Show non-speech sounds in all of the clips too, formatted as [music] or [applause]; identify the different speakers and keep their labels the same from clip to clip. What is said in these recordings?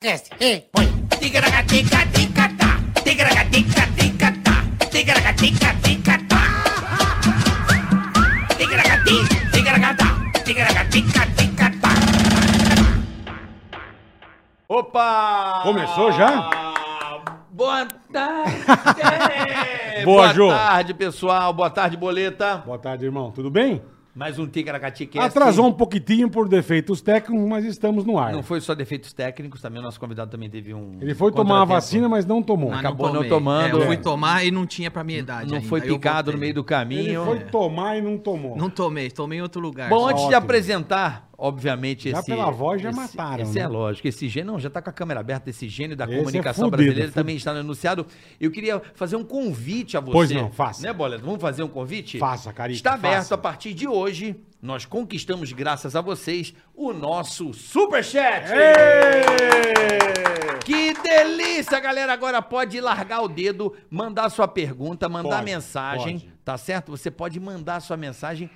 Speaker 1: Desce, e põe. Tigra-tica, tica-tá. Tigra-tica, tica-tá. Tigra-tica, tica-tá. Tigra-ti, tigra-tá. Tigra-tica, tica-tá.
Speaker 2: Opa!
Speaker 3: Começou já?
Speaker 2: Boa
Speaker 3: [laughs]
Speaker 2: tarde!
Speaker 3: Boa,
Speaker 2: Boa
Speaker 3: Jô.
Speaker 2: tarde, pessoal. Boa tarde, Boleta.
Speaker 3: Boa tarde, irmão. Tudo bem?
Speaker 2: Mais um Ticaracatique.
Speaker 3: Atrasou um pouquitinho por defeitos técnicos, mas estamos no ar.
Speaker 2: assim. Não foi só defeitos técnicos, também o nosso convidado também teve um
Speaker 3: Ele foi tomar a
Speaker 2: contratempo.
Speaker 3: vacina, mas não tomou.
Speaker 2: não Acabou não tomando.
Speaker 4: É, eu fui tomar e não tinha pra minha idade.
Speaker 2: Não
Speaker 4: ainda.
Speaker 2: foi
Speaker 4: Aí eu
Speaker 2: picado no
Speaker 4: voltei.
Speaker 2: meio do
Speaker 3: Ele
Speaker 2: caminho.
Speaker 3: foi tomar e não tomou.
Speaker 4: Não tomei, tomei em outro lugar.
Speaker 2: Bom,
Speaker 4: só.
Speaker 2: antes de
Speaker 3: Ótimo.
Speaker 2: apresentar, obviamente,
Speaker 3: Já
Speaker 2: esse...
Speaker 3: pela voz já
Speaker 2: esse-
Speaker 3: mataram,
Speaker 2: Esse
Speaker 3: né?
Speaker 2: é lógico. Esse gênio, não, já tá com a câmera aberta, esse gênio da
Speaker 3: Esse é
Speaker 2: comunicação
Speaker 3: fudido,
Speaker 2: brasileira
Speaker 3: fudido.
Speaker 2: também está no enunciado. Eu queria fazer um convite a você.
Speaker 3: Pois não, faça.
Speaker 2: Né, Boleto? Vamos fazer um convite?
Speaker 3: Faça, Carica,
Speaker 2: Está aberto
Speaker 3: faça.
Speaker 2: a partir de hoje. Nós conquistamos, graças a vocês, o nosso Superchat! Que delícia, galera! Agora pode largar o dedo, mandar sua pergunta, mandar
Speaker 3: Pode,
Speaker 2: mensagem,
Speaker 3: pode.
Speaker 2: tá certo? Você pode mandar sua mensagem.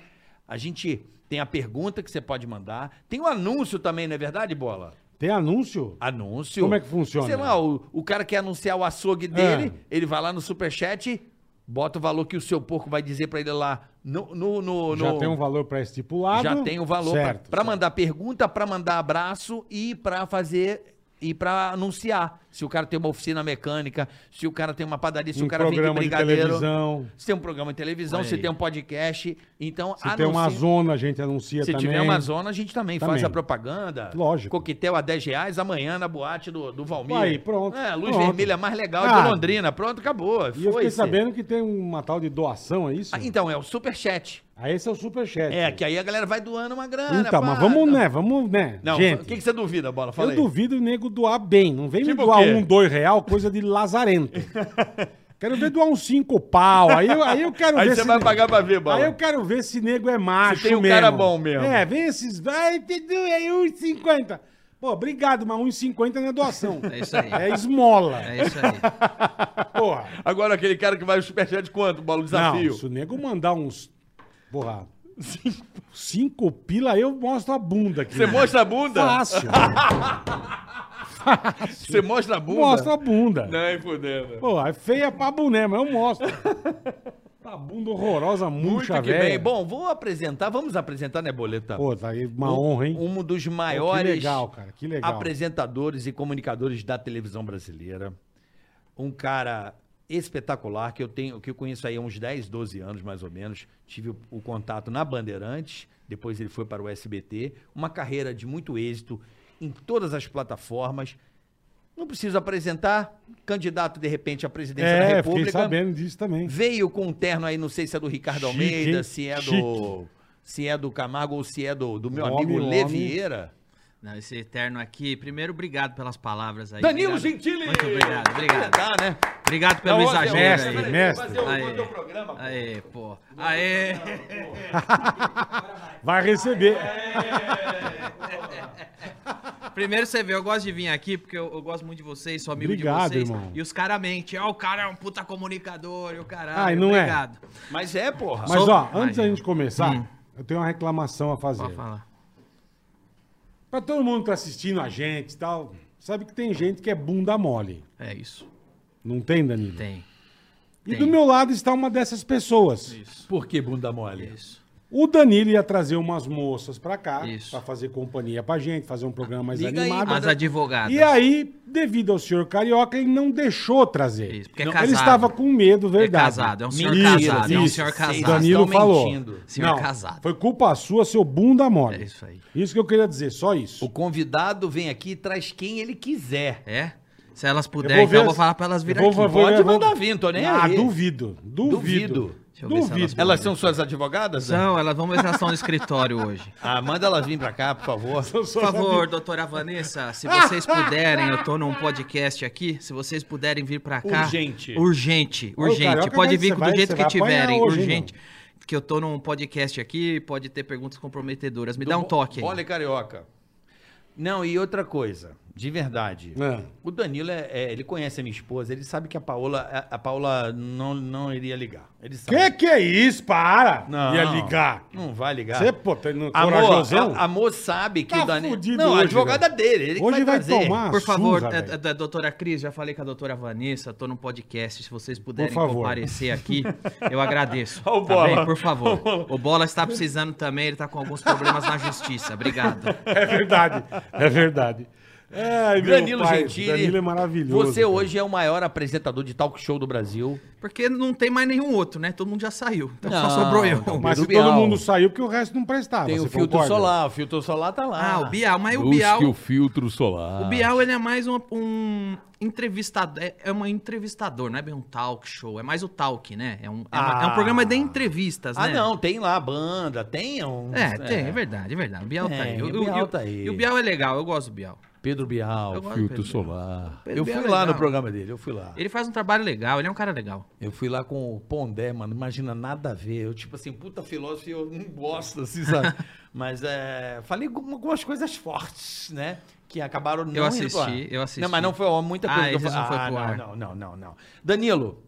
Speaker 2: A gente tem a pergunta que você pode mandar. Tem o anúncio também, não é verdade, Bola?
Speaker 3: Tem anúncio?
Speaker 2: Anúncio.
Speaker 3: Como é que funciona? É.
Speaker 2: Sei lá, o, o cara quer anunciar o açougue dele, ele vai lá no superchat, bota o valor que o seu porco vai dizer pra ele lá no... no, no-
Speaker 3: Já
Speaker 2: no-
Speaker 3: tem um valor pré-estipulado.
Speaker 2: já tem o valor pra-
Speaker 3: Certo.
Speaker 2: pra mandar pergunta, pra mandar abraço e pra fazer e pra anunciar. Se o cara tem uma oficina mecânica, se o cara tem uma padaria, se
Speaker 3: um
Speaker 2: o cara vende
Speaker 3: programa de
Speaker 2: brigadeiro,
Speaker 3: televisão.
Speaker 2: se tem um programa de televisão,
Speaker 4: Olha
Speaker 2: se
Speaker 4: aí.
Speaker 2: tem um podcast, então
Speaker 3: Se tem uma zona, a gente anuncia
Speaker 2: se
Speaker 3: também.
Speaker 2: tiver uma zona, a gente também, faz
Speaker 3: Também.
Speaker 2: a propaganda.
Speaker 3: Lógico.
Speaker 2: Coquetel a 10 reais amanhã na boate do, do Valmir.
Speaker 3: Aí, pronto,
Speaker 2: É, luz
Speaker 3: pronto.
Speaker 2: vermelha mais legal
Speaker 3: Ah.
Speaker 2: de Londrina. Pronto, acabou.
Speaker 3: E eu fiquei
Speaker 2: foi-se.
Speaker 3: sabendo que tem uma tal de doação, é isso?
Speaker 2: Ah, então, é o superchat.
Speaker 3: Ah, esse é o superchat.
Speaker 2: É, que aí a galera vai doando uma grana.
Speaker 3: Então,
Speaker 2: pá. tá
Speaker 3: mas vamos, né? Vamos, né?
Speaker 2: Não,
Speaker 3: gente,
Speaker 2: o que, que você duvida, Bola? Fala
Speaker 3: eu
Speaker 2: aí.
Speaker 3: duvido o nego doar bem. Não vem
Speaker 2: Tipo
Speaker 3: me doar
Speaker 2: o quê?
Speaker 3: um, dois real, coisa
Speaker 2: [laughs]
Speaker 3: de lazarento. quero ver doar uns cinco pau. Aí, eu- aí eu quero
Speaker 2: Aí
Speaker 3: ver
Speaker 2: você vai
Speaker 3: ne-
Speaker 2: pagar pra ver, Bola.
Speaker 3: Aí eu quero ver se nego é macho
Speaker 2: tem um
Speaker 3: mesmo.
Speaker 2: cara bom mesmo.
Speaker 3: É, vem esses... Vai, te doe aí 1,50. Pô, obrigado, mas 1,50 não é doação.
Speaker 4: É isso aí.
Speaker 3: É esmola.
Speaker 4: É isso
Speaker 3: [laughs]
Speaker 4: aí.
Speaker 3: Porra.
Speaker 2: Agora aquele cara que vai no superchat quanto, Bola? O desafio.
Speaker 3: Não, se o nego mandar uns... Porra. Cinco pila, eu mostro a bunda aqui. né?
Speaker 2: Você mostra a bunda?
Speaker 3: Fácil.
Speaker 2: Você mostra a bunda?
Speaker 3: Mostra a bunda.
Speaker 2: Não, é fudendo.
Speaker 3: Pô, é feia pra boné, mas eu mostro. tá bunda horrorosa,
Speaker 2: Muito
Speaker 3: murcha,
Speaker 2: que
Speaker 3: velho.
Speaker 2: bem. Bom, vou apresentar. Vamos apresentar, né, Boleta?
Speaker 3: Pô, tá aí uma
Speaker 2: Um-
Speaker 3: honra, hein?
Speaker 2: Um dos
Speaker 3: Pô,
Speaker 2: maiores
Speaker 3: que legal, cara, que legal.
Speaker 2: apresentadores e comunicadores da televisão brasileira. Um cara espetacular que eu tenho, que eu conheço aí há uns 10, 12 anos mais ou menos. Tive o, o contato na Bandeirantes, depois ele foi para o SBT, uma carreira de muito êxito em todas as plataformas. Não preciso apresentar, candidato de repente à presidência da
Speaker 3: É, fiquei
Speaker 2: República.
Speaker 3: sabendo disso também.
Speaker 2: Veio com um terno aí, não sei se é do Ricardo
Speaker 3: Chique,
Speaker 2: Almeida,
Speaker 3: hein?
Speaker 2: se é
Speaker 3: Chique.
Speaker 2: do. Se é do Camargo ou se é do, do meu
Speaker 3: Homem,
Speaker 2: amigo
Speaker 3: homem.
Speaker 2: Levieira.
Speaker 4: Não, esse eterno aqui, primeiro, obrigado pelas palavras aí.
Speaker 2: Danilo
Speaker 4: obrigado.
Speaker 2: Gentili!
Speaker 4: Muito obrigado,
Speaker 2: Já
Speaker 4: obrigado.
Speaker 2: Tá, né?
Speaker 4: Obrigado pelo
Speaker 2: Não,
Speaker 4: exagero.
Speaker 3: mestre,
Speaker 4: aí.
Speaker 2: peraí,
Speaker 3: é? mestre.
Speaker 2: Fazer o,
Speaker 4: Aê.
Speaker 2: o teu programa, pô.
Speaker 4: Aê, pô. Aê.
Speaker 3: Vai receber.
Speaker 4: [laughs] Primeiro você vê, eu gosto de vir aqui porque eu, eu gosto muito de vocês, sou amigo
Speaker 3: Obrigado,
Speaker 4: de vocês.
Speaker 3: irmão.
Speaker 4: E os caras mentem. Ó, o cara é um puta comunicador e o caralho.
Speaker 3: Ai, não é.
Speaker 4: obrigado.
Speaker 2: Mas é, porra.
Speaker 3: Mas,
Speaker 4: Sou-
Speaker 3: ó, antes da
Speaker 4: Ai,
Speaker 3: gente começar,
Speaker 2: Hum.
Speaker 3: eu tenho uma reclamação a fazer.
Speaker 4: Pode falar.
Speaker 3: Pra todo mundo que tá assistindo a gente e tal, sabe que tem gente que é bunda mole.
Speaker 4: É isso.
Speaker 3: Não tem, Danilo?
Speaker 4: Tem.
Speaker 3: E
Speaker 4: tem.
Speaker 3: do meu lado está uma dessas pessoas.
Speaker 4: Isso.
Speaker 2: Por que bunda mole?
Speaker 4: Isso.
Speaker 3: O Danilo ia trazer umas moças pra cá,
Speaker 4: Isso.
Speaker 3: pra fazer companhia pra gente, fazer um programa mais
Speaker 2: Liga aí,
Speaker 3: animado.
Speaker 4: As advogadas.
Speaker 3: E aí, devido ao senhor Carioca, ele não deixou trazer.
Speaker 4: Isso, porque é
Speaker 3: Não,
Speaker 4: casado.
Speaker 3: Ele estava com medo, verdade.
Speaker 4: É casado, é um senhor casado, é um senhor casado.
Speaker 3: O Danilo
Speaker 2: Vocês estão
Speaker 3: falou.
Speaker 2: mentindo.
Speaker 4: Senhor casado.
Speaker 3: Foi culpa sua, seu bunda mole.
Speaker 4: É isso aí.
Speaker 3: Isso que eu queria dizer, só isso.
Speaker 2: O convidado vem aqui e traz quem ele quiser.
Speaker 4: É? Se elas
Speaker 3: Eu
Speaker 4: puderem,
Speaker 3: vou
Speaker 4: então eu
Speaker 3: ver-
Speaker 4: vou falar pra elas virem
Speaker 3: eu
Speaker 4: aqui.
Speaker 3: vou-
Speaker 2: Pode
Speaker 3: eu vou-
Speaker 2: mandar vir, tô nem
Speaker 3: ah,
Speaker 2: aí.
Speaker 3: duvido, duvido.
Speaker 2: Duvido.
Speaker 4: Deixa eu ver se elas
Speaker 2: Elas são suas advogadas? né?
Speaker 4: São, elas vão ver se elas estão no escritório hoje.
Speaker 2: Ah, manda elas vir pra cá, por favor.
Speaker 3: [laughs]
Speaker 4: Por favor, doutora Vanessa, se vocês puderem, eu tô num podcast aqui, se vocês puderem vir pra cá.
Speaker 2: Urgente.
Speaker 4: Urgente, urgente.
Speaker 3: Carioca,
Speaker 4: Pode
Speaker 3: vai-
Speaker 4: vir
Speaker 3: é você vai-
Speaker 4: do jeito
Speaker 3: você
Speaker 4: que
Speaker 3: vai
Speaker 4: tiverem,
Speaker 3: apanhar hoje,
Speaker 4: urgente. Que eu tô num podcast aqui, um pode ter perguntas comprometedoras. Me dá um toque aí.
Speaker 2: Olha, carioca. Não, e outra coisa. De verdade.
Speaker 3: É.
Speaker 2: O Danilo, é, é, ele conhece a minha esposa, ele sabe que a Paola, a, a Paola não, não iria ligar. Ele sabe.
Speaker 3: Que que é isso? Para!
Speaker 2: Não.
Speaker 3: Ia ligar.
Speaker 2: Não vai ligar.
Speaker 3: Você, pô, tá no
Speaker 2: Amor,
Speaker 3: corajosão.
Speaker 2: a, amor sabe que
Speaker 3: Tá
Speaker 2: o Danilo.
Speaker 3: fudido
Speaker 2: Não, a
Speaker 3: hoje,
Speaker 2: advogada
Speaker 3: velho.
Speaker 2: dele. Ele que
Speaker 3: Hoje vai
Speaker 2: trazer.
Speaker 3: tomar.
Speaker 4: Por
Speaker 3: surra,
Speaker 4: favor, é,
Speaker 3: velho.
Speaker 4: é da doutora Cris, já falei com a doutora Vanessa, tô num podcast, se vocês puderem
Speaker 3: Por favor.
Speaker 4: comparecer aqui,
Speaker 3: [laughs]
Speaker 4: eu agradeço.
Speaker 2: Ó o
Speaker 4: tá
Speaker 2: Bola.
Speaker 4: bem? Por
Speaker 2: Ó o
Speaker 4: favor.
Speaker 2: Bola.
Speaker 4: O Bola está precisando também, ele tá com alguns problemas na justiça. Obrigado.
Speaker 3: É verdade, é verdade. Ai, meu
Speaker 2: Danilo
Speaker 3: pai,
Speaker 2: Gentili.
Speaker 3: Danilo é maravilhoso.
Speaker 2: Você
Speaker 3: cara.
Speaker 2: hoje é o maior apresentador de talk show do Brasil.
Speaker 4: Porque não tem mais nenhum outro, né? Todo mundo já saiu. Então
Speaker 2: Não,
Speaker 4: só sobrou eu.
Speaker 2: então,
Speaker 3: Mas
Speaker 2: Pedro
Speaker 3: se todo
Speaker 2: Bial.
Speaker 3: mundo saiu porque o resto não prestava.
Speaker 2: Tem o
Speaker 3: Ah, você
Speaker 2: filtro
Speaker 3: concorda?
Speaker 2: solar, o filtro solar tá lá.
Speaker 4: Ah, o Bial, mas o
Speaker 2: Busque
Speaker 4: Bial.
Speaker 2: filtro solar.
Speaker 4: O Bial, ele é mais um, um entrevistador, é, é um entrevistador, não é bem um talk show, é mais o talk, né? É um, é uma- é um
Speaker 2: Ah.
Speaker 4: programa de entrevistas,
Speaker 2: Ah,
Speaker 4: né?
Speaker 2: não, tem lá a banda, tem um.
Speaker 4: É, tem, é verdade, é verdade. O Bial tá
Speaker 2: Tem,
Speaker 4: aí.
Speaker 2: o
Speaker 4: Eu- eu-
Speaker 2: Bial
Speaker 4: eu-
Speaker 2: tá aí.
Speaker 4: E o Bial é legal, eu gosto do Bial.
Speaker 2: Pedro Bial,
Speaker 4: Eu gosto do
Speaker 2: filtro
Speaker 4: Pedro Bial.
Speaker 2: solar.
Speaker 4: Pedro
Speaker 2: eu
Speaker 4: Bial
Speaker 2: fui
Speaker 4: é
Speaker 2: lá no
Speaker 4: legal.
Speaker 2: programa dele, eu fui lá.
Speaker 4: Ele faz um trabalho legal, ele é um cara legal.
Speaker 2: Eu fui lá com o Pondé, mano. Imagina, nada a ver. Eu, tipo assim, puta filósofo, eu não gosto, assim,
Speaker 4: [laughs]
Speaker 2: sabe? Mas é, falei com algumas coisas fortes, né? Que acabaram não indo pro ar.
Speaker 4: assisti, eu assisti.
Speaker 2: Não, mas não foi ó, muita
Speaker 4: Ah,
Speaker 2: coisa que eu
Speaker 4: esses
Speaker 2: falei.
Speaker 4: não foi pro
Speaker 2: Ah,
Speaker 4: ar.
Speaker 2: não, não, não, não. Danilo,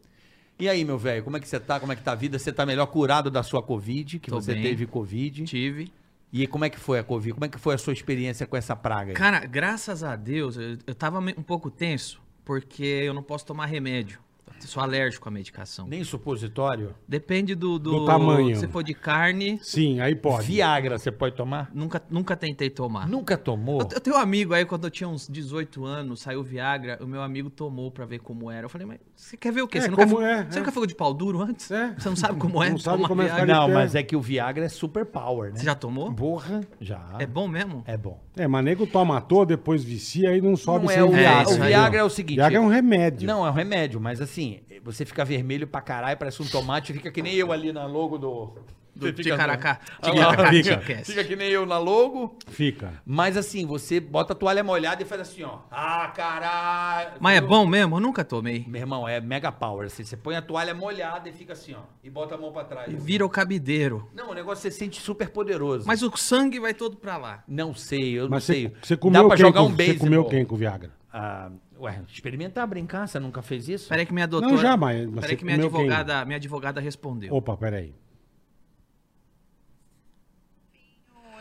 Speaker 2: e aí, meu velho? Como é que você tá? Como é que tá a vida? Você tá melhor curado da sua Covid, que
Speaker 4: Tô
Speaker 2: você
Speaker 4: bem.
Speaker 2: teve Covid.
Speaker 4: Tive.
Speaker 2: E como é que foi a Covid? Como é que foi a sua experiência com essa praga aí?
Speaker 4: Cara, graças a Deus, eu, eu tava me- um pouco tenso, porque eu não posso tomar remédio. Eu Sou alérgico à medicação.
Speaker 2: Nem supositório?
Speaker 4: Depende do, do,
Speaker 3: Do tamanho.
Speaker 4: Se for de carne,
Speaker 3: Sim, aí pode.
Speaker 2: Viagra você pode tomar?
Speaker 4: nunca, nunca tentei tomar.
Speaker 2: Nunca tomou?
Speaker 4: Eu, eu tenho um amigo aí, quando eu tinha uns 18 anos, saiu Viagra, o meu amigo tomou pra ver como era. Eu falei, mas você quer ver o quê?
Speaker 3: É,
Speaker 4: você nunca,
Speaker 3: como
Speaker 4: fi-
Speaker 3: é,
Speaker 4: você
Speaker 3: é.
Speaker 4: nunca ficou de pau duro antes?
Speaker 3: É.
Speaker 4: Você não sabe como é?
Speaker 3: Não sabe
Speaker 4: tomar
Speaker 3: como é ficar
Speaker 4: Viagra.
Speaker 2: Não,
Speaker 3: Ele
Speaker 2: mas é que o Viagra é super power, né?
Speaker 4: Você já tomou?
Speaker 2: Porra, já.
Speaker 4: É bom mesmo?
Speaker 2: É bom.
Speaker 3: É, mas nego toma à toa, depois vicia, aí não sobe
Speaker 2: Não
Speaker 3: sem
Speaker 2: é o
Speaker 4: Viagra.
Speaker 2: Viagra.
Speaker 4: isso
Speaker 2: o
Speaker 4: aí,
Speaker 2: Viagra
Speaker 4: ó.
Speaker 2: é o seguinte.
Speaker 3: Viagra é um remédio.
Speaker 2: Não, é um remédio, mas assim, você fica vermelho pra caralho, parece um tomate, fica que nem eu ali na logo do.
Speaker 4: Do
Speaker 2: Você fica-
Speaker 4: Ticaracá.
Speaker 2: Ah lá,
Speaker 4: Ticaracá
Speaker 2: Fica
Speaker 4: Tiocast.
Speaker 2: fica que nem eu na logo.
Speaker 3: Fica.
Speaker 2: Mas assim, você bota a toalha molhada e faz assim, ó. Ah, caralho.
Speaker 4: Mas é bom mesmo? Eu nunca tomei.
Speaker 2: Meu irmão, é mega power. Assim, você põe a toalha molhada e fica assim, ó. E bota a mão pra trás. assim.
Speaker 4: Vira o cabideiro.
Speaker 2: Não, o negócio você sente super poderoso.
Speaker 4: Mas o sangue vai todo pra lá.
Speaker 2: Não sei, eu
Speaker 3: Mas
Speaker 2: não
Speaker 3: você,
Speaker 2: sei.
Speaker 3: você comeu
Speaker 2: Dá pra
Speaker 3: quem
Speaker 2: jogar
Speaker 3: com,
Speaker 2: um
Speaker 3: Você
Speaker 2: beisebol.
Speaker 3: comeu quem com Viagra?
Speaker 2: Ah, ué, experimentar, brincar, você nunca fez isso?
Speaker 4: Peraí que minha doutora...
Speaker 3: Não, já, mas- mas
Speaker 4: Peraí
Speaker 3: você
Speaker 4: que minha
Speaker 3: comeu quem?
Speaker 4: advogada, minha advogada respondeu.
Speaker 3: Opa, peraí.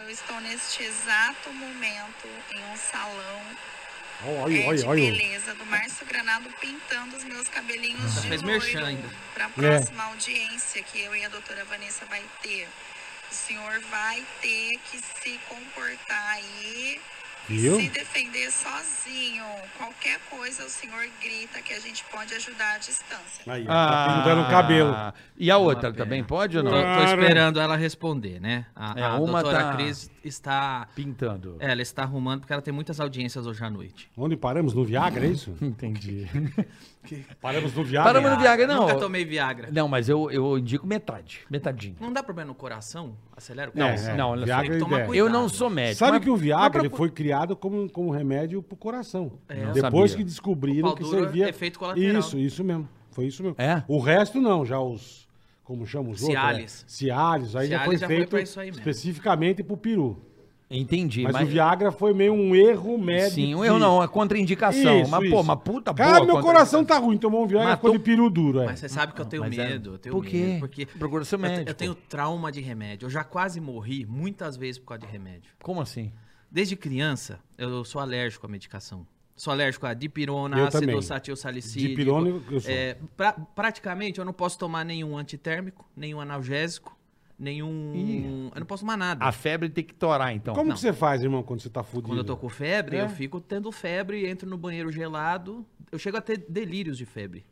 Speaker 5: Eu estou neste exato momento em um salão
Speaker 3: Olha,
Speaker 5: é, de
Speaker 3: olha, olha.
Speaker 5: beleza do Márcio Granado pintando os meus cabelinhos de
Speaker 4: fez merchan ainda.
Speaker 3: É.
Speaker 5: para a próxima audiência que eu e a doutora Vanessa vai ter. O senhor vai ter que se comportar aí
Speaker 3: Viu?
Speaker 5: e se defender sozinho. Qualquer coisa o senhor grita que a gente pode ajudar à distância.
Speaker 3: Aí, ó, tá pintando o cabelo.
Speaker 2: Ah, E a outra
Speaker 4: pena.
Speaker 2: também pode ou
Speaker 4: Tô,
Speaker 2: não?
Speaker 4: tô esperando ela responder, né? A,
Speaker 2: É,
Speaker 4: a
Speaker 2: uma
Speaker 4: doutora
Speaker 2: tá-
Speaker 4: Cris está...
Speaker 2: Pintando.
Speaker 4: É, Ela está arrumando porque ela tem muitas audiências hoje à noite.
Speaker 3: Onde paramos? No Viagra,
Speaker 2: [laughs]
Speaker 3: é isso?
Speaker 2: Entendi.
Speaker 3: Paramos no Viagra.
Speaker 2: Paramos no Tá Viagra, não.
Speaker 4: Nunca tomei Viagra.
Speaker 2: Não, mas eu, eu indico metade. Metadinho.
Speaker 4: Não dá problema no coração? Acelera o
Speaker 2: Não,
Speaker 4: coração?
Speaker 2: não, olha só.
Speaker 3: Viagra
Speaker 4: Tem que tomar
Speaker 3: é ideia.
Speaker 4: cuidado.
Speaker 2: Eu não sou
Speaker 4: tipo
Speaker 2: médico.
Speaker 3: Sabe
Speaker 2: mas-
Speaker 3: que o Viagra
Speaker 2: mas
Speaker 3: ele
Speaker 2: procura-
Speaker 3: foi criado como, um, como remédio pro coração.
Speaker 4: É. Não
Speaker 3: Depois
Speaker 2: sabia.
Speaker 3: que
Speaker 4: O
Speaker 3: descobriram
Speaker 4: pau
Speaker 3: que
Speaker 4: duro é
Speaker 3: servia.
Speaker 4: efeito colateral.
Speaker 3: Isso, isso mesmo. Foi isso mesmo.
Speaker 2: É?
Speaker 3: O resto não, já os. Como chamam os outros?
Speaker 4: Cialis.
Speaker 3: né? Cialis. Aí já
Speaker 4: Cialis
Speaker 3: foi
Speaker 4: já foi
Speaker 3: feito
Speaker 4: pra isso aí mesmo.
Speaker 3: especificamente pro peru.
Speaker 2: Entendi,
Speaker 3: Mas,
Speaker 2: mas.
Speaker 3: o Viagra foi meio um erro médico.
Speaker 2: Sim,
Speaker 4: um
Speaker 3: que-
Speaker 2: eu não, é contraindicação.
Speaker 3: Isso,
Speaker 2: mas, pô,
Speaker 3: isso.
Speaker 2: uma puta boa.
Speaker 3: Cara, meu
Speaker 2: contra-
Speaker 3: coração tá ruim. Tomou um Viagra e
Speaker 2: Matou-
Speaker 3: ficou de peru duro. É.
Speaker 4: Mas você sabe que eu tenho
Speaker 2: mas é-
Speaker 4: medo. Eu tenho
Speaker 2: Por quê?
Speaker 4: medo, Porque
Speaker 2: Procura seu
Speaker 4: eu te- Eu,
Speaker 2: médico.
Speaker 4: tenho trauma de remédio. Eu já quase morri muitas vezes por causa de remédio.
Speaker 2: Como assim?
Speaker 4: Desde criança, eu sou alérgico à medicação. Sou alérgico a dipirona,
Speaker 3: Eu
Speaker 4: ácido
Speaker 3: também.
Speaker 4: satilsalicídico.
Speaker 3: Dipirona eu- eu sou.
Speaker 4: É, pra- praticamente, eu não posso tomar nenhum antitérmico, nenhum analgésico, nenhum... Eu não posso tomar nada.
Speaker 2: A febre tem que torar, então.
Speaker 3: Como
Speaker 4: não.
Speaker 3: que você faz, irmão, quando você tá fudido?
Speaker 4: Quando eu tô com febre, eu fico tendo febre, entro no banheiro gelado. Eu chego a ter delírios de febre.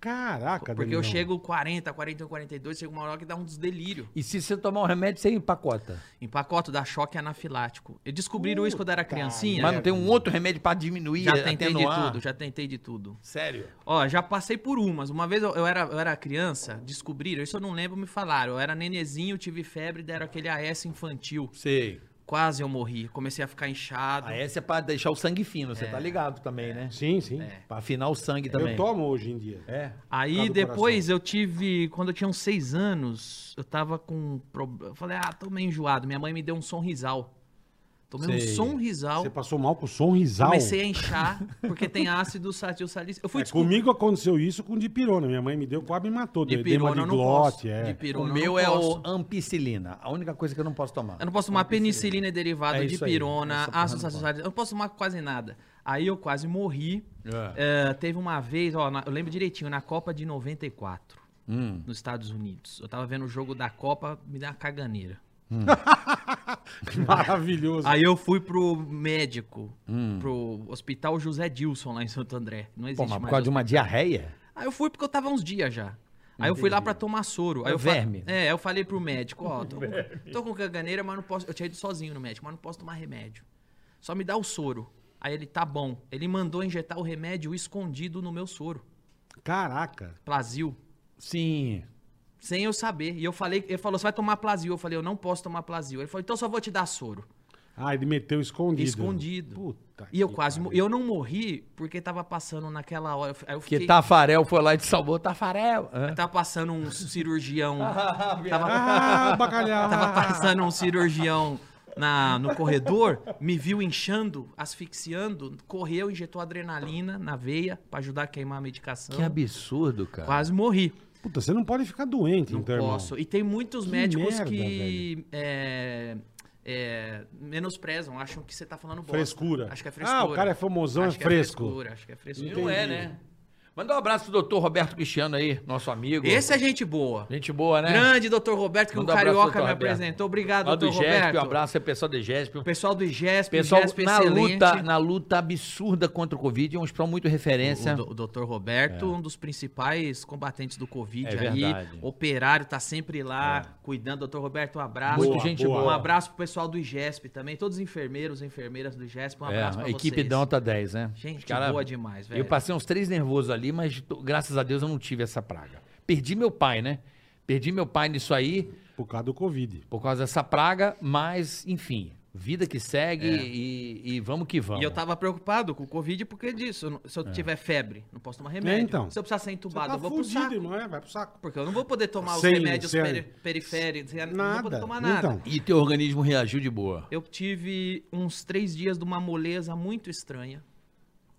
Speaker 3: Caraca,
Speaker 4: Porque
Speaker 3: Danilão.
Speaker 4: eu chego 40, 41, 42, chega uma hora que dá um desdelírio.
Speaker 2: E se você tomar um remédio, você empacota.
Speaker 4: Empacoto dá choque anafilático. E descobriram isso quando eu era criancinha.
Speaker 2: Mas não tem um outro remédio pra diminuir,
Speaker 4: é. Já tentei de
Speaker 2: atenuar?
Speaker 4: tudo, já tentei de tudo.
Speaker 2: Sério?
Speaker 4: Ó, já passei por umas. Uma vez eu, eu era, eu era criança, descobriram, isso eu não lembro, me falaram. Eu era nenezinho, tive febre, deram aquele AS infantil.
Speaker 2: Sei.
Speaker 4: Quase eu morri. Comecei a ficar inchado.
Speaker 2: A essa é pra deixar o sangue fino,
Speaker 4: É.
Speaker 2: você tá ligado também, né?
Speaker 3: Sim, sim.
Speaker 2: Pra afinar o sangue também.
Speaker 3: Eu tomo hoje em dia.
Speaker 2: É.
Speaker 3: Por
Speaker 4: Aí
Speaker 3: causa do
Speaker 4: depois eu tive, quando eu tinha uns seis anos, eu tava com. um prob- Eu falei, ah, tô meio enjoado. Minha mãe me deu um sonrisal. Tomei um
Speaker 3: Sei.
Speaker 4: sonrisal.
Speaker 3: Você passou mal com o sonrisal.
Speaker 4: Comecei a inchar, porque tem ácido satil salicílico. Eu fui
Speaker 3: É,
Speaker 4: descobrir-
Speaker 3: comigo aconteceu isso com dipirona. Minha mãe me deu, quase me matou. Deu edema
Speaker 4: Dipirona
Speaker 3: de
Speaker 4: eu não posso.
Speaker 3: glote, é.
Speaker 2: O
Speaker 4: Dipirona eu
Speaker 2: meu
Speaker 4: não
Speaker 2: é o
Speaker 4: posso.
Speaker 2: ampicilina. A única coisa que eu não posso tomar.
Speaker 4: Eu não posso tomar penicilina e derivado
Speaker 2: É
Speaker 4: de
Speaker 2: isso aí,
Speaker 4: pirona,
Speaker 2: essa porra não
Speaker 4: ácido
Speaker 2: pode.
Speaker 4: salicílico. Eu não posso tomar quase nada. Aí eu quase morri.
Speaker 2: [laughs] É.
Speaker 4: É, teve uma vez, ó, na- eu lembro direitinho, na Copa de 94,
Speaker 2: Hum.
Speaker 4: nos Estados Unidos. Eu tava vendo o jogo da Copa, me deu uma caganeira.
Speaker 3: Maravilhoso.
Speaker 4: Aí eu fui pro médico, pro Hospital José Dilson, lá em Santo André. Não
Speaker 2: Hum. Pô,
Speaker 4: existe
Speaker 2: mas por
Speaker 4: mais.
Speaker 2: causa de uma diarreia?
Speaker 4: Aí eu fui porque eu tava uns dias já. Aí eu fui lá pra tomar soro. Aí
Speaker 2: É
Speaker 4: eu fa-
Speaker 2: verme.
Speaker 4: É, eu falei pro médico, ó, tô, com, tô com caganeira, mas não posso. Eu tinha ido sozinho no médico, mas não posso tomar remédio. Só me dá o soro. Aí ele, tá bom. Ele mandou injetar o remédio escondido no meu soro.
Speaker 3: Ah, Caraca.
Speaker 4: Plasil.
Speaker 2: Sim.
Speaker 4: Sem eu saber. E eu falei, ele falou, você vai tomar plasil. Eu falei, eu não posso tomar plasil. Ele falou, então eu só vou te dar soro.
Speaker 3: Ah, ele meteu escondido.
Speaker 4: Escondido.
Speaker 3: Puta
Speaker 4: E eu
Speaker 3: que
Speaker 4: quase. mo-
Speaker 3: pariu.
Speaker 4: Eu não morri porque tava passando naquela hora. Aí eu
Speaker 2: Que
Speaker 4: fiquei.
Speaker 2: Tafarel foi lá e te salvou. Tafarel!
Speaker 4: [laughs]
Speaker 2: Hã?
Speaker 4: Tava passando um cirurgião.
Speaker 3: [laughs]
Speaker 4: tava,
Speaker 3: Ah, bacalhau.
Speaker 4: [laughs] tava passando um cirurgião na, no corredor, me viu inchando, asfixiando, correu, injetou adrenalina na veia pra ajudar a queimar a medicação.
Speaker 2: Que absurdo, cara.
Speaker 4: Quase morri.
Speaker 3: [laughs] Puta, você não pode ficar doente,
Speaker 4: Não
Speaker 3: então, irmão.
Speaker 4: posso. E tem muitos
Speaker 3: Que
Speaker 4: médicos
Speaker 3: merda,
Speaker 4: que é, é, menosprezam, acham que você tá falando bosta.
Speaker 3: Frescura.
Speaker 4: Acho que é
Speaker 3: Ah,
Speaker 4: frescura.
Speaker 3: o cara é famosão,
Speaker 4: Acho
Speaker 3: é
Speaker 4: que
Speaker 3: fresco.
Speaker 4: frescura, acho que é frescura. Não é,
Speaker 3: Entendi.
Speaker 4: né?
Speaker 2: Manda um abraço pro doutor Roberto Cristiano aí, nosso amigo.
Speaker 4: Esse é gente boa.
Speaker 2: Gente boa, né?
Speaker 3: É.
Speaker 4: Grande doutor Roberto, que
Speaker 2: Manda
Speaker 4: o
Speaker 2: um abraço,
Speaker 4: Carioca
Speaker 2: doutor
Speaker 4: me
Speaker 2: Roberto.
Speaker 4: apresentou. Obrigado,
Speaker 2: Lá do
Speaker 4: doutor
Speaker 2: GESP,
Speaker 4: Roberto.
Speaker 2: um abraço aí, pessoal do GESP.
Speaker 4: O pessoal do IGESP,
Speaker 2: Pessoal,
Speaker 4: IGESP
Speaker 2: na
Speaker 4: excelente.
Speaker 2: luta, na luta absurda contra o Covid, é um hospital muito referência.
Speaker 4: O, do- o doutor Roberto, um dos principais combatentes do Covid
Speaker 2: É
Speaker 4: aí.
Speaker 2: verdade.
Speaker 4: Operário, tá sempre lá cuidando. Doutor Roberto, um abraço.
Speaker 2: Muito gente boa.
Speaker 4: Um abraço pro pessoal do IGESP também. Todos os enfermeiros e enfermeiras do IGESP, um
Speaker 2: É,
Speaker 4: abraço pra
Speaker 2: a equipe
Speaker 4: vocês.
Speaker 2: da nota 10, né?
Speaker 4: Gente
Speaker 2: Os cara-
Speaker 4: boa demais, velho.
Speaker 2: Eu passei uns três nervosos ali, mas t- graças a Deus eu não tive essa praga. Perdi meu pai, né? Perdi meu pai nisso aí,
Speaker 3: Por causa do Covid.
Speaker 2: por causa dessa praga, mas, enfim, vida que segue e, e vamos que vamos.
Speaker 4: É. E eu tava preocupado com o Covid porque disso. eu não- Se eu
Speaker 2: É.
Speaker 4: tiver febre, não posso tomar remédio.
Speaker 3: então.
Speaker 4: Se eu precisar ser
Speaker 3: Você
Speaker 4: entubado,
Speaker 3: tá
Speaker 4: eu vou pro
Speaker 3: fudido,
Speaker 4: saco.
Speaker 3: irmão. É, vai pro saco.
Speaker 4: Porque eu não vou poder tomar os
Speaker 3: Sem-
Speaker 4: remédios
Speaker 3: sem-
Speaker 4: peri- periféricos, não vou
Speaker 3: Nada.
Speaker 4: poder tomar nada.
Speaker 3: Então.
Speaker 2: E teu organismo reagiu de boa.
Speaker 4: Eu tive uns três dias de uma moleza muito estranha.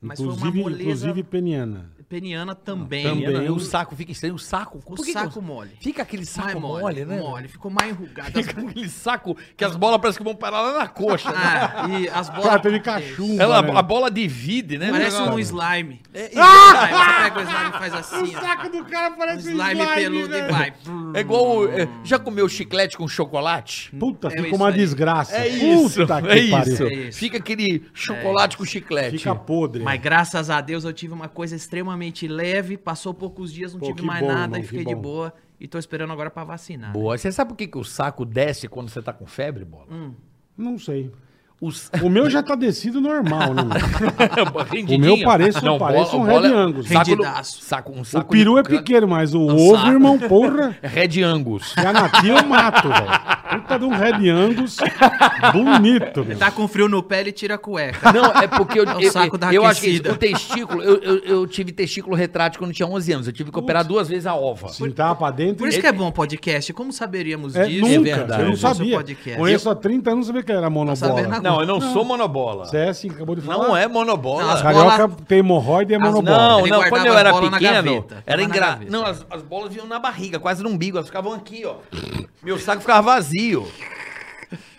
Speaker 4: Mas foi uma
Speaker 3: inclusive,
Speaker 4: moleza
Speaker 3: inclusive peniana.
Speaker 4: peniana também.
Speaker 3: Também.
Speaker 2: E o saco fica estranho, o saco.
Speaker 4: O
Speaker 2: por que que
Speaker 4: saco mole.
Speaker 2: Fica aquele saco
Speaker 4: mais
Speaker 2: mole,
Speaker 4: mole,
Speaker 2: né?
Speaker 4: Mole, ficou mais enrugado. As-
Speaker 2: Fica [laughs] aquele saco que as bolas parecem que vão parar lá na coxa. né?
Speaker 3: [laughs]
Speaker 4: Ah, e as bolas.
Speaker 3: Cara, teve cachumba.
Speaker 2: Ela,
Speaker 3: né?
Speaker 2: a bola divide, né?
Speaker 4: Parece
Speaker 2: Negócio-
Speaker 4: um slime.
Speaker 2: É,
Speaker 4: Slime, Você pega o slime e faz
Speaker 3: O
Speaker 4: assim, ó.
Speaker 3: saco do cara
Speaker 4: Um
Speaker 3: parece um
Speaker 4: slime, peludo
Speaker 3: velho.
Speaker 4: e vai.
Speaker 2: É igual. o- é, já comeu chiclete com chocolate?
Speaker 3: Puta,
Speaker 4: É
Speaker 3: fica
Speaker 4: isso
Speaker 3: uma
Speaker 4: aí.
Speaker 3: desgraça.
Speaker 2: É isso.
Speaker 3: Puta que
Speaker 2: é, isso.
Speaker 3: tá pariu.
Speaker 4: É isso. É
Speaker 2: Fica aquele chocolate com chiclete.
Speaker 3: Fica podre.
Speaker 4: Mas graças a Deus eu tive uma coisa extremamente leve. Passou poucos dias, não
Speaker 3: Pô,
Speaker 4: tive
Speaker 3: que
Speaker 4: mais
Speaker 3: bom,
Speaker 4: nada
Speaker 3: irmão,
Speaker 4: e
Speaker 3: que
Speaker 4: fiquei de
Speaker 3: bom.
Speaker 4: boa. E tô esperando agora pra vacinar.
Speaker 2: Boa. Você sabe por que, que o saco desce quando você tá com febre, bola?
Speaker 4: Hum.
Speaker 3: Não sei.
Speaker 4: [laughs]
Speaker 2: Os... [laughs]
Speaker 3: O meu já tá descido normal, né? meu?
Speaker 2: Rendidinho.
Speaker 3: meu parece-
Speaker 2: Não,
Speaker 3: parece
Speaker 2: bola-
Speaker 3: um
Speaker 2: bola-
Speaker 3: Red Angus.
Speaker 2: Saco do...
Speaker 4: Rendidaço.
Speaker 2: saco, um
Speaker 3: O
Speaker 2: saco
Speaker 3: peru
Speaker 2: de-
Speaker 3: é pequeno, mas o
Speaker 2: Um
Speaker 3: ovo,
Speaker 2: saco.
Speaker 3: irmão, porra.
Speaker 2: É Red Angus.
Speaker 3: Se a Nati eu mato, velho. Puta de um Red Angus bonito. meu.
Speaker 4: Tá com frio no pé, ele tira a cueca.
Speaker 2: Não, é porque eu,
Speaker 4: É o
Speaker 2: eu,
Speaker 4: saco da
Speaker 2: eu acho que isso-
Speaker 4: aquecida.
Speaker 2: o testículo, eu, eu, eu tive testículo retrátil quando tinha 11 anos. Eu tive que operar duas vezes a ova.
Speaker 3: Se tá pra dentro.
Speaker 4: Por isso que é bom podcast. Como saberíamos
Speaker 3: É,
Speaker 4: disso?
Speaker 3: nunca,
Speaker 2: verdade.
Speaker 3: eu não
Speaker 2: Ouça o
Speaker 3: sabia.
Speaker 4: podcast.
Speaker 3: Conheço há 30 anos, sabia que era
Speaker 4: sabia
Speaker 3: monobola.
Speaker 4: nada.
Speaker 2: Não, eu não, sou monobola.
Speaker 3: Você é assim, acabou de falar.
Speaker 2: Não é monobola.
Speaker 4: Não, as
Speaker 3: Carioca
Speaker 4: Bola-
Speaker 3: tem hemorroide e é
Speaker 4: As-
Speaker 3: monobola.
Speaker 2: Não,
Speaker 4: Ele
Speaker 2: não,
Speaker 4: guardava
Speaker 2: quando eu era
Speaker 4: as bolas na
Speaker 2: pequeno,
Speaker 4: gaveta.
Speaker 2: era
Speaker 4: Tava na
Speaker 2: engraçado.
Speaker 4: gaveta.
Speaker 2: Não, as, as bolas vinham na barriga, quase no umbigo, elas ficavam aqui, ó. Meu saco ficava vazio.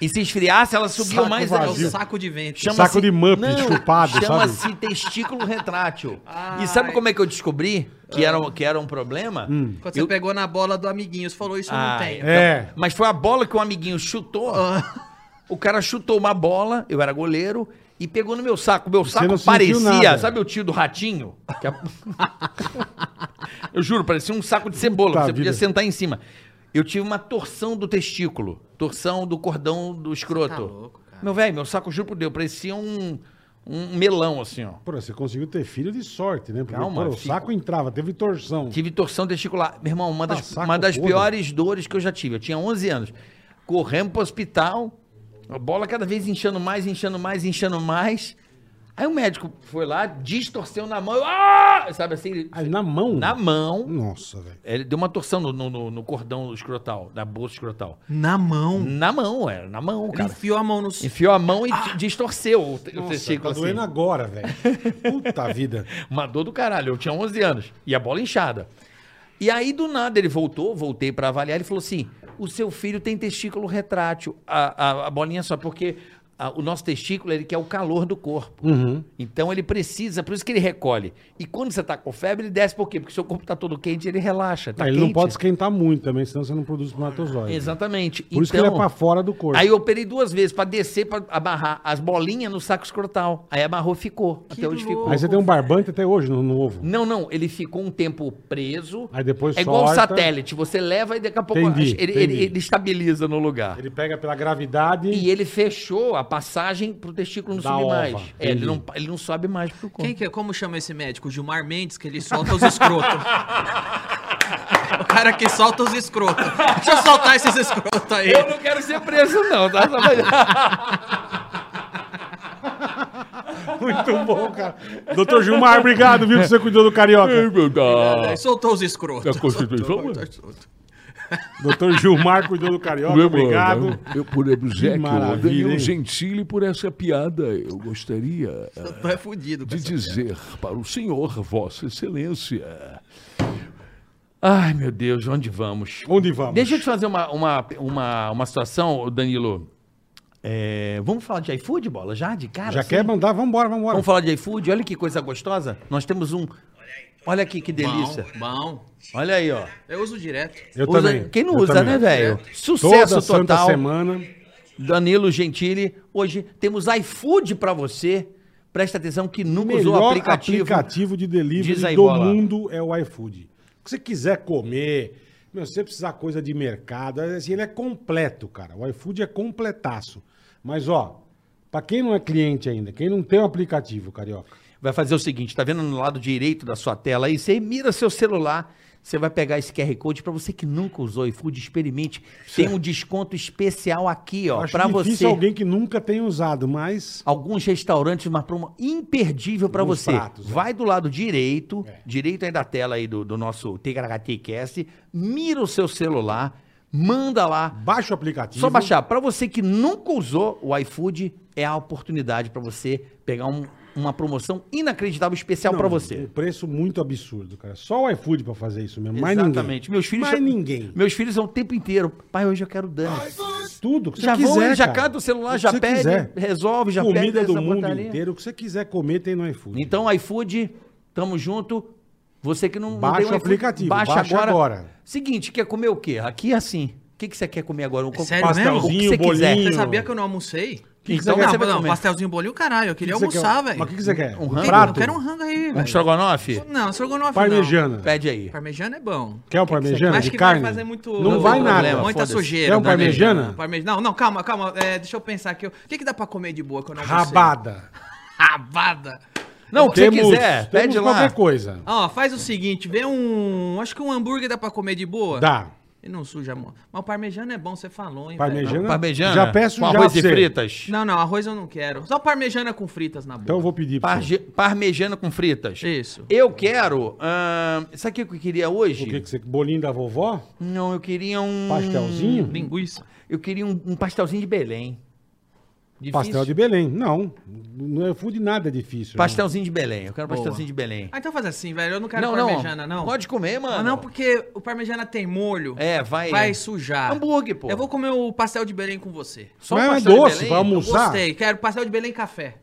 Speaker 2: E se esfriasse, elas subiam
Speaker 3: Saco
Speaker 2: mais
Speaker 4: É o
Speaker 3: vazio.
Speaker 4: saco de vento.
Speaker 3: Chama- Saco de Muppet chupado, sabe?
Speaker 2: Chama-se testículo retrátil. E sabe
Speaker 4: Ai. Ah. Hum.
Speaker 2: como é que eu descobri que era, um- que era um problema?
Speaker 4: Quando
Speaker 2: Eu-
Speaker 4: você pegou na bola do amiguinho, você falou, isso eu
Speaker 2: Ah,
Speaker 4: não tem.
Speaker 3: É.
Speaker 2: Mas foi a bola que um amiguinho chutou.
Speaker 4: Ah.
Speaker 2: O cara chutou uma bola, eu era goleiro, e pegou no meu saco. Meu saco
Speaker 3: não sentiu
Speaker 2: parecia,
Speaker 3: nada.
Speaker 2: sabe o tio do ratinho? Que a- [laughs] eu juro, parecia um saco de cebola,
Speaker 3: Puta
Speaker 2: que você podia
Speaker 3: vida.
Speaker 2: sentar em cima. Eu tive uma torção do testículo, torção do cordão do escroto.
Speaker 4: tá louco, cara.
Speaker 2: Meu velho, meu saco, juro por Deus, parecia um, um melão, assim, ó.
Speaker 3: Pô, você conseguiu ter filho de sorte, né? Porque
Speaker 2: Calma,
Speaker 3: pô, o
Speaker 2: fica-
Speaker 3: saco entrava, teve torção.
Speaker 2: Tive torção testicular. Meu irmão, uma das,
Speaker 3: Ah, saco
Speaker 2: uma das
Speaker 3: podre.
Speaker 2: piores dores que eu já tive. Eu tinha 11 anos. Corremos pro hospital, a bola cada vez inchando mais, inchando mais, inchando mais. Aí Aí um médico foi lá, distorceu na mão. eu, Ah! Sabe assim? ele-
Speaker 3: Aí, na mão?
Speaker 2: Na mão.
Speaker 3: Nossa, velho.
Speaker 2: Ele deu uma torção no, no- no- no cordão escrotal, na bolsa escrotal.
Speaker 4: Na mão.
Speaker 2: Na mão, é, na mão,
Speaker 4: Ele
Speaker 2: cara.
Speaker 4: enfiou a mão no...
Speaker 2: Enfiou a mão e di- distorceu o, te- o
Speaker 3: Ah! Nossa, tá
Speaker 2: testículo assim.
Speaker 3: doendo agora, velho. Puta vida.
Speaker 2: Uma dor do caralho. Eu tinha 11 anos. E a bola inchada. E aí, do nada, ele voltou, voltei pra avaliar. Ele falou assim: o seu filho tem testículo retrátil. A, a, a bolinha só, porque a- o nosso testículo ele quer o calor do corpo.
Speaker 3: Uhum.
Speaker 2: Então ele precisa, por isso que ele recolhe. E quando você tá com febre, ele desce por quê? Porque seu corpo tá todo quente ele relaxa. Tá
Speaker 3: Aí ele não
Speaker 2: quente.
Speaker 3: pode esquentar muito também, senão você não produz espermatozoide.
Speaker 2: Exatamente.
Speaker 3: Por isso que ele é pra fora do corpo.
Speaker 2: então, Aí eu operei duas vezes pra descer, pra amarrar as bolinhas no saco escrotal. Aí amarrou, ficou.
Speaker 4: Que
Speaker 2: até hoje
Speaker 4: louco.
Speaker 2: ficou.
Speaker 3: Aí você tem um barbante até hoje no, no ovo.
Speaker 2: Não, não, ele ficou um tempo preso.
Speaker 3: Aí depois
Speaker 2: É igual o
Speaker 3: solta.
Speaker 2: satélite, você leva e daqui a pouco
Speaker 3: Entendi,
Speaker 2: ele, ele-
Speaker 3: entendi.
Speaker 2: ele estabiliza no lugar.
Speaker 3: Ele pega pela gravidade.
Speaker 2: E ele fechou a passagem pro testículo não
Speaker 3: Da
Speaker 2: subir
Speaker 3: ova,
Speaker 2: mais. É, ele,
Speaker 3: entendi.
Speaker 2: não, ele não sobe mais pro corpo.
Speaker 4: Quem que é? Como chama esse médico? Gilmar Mendes, que ele solta
Speaker 2: [laughs]
Speaker 4: os escrotos. o cara que solta os escrotos. Deixa eu soltar esses escrotos aí.
Speaker 2: Eu não quero ser preso, não, tá? Só
Speaker 3: [laughs]
Speaker 2: pra-
Speaker 3: [laughs] Muito bom, cara. Doutor Gilmar, obrigado, viu, que você cuidou do
Speaker 2: [laughs]
Speaker 3: carioca.
Speaker 4: Ele Soltou os escrotos.
Speaker 2: Da Constituição,
Speaker 6: é
Speaker 4: Soltou,
Speaker 2: mano?
Speaker 4: soltou.
Speaker 3: Doutor Gilmar cuidou do carioca,
Speaker 6: né?
Speaker 3: obrigado.
Speaker 7: Eu, por
Speaker 3: Que
Speaker 7: obsequio,
Speaker 3: maravilha, hein?
Speaker 7: Daniel Gentili, um por essa piada, eu gostaria eh,
Speaker 4: Soltou é fudido.
Speaker 7: de
Speaker 4: cara.
Speaker 7: dizer para o senhor, Vossa Excelência,
Speaker 2: Ai, meu Deus, onde vamos?
Speaker 3: Onde vamos?
Speaker 2: Deixa eu te fazer uma, uma, uma, uma situação, ô Danilo. É, vamos falar de iFood, bola? Já? De cara?
Speaker 3: Já
Speaker 2: assim?
Speaker 3: quer mandar? Vambora, vambora.
Speaker 2: Vamos falar de iFood? Olha que coisa gostosa. Nós temos um. Olha aqui que delícia.
Speaker 4: Bom, bom.
Speaker 2: Olha aí, ó.
Speaker 4: Eu uso direto.
Speaker 3: Eu
Speaker 2: Então, Usa-
Speaker 3: também.
Speaker 2: Quem não
Speaker 3: eu
Speaker 2: usa,
Speaker 3: também. É.
Speaker 2: né, velho?
Speaker 3: Toda
Speaker 2: Sucesso
Speaker 3: santa
Speaker 2: total.
Speaker 3: semana.
Speaker 2: Danilo Gentili. Hoje temos iFood pra você. Presta atenção que nunca usou o
Speaker 3: Melhor
Speaker 2: aplicativo.
Speaker 3: aplicativo, de delivery
Speaker 2: Diz aí,
Speaker 3: do
Speaker 2: Bola.
Speaker 3: mundo é o iFood. O que você quiser comer, meu, se você precisar coisa de mercado, assim, ele é completo, cara. O iFood é completaço. Mas, ó, pra quem não é cliente ainda, quem não tem o aplicativo, carioca,
Speaker 2: Vai fazer o seguinte, tá vendo no lado direito da sua tela aí? Você mira seu celular, você vai pegar esse QR Code pra você que nunca usou iFood, experimente. Tem um desconto especial aqui, ó,
Speaker 3: acho
Speaker 2: pra
Speaker 3: difícil
Speaker 2: você.
Speaker 3: alguém que nunca tenha usado, mas
Speaker 2: alguns restaurantes, uma promo imperdível pra
Speaker 3: Alguns
Speaker 2: você.
Speaker 3: pratos, é.
Speaker 2: Vai do lado direito,
Speaker 3: É.
Speaker 2: direito aí da tela aí do, do nosso TKHTCast, mira o seu celular, manda lá.
Speaker 3: baixa o aplicativo.
Speaker 2: Só baixar. Pra você que nunca usou o iFood, é a oportunidade pra você pegar um- uma promoção inacreditável especial
Speaker 3: Não,
Speaker 2: é pra você.
Speaker 3: Um preço muito absurdo, cara. Só o iFood pra fazer isso mesmo. Mais
Speaker 2: Exatamente.
Speaker 3: ninguém.
Speaker 2: Meus filhos
Speaker 3: Mais
Speaker 2: já-
Speaker 3: ninguém.
Speaker 2: Meus filhos são o tempo inteiro. Pai, hoje eu quero Dani.
Speaker 3: Tudo que você
Speaker 2: Já vão,
Speaker 3: quiser,
Speaker 2: já
Speaker 3: cara.
Speaker 2: canta o celular,
Speaker 3: que
Speaker 2: já
Speaker 3: você
Speaker 2: pede,
Speaker 3: quiser.
Speaker 2: resolve, já
Speaker 3: Comida
Speaker 2: pede
Speaker 3: do
Speaker 2: essa
Speaker 3: mundo
Speaker 2: porcaria.
Speaker 3: inteiro, o que você quiser comer tem no iFood.
Speaker 2: Então, iFood, tamo junto. Você que não, não
Speaker 3: Baixa
Speaker 2: tem
Speaker 3: o aplicativo,
Speaker 2: baixa,
Speaker 3: baixa
Speaker 2: agora.
Speaker 3: agora.
Speaker 2: Seguinte, quer comer o quê? Aqui é assim. O que, que você quer comer agora? Um co-
Speaker 4: sério é mesmo?
Speaker 2: O que
Speaker 3: pastelzinho,
Speaker 2: você quiser.
Speaker 3: bolinho.
Speaker 4: Você sabia que eu não almocei?
Speaker 2: que você
Speaker 4: então,
Speaker 2: quer?
Speaker 4: não,
Speaker 2: Você vai
Speaker 4: não,
Speaker 2: comer?
Speaker 4: pastelzinho, bolinho, caralho. Eu
Speaker 3: O que
Speaker 4: queria
Speaker 3: que você
Speaker 4: almoçar,
Speaker 3: quer?
Speaker 4: velho.
Speaker 3: Mas o que que você quer?
Speaker 2: Um
Speaker 4: Eu
Speaker 2: rango?
Speaker 4: quero- Eu
Speaker 3: Prato?
Speaker 4: quero um rango aí,
Speaker 2: Um
Speaker 4: velho.
Speaker 2: estrogonofe?
Speaker 4: Não, estrogonofe
Speaker 3: Parmejana.
Speaker 2: Pede aí.
Speaker 4: não. Parmejana é bom.
Speaker 3: Quer o parmejana
Speaker 4: Acho
Speaker 3: de
Speaker 4: que
Speaker 3: carne?
Speaker 4: vai fazer muito...
Speaker 3: Não vai
Speaker 2: tem
Speaker 3: nada.
Speaker 2: problema.
Speaker 4: Muita
Speaker 2: foda-se.
Speaker 4: sujeira.
Speaker 3: É um
Speaker 4: né, velho?
Speaker 3: parmejana?
Speaker 4: Parme- Não, não, calma, calma. É, deixa eu pensar aqui. O que que dá pra comer de boa que eu não almocei?
Speaker 3: Rabada.
Speaker 4: [laughs] Rabada.
Speaker 2: Não, o que você
Speaker 3: Temos-
Speaker 2: quiser,
Speaker 3: temos
Speaker 2: pede lá.
Speaker 3: qualquer coisa.
Speaker 4: Ó, faz o seguinte, vê um... Acho que um hambúrguer dá pra comer de boa.
Speaker 3: Dá.
Speaker 4: E não suja a mão. Mas o parmejana é bom, você falou, hein, velho?
Speaker 3: Parmejana.
Speaker 2: Parmejana?
Speaker 3: né? Já peço
Speaker 2: com
Speaker 3: já
Speaker 2: arroz
Speaker 3: pra
Speaker 2: e
Speaker 3: você.
Speaker 2: fritas?
Speaker 4: Não, não, arroz eu não quero. Só parmejana com fritas na boca.
Speaker 3: Então eu vou pedir pra você.
Speaker 2: Parge- Parmejana com fritas?
Speaker 4: Isso.
Speaker 2: Eu quero... ahn, sabe o que eu queria hoje?
Speaker 3: O que que você... Bolinho da vovó?
Speaker 2: Não, eu queria
Speaker 4: Hum,
Speaker 2: um...
Speaker 3: Pastelzinho?
Speaker 4: Linguiça.
Speaker 2: Eu queria um, um pastelzinho de Belém. Difícil?
Speaker 3: Pastel de Belém. Não. No iFood nada é difícil.
Speaker 2: Pastelzinho de Belém. Eu quero um
Speaker 4: Boa.
Speaker 2: pastelzinho de Belém.
Speaker 4: Ah, então faz assim, velho. Eu não quero
Speaker 2: não,
Speaker 4: parmejana, não.
Speaker 2: não. Pode comer, mano.
Speaker 4: Ah, não, porque o parmejana tem molho.
Speaker 2: É, vai-
Speaker 4: Vai sujar.
Speaker 2: Hambúrguer, pô.
Speaker 4: Eu vou comer o pastel de Belém com você.
Speaker 2: Só um
Speaker 3: Mas é
Speaker 2: pastel de
Speaker 3: doce,
Speaker 2: Belém?
Speaker 3: vai
Speaker 4: Eu
Speaker 3: almoçar?
Speaker 4: gostei. Quero pastel de Belém e café.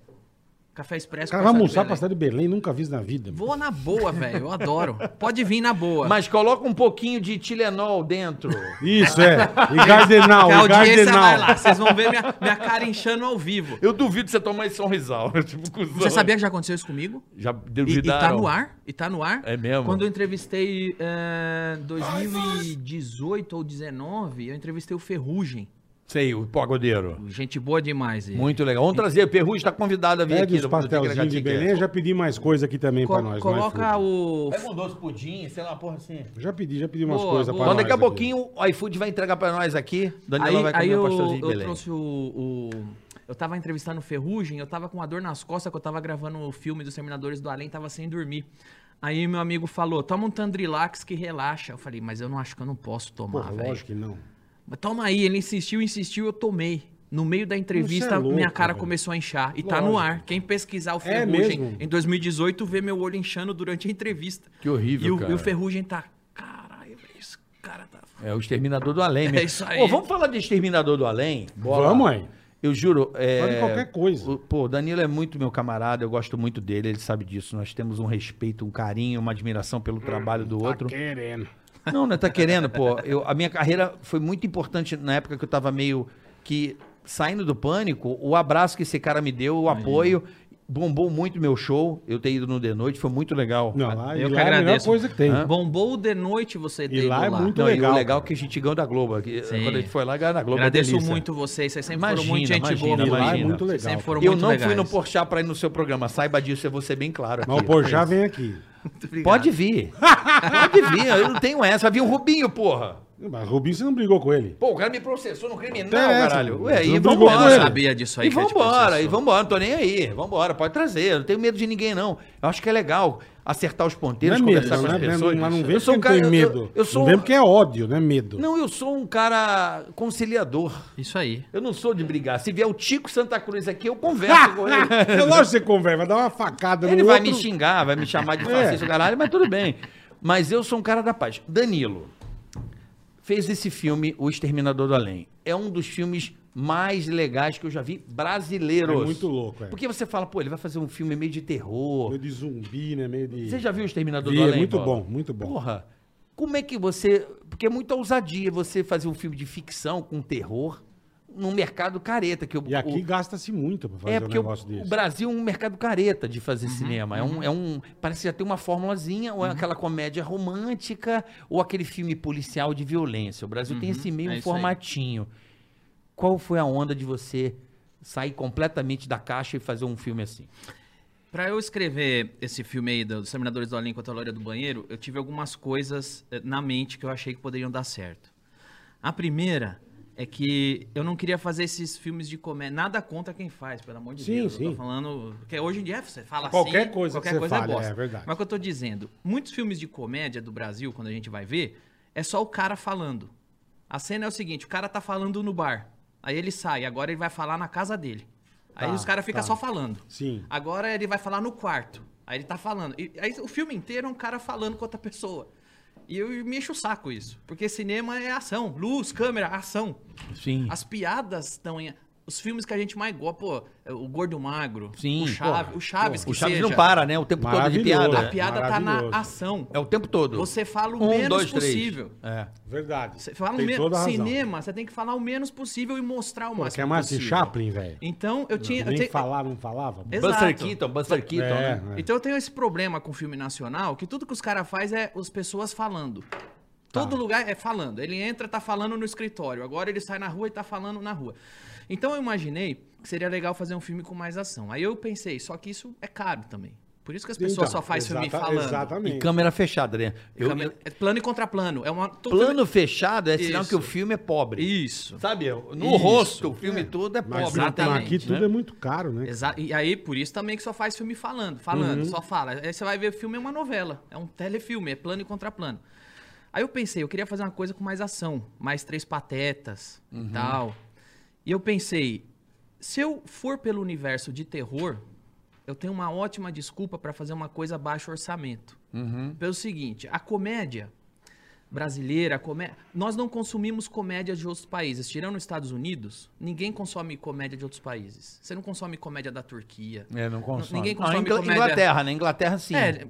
Speaker 4: Café expresso
Speaker 3: O cara vai almoçar
Speaker 4: Belém.
Speaker 3: pastel de Belém, nunca vi isso na vida.
Speaker 4: Vou na boa, velho. Eu adoro. Pode vir na boa.
Speaker 2: Mas coloca um pouquinho de Tilenol
Speaker 3: [laughs]
Speaker 2: dentro.
Speaker 3: Isso, é. E Gardenal,
Speaker 4: Que a
Speaker 3: e
Speaker 4: audiência vai lá.
Speaker 3: Gardenal.
Speaker 4: Vocês vão ver minha, minha cara inchando ao vivo.
Speaker 2: Eu duvido você tomar esse sorrisal. [laughs] tipo, cuzão.
Speaker 4: Você sabia que já aconteceu isso comigo?
Speaker 2: Já
Speaker 4: E, e tá
Speaker 2: duvidaram.
Speaker 4: no ar, e tá no ar.
Speaker 2: É mesmo?
Speaker 4: Quando eu entrevistei é, 2018 ou 19, eu entrevistei o Ferrugem.
Speaker 2: Sei, o pagodeiro.
Speaker 4: Gente boa demais. ele.
Speaker 2: Muito legal. Vamos trazer. Perru está convidado a vir
Speaker 3: Pede
Speaker 2: aqui.
Speaker 3: os pastelzinhos de Belém. Eu já pedi mais coisa aqui também
Speaker 4: Co-
Speaker 3: pra nós. é no
Speaker 4: coloca
Speaker 3: iFood.
Speaker 4: o.
Speaker 2: Pega um doce pudim, sei lá, porra assim.
Speaker 3: Eu Já pedi, já pedi umas
Speaker 4: Boa,
Speaker 3: coisas pra
Speaker 4: boa.
Speaker 2: Então
Speaker 3: nós.
Speaker 2: daqui a
Speaker 3: é aqui.
Speaker 2: pouquinho o iFood vai entregar pra nós aqui. Danilo
Speaker 4: Aí,
Speaker 2: vai
Speaker 4: aí
Speaker 2: comer o
Speaker 4: eu,
Speaker 2: pastelzinho de
Speaker 4: eu
Speaker 2: Belém.
Speaker 4: trouxe o, o- Eu tava entrevistando o Ferrugem, eu tava com uma dor nas costas, que eu tava gravando o filme dos Terminadores do Além, tava sem dormir. Aí meu amigo falou, toma um Tandrilax que relaxa. Eu falei, mas eu não acho que eu não posso tomar,
Speaker 2: Ah,
Speaker 3: Porra,
Speaker 4: velho.
Speaker 3: lógico que não.
Speaker 4: Mas toma aí, ele insistiu, insistiu, eu tomei. No meio da
Speaker 3: Você
Speaker 4: entrevista,
Speaker 3: é louco,
Speaker 4: minha cara
Speaker 3: velho.
Speaker 4: começou a inchar. E tá no
Speaker 3: Lógico.
Speaker 4: ar. Quem pesquisar o
Speaker 3: É
Speaker 4: Ferrugem
Speaker 3: mesmo?
Speaker 4: em 2018 vê meu olho inchando durante a entrevista.
Speaker 7: Que horrível,
Speaker 4: E o,
Speaker 7: cara.
Speaker 4: e o Ferrugem tá. Caralho, velho, esse cara tá.
Speaker 2: É o Exterminador do Além.
Speaker 4: [laughs]
Speaker 2: mesmo.
Speaker 4: É isso aí.
Speaker 2: Ô, vamos falar de Exterminador do Além?
Speaker 3: Vamos aí.
Speaker 2: Eu juro. É...
Speaker 3: Fala de qualquer coisa.
Speaker 2: o- Pô, o Danilo é muito meu camarada, eu gosto muito dele, ele sabe disso. Nós temos um respeito, um carinho, uma admiração pelo trabalho
Speaker 4: Tá
Speaker 2: do outro.
Speaker 3: Tá Querendo.
Speaker 2: Não, não tá querendo, pô. Eu, a minha carreira foi muito importante na época que eu tava meio que saindo do pânico. O abraço que esse cara me deu, o apoio, bombou muito meu show. Eu ter ido no The Noite, foi muito legal.
Speaker 3: Não,
Speaker 2: Ah,
Speaker 3: lá,
Speaker 4: Eu
Speaker 3: e
Speaker 4: que
Speaker 3: lá é a melhor
Speaker 4: agradeço.
Speaker 3: coisa que tem.
Speaker 4: Bombou de noite você
Speaker 3: E
Speaker 4: ter
Speaker 3: lá
Speaker 4: ido
Speaker 3: é muito
Speaker 2: não,
Speaker 3: legal.
Speaker 2: e o legal é que a gente ganhou da Globo. que
Speaker 4: Sim.
Speaker 2: Quando a gente foi lá, ganhou da Globo. é
Speaker 4: Agradeço
Speaker 2: delícia.
Speaker 4: muito vocês, vocês sempre
Speaker 2: Imagina,
Speaker 4: foram muito gente
Speaker 2: imagina,
Speaker 4: boa.
Speaker 3: E lá é
Speaker 2: imagina.
Speaker 3: muito
Speaker 4: Vocês
Speaker 3: legal.
Speaker 4: sempre foram
Speaker 2: Eu
Speaker 4: muito
Speaker 2: não fui no
Speaker 4: legais.
Speaker 2: Porchat pra ir no seu programa. Saiba disso, eu vou ser bem claro aqui.
Speaker 3: Mas o Porchat vem aqui.
Speaker 4: Muito obrigado.
Speaker 2: Pode vir. Pode vir. Eu não tenho essa. Vai vir o Rubinho, porra.
Speaker 3: Mas o Rubinho, você não brigou com ele.
Speaker 2: Pô, o cara me processou no criminal,
Speaker 3: Interessa,
Speaker 2: caralho.
Speaker 3: pô.
Speaker 2: Ué,
Speaker 3: Você
Speaker 2: e
Speaker 3: não brigou
Speaker 2: vambora.
Speaker 3: com ele.
Speaker 2: Eu
Speaker 4: Eu sabia disso aí
Speaker 2: E
Speaker 4: que ele te
Speaker 2: vambora,
Speaker 4: processou.
Speaker 2: e vambora, não tô nem aí. Vambora, pode trazer. Eu não tenho medo de ninguém, não. Eu acho que é legal acertar os ponteiros,
Speaker 3: não é medo,
Speaker 2: conversar
Speaker 3: não,
Speaker 2: com
Speaker 3: é-
Speaker 2: as pessoas.
Speaker 3: não, mas não vem
Speaker 2: eu sou um
Speaker 3: porque
Speaker 2: cara.
Speaker 3: tem
Speaker 2: Eu,
Speaker 3: medo.
Speaker 2: eu, eu sou um
Speaker 3: Não vem porque é ódio, não é medo.
Speaker 2: Não, eu sou um cara conciliador.
Speaker 4: Isso aí.
Speaker 2: Eu não sou de brigar. Se vier o Tico Santa Cruz aqui, eu converso com
Speaker 3: [laughs]
Speaker 2: ele.
Speaker 3: é lógico que você conversa, vai dar uma facada
Speaker 2: Ele
Speaker 3: no
Speaker 2: vai
Speaker 3: outro.
Speaker 2: me xingar, vai me chamar de
Speaker 3: É.
Speaker 2: fascista, caralho, mas tudo bem. Mas eu sou um cara da paz. Danilo fez esse filme O Exterminador do Além. É um dos filmes mais legais que eu já vi brasileiros.
Speaker 3: É muito louco, é.
Speaker 2: Porque você fala, pô, ele vai fazer um filme meio de terror.
Speaker 3: Meio de zumbi, né? Meio de...
Speaker 2: Você já viu O Exterminador
Speaker 3: Vi,
Speaker 2: do
Speaker 3: é
Speaker 2: Além?
Speaker 3: muito
Speaker 2: Bola?
Speaker 3: bom, muito bom.
Speaker 2: Porra, como é que você... Porque é muita ousadia você fazer um filme de ficção com terror num mercado careta. Que o-
Speaker 3: E aqui
Speaker 2: o,
Speaker 3: gasta-se muito pra fazer
Speaker 2: é
Speaker 3: um
Speaker 2: porque o,
Speaker 3: negócio
Speaker 2: o
Speaker 3: desse.
Speaker 2: Brasil é um mercado careta de fazer cinema. É um, é um. Parece que já tem uma formulazinha, ou é aquela comédia romântica, ou aquele filme policial de violência. O Brasil tem esse meio
Speaker 4: é isso aí.
Speaker 2: formatinho. Qual foi a onda de você sair completamente da caixa e fazer um filme assim?
Speaker 4: Pra eu escrever esse filme aí do- dos Terminadores do Além contra a Loira do Banheiro, eu tive algumas coisas eh, na mente que eu achei que poderiam dar certo. A primeira é que eu não queria fazer esses filmes de comédia. Nada contra quem faz, pelo amor de
Speaker 3: Sim,
Speaker 4: Deus. Eu
Speaker 3: sim.
Speaker 4: tô falando. Porque hoje em dia você fala
Speaker 3: Qualquer
Speaker 4: assim.
Speaker 3: coisa que você fale, é verdade.
Speaker 4: Mas o que eu tô dizendo, muitos filmes de comédia do Brasil, quando a gente vai ver, é só o cara falando. A cena é o seguinte: o cara tá falando no bar. Aí ele sai, agora ele vai falar na casa dele. Aí
Speaker 3: Tá,
Speaker 4: os caras ficam
Speaker 3: tá.
Speaker 4: só falando.
Speaker 3: Sim.
Speaker 4: Agora ele vai falar no quarto. Aí ele tá falando. E, aí o filme inteiro é um cara falando com outra pessoa. E eu me encho o saco isso. Porque cinema é ação. Luz, câmera, ação.
Speaker 2: Sim.
Speaker 4: As piadas estão em. Os filmes que a gente mais gosta, pô, é o Gordo Magro,
Speaker 2: Sim,
Speaker 4: o, Chave, o Chaves, que
Speaker 2: O Chaves
Speaker 4: seja.
Speaker 2: não para, né? O tempo todo de
Speaker 3: Maravilhoso.
Speaker 4: A
Speaker 2: piada.
Speaker 4: piada tá
Speaker 3: Maravilhoso.
Speaker 4: na ação.
Speaker 2: É o tempo todo. Um,
Speaker 4: Você fala o menos possível.
Speaker 2: Três. É.
Speaker 3: Verdade.
Speaker 4: Você fala o
Speaker 3: Tem
Speaker 4: menos.
Speaker 3: toda a razão.
Speaker 4: Cinema, você tem que falar o menos possível e mostrar o
Speaker 3: Pô,
Speaker 4: máximo
Speaker 3: quer mais esse
Speaker 4: possível.
Speaker 3: Chaplin, velho?
Speaker 4: Então, eu tinha. eu
Speaker 3: Nem
Speaker 4: tinha-
Speaker 3: falar, não falava?
Speaker 4: Exato.
Speaker 2: Buster Keaton, Buster Keaton.
Speaker 3: É,
Speaker 2: né?
Speaker 3: é.
Speaker 4: Então eu tenho esse problema com filme nacional, que tudo que os caras faz é as pessoas falando.
Speaker 3: Tá.
Speaker 4: Todo lugar é falando. Ele entra, tá falando no escritório. Agora ele sai na rua e tá falando na rua. Então eu imaginei que seria legal fazer um filme com mais ação. Aí eu pensei, só que isso é caro também. Por isso que as pessoas
Speaker 3: Então,
Speaker 4: só fazem filme
Speaker 3: exata-
Speaker 4: falando.
Speaker 2: E
Speaker 3: Exatamente.
Speaker 2: câmera fechada, né? Eu-
Speaker 4: Câmera- é plano e contra plano. É uma, todo
Speaker 2: Plano fechado é sinal
Speaker 4: Isso.
Speaker 2: que o filme é pobre.
Speaker 4: filme- Isso.
Speaker 2: Sabe? No
Speaker 4: Isso.
Speaker 2: rosto, o filme todo é
Speaker 3: Mas
Speaker 2: pobre.
Speaker 4: Exatamente,
Speaker 3: aqui tudo
Speaker 2: né?
Speaker 3: é muito caro, né?
Speaker 4: Exa- E aí, por isso também que só faz filme falando, falando, só fala. Aí você vai ver o filme é uma novela, é um telefilme, é plano e contraplano. Aí eu pensei, eu queria fazer uma coisa com mais ação, mais três patetas e tal. E eu pensei, se eu for pelo universo de terror, eu tenho uma ótima desculpa pra fazer uma coisa baixo orçamento.
Speaker 2: Uhum.
Speaker 4: Pelo seguinte, a comédia brasileira, a comé... nós não consumimos comédia de outros países. Tirando os Estados Unidos, ninguém consome comédia de outros países. Você não consome comédia da Turquia.
Speaker 2: É, não consome.
Speaker 4: Ninguém
Speaker 2: Não,
Speaker 4: consome
Speaker 2: Ingl-
Speaker 4: comédia.
Speaker 2: Inglaterra, né? Inglaterra sim.
Speaker 4: É,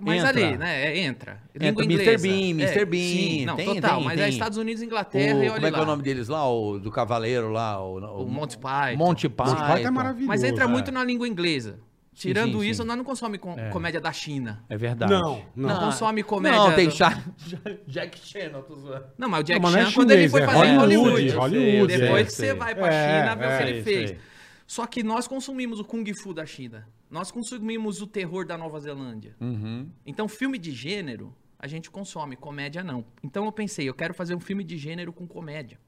Speaker 4: mas
Speaker 2: Entra.
Speaker 4: ali, né? é, entra.
Speaker 2: Entra
Speaker 4: Língua
Speaker 2: o Mr.
Speaker 4: inglesa.
Speaker 2: Bean,
Speaker 4: É,
Speaker 2: Mr. Bean,
Speaker 4: Sim, não,
Speaker 2: tem-
Speaker 4: total.
Speaker 2: tem-
Speaker 4: mas
Speaker 2: tem.
Speaker 4: é Estados Unidos,
Speaker 2: O,
Speaker 4: Inglaterra e olha
Speaker 2: como é que
Speaker 4: lá.
Speaker 2: é o nome deles lá? O do Cavaleiro lá? O, o,
Speaker 4: O Monty Python.
Speaker 2: Monty Python.
Speaker 3: Monty Python é maravilhoso.
Speaker 4: Mas entra
Speaker 3: é.
Speaker 4: muito na língua inglesa. Tirando
Speaker 2: sim,
Speaker 4: isso,
Speaker 2: sim.
Speaker 4: nós não consome com- comédia da China.
Speaker 2: É verdade.
Speaker 3: Não, não.
Speaker 4: Não consome comédia.
Speaker 2: Não, tem
Speaker 4: do-
Speaker 2: Char... Jack Chan, eu tô zoando.
Speaker 4: Não, mas o Jack
Speaker 3: Não, mas não é
Speaker 4: Chan, quando ele
Speaker 3: chinês,
Speaker 4: foi
Speaker 3: é
Speaker 4: fazer em
Speaker 2: Hollywood,
Speaker 4: Hollywood.
Speaker 3: Hollywood,
Speaker 2: é,
Speaker 4: Depois
Speaker 2: eu
Speaker 4: que
Speaker 2: sei.
Speaker 4: você vai pra
Speaker 3: É,
Speaker 4: China, vê
Speaker 3: é,
Speaker 4: o que ele
Speaker 2: isso
Speaker 4: fez.
Speaker 2: aí.
Speaker 4: Só que nós consumimos o Kung Fu da China. Nós consumimos o terror da Nova Zelândia.
Speaker 3: Uhum.
Speaker 4: Então, filme de gênero, a gente consome, comédia não. Então, eu pensei, eu quero fazer um filme de gênero com comédia.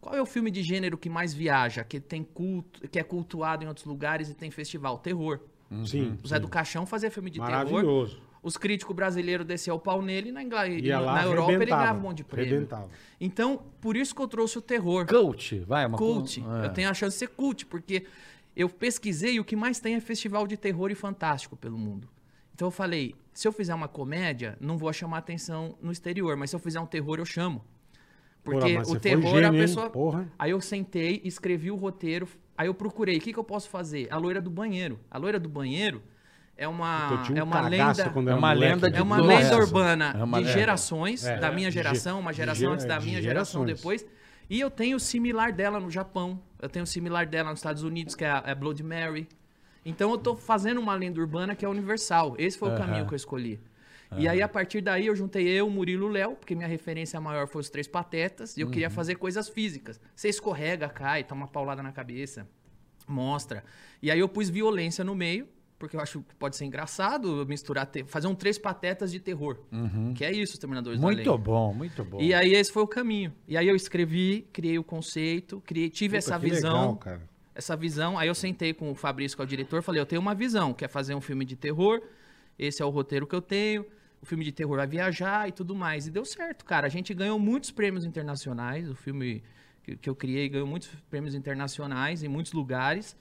Speaker 4: Qual é o filme de gênero que mais viaja, que tem culto, que é cultuado em outros lugares e tem festival? Terror.
Speaker 3: Sim.
Speaker 4: O Zé do Caixão fazia filme de terror.
Speaker 3: Maravilhoso.
Speaker 4: Os críticos brasileiros desciam o pau nele e na, Ingla...
Speaker 3: Ia lá,
Speaker 4: na Europa ele
Speaker 3: arrebentava,
Speaker 4: ganhava um monte de prêmio.
Speaker 3: arrebentava.
Speaker 4: Então, por isso que eu trouxe o terror.
Speaker 2: Cult, vai, é uma
Speaker 4: Cult.
Speaker 2: co- é.
Speaker 4: Eu tenho a chance de ser cult, porque eu pesquisei e o que mais tem é festival de terror e fantástico pelo mundo. Então eu falei, se eu fizer uma comédia, não vou chamar atenção no exterior, mas se eu fizer um terror, eu chamo. Porque
Speaker 3: Porra, mas você
Speaker 4: o
Speaker 3: foi
Speaker 4: terror,
Speaker 3: gênio,
Speaker 4: a
Speaker 3: hein?
Speaker 4: pessoa...
Speaker 3: Porra.
Speaker 4: Aí eu sentei, escrevi o roteiro, aí eu procurei, o que, que eu posso fazer? A loira do banheiro. A loira do banheiro é
Speaker 3: Eu
Speaker 4: uma,
Speaker 3: tinha um
Speaker 4: é uma
Speaker 3: cagaço
Speaker 4: lenda...
Speaker 3: quando
Speaker 2: É
Speaker 3: era
Speaker 2: uma
Speaker 3: moleque,
Speaker 2: lenda
Speaker 3: né?
Speaker 2: de
Speaker 4: É uma
Speaker 2: Nossa.
Speaker 4: lenda urbana
Speaker 2: É uma
Speaker 4: de
Speaker 2: lenda.
Speaker 4: gerações,
Speaker 3: É,
Speaker 4: da minha
Speaker 3: de ge-
Speaker 4: geração, uma
Speaker 3: de
Speaker 4: geração
Speaker 3: ge-
Speaker 4: antes da
Speaker 3: de
Speaker 4: minha, geração
Speaker 3: gerações.
Speaker 4: depois. E eu tenho o similar dela no Japão, eu tenho o similar dela nos Estados Unidos, que é a é Blood Mary. Então eu tô fazendo uma lenda urbana que é universal. Esse foi o caminho que eu escolhi. E aí, a partir daí, eu juntei eu, Murilo e Léo, porque minha referência maior foi os Três Patetas, e eu queria fazer coisas físicas. Você escorrega, cai, toma uma paulada na cabeça, mostra. E aí eu pus violência no meio, porque eu acho que pode ser engraçado misturar, te- fazer um Três Patetas de terror.
Speaker 3: Uhum.
Speaker 4: Que é isso, os Terminadores da Lei.
Speaker 2: Muito bom, muito bom.
Speaker 4: E aí esse foi o caminho. E aí eu escrevi, criei o conceito, criei, tive
Speaker 3: Puta,
Speaker 4: essa
Speaker 3: que
Speaker 4: visão.
Speaker 3: legal, cara.
Speaker 4: Essa visão. Aí eu sentei com o Fabrício, que é o diretor, falei, eu tenho uma visão, quer fazer um filme de terror, esse é o roteiro que eu tenho. O filme de terror vai viajar e tudo mais. E deu certo, cara. A gente ganhou muitos prêmios internacionais. O filme que, que eu criei ganhou muitos prêmios internacionais em muitos lugares.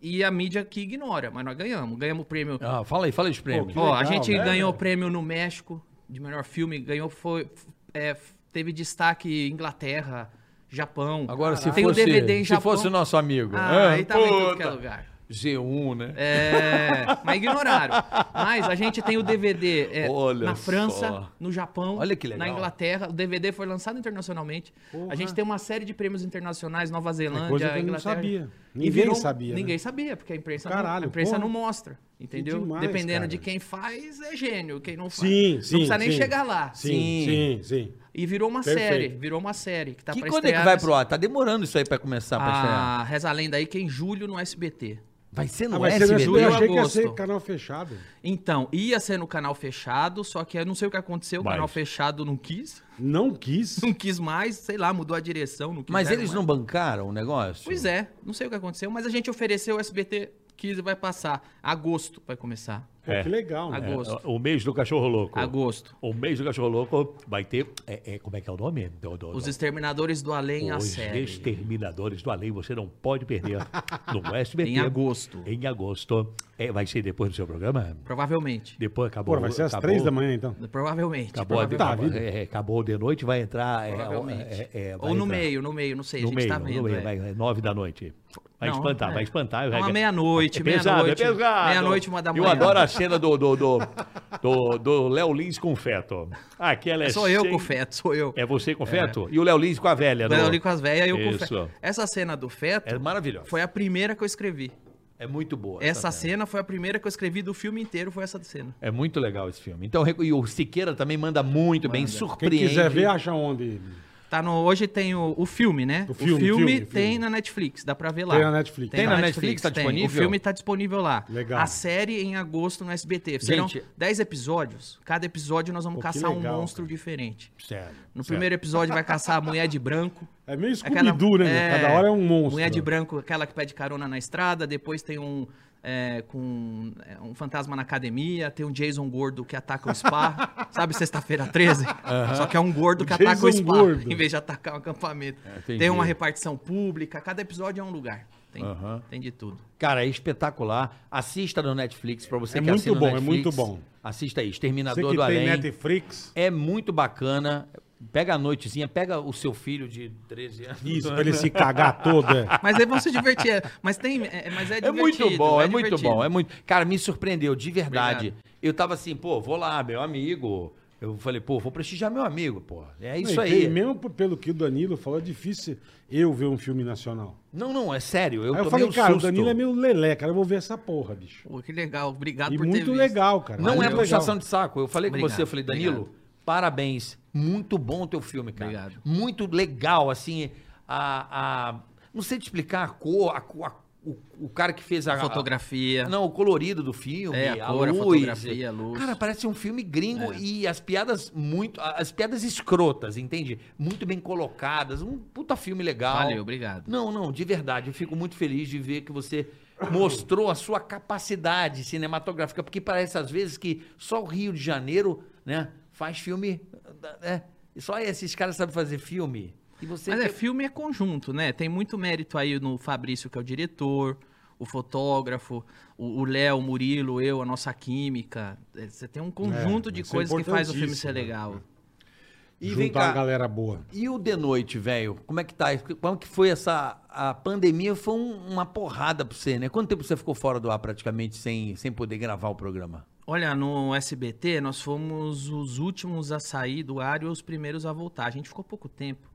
Speaker 4: E a mídia que ignora, mas nós ganhamos. Ganhamos o prêmio
Speaker 2: Ah, fala aí, fala aí os prêmios.
Speaker 3: que
Speaker 4: Ó, a
Speaker 3: legal,
Speaker 4: gente
Speaker 3: né?
Speaker 4: ganhou o prêmio no México de melhor filme, ganhou foi é, f- teve destaque Inglaterra, Japão.
Speaker 2: Agora, se
Speaker 4: Tem o
Speaker 2: fosse,
Speaker 4: DVD em
Speaker 2: se
Speaker 4: Japão.
Speaker 2: fosse o nosso amigo.
Speaker 4: Ah,
Speaker 2: Ah,
Speaker 4: aí tava em
Speaker 2: puta.
Speaker 4: tudo que é lugar.
Speaker 2: G1, né?
Speaker 4: É, mas ignoraram. Mas a gente tem o DVD é,
Speaker 2: Olha
Speaker 4: na França,
Speaker 2: só.
Speaker 4: no Japão,
Speaker 2: Olha que legal.
Speaker 4: na Inglaterra. O DVD foi lançado internacionalmente. A gente tem uma série de prêmios internacionais, Nova Zelândia,
Speaker 3: coisa que eu não
Speaker 4: Inglaterra.
Speaker 3: sabia.
Speaker 4: E
Speaker 3: Ninguém sabia, né?
Speaker 4: Ninguém sabia, porque a imprensa,
Speaker 3: Caralho,
Speaker 4: não, a imprensa
Speaker 3: porra.
Speaker 4: não mostra. Entendeu?
Speaker 3: demais,
Speaker 4: Dependendo
Speaker 3: cara.
Speaker 4: de quem faz, é gênio. Quem não faz,
Speaker 3: Sim,
Speaker 4: não
Speaker 3: sim.
Speaker 4: precisa nem
Speaker 3: sim.
Speaker 4: chegar lá.
Speaker 3: Sim, sim, sim.
Speaker 4: E virou uma
Speaker 3: Perfeito.
Speaker 4: série. Virou uma série. Que, tá
Speaker 2: que
Speaker 4: pra
Speaker 2: quando é que
Speaker 4: estrear
Speaker 2: vai
Speaker 4: nessa-
Speaker 2: pro ar? Tá demorando isso aí pra começar, pra estrear.
Speaker 4: Ah, reza a lenda aí que é em julho no SBT.
Speaker 2: Vai ser
Speaker 3: Ah,
Speaker 2: no um,
Speaker 3: mas você
Speaker 2: SBT?
Speaker 3: não- eu achei que ia
Speaker 4: agosto.
Speaker 3: ser canal fechado.
Speaker 4: Então, ia ser no canal fechado, só que eu não sei o que aconteceu, o
Speaker 2: Mas-
Speaker 4: canal fechado não quis, [laughs]
Speaker 3: Não quis.
Speaker 4: não quis mais, sei lá, mudou a direção, não
Speaker 2: Mas
Speaker 4: quiseram
Speaker 2: eles
Speaker 4: mais.
Speaker 2: não bancaram o negócio?
Speaker 4: Pois é, não sei o que aconteceu, mas a gente ofereceu o SBT, quis e vai passar. Agosto vai começar,
Speaker 3: Pô,
Speaker 6: É.
Speaker 3: Que legal, né?
Speaker 4: agosto,
Speaker 6: É, o mês do cachorro louco.
Speaker 4: agosto.
Speaker 6: O mês do cachorro louco vai ter. é, é, como é que é o nome? Do, do,
Speaker 4: Os Exterminadores do Além, a
Speaker 6: Os
Speaker 4: série.
Speaker 6: Exterminadores do Além, você não pode perder
Speaker 4: [laughs]
Speaker 6: no SBT.
Speaker 4: Em agosto.
Speaker 6: Em agosto. É, vai ser depois do seu programa?
Speaker 4: Provavelmente,
Speaker 6: Depois acabou.
Speaker 3: Pô, vai ser às
Speaker 6: acabou-
Speaker 3: três da manhã, então.
Speaker 4: provavelmente.
Speaker 6: Acabou, a-
Speaker 4: provavelmente.
Speaker 3: Tá,
Speaker 6: acabou,
Speaker 3: vida.
Speaker 6: é, acabou de noite, vai entrar. é,
Speaker 4: Provavelmente.
Speaker 6: é, é, vai
Speaker 4: Ou no
Speaker 6: entrar
Speaker 4: meio, no meio, não sei, a
Speaker 6: no
Speaker 4: gente
Speaker 6: meio,
Speaker 4: tá
Speaker 6: no
Speaker 4: vendo.
Speaker 6: meio,
Speaker 4: é.
Speaker 6: vai, é nove da noite. Vai
Speaker 4: Não,
Speaker 6: espantar,
Speaker 4: é.
Speaker 6: vai espantar.
Speaker 4: Então,
Speaker 6: vai-
Speaker 4: à meia-noite,
Speaker 6: é pesado, é
Speaker 4: meia-noite.
Speaker 6: pesado.
Speaker 4: Meia-noite, uma da
Speaker 6: Eu
Speaker 4: manhã.
Speaker 6: adoro a cena do do do do, do Léo Lins com o feto. Aquela é
Speaker 4: Sou eu
Speaker 6: cheia-
Speaker 4: com o feto, sou eu.
Speaker 6: É você com o feto? E o Léo Lins com a velha,
Speaker 4: Quando
Speaker 6: não?
Speaker 4: eu li com as velhas, eu
Speaker 6: Isso.
Speaker 4: com o feto. Essa cena do feto
Speaker 2: É maravilhoso.
Speaker 4: foi a primeira que eu escrevi.
Speaker 2: É muito boa.
Speaker 4: Essa
Speaker 2: cena.
Speaker 4: cena foi a primeira que eu escrevi do filme inteiro, foi essa cena.
Speaker 2: É muito legal esse filme. Então, recu- e o Siqueira também manda muito bem,
Speaker 3: Quem
Speaker 2: surpreende.
Speaker 3: quiser ver, acha onde?
Speaker 4: Tá no, hoje tem o, o filme, né?
Speaker 3: O filme, filme,
Speaker 4: tem
Speaker 3: filme.
Speaker 4: na Netflix, dá pra ver lá.
Speaker 3: Tem na Netflix.
Speaker 2: Tem na Netflix, tá
Speaker 4: tem.
Speaker 2: disponível?
Speaker 4: O filme tá disponível lá.
Speaker 3: Legal.
Speaker 4: A série em agosto no SBT. Serão
Speaker 2: Gente-
Speaker 4: 10 episódios. Cada episódio nós vamos
Speaker 3: Pô, que
Speaker 4: caçar
Speaker 3: legal,
Speaker 4: um monstro
Speaker 3: cara.
Speaker 4: diferente.
Speaker 2: Sério.
Speaker 4: No primeiro episódio vai caçar a mulher de branco.
Speaker 3: É meio
Speaker 4: Aquela-
Speaker 3: Scooby-Doo, né? meu? Cada hora é um monstro.
Speaker 4: Mulher de branco, aquela que pede carona na estrada, depois tem um é, com é, um fantasma na academia, tem um Jason gordo que ataca o
Speaker 3: [laughs]
Speaker 4: spa, sabe sexta-feira 13? Só que é um gordo que
Speaker 3: O
Speaker 4: ataca o
Speaker 3: Jason
Speaker 4: spa,
Speaker 3: gordo. É,
Speaker 4: em vez de atacar um acampamento.
Speaker 2: entendi.
Speaker 4: tem uma repartição pública, cada episódio é um lugar. Tem, tem de tudo.
Speaker 2: Cara, é espetacular. Assista no Netflix pra você
Speaker 3: É
Speaker 2: que
Speaker 3: muito
Speaker 2: assina no
Speaker 3: bom, é
Speaker 2: Netflix.
Speaker 3: muito bom.
Speaker 2: Assista aí,
Speaker 3: Você
Speaker 2: Exterminador
Speaker 3: que
Speaker 2: do Além.
Speaker 3: tem Netflix.
Speaker 2: É muito bacana. Pega a noitezinha, pega o seu filho de 13 anos.
Speaker 3: Isso, pra ele se cagar todo. é.
Speaker 4: Mas aí vão se divertir. é. Mas tem. É, mas é
Speaker 2: [laughs] É
Speaker 4: divertido.
Speaker 2: muito bom, é, muito
Speaker 4: divertido.
Speaker 2: bom, é muito. Cara, me surpreendeu, de verdade. Eu tava assim, pô, vou lá, meu amigo. Eu falei, pô, vou prestigiar meu amigo, pô. [laughs] É isso
Speaker 3: Não, e tem-
Speaker 2: aí.
Speaker 3: Mesmo p- pelo que o Danilo falou, é difícil eu ver um filme nacional.
Speaker 2: Não, não, é sério. Eu,
Speaker 3: Aí eu
Speaker 2: tomei
Speaker 3: falei,
Speaker 2: um
Speaker 3: cara,
Speaker 2: susto.
Speaker 3: o Danilo é meio lelé, cara, eu vou ver essa porra, bicho.
Speaker 4: Pô, que legal. Obrigado
Speaker 3: é E
Speaker 4: por ter
Speaker 3: muito
Speaker 4: visto.
Speaker 3: legal, cara.
Speaker 2: Não
Speaker 3: muito
Speaker 2: é puxação
Speaker 3: legal.
Speaker 2: de saco. Eu falei com
Speaker 4: Obrigado,
Speaker 2: você, eu falei, Danilo,
Speaker 4: obrigado.
Speaker 2: parabéns. Muito bom o teu filme, cara.
Speaker 4: Obrigado.
Speaker 2: Muito legal, assim, a, a- Não sei te explicar a cor, a, co- a o, o cara que fez a.
Speaker 4: Fotografia.
Speaker 2: a- não, o colorido do filme,
Speaker 4: É, a
Speaker 2: a,
Speaker 4: cor, a
Speaker 2: luz.
Speaker 4: fotografia, a luz. É.
Speaker 2: Cara, parece um filme gringo e as piadas muito. a- As piadas escrotas, entende? Muito bem colocadas. Um puta filme legal.
Speaker 4: Valeu, obrigado.
Speaker 2: Não, não, de verdade. Eu fico muito feliz de ver que você mostrou a sua capacidade cinematográfica, porque parece às vezes que só o Rio de Janeiro, né, faz filme, né? E Só esses caras sabem fazer filme. E você
Speaker 4: Mas é, filme é conjunto, né? Tem muito mérito aí no Fabrício, que é o diretor, o fotógrafo, o o Léo, o Murilo, eu, a nossa química. É, Você tem um conjunto de
Speaker 3: isso é
Speaker 4: coisas que faz o filme ser
Speaker 3: importantíssimo, É.
Speaker 4: legal.
Speaker 2: E
Speaker 3: juntar
Speaker 2: vem cá.
Speaker 3: uma galera boa.
Speaker 2: E o de noite, velho? Como é que tá? Como que foi essa a pandemia? Foi um- uma porrada pra você, né? Quanto tempo você ficou fora do ar praticamente sem, sem poder gravar o programa?
Speaker 4: Olha, no SBT nós fomos os últimos a sair do ar e os primeiros a voltar. A gente ficou pouco tempo.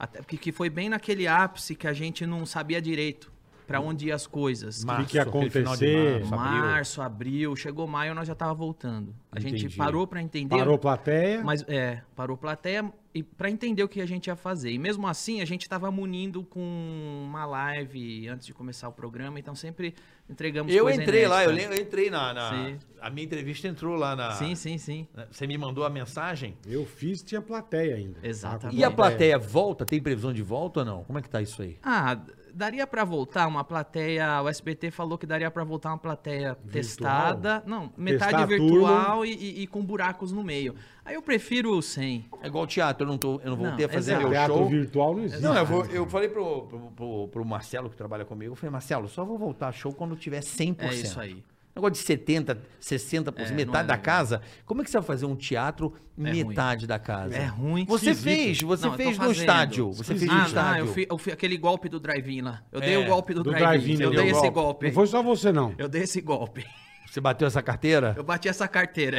Speaker 4: Até porque que foi bem naquele ápice que a gente não sabia direito
Speaker 3: Hum.
Speaker 4: pra onde iam as coisas.
Speaker 3: O que, que ia
Speaker 2: aquele final de
Speaker 3: acontecer?
Speaker 2: março. abril.
Speaker 4: Março, abril, chegou maio, nós já tava voltando. A gente
Speaker 2: Entendi.
Speaker 4: parou pra entender.
Speaker 3: Parou a plateia.
Speaker 4: Mas é, parou plateia e para entender o que a gente ia fazer. E mesmo assim, a gente estava munindo com uma live antes de começar o programa, então sempre entregamos
Speaker 2: Eu
Speaker 4: coisa
Speaker 2: entrei lá, eu,
Speaker 4: inédita.
Speaker 2: lem- eu entrei na, na-
Speaker 4: Sim.
Speaker 2: A minha entrevista entrou lá na.
Speaker 4: Sim, sim, sim.
Speaker 2: Você me mandou a mensagem?
Speaker 3: Eu fiz, tinha plateia ainda. Tá
Speaker 4: Exatamente.
Speaker 2: E a plateia volta? Tem previsão de volta ou não? Como é que tá isso aí?
Speaker 4: Ah, d- daria para voltar uma plateia, o SBT falou que daria para voltar uma plateia testada, não, metade
Speaker 3: Testar a
Speaker 4: virtual e, e- e com buracos no meio. Aí eu prefiro sem.
Speaker 2: É igual teatro, eu não, tô, eu não voltei
Speaker 4: Não,
Speaker 2: a fazer
Speaker 4: exato.
Speaker 2: meu
Speaker 3: Teatro
Speaker 2: é show.
Speaker 3: virtual não existe.
Speaker 2: Não, é eu, vou- eu falei pro, pro, pro- pro Marcelo, que trabalha comigo, eu falei, Marcelo, só vou voltar a show quando tiver 100%.
Speaker 4: É isso aí.
Speaker 2: Negócio de 70%, 60%,
Speaker 4: É, não
Speaker 2: metade
Speaker 4: é
Speaker 2: da
Speaker 4: legal.
Speaker 2: casa. Como é que você vai fazer um teatro metade da casa?
Speaker 4: É ruim.
Speaker 2: Você
Speaker 4: Esquisito.
Speaker 2: fez, você
Speaker 4: Não, eu tô
Speaker 2: fez no
Speaker 4: fazendo.
Speaker 2: estádio. Você fez no
Speaker 4: Ah,
Speaker 2: estádio.
Speaker 4: Ah, eu fiz, eu fiz aquele golpe do drive-in lá. Eu dei
Speaker 2: É,
Speaker 4: o golpe do,
Speaker 3: do
Speaker 4: drive-in.
Speaker 3: drive-in, né?
Speaker 4: eu
Speaker 3: deu
Speaker 4: dei esse
Speaker 3: golpe.
Speaker 4: golpe.
Speaker 3: Não
Speaker 4: aí.
Speaker 3: foi só você, não.
Speaker 4: Eu dei esse golpe.
Speaker 2: Você bateu essa carteira?
Speaker 4: Eu bati essa carteira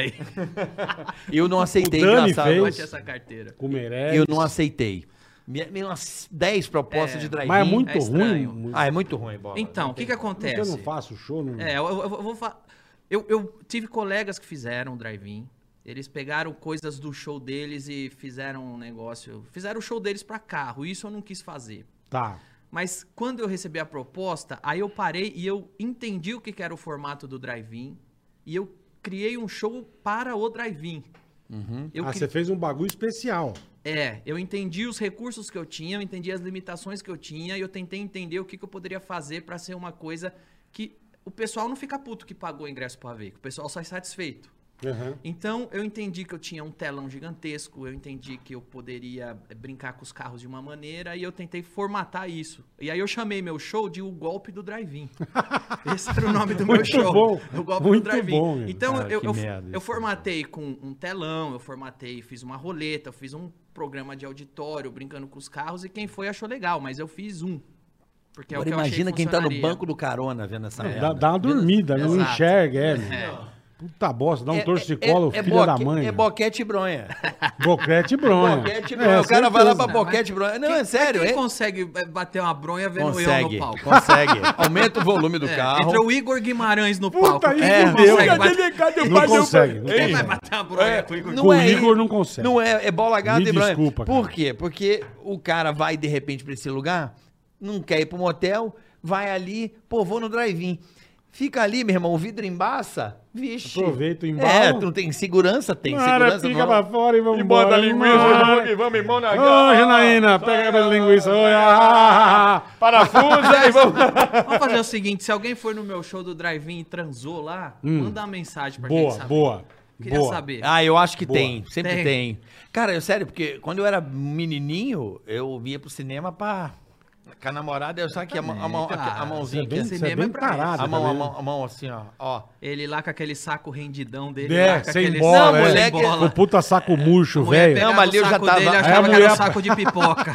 Speaker 3: [laughs]
Speaker 4: aí.
Speaker 2: Eu não aceitei,
Speaker 3: O Dani
Speaker 2: engraçado.
Speaker 4: Eu
Speaker 3: fez.
Speaker 4: bati essa carteira.
Speaker 3: Com o Meirelles.
Speaker 2: Eu não aceitei. Me- me- Umas 10 propostas de drive-in.
Speaker 3: Mas é muito
Speaker 4: É
Speaker 3: ruim.
Speaker 4: estranho.
Speaker 3: muito-
Speaker 2: Ah, é muito ruim, bola.
Speaker 4: Então, o que que acontece?
Speaker 3: Eu não faço show. Não...
Speaker 4: É, eu, eu- eu vou fa- eu- eu tive colegas que fizeram drive-in. Eles pegaram coisas do show deles e fizeram um negócio. Fizeram o show deles pra carro. Isso eu não quis fazer.
Speaker 3: Tá.
Speaker 4: Mas quando eu recebi a proposta, aí eu parei e eu entendi o que que era o formato do drive-in. E eu criei um show para o drive-in. Eu
Speaker 3: ah,
Speaker 4: cri-
Speaker 3: você fez um bagulho especial.
Speaker 4: É, eu entendi os recursos que eu tinha, eu entendi as limitações que eu tinha e eu tentei entender o que, que eu poderia fazer pra ser uma coisa que o pessoal não fica puto que pagou o ingresso pra ver, que o pessoal sai satisfeito.
Speaker 3: Aham.
Speaker 4: Então, eu entendi que eu tinha um telão gigantesco, eu entendi que eu poderia eh, brincar com os carros de uma maneira e eu tentei formatar isso. E aí eu chamei meu show de O Golpe do Drive-In.
Speaker 3: [laughs]
Speaker 4: Esse era o nome do meu
Speaker 3: Muito
Speaker 4: show.
Speaker 3: bom,
Speaker 4: O Golpe
Speaker 3: muito
Speaker 4: do Drive-In.
Speaker 3: bom, meu. Ah,
Speaker 4: então,
Speaker 2: Cara,
Speaker 4: eu,
Speaker 2: que
Speaker 4: eu,
Speaker 2: merda
Speaker 4: eu
Speaker 2: isso.
Speaker 4: formatei com um telão, eu formatei, fiz uma roleta, eu fiz um programa de auditório brincando com os carros e quem foi achou legal, mas eu fiz um. Porque é o
Speaker 2: Agora
Speaker 4: que eu achei
Speaker 2: imagina
Speaker 4: que
Speaker 2: quem tá no
Speaker 4: funcionaria.
Speaker 2: banco do carona vendo essa merda.
Speaker 3: É, Dá, dá uma dormida, não
Speaker 4: Exato.
Speaker 3: enxerga, é.
Speaker 4: É.
Speaker 3: meu. Puta bosta, dá um
Speaker 2: É-
Speaker 3: torcicolo,
Speaker 2: é- é
Speaker 3: filha da
Speaker 2: boque-
Speaker 3: mãe.
Speaker 2: É boquete e [laughs] bronha.
Speaker 3: Boquete e bronha.
Speaker 2: Boquete e
Speaker 3: É,
Speaker 2: bronha. o cara vai lá pra
Speaker 3: certeza.
Speaker 2: boquete e bronha. Não, é sério,
Speaker 4: Quem
Speaker 2: hein?
Speaker 4: consegue eh, bater uma bronha vendo eu no
Speaker 2: Consegue,
Speaker 4: palco?
Speaker 2: consegue. [laughs] Aumenta o volume do
Speaker 4: É,
Speaker 2: carro.
Speaker 4: entra o Igor Guimarães no palco. É,
Speaker 3: aí,
Speaker 4: Quem
Speaker 2: fudeu.
Speaker 4: consegue
Speaker 2: Puta,
Speaker 4: bater-
Speaker 3: Não consegue, não
Speaker 4: Quem vai
Speaker 3: consegue.
Speaker 4: bater uma
Speaker 2: É.
Speaker 4: bronha com o Igor
Speaker 3: Com o Igor não consegue.
Speaker 2: Não é, é bola gata
Speaker 3: Me
Speaker 2: e bronha.
Speaker 3: desculpa, cara.
Speaker 2: Por quê? Porque o cara vai de repente pra esse lugar, não quer ir pro motel, vai ali, pô, vou no drive-in. Fica ali, meu irmão, o vidro embaça, vixe.
Speaker 3: Aproveita o
Speaker 2: É,
Speaker 3: embalo.
Speaker 2: tu não tem segurança? Tem
Speaker 3: Cara,
Speaker 2: segurança.
Speaker 3: pica
Speaker 2: não.
Speaker 3: pra fora e vamos
Speaker 6: E bota a
Speaker 3: embora.
Speaker 6: linguiça,
Speaker 3: Vamos.
Speaker 6: vamos, vamos, vamos na
Speaker 3: Ô, Janaína, pega a linguiça. Oi, ah, ah, ah, ah.
Speaker 6: Parafusa e vamos.
Speaker 4: Vamos fazer o seguinte: se alguém for no meu show do drive-in e transou lá, manda uma mensagem pra gente
Speaker 3: Boa,
Speaker 4: saber.
Speaker 3: boa.
Speaker 4: Queria
Speaker 3: boa.
Speaker 4: saber.
Speaker 2: [laughs] Hum. Ah, eu acho que
Speaker 3: Boa.
Speaker 2: tem, sempre tem.
Speaker 4: Tem.
Speaker 2: Cara, é sério, porque quando eu era menininho, eu ia pro cinema pra... Com a namorada, eu sabe que a, mão- a mão-
Speaker 4: É, cara.
Speaker 2: a mãozinha aqui,
Speaker 3: Bem,
Speaker 2: assim,
Speaker 3: você é
Speaker 4: Cinema é
Speaker 3: bem
Speaker 4: pra
Speaker 3: tarado.
Speaker 2: a mão, a
Speaker 3: também, né?
Speaker 2: mão, a mão assim, ó, ó.
Speaker 4: Ele lá com aquele saco rendidão dele.
Speaker 3: É,
Speaker 4: lá com
Speaker 3: sem
Speaker 4: aquele
Speaker 3: bola,
Speaker 4: saco
Speaker 2: é.
Speaker 4: sem
Speaker 2: Moleque-
Speaker 4: bola.
Speaker 3: O puta saco murcho,
Speaker 4: A mulher
Speaker 3: velho.
Speaker 4: pegava
Speaker 2: Não, mas
Speaker 4: o
Speaker 2: eu já
Speaker 4: saco
Speaker 2: tava-
Speaker 4: dele e
Speaker 2: Aí a
Speaker 4: achava que era
Speaker 3: mulher-
Speaker 4: um saco
Speaker 2: [laughs]
Speaker 4: de pipoca.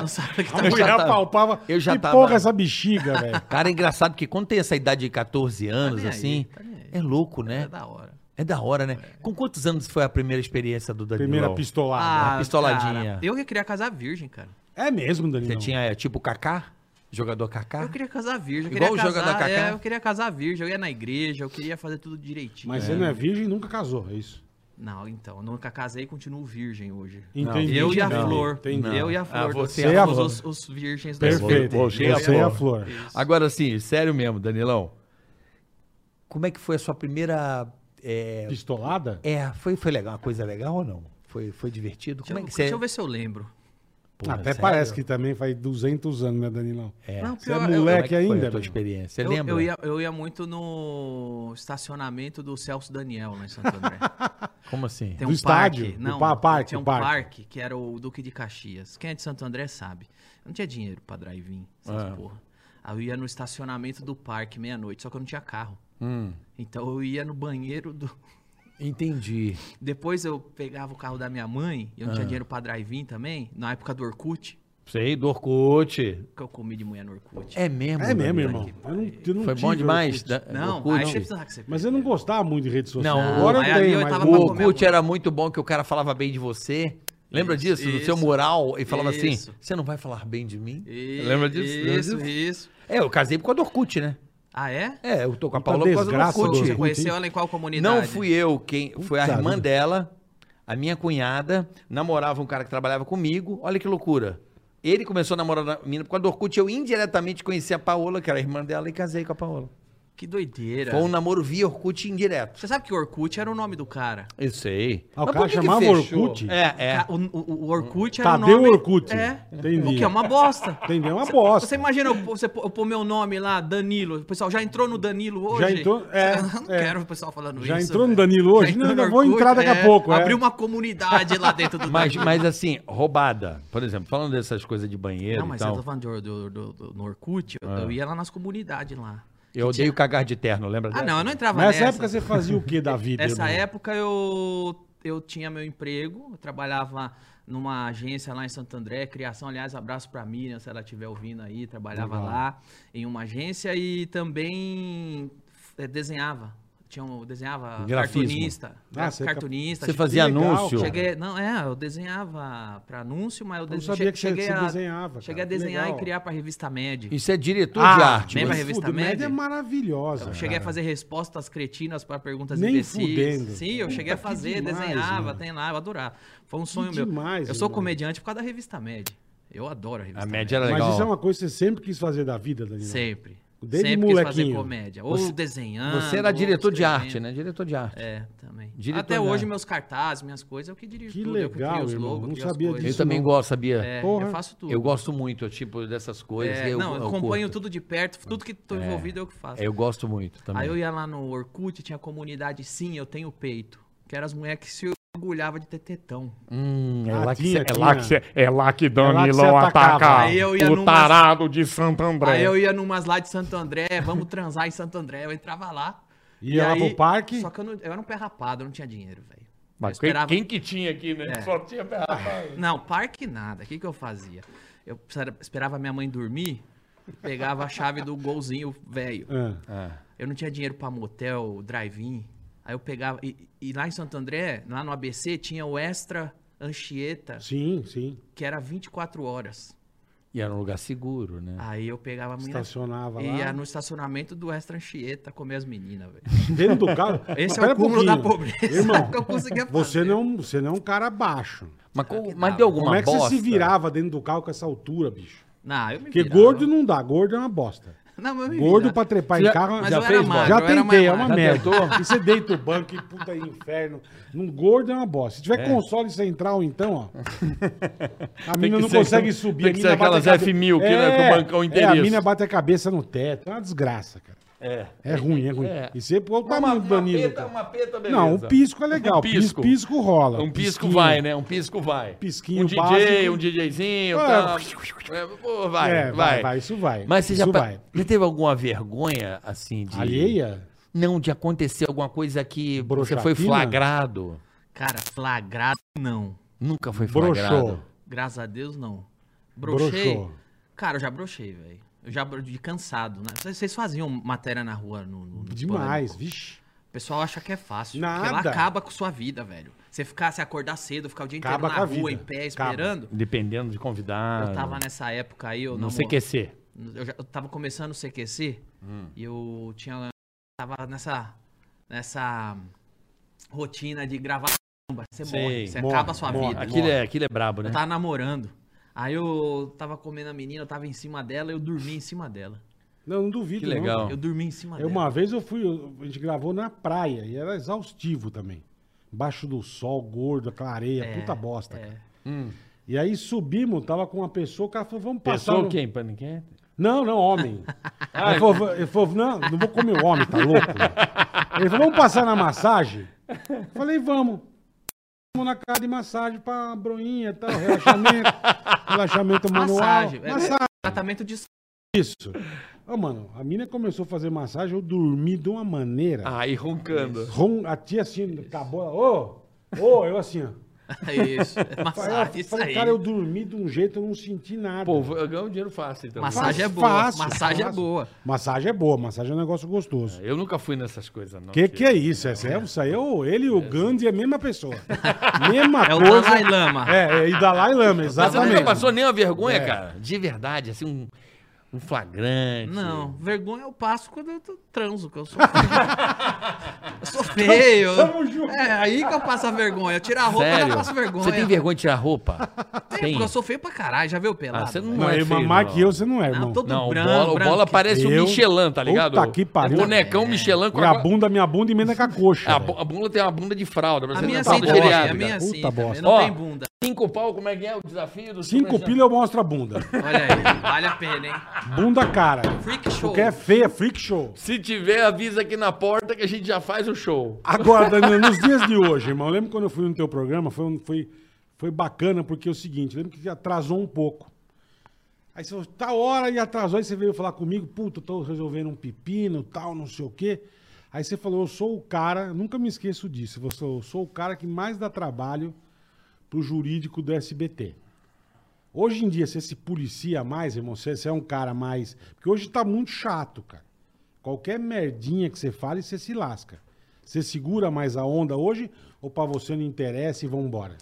Speaker 4: Não sabe que tá
Speaker 3: A
Speaker 2: Eu já
Speaker 3: mulher
Speaker 2: tava-
Speaker 3: palpava.
Speaker 2: eu já
Speaker 3: que
Speaker 2: tava-
Speaker 3: porra essa bexiga, velho.
Speaker 2: Cara, é engraçado que quando tem essa idade de 14 anos,
Speaker 4: nem aí,
Speaker 2: assim,
Speaker 4: tá nem aí.
Speaker 2: é louco, né?
Speaker 4: É da hora.
Speaker 2: É da hora, né? Com quantos anos foi a primeira experiência do Danilo?
Speaker 3: Primeira pistolada.
Speaker 2: uma né? pistoladinha.
Speaker 4: Ah, eu que queria casar virgem, cara.
Speaker 3: É mesmo,
Speaker 2: Você
Speaker 3: Danilo?
Speaker 2: tinha, é, tipo, Kaká? Jogador Kaká?
Speaker 4: Eu queria casar virgem. Eu
Speaker 2: Tá. Igual
Speaker 4: queria
Speaker 2: o jogo da
Speaker 4: casar,
Speaker 2: Cacá.
Speaker 4: é, eu queria casar virgem. Eu ia na igreja, eu queria fazer tudo direitinho.
Speaker 3: Mas você não é virgem e nunca casou, é isso.
Speaker 4: Não, então, eu nunca casei e continuo virgem hoje.
Speaker 3: Entendi.
Speaker 4: Eu e a
Speaker 3: Entendi,
Speaker 4: Flor.
Speaker 3: entendi.
Speaker 4: Eu e a Flor.
Speaker 2: Ah, você
Speaker 3: e a
Speaker 4: somos
Speaker 3: Flor.
Speaker 4: os, os virgens da
Speaker 3: Perfeito.
Speaker 4: vida.
Speaker 3: Você,
Speaker 2: Você e a
Speaker 3: é a
Speaker 2: flor.
Speaker 3: flor.
Speaker 2: Agora sim, sério mesmo, Danilão. Como é que foi a sua primeira. É,
Speaker 3: Pistolada?
Speaker 2: é, foi, foi legal, uma coisa legal ou não? Foi, foi divertido?
Speaker 4: Deixa,
Speaker 2: Como
Speaker 4: eu,
Speaker 2: é que
Speaker 4: deixa
Speaker 2: você. Ah,
Speaker 4: eu ver se eu lembro.
Speaker 2: Porra,
Speaker 3: Até
Speaker 2: sério?
Speaker 3: parece que também faz 200 anos, né, Danilão?
Speaker 2: É.
Speaker 4: Não,
Speaker 3: Você é
Speaker 4: pior, eu-
Speaker 2: Como é que
Speaker 3: moleque
Speaker 2: foi
Speaker 3: ainda?
Speaker 2: a tua
Speaker 3: meu?
Speaker 2: experiência?
Speaker 4: Eu,
Speaker 2: Lembra?
Speaker 4: eu ia, eu ia muito no estacionamento do Celso Daniel lá em Santo André.
Speaker 2: Como assim?
Speaker 4: Tem um
Speaker 3: Do estádio?
Speaker 4: parque.
Speaker 3: Do
Speaker 4: Não,
Speaker 3: pa- parque,
Speaker 4: tinha um
Speaker 3: parque.
Speaker 4: parque. que era o Duque de Caxias. Quem é de Santo André sabe. Eu não tinha dinheiro pra drive-in, essas porra. Aí eu ia no estacionamento do parque meia-noite, só que eu não tinha carro. Então eu ia no banheiro do. [laughs]
Speaker 2: Entendi.
Speaker 4: Depois eu pegava o carro da minha mãe, e eu não tinha dinheiro pra drive-in também, na época do Orkut,
Speaker 2: Sei, do Orkut.
Speaker 4: que eu comi de mulher no Orkut.
Speaker 2: É mesmo?
Speaker 3: É mesmo,
Speaker 2: Danilo?
Speaker 3: irmão. Eu não, eu não
Speaker 2: Foi bom
Speaker 3: tive
Speaker 2: demais.
Speaker 3: Orkut.
Speaker 2: Da,
Speaker 4: não,
Speaker 2: Orkut.
Speaker 4: aí você precisava que você
Speaker 3: Mas eu não gostava muito de rede social.
Speaker 2: Não,
Speaker 3: Agora
Speaker 4: aí
Speaker 3: eu
Speaker 4: ali
Speaker 3: tenho,
Speaker 4: eu
Speaker 3: mas
Speaker 4: tava
Speaker 2: O
Speaker 4: pra
Speaker 3: o-
Speaker 4: comer
Speaker 2: Orkut
Speaker 4: a
Speaker 2: era muito bom que o cara falava bem de você. Lembra
Speaker 4: Isso,
Speaker 2: disso? Do seu
Speaker 4: isso.
Speaker 2: moral? E falava
Speaker 4: Isso.
Speaker 2: assim: você não vai falar bem de mim?
Speaker 4: Isso,
Speaker 2: Lembra disso? Lembra
Speaker 4: Isso,
Speaker 2: disso?
Speaker 4: isso.
Speaker 2: É, eu casei por causa do Orkut, né?
Speaker 4: Ah, é?
Speaker 2: É, eu tô com a
Speaker 3: Puta
Speaker 2: Paula por causa
Speaker 3: desgraça
Speaker 2: do
Speaker 3: do
Speaker 2: Orkut.
Speaker 4: Você
Speaker 3: hein?
Speaker 4: conheceu ela em qual comunidade?
Speaker 2: Não fui eu quem. foi a
Speaker 3: Puta
Speaker 2: irmã
Speaker 3: vida.
Speaker 2: dela, a minha cunhada, namorava um cara que trabalhava comigo. Olha que loucura. Ele começou a namorar a mina por causa do Orkut. Eu indiretamente conheci a Paola, que era a irmã dela, e casei com a Paola.
Speaker 4: Que doideira.
Speaker 2: Foi um namoro via Orkut indireto.
Speaker 4: Você sabe que o Orkut era o nome do cara.
Speaker 2: Eu sei.
Speaker 3: Ah, o
Speaker 2: Mas
Speaker 3: cara
Speaker 2: por que que
Speaker 3: chamava
Speaker 2: fechou?
Speaker 3: Orkut?
Speaker 2: É, é.
Speaker 4: Ca- O, o- o Orkut era
Speaker 3: Tadeu
Speaker 4: o nome...
Speaker 3: Tá, Orkut.
Speaker 4: É.
Speaker 3: Entendi.
Speaker 4: O que é uma
Speaker 3: [laughs]
Speaker 4: bosta.
Speaker 3: Entendi, é uma
Speaker 4: Você-
Speaker 3: bosta.
Speaker 4: Você imagina eu, pôr- você pôr eu pôr meu nome lá, Danilo. O pessoal já entrou no Danilo hoje?
Speaker 3: Já entrou- é,
Speaker 4: [laughs] Eu não
Speaker 3: é.
Speaker 4: quero o pessoal falando
Speaker 3: Já
Speaker 4: isso.
Speaker 3: entrou no
Speaker 4: velho.
Speaker 3: Danilo hoje?
Speaker 4: Já entrou
Speaker 3: Não,
Speaker 4: no
Speaker 3: eu vou entrar daqui a
Speaker 4: é.
Speaker 3: pouco, é.
Speaker 4: Abriu uma comunidade lá dentro
Speaker 2: [laughs]
Speaker 4: do
Speaker 2: Mas,
Speaker 4: Danilo.
Speaker 2: mas assim, roubada. Por exemplo, falando dessas coisas de banheiro
Speaker 4: Não, mas
Speaker 2: e
Speaker 4: eu
Speaker 2: tal.
Speaker 4: tô falando do, do, do- do- no Orkut, eu,
Speaker 2: Ah.
Speaker 4: eu ia lá nas comunidades lá.
Speaker 2: Eu odeio cagar de terno, lembra
Speaker 4: Ah,
Speaker 2: dessa?
Speaker 4: não, eu não entrava
Speaker 3: Nessa
Speaker 4: nessa.
Speaker 3: época você fazia o que da vida?
Speaker 4: Nessa
Speaker 3: irmão?
Speaker 4: época eu, eu tinha meu emprego, eu trabalhava numa agência lá em Santo André, criação, aliás, abraço pra Miriam, se ela estiver ouvindo aí, trabalhava lá em uma agência e também eh, desenhava. Tinha um, desenhava
Speaker 2: Grafismo.
Speaker 4: cartunista.
Speaker 3: Ah,
Speaker 4: gra-
Speaker 3: você-
Speaker 4: cartunista.
Speaker 2: Você
Speaker 4: che-
Speaker 2: fazia
Speaker 3: legal,
Speaker 2: anúncio.
Speaker 3: cara.
Speaker 4: tá Cheguei, não, é, eu desenhava pra anúncio, mas eu, desen-
Speaker 3: sabia
Speaker 4: che-
Speaker 3: que você-
Speaker 4: cheguei
Speaker 3: você
Speaker 4: a,
Speaker 3: desenhava, cara,
Speaker 4: Cheguei a
Speaker 3: que
Speaker 4: desenhar
Speaker 3: legal.
Speaker 4: e criar pra revista Med.
Speaker 2: Isso é diretor de
Speaker 3: Ah,
Speaker 2: arte.
Speaker 4: lembra
Speaker 3: mas
Speaker 4: a revista
Speaker 3: fudeu,
Speaker 4: Média?
Speaker 3: é maravilhosa.
Speaker 4: Eu Então, cheguei a
Speaker 3: cara.
Speaker 4: fazer respostas cretinas para perguntas
Speaker 3: Nem
Speaker 4: imbecis.
Speaker 3: fudendo.
Speaker 4: Sim, eu
Speaker 3: Puta,
Speaker 4: cheguei a
Speaker 3: que
Speaker 4: fazer,
Speaker 3: demais,
Speaker 4: desenhava,
Speaker 3: mano.
Speaker 4: tem lá, eu adorava. Foi um sonho meu.
Speaker 3: demais,
Speaker 4: eu sou
Speaker 3: irmão.
Speaker 4: comediante por causa da revista Med. Eu adoro a revista
Speaker 2: A média era Ah, legal.
Speaker 3: Mas isso é uma coisa que você sempre quis fazer da vida, Danilo.
Speaker 4: Sempre.
Speaker 3: Desde
Speaker 4: Sempre quis fazer
Speaker 3: molequinho.
Speaker 4: comédia. Ou
Speaker 3: um
Speaker 4: desenhando.
Speaker 2: Você era
Speaker 4: ou
Speaker 2: diretor de arte,
Speaker 4: escrevendo.
Speaker 2: né? Diretor de arte.
Speaker 4: É, também.
Speaker 2: Diretor
Speaker 4: Até
Speaker 2: de
Speaker 4: hoje,
Speaker 2: arte.
Speaker 4: meus cartazes, minhas coisas, eu que dirijo
Speaker 3: Que
Speaker 4: tudo. eu
Speaker 3: legal,
Speaker 4: crio os
Speaker 3: irmão,
Speaker 4: logos,
Speaker 3: não
Speaker 4: crio as
Speaker 3: sabia
Speaker 2: Eu
Speaker 4: coisas.
Speaker 3: disso.
Speaker 2: também
Speaker 3: não.
Speaker 2: gosto, sabia?
Speaker 4: É,
Speaker 3: Porra.
Speaker 4: eu faço tudo.
Speaker 2: Eu gosto muito, tipo, dessas coisas.
Speaker 4: É,
Speaker 2: eu,
Speaker 4: não, eu acompanho
Speaker 2: curto.
Speaker 4: tudo de perto, tudo que tô envolvido eu que faço.
Speaker 2: É, eu gosto muito também.
Speaker 4: Aí eu ia lá no Orkut, tinha comunidade Sim, eu tenho peito. Que eram as mulheres que se orgulhavam de ter tetão.
Speaker 2: Hum, é
Speaker 3: Ah,
Speaker 2: lá que
Speaker 3: tinha,
Speaker 2: cê-
Speaker 3: tinha.
Speaker 2: é lá que cê-
Speaker 6: cê- é lá que
Speaker 3: É lá que cê atacava.
Speaker 4: Aí eu ia numas-
Speaker 6: Ah, de Santo André.
Speaker 4: Aí eu ia numas lá de Santo André, vamos transar em Santo André. Eu entrava lá.
Speaker 3: Ia lá pro parque?
Speaker 4: Só que eu, não- eu era um pé rapado, eu não tinha dinheiro, velho.
Speaker 6: Mas
Speaker 4: Eu
Speaker 6: quem,
Speaker 4: esperava-
Speaker 6: quem que tinha aqui, né?
Speaker 4: É.
Speaker 6: Só tinha berrapado.
Speaker 4: Não, parque nada. O que, que eu fazia? Eu precisava- esperava minha mãe dormir, pegava a chave do golzinho velho.
Speaker 3: Ah,
Speaker 2: É.
Speaker 4: Eu não tinha dinheiro pra motel, drive-in. Aí eu pegava. E, e lá em Santo André, lá no ABC, tinha o Extra Anchieta,
Speaker 3: Sim, sim.
Speaker 4: que era 24 horas.
Speaker 2: E era um lugar seguro, né?
Speaker 4: Aí eu pegava a menina
Speaker 3: Estacionava
Speaker 4: e
Speaker 3: lá. [laughs]
Speaker 4: ia no estacionamento do Extra Anchieta comer as meninas, velho.
Speaker 3: Dentro do carro. Mas
Speaker 4: [laughs] Esse
Speaker 3: pera
Speaker 4: é
Speaker 3: um
Speaker 4: o cúmulo da
Speaker 3: pouquinho.
Speaker 4: pobreza
Speaker 3: Irmão,
Speaker 4: [laughs] que eu conseguia fazer.
Speaker 3: Você não, você não é um cara baixo.
Speaker 2: Mas, co-
Speaker 4: que
Speaker 2: mas
Speaker 4: dava.
Speaker 2: deu alguma
Speaker 3: Como é que
Speaker 2: bosta?
Speaker 3: você se virava dentro do carro com essa altura, bicho?
Speaker 4: Não, eu me
Speaker 3: Porque
Speaker 4: virava.
Speaker 3: gordo não dá, gordo é uma bosta.
Speaker 4: Não, mas eu me
Speaker 3: Gordo
Speaker 4: virava.
Speaker 3: pra trepar
Speaker 2: Já-
Speaker 3: em carro.
Speaker 4: mas
Speaker 3: já
Speaker 4: eu era
Speaker 3: fez
Speaker 4: magro,
Speaker 3: Já
Speaker 4: eu era
Speaker 3: tentei,
Speaker 4: mais
Speaker 3: é uma
Speaker 4: magro.
Speaker 3: merda. E você deita o banco e puta é inferno. Um gordo é uma bosta. Se tiver console central, então, ó. A mina
Speaker 6: que
Speaker 3: não
Speaker 6: ser-
Speaker 3: consegue subir.
Speaker 6: tem
Speaker 3: a
Speaker 6: que
Speaker 3: mina
Speaker 6: ser
Speaker 3: bate a
Speaker 6: aquelas
Speaker 3: cabe-
Speaker 6: F1000 que, né, com o bancão
Speaker 3: É, a
Speaker 6: inteiriço.
Speaker 3: mina bate a cabeça no teto. É uma desgraça, cara.
Speaker 2: É.
Speaker 3: É ruim, é ruim.
Speaker 2: É.
Speaker 3: E você pô, o
Speaker 2: Uma,
Speaker 3: tamanho do Danilo.
Speaker 2: peta,
Speaker 3: cara.
Speaker 2: uma peta, beleza.
Speaker 3: Não, um pisco é legal.
Speaker 6: é Um
Speaker 3: pisco.
Speaker 6: pisco.
Speaker 3: pisco rola.
Speaker 6: Um pisco
Speaker 3: Pisquinho.
Speaker 6: vai, né? Um pisco vai.
Speaker 3: Pisquinho
Speaker 6: um DJ,
Speaker 3: básico.
Speaker 6: um DJzinho,
Speaker 3: É.
Speaker 6: tal. É, pô, vai,
Speaker 3: É, vai, vai,
Speaker 6: vai.
Speaker 3: isso vai.
Speaker 2: Mas você
Speaker 3: isso
Speaker 2: já, pa-
Speaker 3: vai.
Speaker 2: já teve alguma vergonha, assim, de...
Speaker 3: Alheia?
Speaker 2: Não, de acontecer alguma coisa que você foi
Speaker 3: Broxatina?
Speaker 2: flagrado.
Speaker 4: Cara, flagrado não.
Speaker 2: Nunca foi flagrado.
Speaker 3: Broxou.
Speaker 4: Graças a Deus, não. Brochei.
Speaker 3: Broxou.
Speaker 4: Cara, eu já brochei, velho. Eu já bro- de cansado, né? Vocês- Vocês faziam matéria na rua no, no- no
Speaker 3: Demais,
Speaker 4: Pânico.
Speaker 3: vixe.
Speaker 4: O pessoal acha que é fácil.
Speaker 3: Nada.
Speaker 4: Porque ela acaba com sua vida, velho. Você ficar, se acordar cedo, ficar o dia inteiro
Speaker 3: Acaba
Speaker 4: na
Speaker 3: com a
Speaker 4: rua, em
Speaker 3: vida.
Speaker 4: pé,
Speaker 3: Acaba.
Speaker 4: esperando.
Speaker 2: Dependendo de convidado.
Speaker 4: Eu tava nessa época aí, eu
Speaker 2: Não
Speaker 4: namor-
Speaker 2: sei
Speaker 6: é
Speaker 2: aquecer.
Speaker 4: Eu, já, eu tava começando o CQC
Speaker 2: Hum.
Speaker 4: e eu tinha. Tava nessa. nessa rotina de gravar bomba, você
Speaker 2: Sei,
Speaker 4: morre, você
Speaker 3: morre,
Speaker 4: acaba a sua
Speaker 3: morre.
Speaker 4: vida.
Speaker 2: Aquilo é, aquilo é brabo, né?
Speaker 4: Eu tava namorando. Aí eu tava comendo a menina, eu tava em cima dela, eu dormi em cima dela.
Speaker 3: Não, não duvido.
Speaker 2: Que legal.
Speaker 3: Não.
Speaker 4: Eu dormi em cima
Speaker 3: Eu,
Speaker 4: dela.
Speaker 3: uma vez eu fui, eu- a gente gravou na praia e era exaustivo também. Baixo do sol, gordo, aquela areia, puta bosta, cara. E aí subimos, tava com uma pessoa, o cara falou, vamos passar.
Speaker 2: Pessoa
Speaker 3: no-
Speaker 2: quem? Pra ninguém?
Speaker 3: Não, não, homem. Ele falou, ele falou, não, não vou comer o homem, tá louco? Ele falou, vamos passar na massagem? Eu falei, vamos. Vamos na casa de massagem pra broinha e tal, relaxamento, relaxamento manual.
Speaker 4: Massagem, é.
Speaker 3: Massagem.
Speaker 4: Tratamento de
Speaker 3: Isso. Ô, mano, a mina começou a fazer massagem, eu dormi de uma maneira.
Speaker 6: Aí roncando.
Speaker 3: Ron- a tia assim, acabou, ô, ô, eu assim, ó.
Speaker 4: [laughs] isso. é
Speaker 3: Falei,
Speaker 4: Massagem, isso
Speaker 3: falei,
Speaker 4: aí.
Speaker 3: cara, eu dormi de um jeito, eu não senti nada.
Speaker 6: Pô, eu ganho dinheiro fácil, então.
Speaker 4: Massagem é
Speaker 3: Fácil,
Speaker 4: boa.
Speaker 3: fácil,
Speaker 4: massagem é
Speaker 3: fácil. [laughs]
Speaker 4: boa.
Speaker 3: Massagem é boa, massagem é um negócio gostoso.
Speaker 6: Eu nunca fui nessas coisas, não.
Speaker 3: Que que é isso? Essa é, isso aí é o- ele e o Gandhi é a mesma pessoa. mesma
Speaker 4: É o
Speaker 3: coisa.
Speaker 4: Dalai Lama.
Speaker 3: É, é, e Dalai Lama,
Speaker 6: Mas você nunca
Speaker 3: exatamente. É.
Speaker 6: passou nenhuma vergonha, cara? De verdade, assim, um, um flagrante.
Speaker 4: Não, vergonha eu passo quando eu tô transo, que
Speaker 3: [laughs]
Speaker 4: eu sou feio. eu sou feio.
Speaker 3: Tamo junto.
Speaker 4: É aí que eu passo a vergonha. Eu tiro a roupa e
Speaker 6: Sério?
Speaker 4: eu passo vergonha.
Speaker 6: Você tem vergonha de tirar a roupa?
Speaker 4: [laughs] Tem, porque eu sou feio pra caralho, já viu pelado?
Speaker 6: Ah, você
Speaker 2: um,
Speaker 6: não,
Speaker 3: Não,
Speaker 6: é
Speaker 3: é
Speaker 2: né,
Speaker 6: feio,
Speaker 3: mamar
Speaker 6: não.
Speaker 3: que eu, você não é,
Speaker 4: Não,
Speaker 3: irmão.
Speaker 4: todo
Speaker 6: Não,
Speaker 4: branco.
Speaker 6: o bola, o
Speaker 4: branco.
Speaker 6: bola parece
Speaker 3: Eu-
Speaker 6: o Michelin, tá ligado?
Speaker 3: Puta que pariu.
Speaker 6: O
Speaker 4: É.
Speaker 6: bonecão Michelin com
Speaker 3: Minha bunda, minha bunda emenda com a coxa.
Speaker 6: A,
Speaker 3: velho.
Speaker 6: bu- a bunda tem uma bunda de fralda.
Speaker 4: A
Speaker 6: parece
Speaker 4: minha
Speaker 6: uma
Speaker 4: sim
Speaker 6: fralda
Speaker 3: Puta
Speaker 4: também,
Speaker 6: geriátrica.
Speaker 4: a minha
Speaker 3: bosta.
Speaker 4: sim
Speaker 3: Puta
Speaker 4: também.
Speaker 3: bosta.
Speaker 4: Não
Speaker 6: Ó.
Speaker 4: tem bunda.
Speaker 6: Cinco pau, como é que é o desafio do
Speaker 3: Cinco
Speaker 6: Superman?
Speaker 3: pila eu mostro a bunda.
Speaker 4: Olha aí, vale a pena, hein?
Speaker 3: Bunda cara.
Speaker 4: Freak show.
Speaker 3: Porque é feia, freak show.
Speaker 6: Se tiver, avisa aqui na porta que a gente já faz o show.
Speaker 3: Agora, Danilo, né? nos dias de hoje, irmão, lembro quando eu fui no teu programa, foi, um- foi, foi bacana, porque é o seguinte, lembro que atrasou um pouco. Aí você falou, tá hora e atrasou, aí você veio falar comigo, puta, tô resolvendo um pepino, tal, não sei o quê. Aí você falou, eu sou o cara, nunca me esqueço disso, você falou, eu sou o cara que mais dá trabalho pro jurídico do SBT. Hoje em dia, você se policia mais, irmão, você, você é um cara mais... Porque hoje tá muito chato, cara. Qualquer merdinha que você fale, você se lasca. Você segura mais a onda hoje ou pra você não interessa e vambora?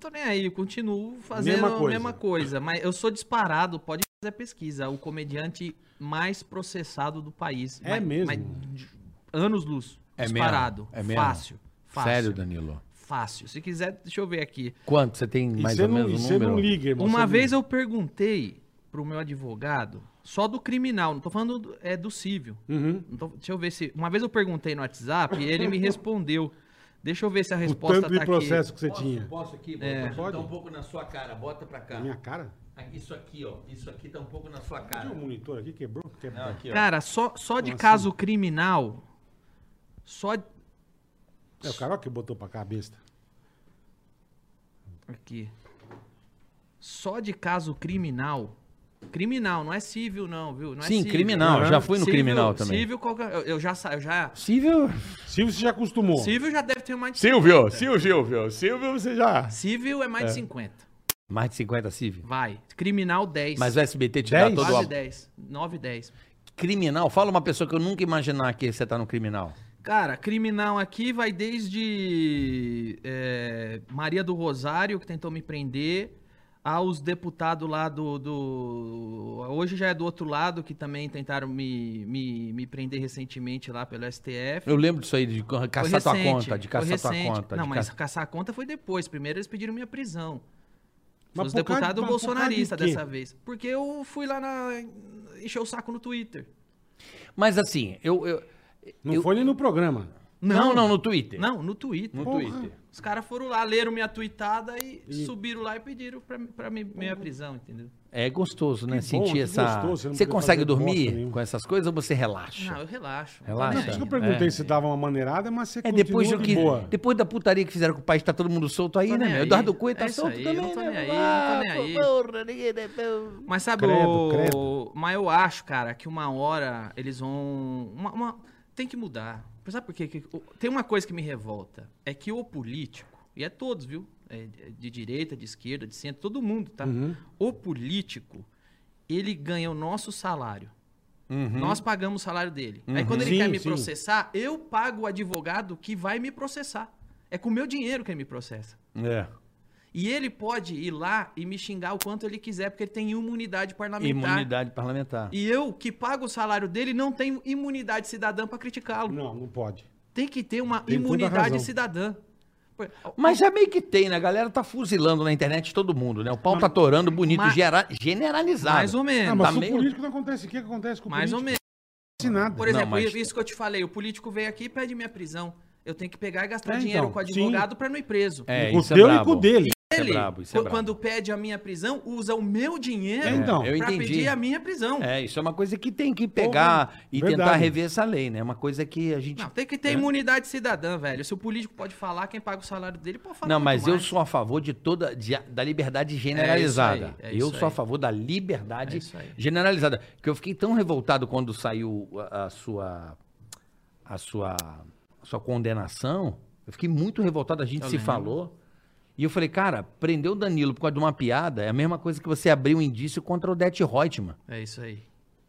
Speaker 4: Tô nem aí, eu continuo fazendo
Speaker 3: Mesma
Speaker 4: a
Speaker 3: coisa.
Speaker 4: mesma coisa. Mas eu sou disparado, pode fazer pesquisa. O comediante mais processado do país.
Speaker 3: É
Speaker 4: Mas-
Speaker 3: mesmo?
Speaker 4: mas de- anos luz.
Speaker 2: É mesmo?
Speaker 4: disparado.
Speaker 2: É mesmo?
Speaker 4: Fácil. Fácil.
Speaker 2: Sério, Danilo?
Speaker 4: Fácil. Se quiser, deixa eu ver aqui.
Speaker 2: Quanto? Você tem
Speaker 3: E
Speaker 2: mais
Speaker 3: você
Speaker 2: ou
Speaker 3: não, e
Speaker 2: menos um
Speaker 3: você
Speaker 2: número?
Speaker 3: não liga, irmão.
Speaker 4: Uma vez eu perguntei pro meu advogado, só do criminal, não tô falando do, é, do civil.
Speaker 3: Uhum.
Speaker 4: Não tô- deixa eu ver se. Uma vez eu perguntei no WhatsApp e
Speaker 3: [laughs]
Speaker 4: ele me respondeu. Deixa eu ver se a
Speaker 3: O
Speaker 4: resposta
Speaker 3: tanto de
Speaker 4: tá aqui.
Speaker 3: processo que você tinha.
Speaker 2: Posso aqui?
Speaker 4: É.
Speaker 2: Botar
Speaker 3: Pode.
Speaker 2: um pouco na sua cara, bota pra cá. Ah,
Speaker 3: Minha cara?
Speaker 2: Isso aqui, ó. Isso aqui tá um pouco na sua
Speaker 3: Tinha
Speaker 2: cara.
Speaker 3: um monitor aqui, quebrou? quebrou.
Speaker 2: Aqui, ó.
Speaker 4: Cara, só, só de caso criminal. Só.
Speaker 3: É o Carol que botou pra cá a besta.
Speaker 4: Aqui. Só de caso criminal. Criminal, não é civil, não, viu? Não é
Speaker 2: Sim,
Speaker 4: civil.
Speaker 2: criminal, já fui no
Speaker 4: Civil-
Speaker 2: criminal também.
Speaker 4: Civil, qualquer. Eu, eu já sa- eu já.
Speaker 2: Civil?
Speaker 3: Silvio, você já acostumou.
Speaker 4: Civil já deve ter mais de
Speaker 6: Silvio, Silvio, Silvio, Silvio, você já.
Speaker 4: Civil é mais de 50.
Speaker 2: Mais de 50 civil.
Speaker 4: Vai. Criminal 10.
Speaker 2: Mas o SBT te
Speaker 3: Dez?
Speaker 2: dá todo o
Speaker 4: Quase
Speaker 2: apoio.
Speaker 4: 10. 9, 10.
Speaker 2: Criminal? Fala uma pessoa que eu nunca imaginar que você tá no criminal.
Speaker 4: Cara, criminal aqui vai desde é, Maria do Rosário, que tentou me prender, aos deputados lá do, do- Hoje já é do outro lado, que também tentaram me, me, me prender recentemente lá pelo STF.
Speaker 2: Eu lembro disso aí, de ca-
Speaker 4: Foi
Speaker 2: caçar tua
Speaker 4: recente,
Speaker 2: conta, de
Speaker 4: foi
Speaker 2: caçar tua
Speaker 4: recente.
Speaker 2: conta.
Speaker 4: Não,
Speaker 2: de
Speaker 4: mas
Speaker 2: caçar-
Speaker 4: caçar a conta foi depois. Primeiro eles pediram minha prisão.
Speaker 3: Mas
Speaker 4: Os
Speaker 3: por causa-
Speaker 4: deputados
Speaker 3: mas por causa de
Speaker 4: bolsonaristas
Speaker 3: quê?
Speaker 4: dessa vez. Porque eu fui lá na. encher o saco no Twitter.
Speaker 2: Mas assim, eu. eu-
Speaker 3: Não
Speaker 2: eu-
Speaker 3: foi nem no programa.
Speaker 2: Não, não, no Twitter.
Speaker 4: Não, no Twitter.
Speaker 2: No
Speaker 3: Porra.
Speaker 2: Twitter.
Speaker 4: Os caras foram lá, leram minha tweetada e, subiram lá e pediram pra, pra mi- minha prisão, entendeu?
Speaker 2: É gostoso, né?
Speaker 3: Que bom,
Speaker 2: Sentir
Speaker 3: que
Speaker 2: essa.
Speaker 3: gostoso, você não
Speaker 2: você
Speaker 3: precisa
Speaker 2: consegue
Speaker 3: fazer bosta
Speaker 2: dormir
Speaker 3: nenhuma.
Speaker 2: com essas coisas ou você relaxa?
Speaker 4: Não, eu relaxo.
Speaker 2: Relaxa.
Speaker 4: Não
Speaker 3: Não, por
Speaker 4: tô nem
Speaker 3: isso que eu
Speaker 4: aí.
Speaker 3: perguntei se dava uma maneirada, mas você
Speaker 2: É depois do que.
Speaker 3: continua de boa.
Speaker 2: Depois da putaria que fizeram com o país, tá todo mundo solto aí,
Speaker 4: Tô
Speaker 2: né?
Speaker 4: nem
Speaker 2: meu?
Speaker 4: aí.
Speaker 2: Eduardo Cunha tá
Speaker 4: É isso
Speaker 2: solto
Speaker 4: aí,
Speaker 2: também,
Speaker 4: não tô
Speaker 2: né?
Speaker 4: nem aí,
Speaker 2: Ah,
Speaker 4: não tô nem aí.
Speaker 2: porra, ninguém- né?
Speaker 4: Mas sabe,
Speaker 3: Credo,
Speaker 4: o...
Speaker 3: credo.
Speaker 4: mas eu acho, cara, que uma hora eles vão. uma- uma- Tem que mudar. Sabe por quê? Que- o- Tem uma coisa que me revolta. É que o político, e é todos, viu? É de direita, de esquerda, de centro, todo mundo, tá?
Speaker 3: Uhum.
Speaker 4: O político, ele ganha o nosso salário. Nós pagamos o salário dele. Aí quando ele
Speaker 3: Uhum. Sim,
Speaker 4: quer me
Speaker 3: sim.
Speaker 4: processar, eu pago o advogado que vai me processar. É com o meu dinheiro que ele me processa.
Speaker 2: É.
Speaker 4: E ele pode ir lá e me xingar o quanto ele quiser, porque ele tem imunidade
Speaker 2: Tá
Speaker 4: parlamentar.
Speaker 2: Imunidade parlamentar.
Speaker 4: E eu, que pago o salário dele, não tenho imunidade cidadã para criticá-lo.
Speaker 3: Não, não pode.
Speaker 4: Tem que ter uma
Speaker 3: Tem toda a
Speaker 4: imunidade
Speaker 3: razão.
Speaker 4: cidadã. Pô,
Speaker 2: Mas já meio que tem, né? A galera tá fuzilando na internet todo mundo, né? O pau tá torando bonito,
Speaker 4: Mas-
Speaker 2: gera- generalizado.
Speaker 4: mais ou menos.
Speaker 3: Ah, mas
Speaker 2: tá
Speaker 3: o
Speaker 2: meio-
Speaker 3: político não acontece. O que que acontece com o
Speaker 4: mais ou
Speaker 3: político?
Speaker 4: menos.
Speaker 3: Não acontece nada.
Speaker 4: Por exemplo,
Speaker 2: mas-
Speaker 4: isso que eu te falei, o político veio aqui e pede minha prisão. Eu tenho que pegar e gastar
Speaker 3: É,
Speaker 4: dinheiro
Speaker 3: então,
Speaker 4: com advogado pra não ir preso.
Speaker 2: É,
Speaker 3: o
Speaker 2: isso é
Speaker 3: teu e
Speaker 2: brabo.
Speaker 3: com o dele.
Speaker 2: é
Speaker 4: Ele,
Speaker 2: brabo, isso é
Speaker 4: qu-
Speaker 2: brabo.
Speaker 4: quando pede a minha prisão, usa o meu dinheiro
Speaker 3: É, então.
Speaker 2: Eu
Speaker 4: pra
Speaker 2: entendi.
Speaker 4: pedir a minha prisão.
Speaker 2: É, isso é uma coisa que tem que pegar e
Speaker 3: verdade.
Speaker 2: tentar rever essa lei, né? É uma coisa que a gente.
Speaker 4: Não, tem que ter imunidade cidadã, velho. Se o político pode falar, quem paga o salário dele pode falar.
Speaker 2: Não,
Speaker 4: muito
Speaker 2: mas eu
Speaker 4: mais.
Speaker 2: sou a favor de toda de- da liberdade generalizada.
Speaker 4: É isso aí, é
Speaker 2: eu
Speaker 4: isso
Speaker 2: sou a
Speaker 4: aí.
Speaker 2: favor da liberdade
Speaker 4: É isso aí.
Speaker 2: generalizada, que eu fiquei tão revoltado quando saiu a, a sua a sua a sua condenação. Eu fiquei muito revoltado, a gente
Speaker 4: Eu
Speaker 2: se
Speaker 4: lembro.
Speaker 2: falou. E eu falei, cara, prender o Danilo por causa de uma piada é a mesma coisa que você abrir um indício contra o Det Reutemann.
Speaker 4: É isso aí.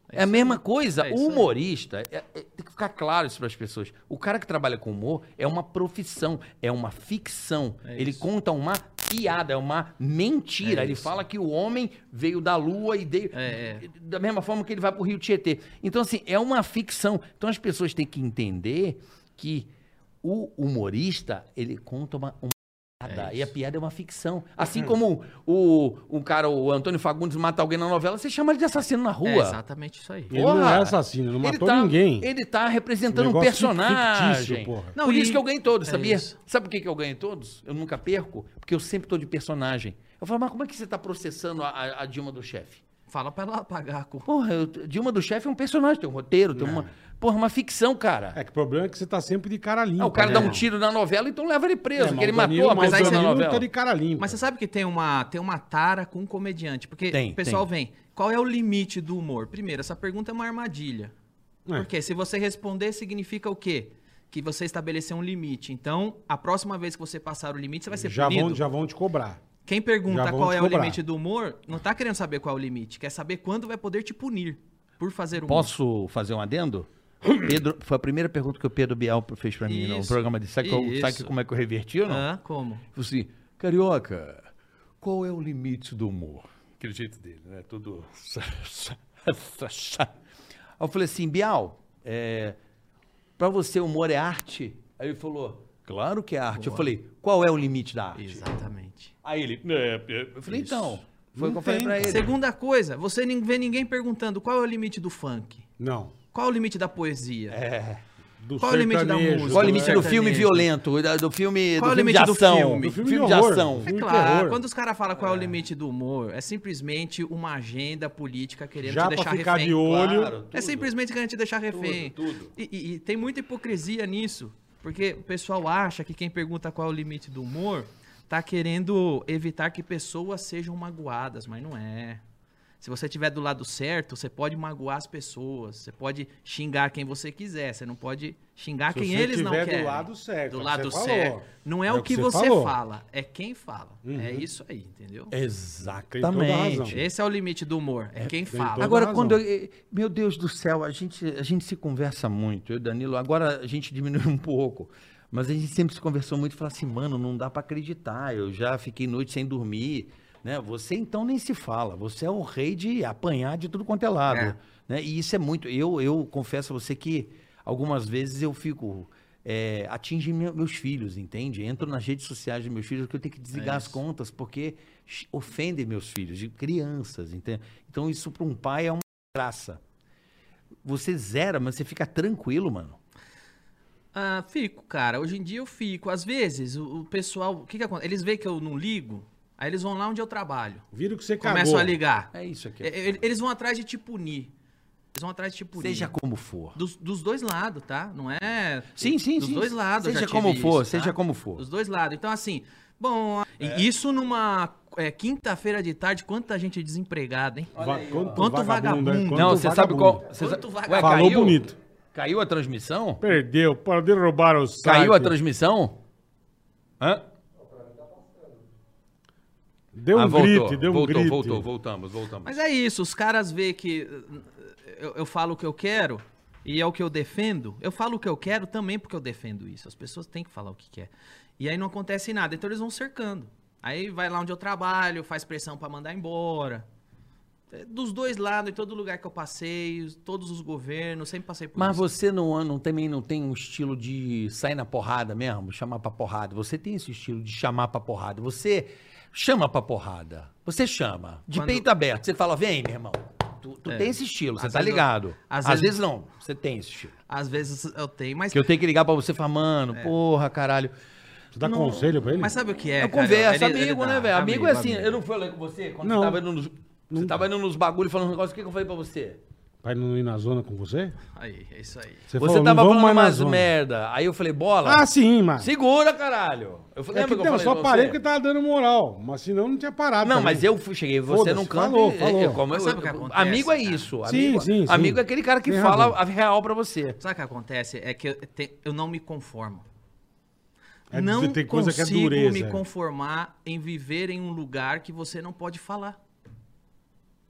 Speaker 2: É a mesma coisa.
Speaker 4: É isso
Speaker 2: o
Speaker 4: aí.
Speaker 2: humorista, é- é- tem que ficar claro isso para as pessoas. O cara que trabalha com humor é uma profissão, é uma ficção.
Speaker 4: É
Speaker 2: Ele
Speaker 4: isso.
Speaker 2: conta uma piada, é uma mentira. Ele fala que o homem veio da lua e deu.
Speaker 4: É, é.
Speaker 2: Da mesma forma que ele vai para o Rio Tietê. Então, assim, é uma ficção. Então as pessoas têm que entender que o humorista, ele conta uma. uma piada. e a piada é uma ficção.
Speaker 4: Uhum.
Speaker 2: Assim como o, o cara, o Antônio Fagundes, mata alguém na novela, você chama ele de assassino na rua.
Speaker 4: É exatamente isso aí.
Speaker 3: Ele não
Speaker 2: Porra!
Speaker 3: é assassino, não
Speaker 2: Ele
Speaker 3: matou
Speaker 2: tá-
Speaker 3: ninguém.
Speaker 2: Ele tá representando um
Speaker 3: Negócio
Speaker 2: personagem.
Speaker 3: fictício, porra.
Speaker 4: Não,
Speaker 2: Por
Speaker 4: e-
Speaker 2: isso que eu ganhei todos,
Speaker 4: é
Speaker 2: sabia?
Speaker 4: isso.
Speaker 2: Sabe por que, que eu ganhei todos? Eu nunca perco, porque eu sempre tô de personagem. Eu falo, mas como é que você tá processando a, a- a Dilma do chefe?
Speaker 4: Fala pra ela pagar a culpa.
Speaker 2: Porra, eu- Dilma do chefe é um personagem, tem um roteiro, tem uma. Porra, uma ficção, cara.
Speaker 3: É que o problema é que você tá sempre de cara limpa.
Speaker 2: Ah, o cara
Speaker 3: né?
Speaker 2: dá um tiro na novela, então leva ele
Speaker 3: É,
Speaker 2: preso,
Speaker 3: mas
Speaker 2: porque ele
Speaker 3: o
Speaker 2: matou
Speaker 3: Danilo-
Speaker 2: a
Speaker 3: mas
Speaker 4: aí
Speaker 2: pessoa
Speaker 3: o
Speaker 4: você
Speaker 2: na
Speaker 3: Danilo
Speaker 2: novela.
Speaker 3: tá de cara limpa.
Speaker 4: Mas você sabe que tem uma, tem uma tara com um comediante. Porque
Speaker 2: Tem,
Speaker 4: o pessoal vem, qual é o limite do humor? Primeiro, essa pergunta é uma armadilha.
Speaker 3: É.
Speaker 4: Porque se você responder, significa o quê? Que você estabeleceu um limite. Então, a próxima vez que você passar o limite, você vai ser
Speaker 3: já,
Speaker 4: punido.
Speaker 3: vão, já vão te cobrar.
Speaker 4: Quem
Speaker 3: Já
Speaker 4: pergunta
Speaker 3: vão
Speaker 4: qual
Speaker 3: te
Speaker 4: é
Speaker 3: cobrar.
Speaker 4: o limite do humor, não tá querendo saber qual é o limite, quer saber quando vai poder te punir por fazer humor.
Speaker 2: Posso fazer um [clears throat] adendo? Pedro, foi a primeira pergunta que o Pedro Bial fez pra mim no
Speaker 4: Isso,
Speaker 2: programa de sabe, que eu- sabe
Speaker 4: isso.
Speaker 2: como é que eu reverti ou não?
Speaker 4: Hã? Como?
Speaker 6: Tipo assim, carioca, qual é o limite do humor? Aquele jeito dele, né? Tudo.
Speaker 2: [laughs] Aí eu falei assim, Bial, é, pra você humor é arte? Aí ele falou, claro que é arte. Eu falei, qual é o limite da arte?
Speaker 4: Exatamente.
Speaker 2: Aí ele, "É, é." eu falei, então, foi o que eu falei pra ele.
Speaker 4: Segunda coisa, você nem vê ninguém perguntando qual é o limite do funk,
Speaker 3: Não.
Speaker 4: qual é o limite da poesia.
Speaker 3: Do
Speaker 4: Qual é o limite da
Speaker 3: sertanejo,
Speaker 4: música?
Speaker 2: Qual é o
Speaker 3: né?
Speaker 2: limite do filme
Speaker 4: Sertanejo.
Speaker 2: violento, da- do filme,
Speaker 4: Qual
Speaker 2: do
Speaker 4: é
Speaker 2: filme
Speaker 4: o
Speaker 2: de
Speaker 4: limite do
Speaker 2: ação?
Speaker 4: filme?
Speaker 2: Do
Speaker 4: Do
Speaker 2: filme,
Speaker 3: filme de
Speaker 2: de
Speaker 3: horror.
Speaker 2: ação.
Speaker 4: É
Speaker 3: Filme de
Speaker 4: claro,
Speaker 3: um terror.
Speaker 4: quando os caras falam qual é o limite do humor, é simplesmente uma agenda política querendo
Speaker 3: Já
Speaker 4: te
Speaker 3: pra
Speaker 4: deixar
Speaker 3: ficar
Speaker 4: refém.
Speaker 3: de olho.
Speaker 4: É simplesmente querendo te deixar refém. E, e- e tem muita hipocrisia nisso, porque o pessoal acha que quem pergunta qual é o limite do humor tá querendo evitar que pessoas sejam magoadas, mas não é. Se você estiver do lado certo, você pode magoar as pessoas, você pode xingar quem você quiser, você não pode xingar
Speaker 3: Se
Speaker 4: quem
Speaker 3: você
Speaker 4: eles não
Speaker 3: tiver do
Speaker 4: querem.
Speaker 3: lado certo, é
Speaker 4: Do
Speaker 3: o que
Speaker 4: lado
Speaker 3: você
Speaker 4: certo.
Speaker 3: falou.
Speaker 4: Não é, o que, você fala, é quem fala. É isso aí, entendeu?
Speaker 3: Então.
Speaker 2: Exatamente.
Speaker 4: Esse é o limite do humor, é,
Speaker 3: tem
Speaker 4: quem fala.
Speaker 3: toda
Speaker 2: Agora,
Speaker 3: razão.
Speaker 2: quando. eu- eh, meu Deus do céu, a gente, a gente se conversa muito, eu e Danilo. Agora a gente diminuiu um pouco. Mas a gente sempre se conversou muito e falou assim, mano, não dá pra acreditar. Eu já fiquei noite sem dormir. Né? Você então nem se fala. Você é o rei de apanhar de tudo quanto é lado.
Speaker 4: É.
Speaker 2: Né? E isso é muito. Eu, eu confesso a você que algumas vezes eu fico. É, atinge me- meus filhos, entende? Entro nas redes sociais dos meus filhos que eu tenho que
Speaker 4: É
Speaker 2: desligar as contas porque sh- ofendem meus filhos, de crianças, entende? Então isso para um pai é uma graça. Você zera, mas você fica tranquilo, mano.
Speaker 4: Ah, fico, cara. Hoje em dia eu fico. Às vezes, o, o pessoal. O que, que acontece? Eles veem que eu não ligo, aí eles vão lá onde eu trabalho.
Speaker 3: Vira que você cagou.
Speaker 4: Começam a ligar.
Speaker 2: É isso aqui.
Speaker 4: E- e- Eles vão atrás de te punir. Eles vão atrás de te punir.
Speaker 2: Seja como for.
Speaker 4: Dos, dos dois lados, tá? Não é.
Speaker 2: Sim, sim,
Speaker 4: dos
Speaker 2: sim.
Speaker 4: dois lados. eu
Speaker 2: Seja
Speaker 4: já
Speaker 2: como
Speaker 4: tive
Speaker 2: for,
Speaker 4: isso, tá?
Speaker 2: seja como for.
Speaker 4: Dos dois lados. Então, assim, bom. e Isso numa é, quinta-feira de tarde, quanta gente desempregada, hein?
Speaker 3: Va- quanto,
Speaker 4: Quanto vagabundo.
Speaker 3: é?
Speaker 4: Não,
Speaker 3: Quanto vagabundo.
Speaker 2: você
Speaker 4: Quanto
Speaker 2: sa- Ué,
Speaker 4: vagabundo.
Speaker 3: Falou bonito.
Speaker 2: Caiu a transmissão?
Speaker 3: Perdeu, para de roubar o site.
Speaker 2: Caiu a transmissão? Hã?
Speaker 3: Deu um
Speaker 2: Ah, voltou,
Speaker 3: grito, deu um
Speaker 2: voltou,
Speaker 3: grito.
Speaker 2: voltou, voltamos, voltamos.
Speaker 4: Mas é isso, os caras veem que uh, eu, eu falo o que eu quero e é o que eu defendo. Eu falo o que eu quero também porque eu defendo isso. As pessoas têm que falar o que quer. E aí não acontece nada, então eles vão cercando. Aí vai lá onde eu trabalho, faz pressão pra mandar embora. eh, dos dois lados, em todo lugar que eu passei, os- todos os governos, sempre passei por
Speaker 2: Mas
Speaker 4: isso.
Speaker 2: você não, não- também não tem um estilo de sair na porrada mesmo, chamar pra porrada. Você tem esse estilo de chamar pra porrada. Você chama pra porrada. Você chama. De
Speaker 4: Quando-
Speaker 2: peito aberto. Você fala, vem, meu irmão. Tu, tu tem esse estilo, você
Speaker 4: Às
Speaker 2: tá
Speaker 4: vezes eu-
Speaker 2: ligado.
Speaker 4: às
Speaker 2: Às, vezes...
Speaker 4: vezes- É.
Speaker 2: não, você tem esse estilo.
Speaker 4: Às vezes eu tenho, mas,
Speaker 2: Que eu tenho que ligar pra você e falar, mano, porra, caralho.
Speaker 3: Você dá conselho pra ele?
Speaker 4: mas sabe o que é?
Speaker 2: eu
Speaker 4: cara?
Speaker 2: converso,
Speaker 4: Ele- ele
Speaker 2: amigo,
Speaker 4: dá,
Speaker 2: né, velho? Amigo, é assim.
Speaker 4: amigo.
Speaker 2: Eu não falei com você quando
Speaker 3: Não.
Speaker 2: você tava indo nos. Você tava indo nos bagulhos falando um negócio, o que, que eu falei pra você?
Speaker 3: Pra ele não ir na zona com você?
Speaker 4: Aí, é isso aí.
Speaker 3: Você,
Speaker 2: Você
Speaker 3: falou, não
Speaker 2: tava
Speaker 3: vamos
Speaker 2: falando
Speaker 3: mais na
Speaker 2: umas
Speaker 3: zona.
Speaker 2: merda. Aí eu falei, bola.
Speaker 3: Ah, sim, mas...
Speaker 2: Segura, caralho. Eu falei,
Speaker 3: É
Speaker 2: lembra
Speaker 3: que,
Speaker 2: que,
Speaker 3: não,
Speaker 2: eu
Speaker 3: eu
Speaker 2: falei
Speaker 3: só
Speaker 2: pra
Speaker 3: parei
Speaker 2: você?
Speaker 3: porque tava dando moral. Mas senão não tinha parado.
Speaker 2: Não,
Speaker 3: também.
Speaker 2: mas eu fui- cheguei, você
Speaker 3: Foda-se,
Speaker 2: não canta.
Speaker 3: falou,
Speaker 2: e-
Speaker 3: falou.
Speaker 2: e- como
Speaker 4: Mas
Speaker 2: eu-
Speaker 4: sabe o que
Speaker 2: eu-
Speaker 4: acontece,
Speaker 2: Amigo é
Speaker 4: cara?
Speaker 2: isso.
Speaker 3: Sim,
Speaker 2: amigo,
Speaker 3: sim, sim.
Speaker 2: amigo é aquele cara que
Speaker 3: Tem
Speaker 2: fala
Speaker 3: razão.
Speaker 2: a real pra você.
Speaker 4: Sabe o que acontece? É que eu, te- eu não me conformo.
Speaker 3: É,
Speaker 4: não
Speaker 3: tem coisa que é
Speaker 4: consigo
Speaker 3: dureza.
Speaker 4: me conformar em viver em um lugar que você não pode falar.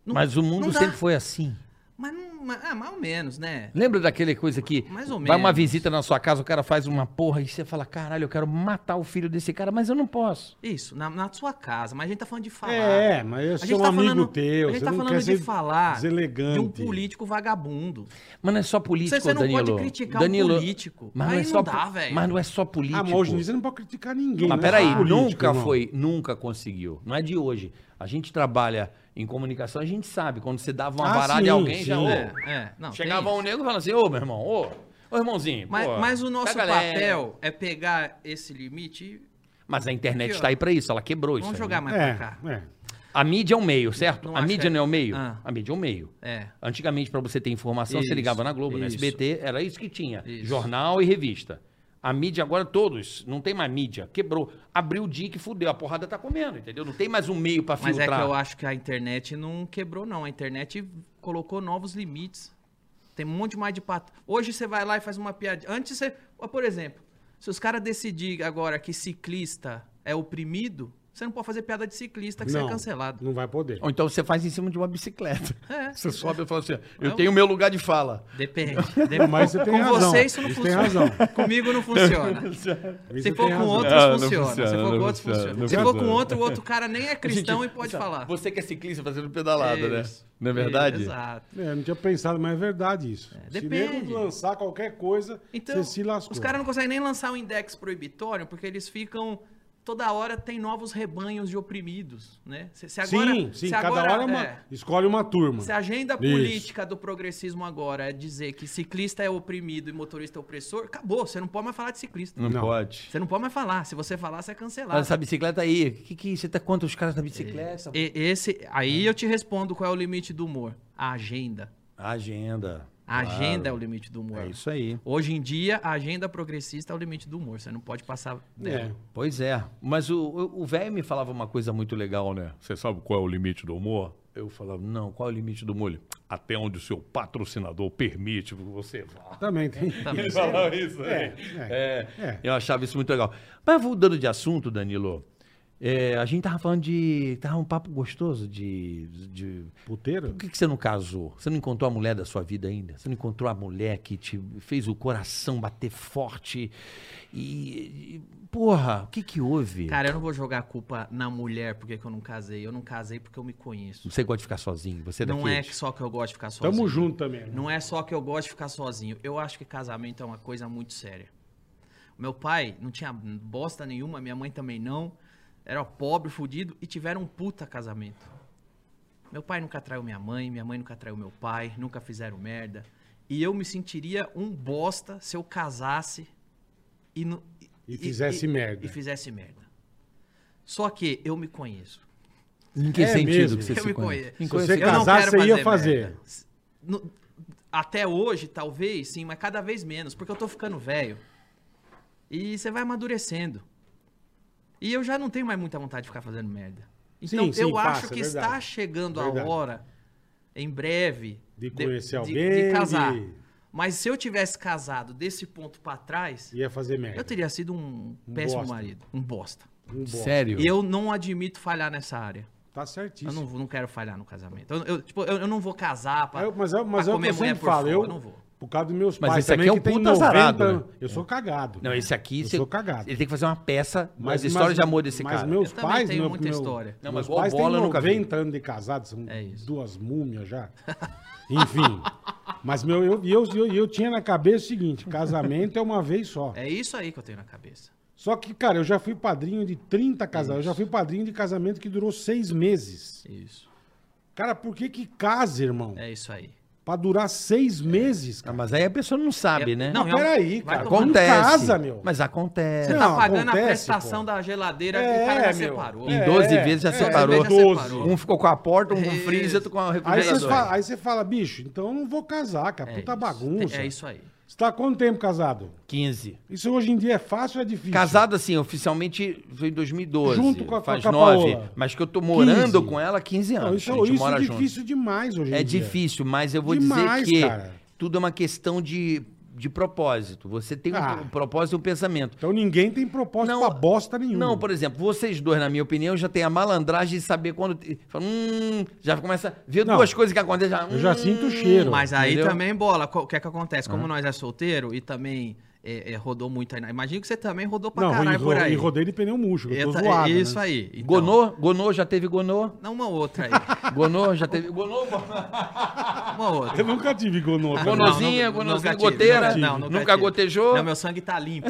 Speaker 4: Não-
Speaker 2: Mas o mundo
Speaker 4: não dá.
Speaker 2: sempre foi assim.
Speaker 4: Mas, não- mas- ah, mais ou menos, né?
Speaker 2: Lembra daquele coisa que
Speaker 4: Mais ou
Speaker 2: vai uma
Speaker 4: menos.
Speaker 2: visita na sua casa, o cara faz uma porra e você fala, caralho, eu quero matar o filho desse cara, mas eu não posso.
Speaker 4: Isso, na, na sua casa. Mas a gente tá falando de falar.
Speaker 3: É, mas eu
Speaker 4: A
Speaker 3: sou
Speaker 4: gente
Speaker 3: um
Speaker 4: tá
Speaker 3: amigo
Speaker 4: falando-
Speaker 3: teu.
Speaker 4: A gente
Speaker 3: você
Speaker 4: tá
Speaker 3: não
Speaker 4: falando
Speaker 3: quer
Speaker 4: de
Speaker 3: ser
Speaker 4: falar de um
Speaker 3: deselegante.
Speaker 4: político vagabundo.
Speaker 2: Mas não é só político,
Speaker 4: Você, você não
Speaker 2: Danilo.
Speaker 4: pode criticar
Speaker 2: Danilo,
Speaker 4: um político.
Speaker 2: Mas não,
Speaker 4: aí
Speaker 2: é
Speaker 4: não,
Speaker 2: só,
Speaker 4: dá, velho.
Speaker 2: mas não é só político.
Speaker 3: Ah, mas hoje em dia você não pode criticar ninguém.
Speaker 2: Mas
Speaker 3: né?
Speaker 2: peraí,
Speaker 3: Só político,
Speaker 2: nunca
Speaker 3: irmão.
Speaker 2: foi, nunca conseguiu. Não é de hoje. A gente trabalha em comunicação, a gente sabe. Quando você dava uma
Speaker 3: Ah,
Speaker 2: varada
Speaker 3: sim,
Speaker 2: em alguém, já.
Speaker 3: sim.
Speaker 2: ô,
Speaker 4: É, é, não, tem
Speaker 2: chegava
Speaker 4: isso.
Speaker 2: um nego e falava assim: ô, meu irmão, ô, ô irmãozinho.
Speaker 4: Mas,
Speaker 2: pô,
Speaker 4: mas o nosso
Speaker 2: pega leve."
Speaker 4: papel é pegar esse limite e
Speaker 2: Mas a internet
Speaker 4: Aqui, ó.
Speaker 2: está aí pra isso, ela quebrou isso.
Speaker 4: vamos
Speaker 2: aí,
Speaker 4: jogar
Speaker 2: né?
Speaker 4: mais pra cá.
Speaker 3: É, é.
Speaker 2: A mídia é um meio, certo?
Speaker 4: Não
Speaker 2: a
Speaker 4: acho
Speaker 2: mídia
Speaker 4: que-
Speaker 2: não é um meio?
Speaker 4: Ah.
Speaker 2: A mídia é um meio.
Speaker 4: É.
Speaker 2: Antigamente, pra você ter informação,
Speaker 4: Isso,
Speaker 2: você ligava na Globo, na
Speaker 4: isso.
Speaker 2: SBT, era isso que tinha.
Speaker 4: Isso.
Speaker 2: Jornal e revista. A mídia agora, todos, não tem mais mídia. Quebrou. Abriu o dia que fudeu, a porrada tá comendo, entendeu? Não tem mais um meio pra
Speaker 4: Mas
Speaker 2: filtrar.
Speaker 4: é que eu acho que a internet não quebrou, não. A internet colocou novos limites. Tem um monte mais de pato. Hoje você vai lá e faz uma piadinha. Antes você. Ó, Por exemplo, se os caras decidirem agora que ciclista é oprimido, você não pode fazer piada de ciclista, que você é cancelado.
Speaker 3: Não vai poder.
Speaker 2: Ou então você faz em cima de uma bicicleta.
Speaker 4: É.
Speaker 2: Você sobe e fala assim, eu tenho meu lugar de fala.
Speaker 4: Depende. Depende.
Speaker 3: [laughs] mas você tem
Speaker 4: com
Speaker 3: razão.
Speaker 4: você isso não
Speaker 3: Isso tem
Speaker 4: funciona.
Speaker 3: razão.
Speaker 4: Comigo não funciona.
Speaker 3: Isso [laughs]
Speaker 4: Se
Speaker 3: você
Speaker 4: for
Speaker 3: tem
Speaker 4: com
Speaker 3: razão.
Speaker 4: outros,
Speaker 6: Ah, não
Speaker 4: funciona. Se
Speaker 6: funciona,
Speaker 4: for com
Speaker 6: não
Speaker 4: outros,
Speaker 6: funciona,
Speaker 4: funciona.
Speaker 6: não
Speaker 4: Se for com
Speaker 6: funciona.
Speaker 4: outro, o outro
Speaker 3: [laughs]
Speaker 4: cara nem é cristão e pode
Speaker 2: Sabe,
Speaker 4: falar.
Speaker 2: Você que é ciclista fazendo pedalada,
Speaker 4: Ah. Isso.
Speaker 2: né? Não é verdade?
Speaker 4: Exato.
Speaker 3: É, não tinha pensado, mas é verdade isso. Se
Speaker 4: depende.
Speaker 3: nego lançar qualquer coisa,
Speaker 4: Então,
Speaker 3: você se lascou.
Speaker 4: os caras não conseguem nem lançar um index proibitório, porque eles ficam. Toda hora tem novos rebanhos de oprimidos, né? Se, se agora,
Speaker 3: sim, sim,
Speaker 4: se
Speaker 3: cada
Speaker 4: agora,
Speaker 3: hora é uma-
Speaker 4: é,
Speaker 3: escolhe uma turma.
Speaker 4: se a agenda
Speaker 3: Isso.
Speaker 4: política do progressismo agora é dizer que ciclista é oprimido e motorista é opressor, acabou. Você não pode mais falar de ciclista.
Speaker 6: Não, pode.
Speaker 4: Você não pode mais falar. Se você falar, você é cancelado.
Speaker 2: Olha essa bicicleta aí. Que que você tá contra os caras da bicicleta?
Speaker 4: E- esse, aí eu te respondo qual é o limite do humor. A agenda.
Speaker 2: Agenda.
Speaker 4: A agenda é o limite do humor.
Speaker 2: É isso aí.
Speaker 4: Hoje em dia, a agenda progressista é o limite do humor. Você não pode passar né? dela.
Speaker 3: É.
Speaker 2: Pois é. Mas o- o o velho me falava uma coisa muito legal, né?
Speaker 6: Você sabe qual é o limite do humor? Eu falava, não, qual é o limite do humor? Ele, Até onde o seu patrocinador permite que você vá.
Speaker 3: Também tem.
Speaker 6: [laughs] Ele falava isso, né?
Speaker 3: É,
Speaker 2: É.
Speaker 3: é.
Speaker 2: Eu achava isso muito legal. Mas mudando de assunto, Danilo, é, a gente tava falando de. Tava um papo gostoso de. de-
Speaker 3: Puteiro?
Speaker 2: Por que, que você não casou? Você não encontrou a mulher da sua vida ainda? Você não encontrou a mulher que te fez o coração bater forte? E. e- porra, o que que houve?
Speaker 4: Cara, eu não vou jogar a culpa na mulher porque que eu não casei. Eu não casei porque eu me conheço.
Speaker 2: Você gosta de ficar sozinho? Você é Então
Speaker 4: não é
Speaker 2: daqueles?
Speaker 4: só que eu gosto de ficar sozinho.
Speaker 3: Tamo junto também. irmão.
Speaker 4: Não é só que eu gosto de ficar sozinho. Eu acho que casamento é uma coisa muito séria. Meu pai não tinha bosta nenhuma, minha mãe também não. Era pobre, fudido e tiveram um puta casamento. Meu pai nunca traiu minha mãe, minha mãe nunca traiu meu pai, nunca fizeram merda. E eu me sentiria um bosta se eu casasse e, não-
Speaker 3: E fizesse merda.
Speaker 4: E fizesse merda. Só que eu me conheço.
Speaker 2: Em que
Speaker 3: É
Speaker 2: sentido
Speaker 3: mesmo.
Speaker 2: que você
Speaker 4: Eu
Speaker 2: se
Speaker 4: me
Speaker 2: conhece?
Speaker 4: conheço.
Speaker 2: Em
Speaker 3: Se
Speaker 2: conhe-
Speaker 3: você
Speaker 4: Eu não
Speaker 3: casar,
Speaker 4: quero
Speaker 3: você ia
Speaker 4: fazer
Speaker 3: fazer.
Speaker 4: merda. No- até hoje, talvez, sim, mas cada vez menos, porque eu tô ficando velho. E você vai amadurecendo. E eu já não tenho mais muita vontade de ficar fazendo merda. Então,
Speaker 3: Sim, sim,
Speaker 4: eu
Speaker 3: passa,
Speaker 4: acho que
Speaker 3: é verdade.
Speaker 4: está chegando
Speaker 3: Verdade.
Speaker 4: a hora, em breve,
Speaker 3: De conhecer
Speaker 4: de-
Speaker 3: alguém,
Speaker 4: de casar.
Speaker 3: de-
Speaker 4: Mas se eu tivesse casado desse ponto pra trás,
Speaker 3: Ia fazer merda.
Speaker 4: é- eu teria sido um péssimo
Speaker 3: bosta.
Speaker 4: marido, um bosta.
Speaker 3: Um bom.
Speaker 2: é Sério?
Speaker 4: E eu não admito falhar nessa área.
Speaker 3: Tá
Speaker 4: Eu não,
Speaker 3: certíssimo.
Speaker 4: vou- não quero falhar no casamento. Eu, eu, tipo, eu, eu não vou casar pra,
Speaker 3: É, mas é- mas
Speaker 4: pra
Speaker 3: é o que eu sempre falo, eu-
Speaker 4: não vou. É.
Speaker 3: Por causa dos meus
Speaker 2: Mas
Speaker 3: pais
Speaker 2: esse aqui
Speaker 3: também,
Speaker 2: é um
Speaker 3: que tem
Speaker 2: puta azarado, né?
Speaker 3: Eu sou cagado.
Speaker 2: Não, esse aqui.
Speaker 3: Eu
Speaker 2: cê-
Speaker 3: sou cagado.
Speaker 2: Ele tem que fazer uma peça das
Speaker 3: mas-
Speaker 2: histórias de amor desse
Speaker 3: mas
Speaker 2: cara.
Speaker 3: meus
Speaker 4: Eu também
Speaker 3: pais...
Speaker 4: tenho
Speaker 3: meu-
Speaker 4: muita
Speaker 3: meu-
Speaker 4: história.
Speaker 2: Não, mas
Speaker 3: meus
Speaker 2: igual
Speaker 3: pais
Speaker 2: bola eu
Speaker 3: têm
Speaker 2: nunca vi.
Speaker 3: 90 anos de casados, são
Speaker 4: É isso.
Speaker 3: duas múmias
Speaker 4: [laughs]
Speaker 3: já. Enfim. Mas meu, eu, e eu, e eu, e eu tinha na cabeça o seguinte, casamento é uma vez só.
Speaker 4: É isso aí que eu tenho na cabeça.
Speaker 3: Só que, cara, eu já fui padrinho de 30 casamentos. Eu já fui padrinho de casamento que durou seis meses.
Speaker 4: Isso.
Speaker 3: Cara, por que que casa, irmão?
Speaker 4: É isso aí.
Speaker 3: Pra durar seis meses,
Speaker 2: Ah,
Speaker 3: cara.
Speaker 2: mas aí a pessoa não sabe,
Speaker 4: É-
Speaker 2: né?
Speaker 4: não,
Speaker 3: Mas peraí,
Speaker 4: vai
Speaker 3: cara.
Speaker 4: tomar no
Speaker 2: acontece.
Speaker 3: casa, meu.
Speaker 2: Mas acontece.
Speaker 4: Você
Speaker 3: É, Não,
Speaker 4: tá pagando a
Speaker 3: acontece,
Speaker 4: prestação
Speaker 3: pô.
Speaker 4: da geladeira que
Speaker 3: É,
Speaker 4: o cara já
Speaker 3: meu.
Speaker 4: separou.
Speaker 2: Em 12
Speaker 3: é,
Speaker 2: vezes já
Speaker 3: é,
Speaker 2: separou.
Speaker 4: já
Speaker 3: 12.
Speaker 4: separou.
Speaker 2: Um ficou com a porta, um com o freezer,
Speaker 4: Isso.
Speaker 2: outro com a
Speaker 3: Aí você,
Speaker 2: refrigeradora.
Speaker 3: fala, aí você fala, bicho, então eu não vou casar, cara.
Speaker 4: É
Speaker 3: Puta
Speaker 4: isso.
Speaker 3: bagunça.
Speaker 4: É isso aí.
Speaker 3: Você tá há quanto tempo casado?
Speaker 2: 15.
Speaker 3: Isso hoje em dia é fácil ou é difícil?
Speaker 2: Casado, assim, oficialmente foi em 2012.
Speaker 3: Junto com a-
Speaker 2: Faz
Speaker 3: com a
Speaker 2: nove.
Speaker 3: Paola.
Speaker 2: Mas que eu tô morando
Speaker 3: 15.
Speaker 2: com ela há 15 anos.
Speaker 3: Não, isso,
Speaker 2: a gente
Speaker 3: isso
Speaker 2: mora
Speaker 3: é
Speaker 2: junto.
Speaker 3: difícil demais hoje em
Speaker 2: É
Speaker 3: dia.
Speaker 2: difícil, mas eu vou
Speaker 3: Demais,
Speaker 2: dizer que
Speaker 3: cara.
Speaker 2: tudo é uma questão de, de propósito. Você tem um-
Speaker 3: Ah.
Speaker 2: um propósito e um pensamento.
Speaker 3: Então ninguém tem propósito
Speaker 2: Não,
Speaker 3: pra bosta nenhuma.
Speaker 2: Não, por exemplo, vocês dois, na minha opinião, já tem a malandragem de saber quando. Fala, hum, já começa a ver
Speaker 3: Não.
Speaker 2: duas coisas que acontecem. Já,
Speaker 3: Eu já
Speaker 2: hum.
Speaker 3: sinto o cheiro.
Speaker 4: Mas é aí
Speaker 2: Entendeu?
Speaker 4: também, bola, co- o que é que acontece? Como nós é solteiro e também é, é, rodou muito aí. na- Imagina que você também rodou pra
Speaker 3: não,
Speaker 4: caralho
Speaker 3: e,
Speaker 4: por
Speaker 3: ro-
Speaker 4: aí.
Speaker 3: e rodei de pneu murcho. Eu tô
Speaker 4: Eta-
Speaker 3: zoado,
Speaker 4: isso
Speaker 3: né?
Speaker 4: aí. Então,
Speaker 2: Gonô? Gonô já teve Gonô?
Speaker 4: Não, uma outra aí.
Speaker 2: Gonô já teve. Gonô?
Speaker 4: Uma
Speaker 3: [laughs]
Speaker 4: outra.
Speaker 3: Eu nunca tive gonô.
Speaker 4: Não,
Speaker 3: também.
Speaker 4: não,
Speaker 2: Gonozinha,
Speaker 4: nunca
Speaker 2: gonozinha,
Speaker 4: tive,
Speaker 2: goteira, nunca
Speaker 4: tive.
Speaker 2: gotejou?
Speaker 4: Não, meu sangue tá limpo.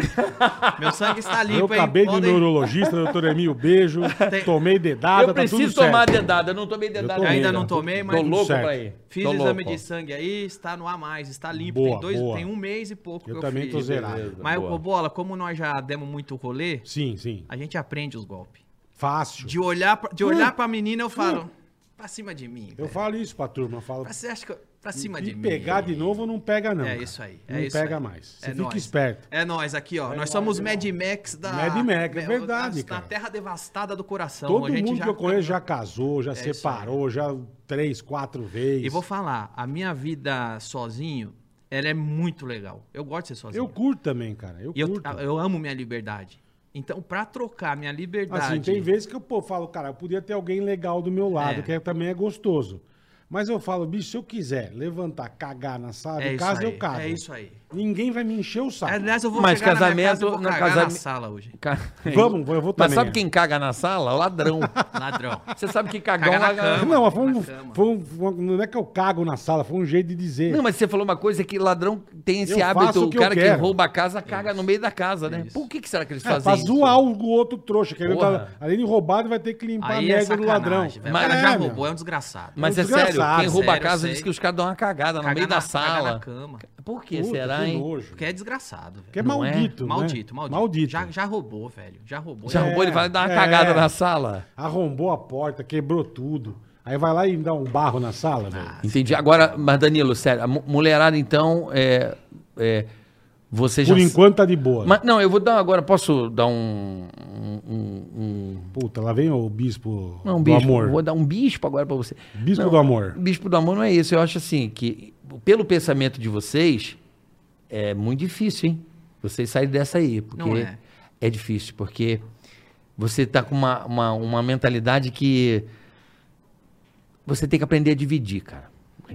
Speaker 4: meu sangue está limpo,
Speaker 3: Eu
Speaker 4: hein?
Speaker 3: acabei de
Speaker 4: Podem-
Speaker 3: neurologista, doutor Emílio, beijo.
Speaker 4: [laughs] Tem-
Speaker 3: Tomei dedada,
Speaker 2: eu
Speaker 3: tá
Speaker 2: preciso
Speaker 3: tudo certo.
Speaker 2: tomar dedada, eu não tomei dedada.
Speaker 3: tomei,
Speaker 4: Ainda
Speaker 3: né?
Speaker 4: não tomei, mas
Speaker 2: Tô louco
Speaker 3: certo.
Speaker 2: pra ir.
Speaker 4: fiz
Speaker 2: Tô
Speaker 4: exame
Speaker 2: louco.
Speaker 4: de sangue aí, está no a mais, está limpo.
Speaker 3: Boa,
Speaker 4: tem, dois,
Speaker 3: boa.
Speaker 4: tem um mês e pouco
Speaker 3: Eu
Speaker 4: que
Speaker 3: também
Speaker 4: eu
Speaker 3: tô
Speaker 4: fiz.
Speaker 3: zerado.
Speaker 4: Mas,
Speaker 2: Boa.
Speaker 4: ô, Bola, como nós já demos muito rolê,
Speaker 3: Sim, sim.
Speaker 4: a gente aprende os golpes.
Speaker 3: Fácil.
Speaker 4: De olhar, pra- de olhar pra menina, eu falo, pra cima de mim.
Speaker 3: Eu
Speaker 4: velho.
Speaker 3: falo isso pra turma. Eu falo,
Speaker 4: Pra, você acha que eu- pra cima
Speaker 3: e
Speaker 4: de mim.
Speaker 3: pegar de novo não pega não.
Speaker 4: É
Speaker 3: cara.
Speaker 4: isso aí.
Speaker 3: Então, Não
Speaker 4: é isso
Speaker 3: pega
Speaker 4: aí.
Speaker 3: mais. Você
Speaker 4: É
Speaker 3: fica
Speaker 4: nóis.
Speaker 3: esperto.
Speaker 4: É nós aqui, ó. nós somos Mad Max da.
Speaker 3: Mad Max, é
Speaker 4: Me-
Speaker 3: verdade,
Speaker 4: da-
Speaker 3: cara.
Speaker 4: Da terra devastada do coração.
Speaker 3: Todo
Speaker 4: Então, a gente
Speaker 3: mundo
Speaker 4: já- É
Speaker 3: que eu conheço já casou, já
Speaker 4: isso aí.
Speaker 3: separou, já três, quatro vezes.
Speaker 4: E vou falar, a minha vida sozinho, ela é muito legal. Eu gosto de ser sozinho.
Speaker 3: Eu curto também, cara. Eu
Speaker 4: E eu,
Speaker 3: curto.
Speaker 4: eu amo minha liberdade. Então, pra trocar minha liberdade.
Speaker 3: Assim, tem vezes que eu pô, falo, cara, eu podia ter alguém legal do meu lado,
Speaker 4: É.
Speaker 3: que também é gostoso. Mas eu falo, bicho, se eu quiser levantar, cagar na sala
Speaker 4: é
Speaker 3: de
Speaker 4: isso
Speaker 3: casa,
Speaker 4: aí,
Speaker 3: eu cago.
Speaker 4: É isso aí. É
Speaker 3: Ninguém vai me encher o saco.
Speaker 4: Aliás, eu vou
Speaker 2: Mas
Speaker 4: chegar na minha
Speaker 2: casamento-
Speaker 4: casa, eu vou
Speaker 2: na
Speaker 4: cagar na
Speaker 2: casamento-
Speaker 4: sala hoje.
Speaker 2: Ca-
Speaker 3: [laughs] Vamos, eu vou
Speaker 2: Mas
Speaker 3: também. é.
Speaker 2: sabe quem caga na sala? Ladrão.
Speaker 3: [laughs]
Speaker 4: Ladrão.
Speaker 2: Você sabe que cagão
Speaker 4: Caga na
Speaker 2: ladrão.
Speaker 4: cama.
Speaker 3: Não, mas foi um,
Speaker 4: Na cama.
Speaker 3: foi um- foi um- não é que eu cago na sala, foi um jeito de dizer.
Speaker 2: Não, mas você falou uma coisa que ladrão tem esse
Speaker 3: Eu faço
Speaker 2: hábito.
Speaker 3: o
Speaker 2: O
Speaker 3: que eu
Speaker 2: cara que
Speaker 3: quero.
Speaker 2: rouba a casa caga no meio da casa, né? Por que, que será que eles
Speaker 3: é,
Speaker 2: fazem
Speaker 3: pra
Speaker 2: isso?
Speaker 3: zoar o outro trouxa. Que ele
Speaker 2: Porra.
Speaker 3: tá, além de roubado, vai ter que limpar a
Speaker 4: Aí é
Speaker 3: merda do
Speaker 4: sacanagem,
Speaker 3: ladrão.
Speaker 4: velho. O cara
Speaker 2: Mas-
Speaker 4: já
Speaker 3: meu.
Speaker 4: roubou, é um desgraçado.
Speaker 2: Mas
Speaker 3: É
Speaker 2: é,
Speaker 3: um
Speaker 2: sério,
Speaker 3: desgraçado.
Speaker 2: quem rouba
Speaker 4: Sério,
Speaker 2: a
Speaker 4: eu
Speaker 2: casa
Speaker 4: sei.
Speaker 2: diz que os caras dão uma cagada no
Speaker 4: Cagar
Speaker 2: meio
Speaker 4: na-
Speaker 2: da
Speaker 4: Cagar
Speaker 2: sala.
Speaker 4: na cama.
Speaker 2: Por que
Speaker 3: Puta,
Speaker 2: será,
Speaker 3: que
Speaker 2: hein?
Speaker 3: nojo.
Speaker 4: Porque é desgraçado, velho.
Speaker 3: Porque é
Speaker 2: Não é?
Speaker 3: maldito, né?
Speaker 4: Maldito, maldito.
Speaker 3: Maldito.
Speaker 4: Já, já roubou, velho. Já roubou.
Speaker 2: Já
Speaker 4: É.
Speaker 2: roubou, ele vai dar uma
Speaker 3: é.
Speaker 2: cagada na sala.
Speaker 3: Arrombou a porta, quebrou tudo. Aí vai lá e dá um barro na sala, velho.
Speaker 2: Entendi. é. Agora, mas Danilo, sério, a mu- mulherada, então, é. é você já.
Speaker 3: Por enquanto tá de boa.
Speaker 2: Mas, não, eu vou dar agora. Posso dar um. um- um- um-
Speaker 3: Puta, lá vem o bispo
Speaker 2: não, um
Speaker 3: do
Speaker 2: bispo.
Speaker 3: amor.
Speaker 2: Vou dar um bispo agora pra você.
Speaker 3: Bispo
Speaker 2: Não,
Speaker 3: do amor.
Speaker 2: Bispo do amor não é isso. Eu acho assim que, pelo pensamento de vocês, é muito difícil, hein? Vocês saírem dessa aí. Porque
Speaker 4: Não é.
Speaker 2: é difícil, porque você tá com uma, uma, uma mentalidade que. Você tem que aprender a dividir, cara.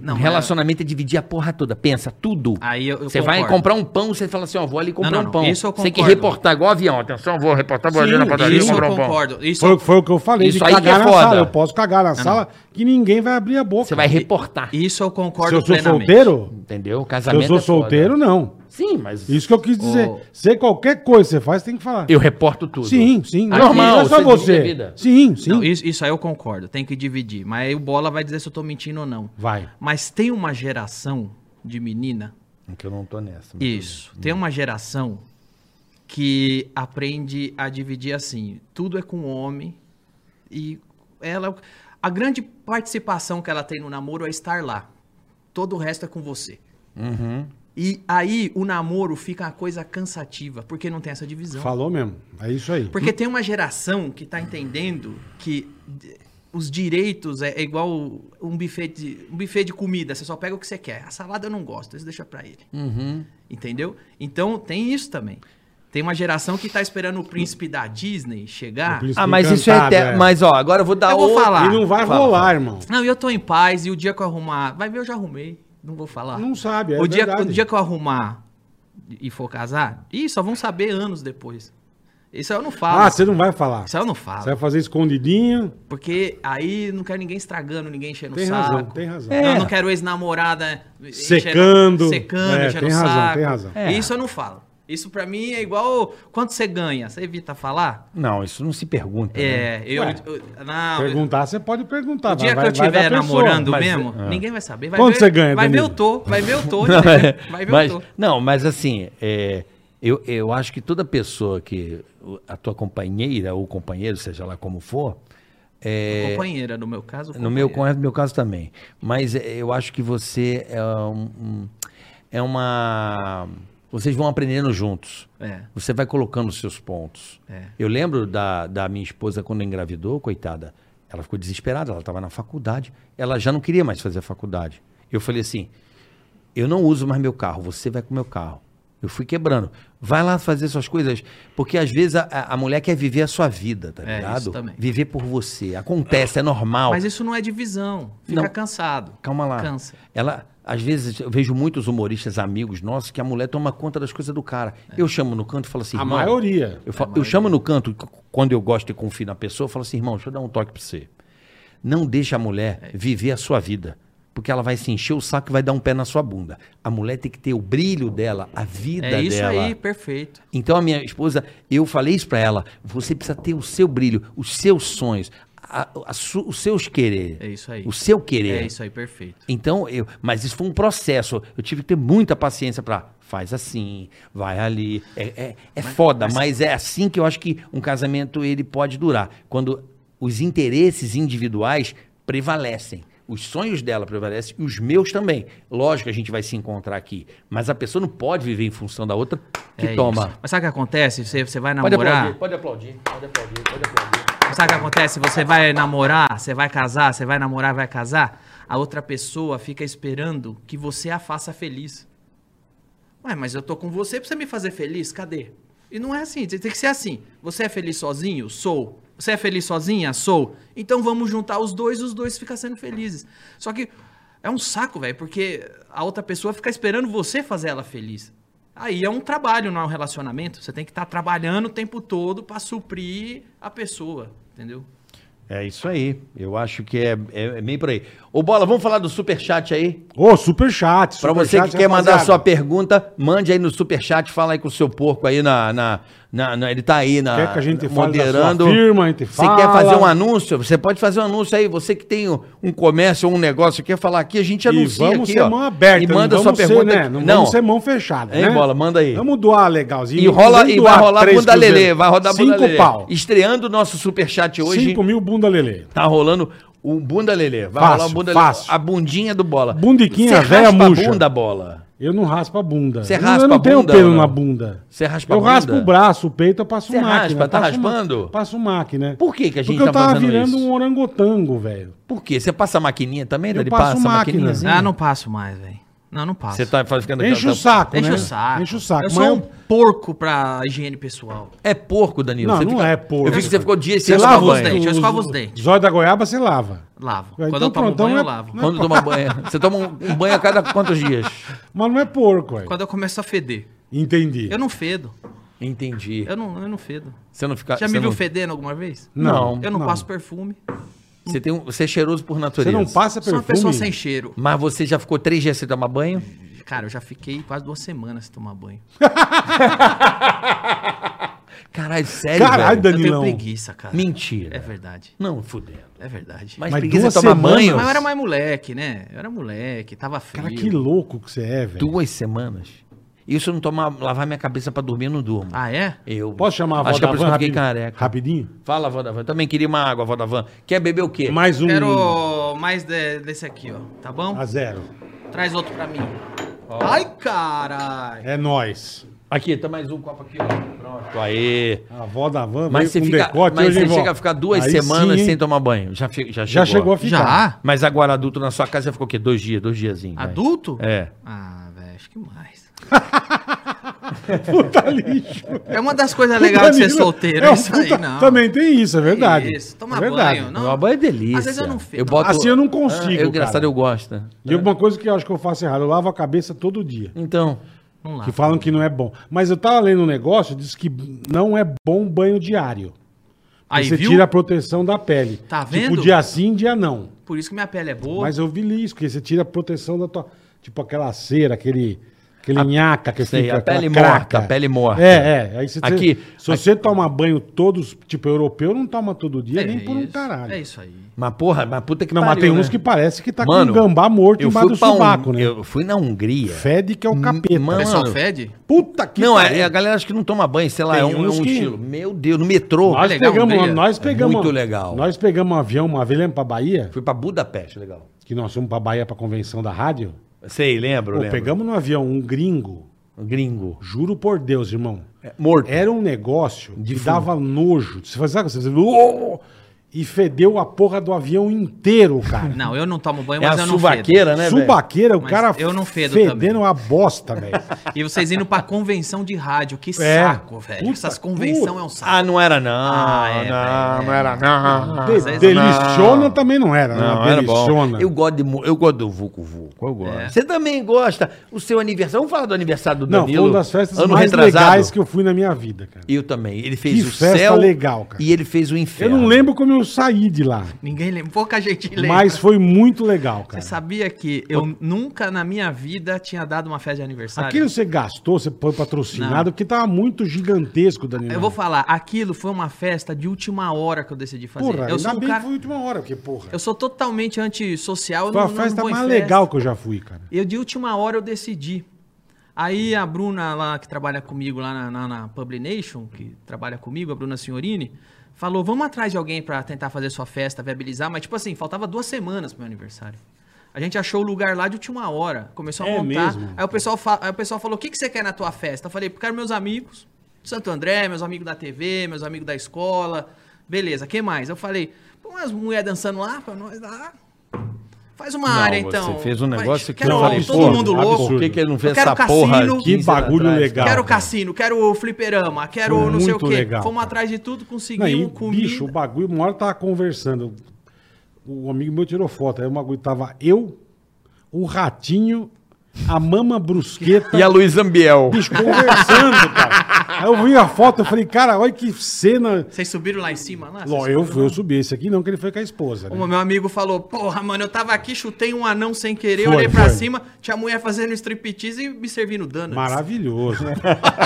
Speaker 4: Não,
Speaker 2: um
Speaker 4: é-
Speaker 2: relacionamento é... dividir a porra toda. Pensa, tudo.
Speaker 4: Aí eu- eu
Speaker 2: Você vai
Speaker 4: concordo.
Speaker 2: comprar um pão, você fala assim, ó, vou ali comprar
Speaker 4: Não, não,
Speaker 2: um
Speaker 4: não.
Speaker 2: pão.
Speaker 4: Isso eu
Speaker 2: Você tem que
Speaker 4: concordo.
Speaker 2: reportar igual avião. Atenção, vou reportar, vou ali
Speaker 3: Sim,
Speaker 2: na padaria
Speaker 4: Isso eu
Speaker 2: comprar um pão.
Speaker 4: concordo. Isso
Speaker 3: Foi, foi o que eu falei,
Speaker 2: Isso
Speaker 3: de
Speaker 2: aí que
Speaker 3: cagar
Speaker 2: é
Speaker 3: na
Speaker 2: foda.
Speaker 3: sala. Eu posso cagar na sala que ninguém vai abrir a boca.
Speaker 2: Você vai reportar.
Speaker 4: Isso eu
Speaker 3: Se
Speaker 4: concordo
Speaker 3: eu sou
Speaker 4: plenamente.
Speaker 3: solteiro,
Speaker 2: Entendeu?
Speaker 3: se eu
Speaker 2: Casamento
Speaker 3: sou
Speaker 2: é foda.
Speaker 3: solteiro, não.
Speaker 2: Sim, mas
Speaker 3: Isso que eu quis dizer.
Speaker 4: Ô.
Speaker 3: Se qualquer coisa que você faz, tem que falar.
Speaker 2: eu reporto tudo.
Speaker 3: Sim, sim.
Speaker 2: Aqui,
Speaker 3: Normal, não é
Speaker 2: você
Speaker 3: só
Speaker 2: divide a
Speaker 3: você.
Speaker 2: vida.
Speaker 3: Sim, sim.
Speaker 4: Não, isso, isso aí eu concordo. Tem que dividir. Mas aí o Bola vai dizer se eu tô mentindo ou não.
Speaker 3: Vai.
Speaker 4: Mas tem uma geração de menina.
Speaker 2: Que eu não tô nessa. mas
Speaker 4: Isso. Tem uma geração que aprende a dividir assim. Tudo é com o homem. E ela. A grande participação que ela tem no namoro é estar lá. Todo o resto é com você. E aí o namoro fica uma coisa cansativa, porque não tem essa divisão.
Speaker 3: Falou mesmo. É isso aí.
Speaker 4: Porque tem uma geração que tá entendendo que d- os direitos é, é igual um buffet, de, um buffet de comida, você só pega o que você quer. A salada eu não gosto, isso deixa pra ele. Entendeu? Então tem isso também. Tem uma geração que tá esperando o príncipe da Disney
Speaker 3: O
Speaker 4: chegar.
Speaker 3: príncipe-
Speaker 2: Ah, mas isso é
Speaker 3: Encantado,
Speaker 2: eterno.
Speaker 3: é.
Speaker 2: Mas, ó, agora eu vou dar
Speaker 4: Eu vou
Speaker 2: outro-
Speaker 4: falar.
Speaker 3: E não vai
Speaker 2: Fala,
Speaker 3: rolar,
Speaker 2: fala.
Speaker 3: irmão.
Speaker 4: Não, eu tô em paz e o dia que eu arrumar, vai ver, eu já arrumei. Não vou falar.
Speaker 3: Não sabe, é
Speaker 4: o, dia,
Speaker 3: verdade.
Speaker 4: o dia que eu arrumar e for casar, ih, só vão saber anos depois. Isso aí eu não falo.
Speaker 3: Ah, você não vai falar.
Speaker 4: Isso aí eu não falo.
Speaker 3: Você vai fazer escondidinho.
Speaker 4: Porque aí não quero ninguém estragando, ninguém enchendo
Speaker 3: Tem
Speaker 4: o saco. É,
Speaker 3: razão, tem razão.
Speaker 4: Não, não quero ex-namorada enchendo-
Speaker 3: Secando.
Speaker 4: secando,
Speaker 3: É,
Speaker 4: enchendo
Speaker 3: tem
Speaker 4: o
Speaker 3: razão,
Speaker 4: saco.
Speaker 3: tem razão.
Speaker 2: É.
Speaker 4: Isso eu não falo. Isso pra mim é igual quanto você ganha. Você evita falar?
Speaker 2: Não, isso não se pergunta.
Speaker 3: [laughs]
Speaker 2: né?
Speaker 4: É, eu,
Speaker 3: Ué,
Speaker 4: eu- não,
Speaker 3: Perguntar, você pode perguntar.
Speaker 4: o dia
Speaker 3: vai-
Speaker 4: que eu
Speaker 3: vai- vai
Speaker 4: estiver
Speaker 3: da pessoa. é.
Speaker 4: namorando
Speaker 2: mas-
Speaker 4: mesmo, ninguém vai saber. Vai
Speaker 3: Quanto
Speaker 4: ver,
Speaker 3: você ganha,
Speaker 4: Vai ver
Speaker 3: Danilo?
Speaker 4: eu tô, vai ver eu tô.
Speaker 2: [laughs] Não,
Speaker 4: entendeu?
Speaker 2: é,
Speaker 4: vai ver
Speaker 2: mas,
Speaker 4: eu tô.
Speaker 2: não, mas assim, é, eu, eu acho que toda pessoa que o- a tua companheira ou companheiro, seja lá como for, é,
Speaker 4: Companheira, no meu caso.
Speaker 2: no meu,
Speaker 4: companheira.
Speaker 2: no meu caso também, mas é, eu acho que você é, um- um- é uma... Vocês vão aprendendo juntos.
Speaker 4: É.
Speaker 2: Você vai colocando os seus pontos.
Speaker 4: É.
Speaker 2: Eu lembro da, da minha esposa quando engravidou, coitada. Ela ficou desesperada, ela estava na faculdade. Ela já não queria mais fazer a faculdade. Eu falei assim: eu não uso mais meu carro, você vai com meu carro. Eu fui quebrando. Vai lá fazer suas coisas, porque às vezes a, a- a mulher quer viver a sua vida, tá
Speaker 4: É,
Speaker 2: ligado?
Speaker 4: isso também.
Speaker 2: Viver por você. Acontece, é normal.
Speaker 4: Mas isso não é divisão. Fica
Speaker 2: Não.
Speaker 4: cansado.
Speaker 2: Calma lá.
Speaker 4: Cansa.
Speaker 2: Ela, às vezes, eu vejo muitos humoristas, amigos nossos, que a mulher toma conta das coisas do cara.
Speaker 4: É.
Speaker 2: Eu chamo no canto e falo assim,
Speaker 3: é A
Speaker 2: irmão,
Speaker 3: maioria.
Speaker 2: eu, falo- eu chamo no canto, c- quando eu gosto e confio na pessoa, eu falo assim, irmão, deixa eu dar um toque pra você. Não deixa a mulher
Speaker 4: É.
Speaker 2: viver a sua vida. Porque ela vai se encher o saco e vai dar um pé na sua bunda. A mulher tem que ter o brilho dela, a vida
Speaker 4: É isso
Speaker 2: dela.
Speaker 4: aí, perfeito.
Speaker 2: Então a minha esposa, eu falei isso pra ela, você precisa ter o seu brilho, os seus sonhos, a- a su- os seus querer.
Speaker 4: É isso aí.
Speaker 2: O seu querer.
Speaker 4: É isso aí, perfeito.
Speaker 2: Então, eu, mas isso foi um processo. Eu tive que ter muita paciência pra faz assim, vai ali. É, é, é foda, mas... é assim que eu acho que um casamento ele pode durar. Quando os interesses individuais prevalecem. Os sonhos dela prevalecem e os meus também. Lógico que a gente vai se encontrar aqui. Mas a pessoa não pode viver em função da outra que
Speaker 4: É isso.
Speaker 2: toma.
Speaker 4: Mas sabe o que acontece? Você, você vai
Speaker 2: Pode
Speaker 4: namorar.
Speaker 2: aplaudir, pode aplaudir, pode aplaudir, pode aplaudir.
Speaker 4: Sabe o que acontece? Você vai namorar, você vai casar, você vai namorar, vai casar. A outra pessoa fica esperando que você a faça feliz. Ué, mas eu tô com você pra você me fazer feliz? Cadê? E não é assim, tem tem que ser assim. Você é feliz sozinho? Sou. Você é feliz sozinha? Sou. Então vamos juntar os dois, os dois ficam sendo felizes. Só que é um saco, velho, porque a outra pessoa fica esperando você fazer ela feliz. Aí é um trabalho, não é um relacionamento. Você tem que estar trabalhando o tempo todo pra suprir a pessoa, entendeu?
Speaker 2: É isso aí. Eu acho que é, é, é meio por aí. Ô, Bola, vamos falar do superchat aí?
Speaker 3: Ô, superchat.
Speaker 2: Pra você que
Speaker 3: superchat,
Speaker 2: quer mandar
Speaker 3: rapaziada.
Speaker 2: sua pergunta, mande aí no superchat, fala aí com o seu porco aí na. na, na- na- ele tá aí na.
Speaker 3: Quer que a gente fale da
Speaker 2: moderando.
Speaker 3: sua firma, a gente
Speaker 2: você
Speaker 3: fala.
Speaker 2: quer fazer um anúncio? Você pode fazer um anúncio aí. Você que tem um, um comércio ou um negócio, quer falar aqui, a gente anuncia
Speaker 3: vamos
Speaker 2: aqui.
Speaker 3: ser
Speaker 2: ó,
Speaker 3: mão aberta.
Speaker 2: E manda
Speaker 3: não
Speaker 2: sua
Speaker 3: vamos ser,
Speaker 2: pergunta.
Speaker 3: né?
Speaker 2: aqui.
Speaker 3: Não,
Speaker 2: Não,
Speaker 3: vamos ser mão fechada,
Speaker 2: Hein,
Speaker 3: né?
Speaker 2: Bola, manda aí.
Speaker 3: Vamos doar legalzinho.
Speaker 2: E, rola,
Speaker 3: vamos
Speaker 2: e vai
Speaker 3: doar
Speaker 2: rolar
Speaker 3: três
Speaker 2: bunda
Speaker 3: cruzeiros.
Speaker 2: lelê, vai rodar
Speaker 3: Cinco
Speaker 2: bunda lelê.
Speaker 3: pau.
Speaker 2: Estreando o nosso superchat hoje,
Speaker 3: Cinco mil bunda lelê.
Speaker 2: tá rolando o bunda lelê. Vai
Speaker 3: Fácil,
Speaker 2: rolar o bunda
Speaker 3: fácil.
Speaker 2: a bundinha do bola.
Speaker 3: Bundiquinha,
Speaker 2: Você
Speaker 3: véia
Speaker 2: raspa a
Speaker 3: murcha.
Speaker 2: bunda bola.
Speaker 3: Eu não raspo a bunda.
Speaker 2: Você
Speaker 3: Eu-
Speaker 2: raspa
Speaker 3: eu não
Speaker 2: a
Speaker 3: tenho
Speaker 2: bunda
Speaker 3: pelo
Speaker 2: ou não?
Speaker 3: na bunda.
Speaker 2: Você raspa a
Speaker 3: Eu raspo
Speaker 2: bunda?
Speaker 3: o braço, o peito, eu passo
Speaker 2: Você
Speaker 3: máquina.
Speaker 2: raspa, tá
Speaker 3: passo ma-
Speaker 2: raspando?
Speaker 3: Passo máquina.
Speaker 2: Por que que a gente
Speaker 3: Porque
Speaker 2: tá
Speaker 3: eu tava
Speaker 2: fazendo
Speaker 3: virando
Speaker 2: isso?
Speaker 3: um orangotango, velho.
Speaker 2: Por quê? Você passa a maquininha também?
Speaker 3: Eu
Speaker 2: Ele
Speaker 3: passo
Speaker 2: passa a
Speaker 3: máquina.
Speaker 2: maquininha? assim?
Speaker 4: Ah, não passo mais, velho. Não, não passo.
Speaker 2: Você tá ficando...
Speaker 3: Enche o saco,
Speaker 4: Enche
Speaker 3: né?
Speaker 4: o saco.
Speaker 3: Enche o saco.
Speaker 4: Eu
Speaker 3: Mas
Speaker 4: sou um
Speaker 3: eu-
Speaker 4: porco pra higiene pessoal.
Speaker 2: É porco, Danilo.
Speaker 3: Não,
Speaker 2: Você
Speaker 3: não
Speaker 2: fica-
Speaker 3: é porco.
Speaker 2: Eu um vi que você ficou dias
Speaker 3: Você
Speaker 2: sem
Speaker 3: lava
Speaker 2: tomar
Speaker 3: os
Speaker 2: banho.
Speaker 3: dentes.
Speaker 4: Eu escovo os
Speaker 3: os
Speaker 4: dentes.
Speaker 3: Zóio da goiaba, você lava.
Speaker 4: Lavo.
Speaker 3: Ah,
Speaker 4: Quando
Speaker 3: então
Speaker 4: eu tomo
Speaker 3: pronto, então
Speaker 4: banho,
Speaker 3: é-
Speaker 4: eu lavo.
Speaker 2: Quando toma banho... Você toma um, um banho a cada quantos dias?
Speaker 3: Mas não é porco, velho.
Speaker 4: Quando eu começo a feder.
Speaker 3: Entendi.
Speaker 4: Eu não fedo.
Speaker 2: Entendi.
Speaker 4: Eu não, eu não fedo.
Speaker 2: Você não fica...
Speaker 4: Já
Speaker 2: Ah, você
Speaker 4: me viu
Speaker 2: não...
Speaker 4: fedendo alguma vez?
Speaker 2: Não.
Speaker 4: Eu não,
Speaker 3: Não.
Speaker 4: passo perfume.
Speaker 2: Você, tem um... você é cheiroso por
Speaker 3: Você
Speaker 2: natureza.
Speaker 3: não passa
Speaker 4: Sou
Speaker 3: perfume?
Speaker 4: uma pessoa sem cheiro.
Speaker 2: Mas você já ficou três dias sem tomar banho?
Speaker 4: Cara, eu já fiquei quase duas semanas sem tomar banho.
Speaker 2: Caralho, sério, velho?
Speaker 3: Caralho,
Speaker 4: Eu tenho
Speaker 3: Danilão.
Speaker 4: preguiça, cara.
Speaker 2: Mentira.
Speaker 4: É verdade.
Speaker 2: Não, fudendo.
Speaker 4: É verdade. Mas,
Speaker 2: Mas,
Speaker 3: Mas
Speaker 2: preguiça
Speaker 3: duas
Speaker 2: de tomar
Speaker 3: semanas?
Speaker 2: banho?
Speaker 4: eu era mais moleque, né? Eu era moleque, tava frio.
Speaker 3: Cara, que louco que você é, velho.
Speaker 2: Duas semanas? E se eu não tomar, lavar minha cabeça pra dormir, eu não durmo.
Speaker 4: Ah, é?
Speaker 2: Eu...
Speaker 3: Posso chamar a avó
Speaker 2: Acho que é
Speaker 3: da
Speaker 2: por isso
Speaker 3: van
Speaker 2: que eu fiquei
Speaker 3: rapidinho?
Speaker 2: careca.
Speaker 3: Rapidinho?
Speaker 2: Fala, Vodavan. Também queria uma água, Vodavan. Quer beber o quê?
Speaker 3: Mais um
Speaker 4: Quero mais de- desse aqui, ó. Tá bom?
Speaker 3: a zero.
Speaker 4: Traz outro pra mim. Ai, caralho.
Speaker 3: É nós.
Speaker 2: Aqui, tá mais um copo aqui, ó. Pronto. Aê.
Speaker 3: A avó da van
Speaker 2: Mas você,
Speaker 3: veio
Speaker 2: fica,
Speaker 3: decote
Speaker 2: mas
Speaker 3: hoje,
Speaker 2: você
Speaker 3: vó.
Speaker 2: chega a ficar duas
Speaker 3: Aí
Speaker 2: semanas
Speaker 3: sim,
Speaker 2: sem
Speaker 3: hein?
Speaker 2: tomar banho. Já, fi- já chegou.
Speaker 3: Já chegou a ficar.
Speaker 4: Já?
Speaker 2: Mas agora adulto na sua casa, já É. ficou o quê? Dois dias, dois diazinhos. vai.
Speaker 4: Adulto?
Speaker 2: É.
Speaker 4: Ah, velho, acho que mais.
Speaker 3: [laughs] Puta lixo.
Speaker 4: É uma das coisas legais de ser solteiro,
Speaker 3: É um
Speaker 4: isso aí,
Speaker 3: puta-
Speaker 4: não.
Speaker 3: Também tem isso, é verdade.
Speaker 4: Isso, tomar
Speaker 3: é verdade.
Speaker 4: banho,
Speaker 2: Não, banho é delícia.
Speaker 4: Às vezes eu não fico.
Speaker 2: Eu boto...
Speaker 3: Assim eu não consigo,
Speaker 2: É engraçado,
Speaker 3: cara.
Speaker 2: eu gosto. né?
Speaker 3: E uma coisa que eu acho que eu faço errado, eu lavo a cabeça todo dia.
Speaker 2: Então,
Speaker 4: Vamos lá.
Speaker 3: Que falam que não é bom. Mas eu tava lendo um negócio, diz que não é bom banho diário.
Speaker 4: Aí,
Speaker 3: você
Speaker 4: viu?
Speaker 3: tira a proteção da pele.
Speaker 4: Tá
Speaker 3: Tipo,
Speaker 4: vendo?
Speaker 3: dia sim, dia não.
Speaker 4: Por isso que minha pele é boa.
Speaker 3: Mas eu vi isso, que você tira a proteção da tua. Tipo aquela cera, aquele. Aquele nhaca que
Speaker 2: sei,
Speaker 3: fica,
Speaker 2: a
Speaker 3: aquela
Speaker 2: pele
Speaker 3: craca.
Speaker 2: morta, a pele morta.
Speaker 3: É, é. Aí você,
Speaker 2: Aqui-
Speaker 3: se você toma banho todos, tipo, europeu não toma todo dia,
Speaker 4: é
Speaker 3: nem por um
Speaker 4: isso,
Speaker 3: caralho.
Speaker 4: É isso aí.
Speaker 2: mas porra, mas puta que
Speaker 3: Não, mas
Speaker 2: pariu,
Speaker 3: tem
Speaker 2: né?
Speaker 3: uns que parece que tá
Speaker 2: Mano,
Speaker 3: com um gambá morto
Speaker 2: eu
Speaker 3: embaixo do
Speaker 2: fui pra um-
Speaker 3: sovaco, né?
Speaker 2: Eu fui na Hungria.
Speaker 3: Fede que é o capeta.
Speaker 2: Mano,
Speaker 4: Pessoal fede?
Speaker 3: Puta que
Speaker 2: não, é,
Speaker 3: pariu.
Speaker 2: é a galera acho que não toma banho, sei lá,
Speaker 3: Tem
Speaker 2: é um, é
Speaker 3: uns
Speaker 2: um
Speaker 3: que-
Speaker 2: estilo. Meu Deus, no metrô.
Speaker 3: Nós
Speaker 4: É legal,
Speaker 3: pegamos,
Speaker 4: Hungria?
Speaker 3: nós pegamos,
Speaker 2: né? muito legal.
Speaker 3: Nós pegamos um avião uma vez, lembra pra Bahia?
Speaker 2: Fui pra Budapeste, legal.
Speaker 3: Que nós fomos pra Bahia pra convenção da rádio.
Speaker 2: Sei, lembro,
Speaker 3: Pô,
Speaker 2: lembro.
Speaker 3: pegamos no avião um gringo,
Speaker 2: Gringo.
Speaker 3: juro por Deus, irmão.
Speaker 2: É, Morto.
Speaker 3: Era um negócio que
Speaker 2: Defunto.
Speaker 3: dava nojo. Você fazia sabe, você fazia, "Oh!" e fedeu a porra do avião inteiro, cara.
Speaker 4: Não, eu não tomo banho,
Speaker 2: É
Speaker 4: mas
Speaker 2: a
Speaker 4: eu não fedo.
Speaker 2: suvaqueira, né, velho?
Speaker 3: Subaqueira, o
Speaker 4: Mas
Speaker 3: cara
Speaker 4: eu não fedo
Speaker 3: fedendo
Speaker 4: também.
Speaker 3: a bosta,
Speaker 4: [laughs]
Speaker 3: velho.
Speaker 4: E vocês indo pra convenção de rádio, que
Speaker 3: É.
Speaker 4: saco, velho.
Speaker 3: Puta,
Speaker 4: Essas convenções é um saco.
Speaker 2: Ah, não era não.
Speaker 4: Ah, é,
Speaker 2: não,
Speaker 4: velho.
Speaker 2: não era não.
Speaker 3: De-
Speaker 4: às vezes-
Speaker 3: deliciona também não era, né?
Speaker 2: Não, era bom.
Speaker 3: deliciona.
Speaker 2: Eu gosto, de, mu- eu gosto do Vucu Vucu. Eu
Speaker 4: É.
Speaker 2: gosto. Você também gosta. O seu aniversário. Vamos falar do aniversário do
Speaker 3: Não, foi
Speaker 2: Danilo.
Speaker 3: uma das festas
Speaker 2: ano
Speaker 3: mais
Speaker 2: retrasado.
Speaker 3: legais que eu fui na minha vida, cara.
Speaker 2: Eu também. Ele fez
Speaker 3: Que
Speaker 2: o
Speaker 3: festa
Speaker 2: céu.
Speaker 3: legal, cara.
Speaker 2: E ele fez o
Speaker 3: Eu
Speaker 2: inferno.
Speaker 4: é.
Speaker 3: não lembro como eu saí de lá,
Speaker 4: Ninguém lembra. Pouca gente lembra.
Speaker 3: mas foi muito legal, cara.
Speaker 4: Você sabia que eu nunca na minha vida tinha dado uma festa de aniversário?
Speaker 3: Aquilo você gastou, você foi patrocinado, porque tava muito gigantesco, Danilo.
Speaker 4: Eu vou falar, aquilo foi uma festa de última hora que eu decidi fazer.
Speaker 3: Porra,
Speaker 4: eu
Speaker 3: ainda
Speaker 4: sou um
Speaker 3: bem
Speaker 4: cara,
Speaker 3: que foi a última hora, porque, porra.
Speaker 4: eu sou totalmente antissocial, eu
Speaker 3: Foi
Speaker 4: não,
Speaker 3: a
Speaker 4: não
Speaker 3: festa
Speaker 4: vou em
Speaker 3: mais
Speaker 4: festa.
Speaker 3: legal que eu já fui, cara.
Speaker 4: Eu de última hora eu decidi. Aí a Bruna lá que trabalha comigo lá na, na, na Publination, que trabalha comigo, a Bruna Signorini, falou: "Vamos atrás de alguém pra tentar fazer sua festa, viabilizar". Mas tipo assim, faltava duas semanas pro meu aniversário. A gente achou o lugar lá de última hora, começou a
Speaker 3: É
Speaker 4: montar.
Speaker 3: mesmo?
Speaker 4: Aí o pessoal fa- aí o pessoal falou: "O que que você quer na tua festa?". Eu falei: "Quero meus amigos, de Santo André, meus amigos da TV, meus amigos da escola". Beleza, que mais? Eu falei: "Põe umas mulheres dançando lá pra nós lá". Faz uma
Speaker 2: Não,
Speaker 4: área,
Speaker 2: você
Speaker 4: então.
Speaker 2: fez um
Speaker 4: Vai,
Speaker 2: negócio que
Speaker 4: quero
Speaker 2: eu falei,
Speaker 4: todo
Speaker 2: pô,
Speaker 4: mundo
Speaker 3: absurdo.
Speaker 4: louco.
Speaker 2: Por que, que ele não fez
Speaker 4: Eu quero
Speaker 2: essa porra?
Speaker 4: cassino.
Speaker 2: 15 anos
Speaker 3: Que bagulho
Speaker 2: atrás,
Speaker 3: legal.
Speaker 4: Quero
Speaker 3: cara.
Speaker 4: cassino, quero fliperama, quero
Speaker 3: Foi
Speaker 4: não sei o
Speaker 3: muito
Speaker 4: quê.
Speaker 3: legal,
Speaker 4: Fomos
Speaker 3: cara.
Speaker 4: atrás de tudo,
Speaker 3: Não, e,
Speaker 4: conseguimos comida.
Speaker 3: bicho, o bagulho, uma hora eu tava conversando. O amigo meu tirou foto. Aí o bagulho tava eu, o ratinho, a mama brusqueta.
Speaker 2: E a Luiz Ambiel.
Speaker 3: [laughs] bicho, conversando, cara. Aí eu vi a foto, eu falei, cara, olha que cena.
Speaker 4: Vocês subiram lá em cima? Lá?
Speaker 3: Ló,
Speaker 4: Vocês
Speaker 3: eu,
Speaker 4: subiram
Speaker 3: eu
Speaker 4: lá?
Speaker 3: subi esse aqui, não, que ele foi com a esposa. Né?
Speaker 4: O meu amigo falou, porra, mano, eu tava aqui, chutei um anão sem querer,
Speaker 3: Foi,
Speaker 4: olhei pra
Speaker 3: foi.
Speaker 4: cima, tinha mulher fazendo striptease e me servindo dano. [laughs]
Speaker 3: Maravilhoso.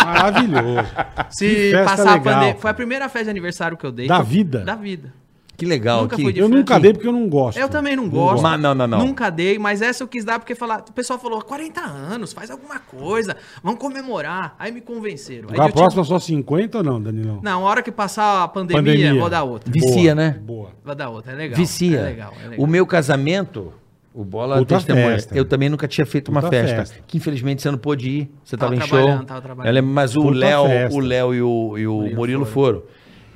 Speaker 3: Maravilhoso.
Speaker 4: Se
Speaker 3: festa
Speaker 4: passar a
Speaker 3: legal,
Speaker 4: pandemia.
Speaker 3: cara.
Speaker 4: Foi a primeira festa de aniversário que eu dei.
Speaker 3: Da
Speaker 4: que eu-
Speaker 3: vida?
Speaker 4: Da vida.
Speaker 2: Que legal.
Speaker 4: Nunca
Speaker 2: que...
Speaker 4: fui de
Speaker 3: Eu nunca
Speaker 4: Sim.
Speaker 3: dei porque eu não gosto.
Speaker 4: Eu também não gosto.
Speaker 2: Mas não, não, não.
Speaker 4: Nunca dei, mas essa eu quis dar porque falar, o pessoal falou 40 anos, faz alguma coisa, vamos comemorar. Aí me convenceram. Aí
Speaker 3: A
Speaker 4: eu
Speaker 3: próxima é só 50 ou não, Danilão?
Speaker 4: tive- Não, a hora que passar a pandemia,
Speaker 3: Pandemia.
Speaker 4: vou dar outra.
Speaker 2: Vicia, né?
Speaker 3: Boa.
Speaker 4: Vou dar outra, é legal.
Speaker 2: Vicia.
Speaker 4: É legal, é legal.
Speaker 2: O meu casamento, o Bola
Speaker 3: Puta
Speaker 2: testemunha,
Speaker 3: festa.
Speaker 2: eu também nunca tinha feito uma
Speaker 3: Puta
Speaker 2: festa,
Speaker 3: festa.
Speaker 2: Que infelizmente você não pôde ir. Você estava
Speaker 4: Tava
Speaker 2: em
Speaker 4: trabalhando,
Speaker 2: show.
Speaker 4: tava trabalhando.
Speaker 2: Eu lembro, mas o
Speaker 3: Puta
Speaker 2: Léo,
Speaker 3: festa.
Speaker 2: o Léo e o, e o Murilo, foram.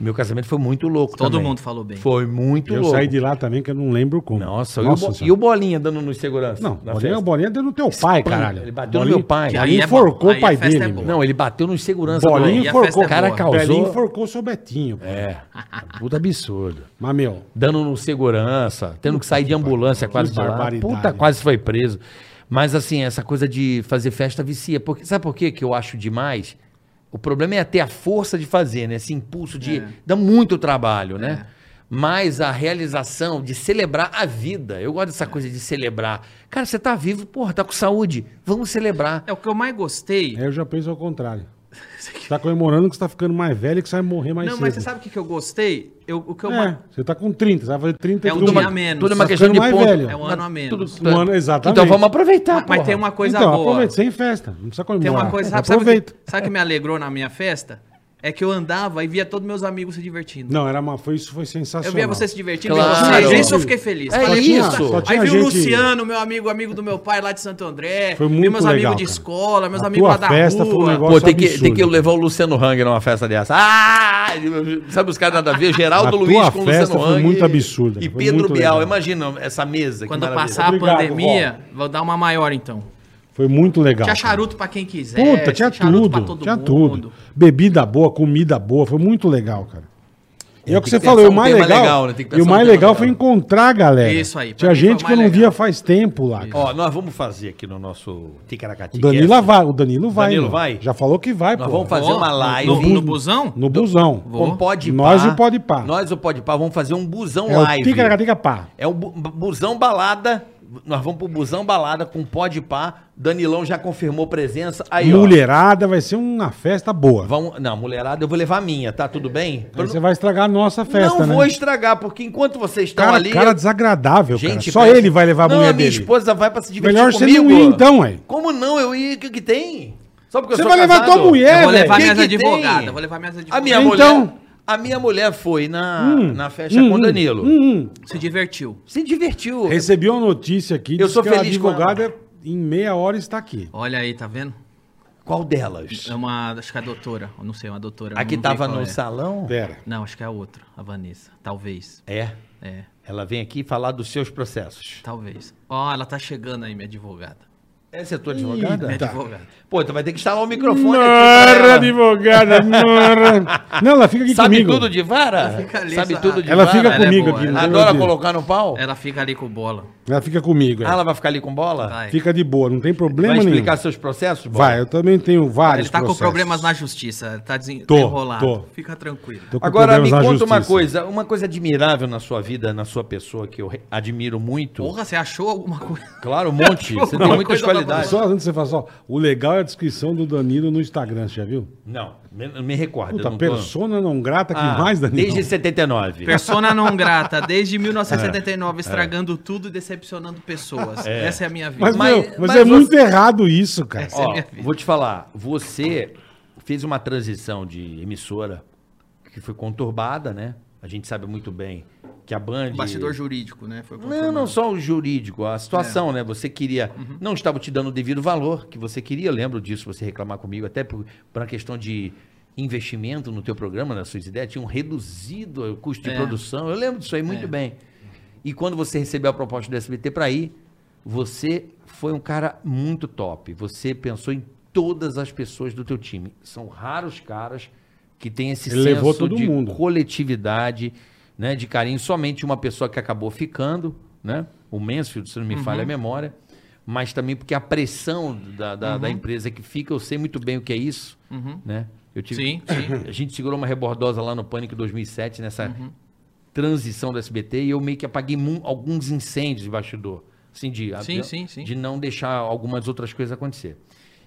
Speaker 2: Meu casamento foi muito louco.
Speaker 4: Todo
Speaker 2: também.
Speaker 4: mundo falou bem.
Speaker 2: Foi muito
Speaker 3: Eu
Speaker 2: louco.
Speaker 3: saí de lá também que eu não lembro como.
Speaker 2: Nossa, e, o, Bo-
Speaker 3: Nossa
Speaker 2: e o Bolinha dando nos segurança?
Speaker 3: Não,
Speaker 2: na
Speaker 3: bolinha, é
Speaker 2: festa?
Speaker 3: bolinha deu no teu pai, caralho.
Speaker 2: Ele bateu no
Speaker 3: Bolinha-
Speaker 2: meu pai.
Speaker 4: Que
Speaker 3: Aí
Speaker 4: é bom,
Speaker 3: enforcou o
Speaker 4: aí
Speaker 3: pai
Speaker 4: a festa
Speaker 3: dele.
Speaker 4: é boa.
Speaker 2: Não, ele bateu nos segurança. do-
Speaker 3: Bolinha
Speaker 4: E a festa
Speaker 3: enforcou.
Speaker 4: é
Speaker 2: O cara
Speaker 4: boa.
Speaker 3: O Belinho
Speaker 2: causou.
Speaker 3: enforcou seu Betinho. cara.
Speaker 2: É. Puta absurdo.
Speaker 3: Mas, meu,
Speaker 2: dando no segurança, tendo que sair de ambulância quase de lá.
Speaker 3: barbaridade.
Speaker 2: Puta, quase foi preso. Mas assim, essa coisa de fazer festa vicia. Porque, sabe por quê que eu acho demais? O problema é ter a força de fazer, né? Esse impulso de...
Speaker 3: É.
Speaker 2: Dá muito trabalho, né? Mas a realização de celebrar a vida. Eu gosto dessa coisa de celebrar. Cara, você tá vivo, porra, tá com saúde. Vamos celebrar.
Speaker 4: É o que eu mais gostei.
Speaker 3: aí eu já penso ao contrário. Você tá comemorando que você tá ficando mais velho e que você vai morrer mais
Speaker 4: não,
Speaker 3: cedo.
Speaker 4: mas você sabe o que, que eu gostei? Eu, o que eu
Speaker 3: É,
Speaker 4: mais-
Speaker 3: você tá com 30, você vai fazer 30
Speaker 4: É um
Speaker 3: e tudo
Speaker 4: dia
Speaker 3: mais.
Speaker 4: a menos.
Speaker 2: Tudo é uma
Speaker 4: Tá
Speaker 2: questão de
Speaker 3: ficando mais
Speaker 2: ponto. Tá
Speaker 3: velho.
Speaker 4: É um ano a menos.
Speaker 2: Tudo-
Speaker 3: Um ano, exatamente.
Speaker 2: Então vamos aproveitar,
Speaker 4: Mas- mas
Speaker 2: porra.
Speaker 4: tem uma coisa
Speaker 3: então,
Speaker 4: boa.
Speaker 3: aproveita, sem festa. Não precisa
Speaker 4: Tem
Speaker 3: comemorar.
Speaker 4: uma coisa, sabe, sabe, o
Speaker 3: aproveita.
Speaker 4: que, sabe o que me alegrou na minha festa? É que eu andava e via todos meus amigos se divertindo.
Speaker 3: Não, era uma, foi, isso foi sensacional.
Speaker 4: Eu via você se divertindo,
Speaker 2: Claro.
Speaker 4: via vocês,
Speaker 2: Só
Speaker 4: isso eu
Speaker 3: tinha-
Speaker 4: fiquei feliz.
Speaker 2: É
Speaker 4: Só
Speaker 2: isso.
Speaker 4: tinha-
Speaker 2: Só
Speaker 4: Aí
Speaker 3: tinha
Speaker 4: vi o
Speaker 3: gente-
Speaker 4: Luciano, meu amigo, amigo do meu pai lá de Santo André.
Speaker 3: Foi
Speaker 4: vi
Speaker 3: muito
Speaker 4: meus
Speaker 3: legal,
Speaker 4: amigos de
Speaker 3: cara.
Speaker 4: escola, meus
Speaker 3: A
Speaker 4: amigos
Speaker 3: tua
Speaker 4: lá da
Speaker 3: festa foi um
Speaker 4: rua.
Speaker 3: negócio-
Speaker 2: Pô,
Speaker 3: Nossa,
Speaker 2: tem que,
Speaker 3: absurdo.
Speaker 2: tem que levar o Luciano Hang numa festa dessa. Ah! Sabe os caras nada a ver?
Speaker 3: A
Speaker 2: Geraldo
Speaker 3: tua
Speaker 2: Luiz com o
Speaker 3: festa
Speaker 2: Luciano
Speaker 3: foi
Speaker 2: Hang.
Speaker 3: muito absurda,
Speaker 2: E
Speaker 3: foi
Speaker 2: Pedro
Speaker 3: muito
Speaker 2: Bial.
Speaker 3: legal.
Speaker 2: Imagina essa mesa. que
Speaker 4: Quando
Speaker 2: maravilha.
Speaker 4: passar a
Speaker 3: Obrigado,
Speaker 4: pandemia, vou dar uma maior então.
Speaker 3: Foi Foi muito legal.
Speaker 4: Tinha
Speaker 3: cara.
Speaker 4: charuto pra quem quiser.
Speaker 3: Puta, tinha
Speaker 4: charuto
Speaker 3: tudo.
Speaker 4: pra todo
Speaker 3: tinha
Speaker 4: mundo.
Speaker 3: tudo. Bebida boa, comida boa, foi muito legal, cara. E é o que
Speaker 2: que
Speaker 3: você
Speaker 2: pensar
Speaker 3: falou, e o
Speaker 2: um
Speaker 3: mais
Speaker 2: tema
Speaker 3: legal.
Speaker 2: legal, né? Tem que
Speaker 3: E o
Speaker 2: pensar um
Speaker 3: mais
Speaker 2: tema
Speaker 3: legal
Speaker 2: legal.
Speaker 3: foi encontrar a galera.
Speaker 4: Isso aí, pra
Speaker 3: Tinha
Speaker 4: mim foi
Speaker 3: gente
Speaker 4: o
Speaker 3: que eu não
Speaker 4: mais legal.
Speaker 3: via faz tempo lá. cara.
Speaker 2: Ó, nós vamos fazer aqui no nosso
Speaker 3: O
Speaker 2: Ticaracatica.
Speaker 3: Danilo vai, o Danilo vai.
Speaker 2: Danilo
Speaker 3: meu.
Speaker 2: vai?
Speaker 3: Já falou que vai,
Speaker 2: Nós
Speaker 3: pô.
Speaker 2: vamos fazer um
Speaker 4: Ó,
Speaker 2: uma
Speaker 4: no-
Speaker 2: live.
Speaker 4: No,
Speaker 2: no-
Speaker 4: no busão?
Speaker 3: No busão.
Speaker 4: Vou.
Speaker 2: Com Um pode
Speaker 3: Nós e o Pode Pá.
Speaker 2: Nós e o pode pá. Vamos fazer um busão
Speaker 3: É o
Speaker 2: live.
Speaker 3: tica pá.
Speaker 2: É um bu- bu- busão balada. Nós vamos pro busão balada com pode pá. Danilão já confirmou presença. Aí, ó.
Speaker 3: Mulherada vai ser uma festa boa.
Speaker 2: Vão... Não, mulherada, eu vou levar a minha, tá? Tudo bem?
Speaker 3: Aí você vai estragar a nossa festa,
Speaker 2: não
Speaker 3: né?
Speaker 2: vou estragar, porque enquanto vocês estão
Speaker 3: cara,
Speaker 2: ali.
Speaker 3: cara desagradável,
Speaker 2: Gente,
Speaker 3: cara. Só
Speaker 2: pensa-
Speaker 3: ele vai levar a
Speaker 2: não,
Speaker 3: mulher
Speaker 2: minha
Speaker 3: dele.
Speaker 2: esposa vai pra se divertir
Speaker 3: Melhor você
Speaker 2: comigo.
Speaker 3: não ir, então, aí.
Speaker 2: Como não? Eu ia, o que, que tem? Só porque
Speaker 3: Você
Speaker 2: eu sou
Speaker 3: vai levar
Speaker 2: casado?
Speaker 3: tua mulher,
Speaker 4: Eu vou
Speaker 3: É, velho.
Speaker 4: levar
Speaker 2: Que
Speaker 4: minhas
Speaker 2: que tem?
Speaker 4: advogadas. eu Vou levar minhas
Speaker 2: A
Speaker 4: advogadas.
Speaker 2: minha
Speaker 3: Então-
Speaker 2: mulher, a minha mulher foi na, na festa
Speaker 3: Hum,
Speaker 2: com
Speaker 3: hum,
Speaker 2: Danilo.
Speaker 3: hum, hum.
Speaker 4: Se divertiu.
Speaker 2: Se divertiu.
Speaker 3: Recebi uma notícia aqui.
Speaker 2: Eu
Speaker 3: diz
Speaker 2: sou
Speaker 3: que
Speaker 2: feliz com
Speaker 3: a advogada em meia hora está aqui.
Speaker 4: Olha aí, tá vendo?
Speaker 2: Qual delas?
Speaker 4: É uma. Acho que é a doutora. Eu não sei, uma doutora.
Speaker 2: A
Speaker 4: eu
Speaker 2: que
Speaker 4: não sei
Speaker 2: tava
Speaker 4: qual
Speaker 2: no
Speaker 4: é.
Speaker 2: salão?
Speaker 3: Pera.
Speaker 4: Não, acho que é a outra, a Vanessa. Talvez.
Speaker 2: É.
Speaker 4: É,
Speaker 2: Ela vem aqui falar dos seus processos.
Speaker 4: talvez. Ó, ela tá chegando aí, minha advogada.
Speaker 2: Essa é a tua
Speaker 4: Minha
Speaker 2: advogada?
Speaker 3: tá.
Speaker 4: advogada.
Speaker 2: Pô, tu vai ter que instalar o microfone aqui. pra
Speaker 3: Morra,
Speaker 2: ela.
Speaker 3: advogada, morra. Não, ela fica aqui
Speaker 2: Sabe
Speaker 3: comigo.
Speaker 2: tudo de né, vara?
Speaker 4: Ela fica ali,
Speaker 2: Sabe
Speaker 4: essa-
Speaker 2: tudo de
Speaker 3: Ela
Speaker 2: vara?
Speaker 3: fica
Speaker 4: Ela é
Speaker 3: comigo
Speaker 4: boa,
Speaker 3: aqui.
Speaker 4: ela
Speaker 3: não tem
Speaker 2: Adora
Speaker 3: onde ir.
Speaker 2: colocar no pau?
Speaker 4: Ela fica ali com bola.
Speaker 3: Ela fica comigo. é.
Speaker 2: Ah, ela vai ficar ali com bola?
Speaker 4: Vai.
Speaker 3: Fica de boa, não tem problema
Speaker 2: Vai
Speaker 3: nenhum.
Speaker 2: explicar seus processos? Bola?
Speaker 3: Vai, eu também tenho vários
Speaker 4: Ele tá com
Speaker 3: processos.
Speaker 4: problemas na justiça, tá desen-
Speaker 3: Tô,
Speaker 4: desenrolado.
Speaker 3: tô.
Speaker 4: Fica tranquilo.
Speaker 3: Tô com
Speaker 2: Agora me
Speaker 3: problemas na
Speaker 2: conta uma
Speaker 3: justiça.
Speaker 2: coisa, uma coisa admirável na sua vida, na sua pessoa que eu re- admiro muito.
Speaker 4: Porra, você achou
Speaker 3: [laughs]
Speaker 4: alguma coisa?
Speaker 2: Claro, um
Speaker 4: [laughs]
Speaker 2: monte. Você tem
Speaker 4: Uma
Speaker 2: muitas
Speaker 4: coisa
Speaker 2: qualidades.
Speaker 3: Só antes de você falar só, o legal é a descrição do Danilo no Instagram, você já viu?
Speaker 2: Não, me, me recorda.
Speaker 3: Puta,
Speaker 2: eu não tô-
Speaker 3: persona não grata que
Speaker 2: Ah,
Speaker 3: mais, Danilo.
Speaker 2: Desde 79.
Speaker 4: Persona não grata, desde
Speaker 3: É,
Speaker 4: 1979, estragando tudo e decepcionando pessoas. Essa é a minha vida.
Speaker 3: Mas,
Speaker 2: Mas-
Speaker 3: meu, mas,
Speaker 2: mas
Speaker 3: é
Speaker 2: você-
Speaker 3: muito errado isso, cara.
Speaker 4: Essa é a
Speaker 2: Ó,
Speaker 4: minha vida.
Speaker 2: vou te falar, você fez uma transição de emissora que foi conturbada, né? A gente sabe muito bem que a Band...
Speaker 4: O bastidor jurídico, né? Foi
Speaker 2: Não, não só o jurídico, a situação, né? Você queria. Não estava te dando o devido valor que você queria. Eu lembro disso, você reclamar comigo, até por, por uma questão de investimento no teu programa, nas suas ideias, tinham reduzido o custo de
Speaker 4: É.
Speaker 2: produção. Eu lembro disso aí muito bem. E quando você recebeu a proposta do SBT para ir, você foi um cara muito top. Você pensou em todas as pessoas do teu time. São raros caras que têm esse
Speaker 3: Ele levou todo
Speaker 2: de
Speaker 3: mundo.
Speaker 2: coletividade, né, de carinho. Somente uma pessoa que acabou ficando, né, o Mansfield, se não
Speaker 3: Uhum.
Speaker 2: me falha a memória, mas também porque a pressão da, da,
Speaker 3: Uhum.
Speaker 2: da empresa que fica, eu sei muito bem o que é isso, né? Eu tive,
Speaker 3: [laughs]
Speaker 4: Uhum. Sim, sim.
Speaker 2: A gente segurou uma rebordosa lá no Pânico 2007, nessa
Speaker 4: Uhum.
Speaker 2: transição do SBT, e eu meio que apaguei mu- alguns incêndios de bastidor, assim, de,
Speaker 4: Sim,
Speaker 2: de,
Speaker 4: sim, sim.
Speaker 2: de não deixar algumas outras coisas acontecer.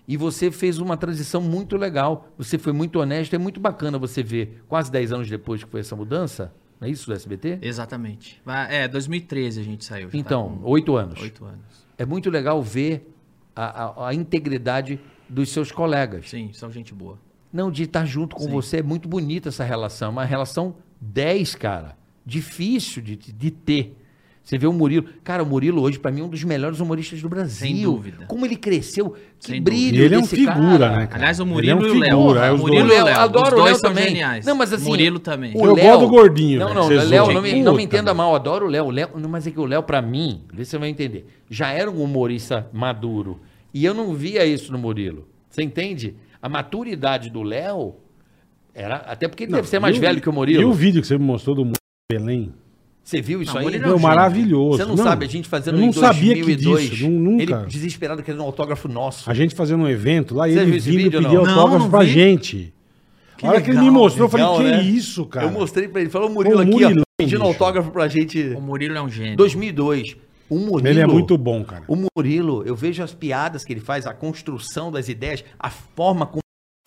Speaker 2: E você fez uma transição muito legal. Você foi muito honesto. É muito bacana você ver, quase 10 anos depois que foi essa mudança, não é isso do SBT?
Speaker 4: Exatamente. Vai- É, 2013 a gente saiu. já tá
Speaker 2: Então,
Speaker 4: com
Speaker 2: oito anos.
Speaker 4: oito anos.
Speaker 2: É muito legal ver a, a- a integridade dos seus colegas.
Speaker 4: Sim, são gente boa.
Speaker 2: Não, de estar junto com você. É muito bonita essa relação. Uma relação 10, cara. Difícil de, de ter. Você vê o Murilo. Cara, o Murilo hoje, pra mim, é um dos melhores humoristas do Brasil.
Speaker 4: dúvida.
Speaker 2: Como ele cresceu. Que
Speaker 4: Sem
Speaker 2: brilho
Speaker 3: E ele é um
Speaker 2: desse
Speaker 3: figura,
Speaker 2: cara.
Speaker 3: né, cara?
Speaker 4: Aliás, o
Speaker 3: Ele é
Speaker 4: Murilo
Speaker 3: um
Speaker 4: e o Léo.
Speaker 3: figura, é os
Speaker 4: Murilo
Speaker 3: dois.
Speaker 4: e o Léo.
Speaker 2: adoro
Speaker 4: os
Speaker 2: o
Speaker 4: dois
Speaker 2: Léo
Speaker 4: são
Speaker 2: também.
Speaker 4: geniais.
Speaker 2: Não, mas assim,
Speaker 4: Murilo também.
Speaker 2: o
Speaker 3: Eu
Speaker 2: Léo-
Speaker 3: gosto do gordinho,
Speaker 2: Não,
Speaker 3: né,
Speaker 2: não,
Speaker 3: que vocês
Speaker 2: Léo,
Speaker 3: usam.
Speaker 2: não me, não me
Speaker 3: Puta,
Speaker 2: entenda
Speaker 3: mano.
Speaker 2: mal, adoro o Léo. O Léo, não, mas é que o Léo, pra mim, vê se você vai entender, já era um humorista maduro. E eu não via isso no Murilo. Você entende? A maturidade do Léo era. Até porque ele deve ser mais
Speaker 3: E
Speaker 2: velho que o
Speaker 3: E o
Speaker 2: Murilo.
Speaker 3: vídeo que você me mostrou do Belém?
Speaker 2: Você viu isso
Speaker 4: Não,
Speaker 2: aí?
Speaker 4: o Murilo é
Speaker 3: Meu,
Speaker 4: um gênio.
Speaker 3: maravilhoso.
Speaker 2: Você não, sabe, a gente fazendo
Speaker 3: eu não
Speaker 2: em
Speaker 3: sabia que disso, não-
Speaker 2: ele
Speaker 3: nunca.
Speaker 2: desesperado querendo um autógrafo nosso.
Speaker 3: A gente fazendo um evento lá e
Speaker 2: Você
Speaker 3: ele
Speaker 2: viu esse
Speaker 3: vindo
Speaker 2: vídeo ou
Speaker 3: pedir
Speaker 2: não?
Speaker 4: Não,
Speaker 3: autógrafo
Speaker 4: não
Speaker 3: pra
Speaker 4: vi.
Speaker 3: gente.
Speaker 4: Que
Speaker 3: a hora que ele me
Speaker 4: legal.
Speaker 3: mostrou, eu falei,
Speaker 2: Legal,
Speaker 3: que
Speaker 2: né?
Speaker 3: isso, cara?
Speaker 2: Eu mostrei pra ele, falou o Murilo
Speaker 3: Ô,
Speaker 2: aqui,
Speaker 3: Murilão,
Speaker 2: ó, pedindo
Speaker 3: bicho.
Speaker 2: autógrafo pra gente.
Speaker 4: O Murilo é um gênio.
Speaker 2: 2002. O Murilo,
Speaker 3: Ele é muito bom, cara.
Speaker 2: O Murilo, eu vejo as piadas que ele faz, a construção das ideias, a forma como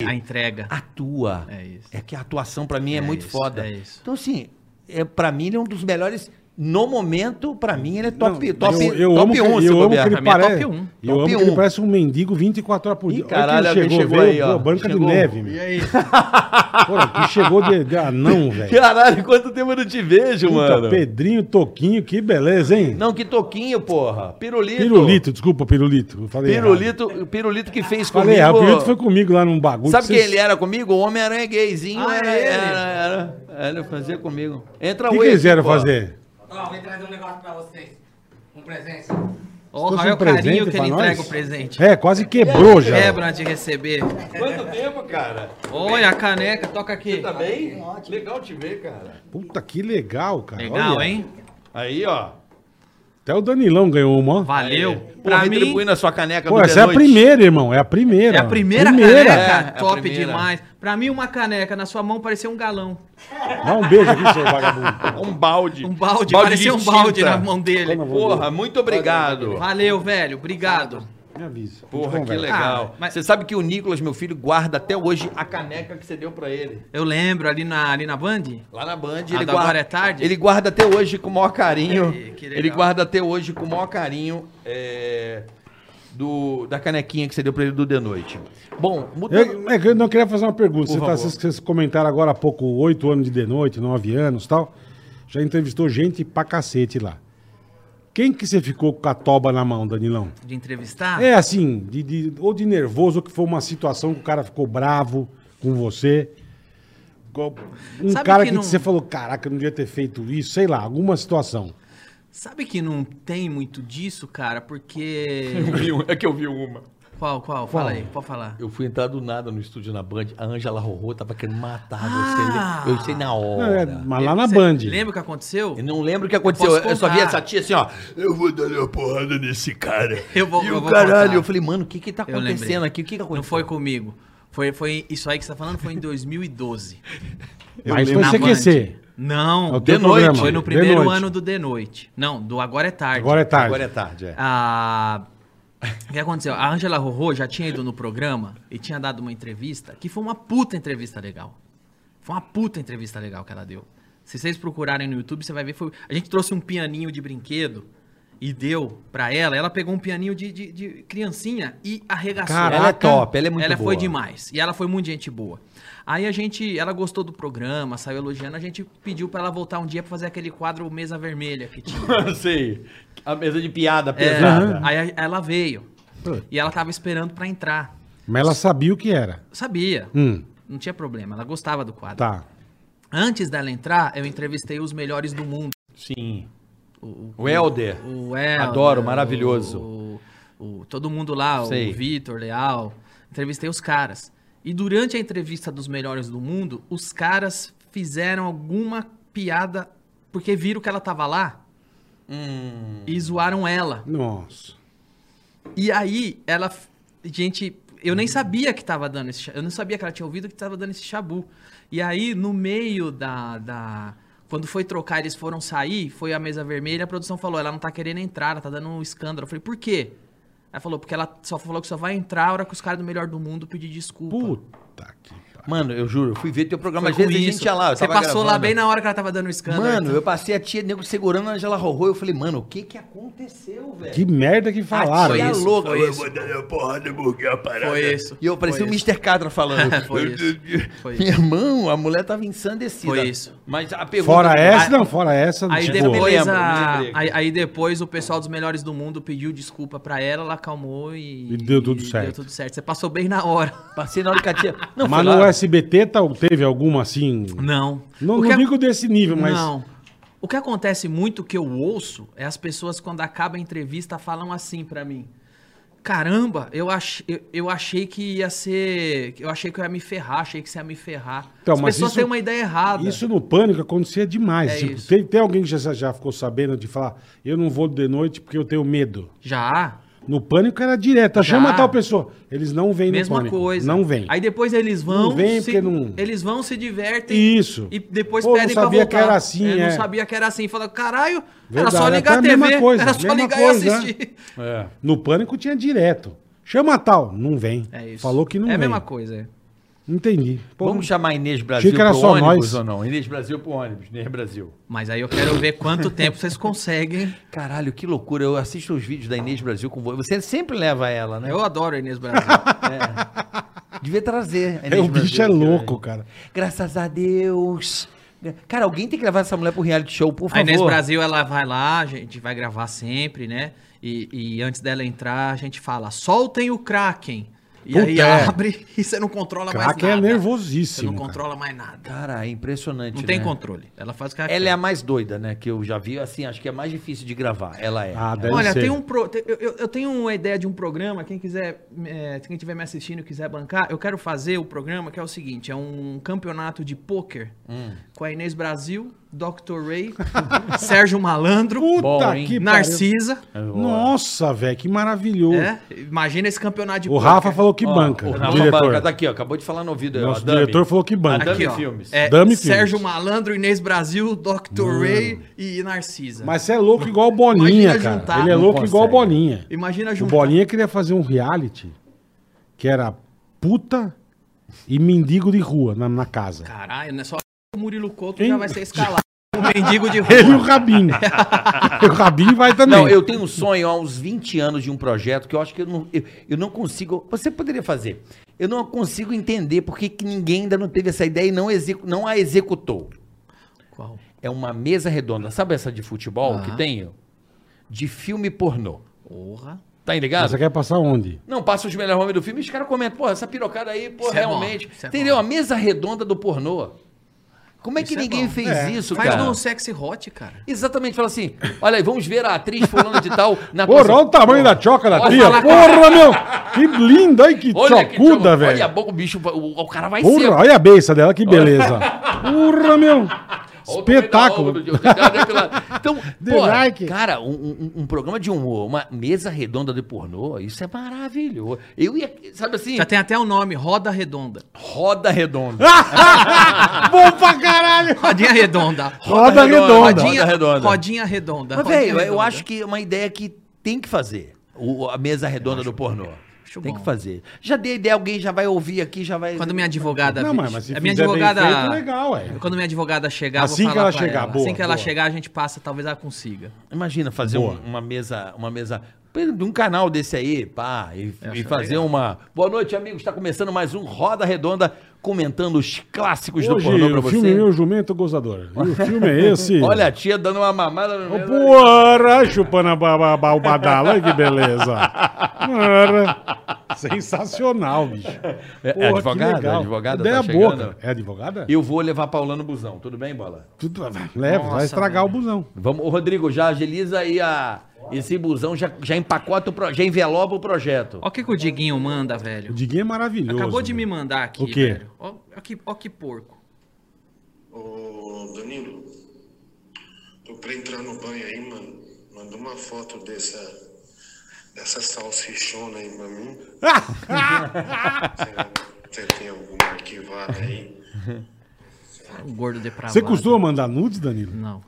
Speaker 4: A entrega.
Speaker 2: atua.
Speaker 4: É isso.
Speaker 2: É que a atuação pra mim é,
Speaker 4: É
Speaker 2: muito
Speaker 4: isso,
Speaker 2: foda.
Speaker 4: é isso.
Speaker 2: Então assim, é para mim ele é um dos melhores no momento, pra mim ele é
Speaker 3: Não,
Speaker 2: top, top,
Speaker 3: eu, eu amo
Speaker 2: top
Speaker 3: que,
Speaker 2: 1,
Speaker 3: eu amo que
Speaker 4: bobear. Pra
Speaker 3: ele
Speaker 4: mim é
Speaker 3: parece,
Speaker 4: top um.
Speaker 3: eu
Speaker 2: Top
Speaker 3: amo que ele
Speaker 2: um.
Speaker 3: parece um mendigo 24 horas por
Speaker 2: Ih,
Speaker 3: dia. Olha
Speaker 2: caralho,
Speaker 3: que ele
Speaker 2: alguém
Speaker 3: chegou,
Speaker 2: chegou
Speaker 3: veio,
Speaker 2: aí, ó.
Speaker 3: pô, Branca
Speaker 2: Chegou.
Speaker 3: de Neve, meu.
Speaker 4: aí?
Speaker 3: Porra, que chegou de,
Speaker 2: [laughs]
Speaker 3: de anão, velho.
Speaker 2: Caralho, quanto tempo eu não te vejo,
Speaker 3: Puta,
Speaker 2: mano.
Speaker 3: Pedrinho, Toquinho, que beleza, hein?
Speaker 2: Não, que toquinho, porra. Pirulito.
Speaker 3: Pirulito, né? desculpa, Pirulito. Eu falei errado.
Speaker 2: Pirulito, pirulito que fez
Speaker 3: Falei,
Speaker 2: comigo.
Speaker 3: errado, o Pirulito foi comigo lá num bagulho.
Speaker 2: Sabe
Speaker 3: que
Speaker 2: quem
Speaker 3: vocês-
Speaker 2: ele é? era comigo? O Homem-Aranha gayzinho.
Speaker 4: Ah,
Speaker 2: era,
Speaker 4: é ele?
Speaker 2: era, era. Ele fazia comigo. Entra
Speaker 3: O que
Speaker 2: Whey aqui,
Speaker 3: quiseram
Speaker 2: porra.
Speaker 3: fazer?
Speaker 8: Ó, vim trazer um negócio pra vocês. Um presente.
Speaker 4: Ô, Ó,
Speaker 3: trouxe
Speaker 4: olha
Speaker 3: um
Speaker 4: o carinho
Speaker 3: presente
Speaker 4: que ele
Speaker 3: pra
Speaker 4: entrega
Speaker 3: nós?
Speaker 4: o presente.
Speaker 3: É, quase quebrou já.
Speaker 4: Quebra antes de receber.
Speaker 2: Quanto tempo, cara?
Speaker 4: Olha a caneca, toca aqui.
Speaker 2: Tá bem? Legal te ver, cara.
Speaker 3: Puta, que legal, cara.
Speaker 4: Legal,
Speaker 3: Olha,
Speaker 4: hein?
Speaker 2: Aí, ó.
Speaker 3: Até o Danilão ganhou uma, ó.
Speaker 4: Valeu.
Speaker 2: Pô,
Speaker 4: Pra mim,
Speaker 2: retribuindo a sua caneca
Speaker 3: Pô,
Speaker 2: do
Speaker 3: essa
Speaker 2: The
Speaker 3: é a
Speaker 2: Noite.
Speaker 3: primeira, irmão. É a primeira.
Speaker 4: é a primeira,
Speaker 2: É, é
Speaker 4: caneca.
Speaker 2: a
Speaker 4: Top
Speaker 2: primeira.
Speaker 4: demais. Pra mim, uma caneca na sua mão parecia um galão.
Speaker 3: Dá um beijo aqui, seu
Speaker 2: [laughs]
Speaker 3: vagabundo.
Speaker 2: Um balde.
Speaker 4: Um balde,
Speaker 2: Balde de
Speaker 4: parecia um
Speaker 2: tinta.
Speaker 4: balde na mão dele.
Speaker 2: Porra, muito obrigado.
Speaker 4: Valeu, velho. Obrigado.
Speaker 3: Me avisa.
Speaker 2: Porra, que
Speaker 3: Conversa.
Speaker 2: legal.
Speaker 4: Ah, mas-
Speaker 2: Você sabe que o Nicolas, meu filho, guarda até hoje a caneca que você deu pra ele.
Speaker 4: Eu lembro ali na, ali na Band.
Speaker 2: Lá na Band,
Speaker 4: Ah,
Speaker 2: ele
Speaker 4: do
Speaker 2: guarda,
Speaker 4: Agora é Tarde?
Speaker 2: ele guarda até hoje com o maior carinho.
Speaker 4: Ih, que legal.
Speaker 2: ele guarda até hoje com o maior carinho é, do, da canequinha que você deu pra ele do de noite. Bom, mudando.
Speaker 3: Eu, é que eu não queria fazer uma pergunta.
Speaker 2: Por
Speaker 3: Você tá,
Speaker 2: favor.
Speaker 3: vocês, vocês comentaram agora há pouco, oito anos de de noite, nove anos e tal. Já entrevistou gente pra cacete lá. Quem que você ficou com a toba na mão, Danilão?
Speaker 4: de entrevistar.
Speaker 3: É assim, de, de- ou de nervoso, ou que foi uma situação que o cara ficou bravo com você. Co- Um
Speaker 4: Sabe
Speaker 3: cara que,
Speaker 4: que não-
Speaker 3: você falou, caraca, eu não devia ter feito isso, sei lá, alguma situação.
Speaker 4: Sabe que não tem muito disso, cara? Porque.
Speaker 3: [laughs]
Speaker 2: É que eu vi uma.
Speaker 4: Qual, qual? Fala aí, pode falar.
Speaker 2: Eu fui entrar do nada no estúdio na Band, a Ângela Rorô tava querendo matar
Speaker 4: Ah!
Speaker 2: você. Eu sei na
Speaker 3: Não, é,
Speaker 2: hora.
Speaker 3: mas lá na Band.
Speaker 4: Lembra o que aconteceu?
Speaker 2: Eu não lembro o que aconteceu. Eu,
Speaker 4: posso
Speaker 2: só vi
Speaker 4: contar.
Speaker 2: essa tia assim, ó. Eu vou dar uma porrada nesse cara.
Speaker 4: Eu vou-
Speaker 2: e
Speaker 4: eu
Speaker 2: o
Speaker 4: vou
Speaker 2: caralho.
Speaker 4: contar.
Speaker 2: Eu falei, mano, o que que tá
Speaker 4: Eu lembrei.
Speaker 2: acontecendo aqui? O que que aconteceu?
Speaker 4: Não foi comigo. Foi, foi isso aí que você tá falando foi
Speaker 3: [laughs]
Speaker 4: em 2012.
Speaker 3: Mas foi
Speaker 4: Na Band.
Speaker 3: CQC.
Speaker 4: Não.
Speaker 3: É o teu
Speaker 2: De noite.
Speaker 3: programa.
Speaker 4: Foi no
Speaker 3: De
Speaker 4: primeiro
Speaker 3: noite.
Speaker 4: ano do The Noite. Não, do Agora é Tarde.
Speaker 3: Agora é tarde.
Speaker 2: Agora é tarde, é.
Speaker 4: Ah, o que aconteceu? A Angela Rorô já tinha ido no programa e tinha dado uma entrevista que foi uma puta entrevista legal. Foi uma puta entrevista legal que ela deu. Se vocês procurarem no YouTube, você vai ver. Foi... A gente trouxe um pianinho de brinquedo e deu pra ela. Ela pegou um pianinho de, de- de criancinha e arregaçou.
Speaker 2: Caraca, ela é top, ela é muito
Speaker 4: Ela foi
Speaker 2: boa.
Speaker 4: demais. E ela foi muito gente boa. Aí a gente, ela gostou do programa, saiu elogiando. A gente pediu pra ela voltar um dia pra fazer aquele quadro Mesa Vermelha que tinha.
Speaker 2: [laughs] Sei. A mesa de piada
Speaker 4: É,
Speaker 2: pesada.
Speaker 4: aí a- ela veio. E ela tava esperando pra entrar.
Speaker 3: Mas ela sabia o que era.
Speaker 4: Sabia.
Speaker 3: Hum,
Speaker 4: Não tinha problema, ela gostava do quadro.
Speaker 3: tá.
Speaker 4: Antes dela entrar, eu entrevistei os melhores do mundo.
Speaker 2: Sim.
Speaker 4: O,
Speaker 2: O Helder.
Speaker 4: o El,
Speaker 2: Adoro,
Speaker 4: o-
Speaker 2: maravilhoso.
Speaker 4: O, o- todo mundo lá,
Speaker 2: Sei.
Speaker 4: o Vitor, Leal. Entrevistei os caras. E durante a entrevista dos melhores do mundo, os caras fizeram alguma piada porque viram que ela tava lá
Speaker 2: Hum.
Speaker 4: e zoaram ela.
Speaker 3: Nossa.
Speaker 4: E aí, ela. Gente, eu nem sabia que tava dando esse. cha- Eu não sabia que ela tinha ouvido que tava dando esse chabu. E aí, no meio da. da quando foi trocar, eles foram sair, foi a mesa vermelha, a produção falou: ela não tá querendo entrar, ela tá dando um escândalo. Eu falei: por quê? Ela falou: porque ela só falou que só vai entrar a hora que os caras do melhor do mundo pedir desculpa.
Speaker 3: Puta que pariu.
Speaker 2: Mano, eu juro, eu fui ver teu programa.
Speaker 4: Foi
Speaker 2: Às vezes
Speaker 4: com
Speaker 2: a
Speaker 4: isso.
Speaker 2: gente ia lá. eu
Speaker 4: Você
Speaker 2: tava
Speaker 4: passou lá
Speaker 2: gravando.
Speaker 4: bem na hora que ela tava dando o escândalo.
Speaker 2: Mano,
Speaker 4: então.
Speaker 2: eu passei a tia nego segurando a Angela Rorô. Eu falei, mano, o que que aconteceu, velho?
Speaker 3: Que merda que falaram.
Speaker 4: foi
Speaker 2: Tia é
Speaker 4: isso,
Speaker 2: louca.
Speaker 4: foi
Speaker 2: eu
Speaker 4: isso.
Speaker 2: vou dar uma porrada, porque é a parada.
Speaker 4: Foi isso,
Speaker 2: E eu parecia
Speaker 4: foi
Speaker 2: o
Speaker 4: isso.
Speaker 2: Mr. Catra falando.
Speaker 4: [laughs] Foi isso, foi
Speaker 2: Meu irmão, a mulher tava ensandecida.
Speaker 4: Foi isso.
Speaker 2: Mas a pergunta.
Speaker 3: Fora essa,
Speaker 4: Aí-
Speaker 3: não, fora essa.
Speaker 4: Aí
Speaker 3: tipo,
Speaker 2: depois-
Speaker 4: depois,
Speaker 2: lembro,
Speaker 4: a-
Speaker 2: me lembrei aqui.
Speaker 4: aí, aí depois o pessoal dos melhores do mundo pediu desculpa pra ela, ela acalmou e.
Speaker 3: E deu tudo
Speaker 4: e
Speaker 3: certo.
Speaker 4: tudo certo. Você passou bem
Speaker 3: [laughs]
Speaker 4: na hora.
Speaker 2: "Ah, Passei na hora que a tia. Não,
Speaker 3: Mas
Speaker 2: foi
Speaker 3: no
Speaker 2: lá.
Speaker 3: SBT tá- teve alguma assim.
Speaker 4: Não.
Speaker 3: Não,
Speaker 4: O
Speaker 3: não
Speaker 4: que a-
Speaker 3: digo desse nível, mas.
Speaker 4: Não. O que acontece muito que eu ouço é as pessoas, quando acaba a entrevista, falam assim pra mim. Caramba, eu, ach... eu, eu achei que ia ser. Eu achei que eu ia me ferrar, achei que você ia me ferrar.
Speaker 3: Então,
Speaker 4: as
Speaker 3: mas
Speaker 4: pessoas
Speaker 3: isso-
Speaker 4: têm uma ideia errada.
Speaker 3: Isso no pânico acontecia demais.
Speaker 4: É
Speaker 3: Tipo,
Speaker 4: isso.
Speaker 3: tem, tem alguém que já, já ficou sabendo de falar, eu não vou de noite porque eu tenho medo.
Speaker 4: Já.
Speaker 3: No pânico era direto.
Speaker 4: Já.
Speaker 3: Chama tal pessoa. Eles não vêm no
Speaker 4: Mesma
Speaker 3: pânico.
Speaker 4: coisa.
Speaker 3: Não vêm.
Speaker 4: Aí depois eles vão.
Speaker 3: Não vem
Speaker 4: se,
Speaker 3: porque não-
Speaker 4: Eles vão, se divertem.
Speaker 3: Isso.
Speaker 4: E depois
Speaker 3: Pô,
Speaker 4: pedem
Speaker 3: não sabia
Speaker 4: pra voltar.
Speaker 3: que era assim,
Speaker 4: Eu
Speaker 3: é.
Speaker 4: Não sabia que era assim. Fala, caralho,
Speaker 3: Verdade,
Speaker 4: era só
Speaker 3: até
Speaker 4: ligar
Speaker 3: a
Speaker 4: a TV.
Speaker 3: mesma coisa,
Speaker 4: era só
Speaker 3: mesma
Speaker 4: ligar
Speaker 3: coisa,
Speaker 4: e assistir.
Speaker 2: É.
Speaker 3: No pânico tinha direto. Chama tal. Não vem.
Speaker 4: É isso.
Speaker 3: Falou que não
Speaker 4: É a
Speaker 3: vem.
Speaker 4: mesma coisa. é.
Speaker 3: Entendi. Pô,
Speaker 2: Vamos chamar Inês Brasil
Speaker 3: que era
Speaker 2: pro
Speaker 3: só
Speaker 2: ônibus
Speaker 3: nós.
Speaker 2: ou não? Inês Brasil pro ônibus, Inês Brasil.
Speaker 4: Mas aí eu quero ver
Speaker 3: [laughs]
Speaker 4: quanto tempo vocês conseguem.
Speaker 2: Caralho, que loucura. Eu assisto os vídeos da Inês Brasil com você. Você sempre leva ela, né?
Speaker 4: Eu adoro a Inês
Speaker 3: [laughs]
Speaker 4: Brasil.
Speaker 2: Devia trazer. a
Speaker 3: é,
Speaker 2: Inês
Speaker 3: o bicho
Speaker 2: Brasil,
Speaker 3: é
Speaker 2: cara.
Speaker 3: louco, cara.
Speaker 2: Graças a Deus. Cara, alguém tem que levar essa mulher pro reality show, por favor.
Speaker 4: a Inês Brasil, ela vai lá, a gente vai gravar sempre, né? E, e antes dela entrar, a gente fala, soltem o Kraken. E
Speaker 3: Puta,
Speaker 4: aí
Speaker 3: é.
Speaker 4: abre [laughs] e você não controla mais
Speaker 3: Crack
Speaker 4: nada.
Speaker 3: é
Speaker 4: Você não
Speaker 3: nervosíssimo. cara.
Speaker 4: controla mais nada.
Speaker 2: Cara, é impressionante.
Speaker 4: Não tem
Speaker 2: né?
Speaker 4: controle. Ela faz o que
Speaker 2: Ela é
Speaker 4: quer.
Speaker 2: a mais doida, né? Que eu já vi, assim, acho que é mais difícil de gravar. Ela é.
Speaker 3: Ah, deve
Speaker 4: Olha,
Speaker 3: ser.
Speaker 4: tem um pro- tem- eu, eu- eu tenho uma ideia de um programa. Quem quiser, é, quem estiver me assistindo e quiser bancar, eu quero fazer o programa que é o seguinte: é um campeonato de pôquer com a Inês Brasil, Dr. Ray, [laughs] Sérgio Malandro,
Speaker 3: Puta
Speaker 2: Bom, hein?
Speaker 3: que
Speaker 4: Narcisa.
Speaker 3: pariu. Nossa, velho, que maravilhoso.
Speaker 4: É? Imagina esse campeonato de
Speaker 3: O Rafa
Speaker 4: pôquer.
Speaker 3: falou que
Speaker 2: Ó,
Speaker 3: banca.
Speaker 2: O
Speaker 3: O
Speaker 2: Rafa
Speaker 3: diretor.
Speaker 2: Banca tá aqui, ó. Acabou de falar no ouvido. aí, ó,
Speaker 3: Nosso
Speaker 2: Dami. Tá
Speaker 3: diretor falou que banca.
Speaker 2: Dami
Speaker 4: Aqui, ó.
Speaker 2: Filmes.
Speaker 4: É,
Speaker 3: Dami
Speaker 4: Sérgio
Speaker 3: Filmes.
Speaker 4: Malandro, Inês Brasil, Dr. Ray e Narcisa.
Speaker 3: Mas você é louco igual o Bolinha,
Speaker 4: Imagina
Speaker 3: cara.
Speaker 4: juntar.
Speaker 3: Ele é
Speaker 4: Não
Speaker 3: louco
Speaker 2: consegue.
Speaker 3: igual o Bolinha.
Speaker 4: Imagina
Speaker 3: O
Speaker 4: juntar.
Speaker 3: Bolinha queria fazer um reality que era puta e mendigo de rua na, na casa.
Speaker 4: Caralho, não é só o Murilo Couto
Speaker 3: Quem?
Speaker 4: já vai ser escalado. O mendigo de
Speaker 3: Ele e [laughs] o
Speaker 4: rua.
Speaker 3: Rabinho. o Rabinho vai também.
Speaker 2: Não, eu tenho um sonho há uns 20 anos de um projeto que eu acho que eu não, eu, eu não consigo. Você poderia fazer. Eu não consigo entender por que que ninguém ainda não teve essa ideia e não, execu, não a executou.
Speaker 4: Qual?
Speaker 2: É uma mesa redonda. Sabe essa de futebol que tem? De filme pornô.
Speaker 4: Porra.
Speaker 2: Tá ligado?
Speaker 3: Você quer passar onde?
Speaker 2: Não, passa os melhores homens do filme e os caras comentam, porra, essa pirocada aí, pô,
Speaker 4: Isso é
Speaker 2: realmente.
Speaker 4: bom, isso é
Speaker 2: entendeu?
Speaker 4: bom.
Speaker 2: A mesa redonda do pornô. Como é que
Speaker 4: Isso é
Speaker 2: ninguém
Speaker 4: bom.
Speaker 2: fez
Speaker 3: É.
Speaker 2: isso,
Speaker 4: Faz
Speaker 2: cara?
Speaker 4: no sexy hot, cara.
Speaker 2: Exatamente, fala assim, olha aí, vamos ver a atriz fulana de tal na
Speaker 3: Porra, olha
Speaker 2: conce-
Speaker 3: o tamanho da choca da
Speaker 2: Olha
Speaker 3: tia.
Speaker 2: lá.
Speaker 3: Porra, meu. Que linda, ai, que
Speaker 2: Olha que
Speaker 3: chocuda,
Speaker 2: tio- Olha a
Speaker 3: velho.
Speaker 2: boca, o bicho, o, o cara vai ser.
Speaker 3: Porra, olha a beça dela, que beleza. Porra, meu.
Speaker 2: Olha o tamanho da
Speaker 3: Espetáculo.
Speaker 2: obra
Speaker 3: [laughs]
Speaker 2: do- do cara [laughs] pela- Então,
Speaker 3: The
Speaker 2: porra,
Speaker 3: like.
Speaker 2: cara, um, um- um programa de humor, uma mesa redonda de pornô, isso é maravilhoso. Eu ia, sabe assim,
Speaker 4: Já tem até o nome, Roda Redonda.
Speaker 2: roda redonda.
Speaker 3: Bom pra caralho. [laughs]
Speaker 4: Rodinha Redonda.
Speaker 3: Roda redonda.
Speaker 2: Rodinha redonda.
Speaker 4: Rodinha Redonda.
Speaker 2: Mas,
Speaker 4: Rodinha
Speaker 2: velho, eu
Speaker 4: Redonda.
Speaker 2: acho que é uma ideia que tem que fazer. O- a mesa redonda do pornô.
Speaker 4: acho
Speaker 2: tem
Speaker 4: bom.
Speaker 2: que fazer. Já dei ideia, alguém já vai ouvir aqui, já vai.
Speaker 4: Quando minha advogada.
Speaker 3: Não, mas- mas se
Speaker 4: a minha
Speaker 3: fizer bem
Speaker 4: advogada.
Speaker 3: feito, legal, ué.
Speaker 4: Quando minha advogada chegar,
Speaker 3: Assim que ela
Speaker 4: pra
Speaker 3: chegar, boa,
Speaker 4: assim que ela
Speaker 3: boa.
Speaker 4: chegar, a gente passa, talvez ela consiga.
Speaker 2: Imagina fazer
Speaker 3: Boa.
Speaker 2: um- uma mesa. Uma mesa. De um canal desse aí, pá, e,
Speaker 4: Eu
Speaker 2: e
Speaker 4: acho é
Speaker 2: fazer
Speaker 4: legal.
Speaker 2: uma. Boa noite, amigos. Está começando mais um Roda Redonda, comentando os clássicos do
Speaker 3: Hoje,
Speaker 2: pornô pra
Speaker 3: o filme é
Speaker 2: você.
Speaker 3: Meu Jumento Gozador.
Speaker 2: [laughs]
Speaker 3: E o filme é esse.
Speaker 2: Olha a tia dando uma mamada no
Speaker 3: Ô, Porra, chupando a ba- ba- ba- o badalo, olha que beleza. Porra. Sensacional, bicho.
Speaker 2: É- é
Speaker 3: Porra, que
Speaker 2: advogada?
Speaker 3: legal.
Speaker 2: Advogada
Speaker 3: Ideia
Speaker 2: tá
Speaker 3: boa,
Speaker 2: chegando?
Speaker 3: cara. É advogada?
Speaker 2: Eu vou levar Paulano Busão, tudo bem, bola?
Speaker 3: Tudo- Leva, vai
Speaker 4: Nossa,
Speaker 3: estragar
Speaker 4: velho.
Speaker 3: o busão.
Speaker 2: Vamos, ô, Rodrigo, já agiliza aí a. Esse busão já, já empacota o pro, já envelopa o projeto.
Speaker 4: Olha o que, que o Diguinho manda,
Speaker 3: O
Speaker 4: velho.
Speaker 3: Diguinho é maravilhoso.
Speaker 4: Acabou de me
Speaker 3: velho.
Speaker 4: mandar aqui,
Speaker 3: O quê?
Speaker 4: velho. Olha que, ó que porco.
Speaker 8: Ô Danilo, tô pra entrar no banho aí, mano. Manda uma foto dessa, dessa salsichona aí pra mim. Será que Você tem alguma arquivada aí?
Speaker 4: Um gordo depravado.
Speaker 3: Você costuma mandar nudes, Danilo?
Speaker 4: Não.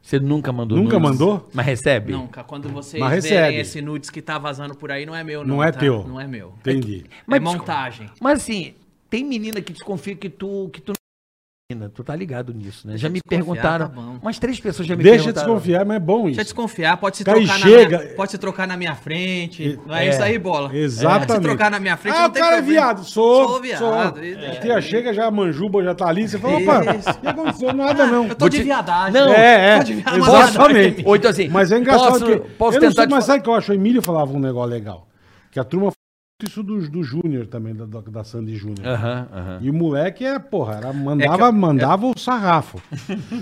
Speaker 2: Você nunca mandou
Speaker 3: Nunca
Speaker 2: nudes?
Speaker 3: mandou?
Speaker 2: Mas recebe?
Speaker 4: Não, cara, quando vocês
Speaker 3: Mas recebe.
Speaker 4: verem esse nudes que tá vazando por aí, não é meu, não.
Speaker 3: Não é
Speaker 4: tá?
Speaker 3: teu.
Speaker 4: Não é meu.
Speaker 3: Entendi.
Speaker 2: Mas
Speaker 4: é montagem.
Speaker 2: Mas assim, tem menina que desconfia que tu que tu não é menina, tu tá ligado nisso, né? Já me
Speaker 4: desconfiar,
Speaker 2: perguntaram,
Speaker 4: tá bom.
Speaker 2: umas três pessoas já me
Speaker 3: Deixa de
Speaker 2: perguntaram.
Speaker 3: desconfiar, mas é bom
Speaker 4: Deixa eu
Speaker 3: isso.
Speaker 4: desconfiar, pode se,
Speaker 3: Cara, e
Speaker 4: trocar
Speaker 3: chega-
Speaker 4: na minha, pode se trocar na minha frente. Não é, isso aí, bola.
Speaker 3: Exatamente.
Speaker 4: Pode É, se trocar na minha frente,
Speaker 3: Ah,
Speaker 4: não
Speaker 3: o
Speaker 4: tem
Speaker 3: cara é
Speaker 4: problema.
Speaker 3: viado. Sou.
Speaker 4: Sou viado.
Speaker 3: sou. É.
Speaker 4: e- é.
Speaker 3: A tia chega, já manjuba, já tá ali. Você fala, opa,
Speaker 4: Isso.
Speaker 3: o que aconteceu? Nada não.
Speaker 4: Eu tô de viadagem.
Speaker 2: Não,
Speaker 3: É, é.
Speaker 4: Tô de viado, mas nada
Speaker 3: Exatamente.
Speaker 4: a ver.
Speaker 2: Ou então assim,
Speaker 3: Mas é engraçado
Speaker 2: posso,
Speaker 3: que.
Speaker 2: posso
Speaker 3: eu não
Speaker 2: tentar
Speaker 3: sei, mas
Speaker 2: te fa-
Speaker 3: sabe o que eu acho? O Emílio falava um negócio legal. Que a turma falou isso do, do Júnior também, da, da Sandy Júnior.
Speaker 2: Aham, aham.
Speaker 3: E o moleque é, porra, era, mandava,
Speaker 4: É que eu-
Speaker 3: mandava o sarrafo.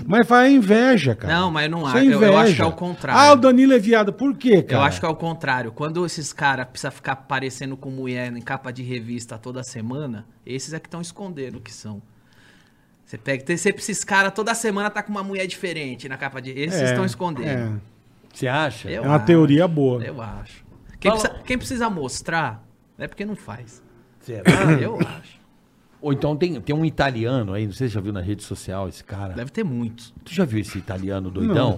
Speaker 3: mas faz inveja, cara.
Speaker 4: Não, mas eu não
Speaker 3: Isso
Speaker 4: acho. Eu- eu acho que é o contrário.
Speaker 3: Ah, o Danilo é viado. Por quê, cara?
Speaker 4: Eu acho que é o contrário. Quando esses caras precisam ficar parecendo com mulher em capa de revista toda semana, esses é que estão escondendo o que são. Você pega, tem sempre esses caras toda semana tá com uma mulher diferente na capa de. Esses estão escondendo.
Speaker 3: É,
Speaker 2: Você acha?
Speaker 4: Eu
Speaker 3: é uma
Speaker 4: acho,
Speaker 3: teoria boa.
Speaker 4: Eu acho. Quem
Speaker 2: Fala-
Speaker 4: precisa, quem precisa mostrar é porque
Speaker 2: [coughs]
Speaker 4: não faz.
Speaker 2: Será?
Speaker 4: Eu acho.
Speaker 2: Ou então tem, tem um italiano aí, não sei se você já viu na rede social esse cara.
Speaker 4: Deve ter muitos.
Speaker 2: Tu já viu esse italiano doidão?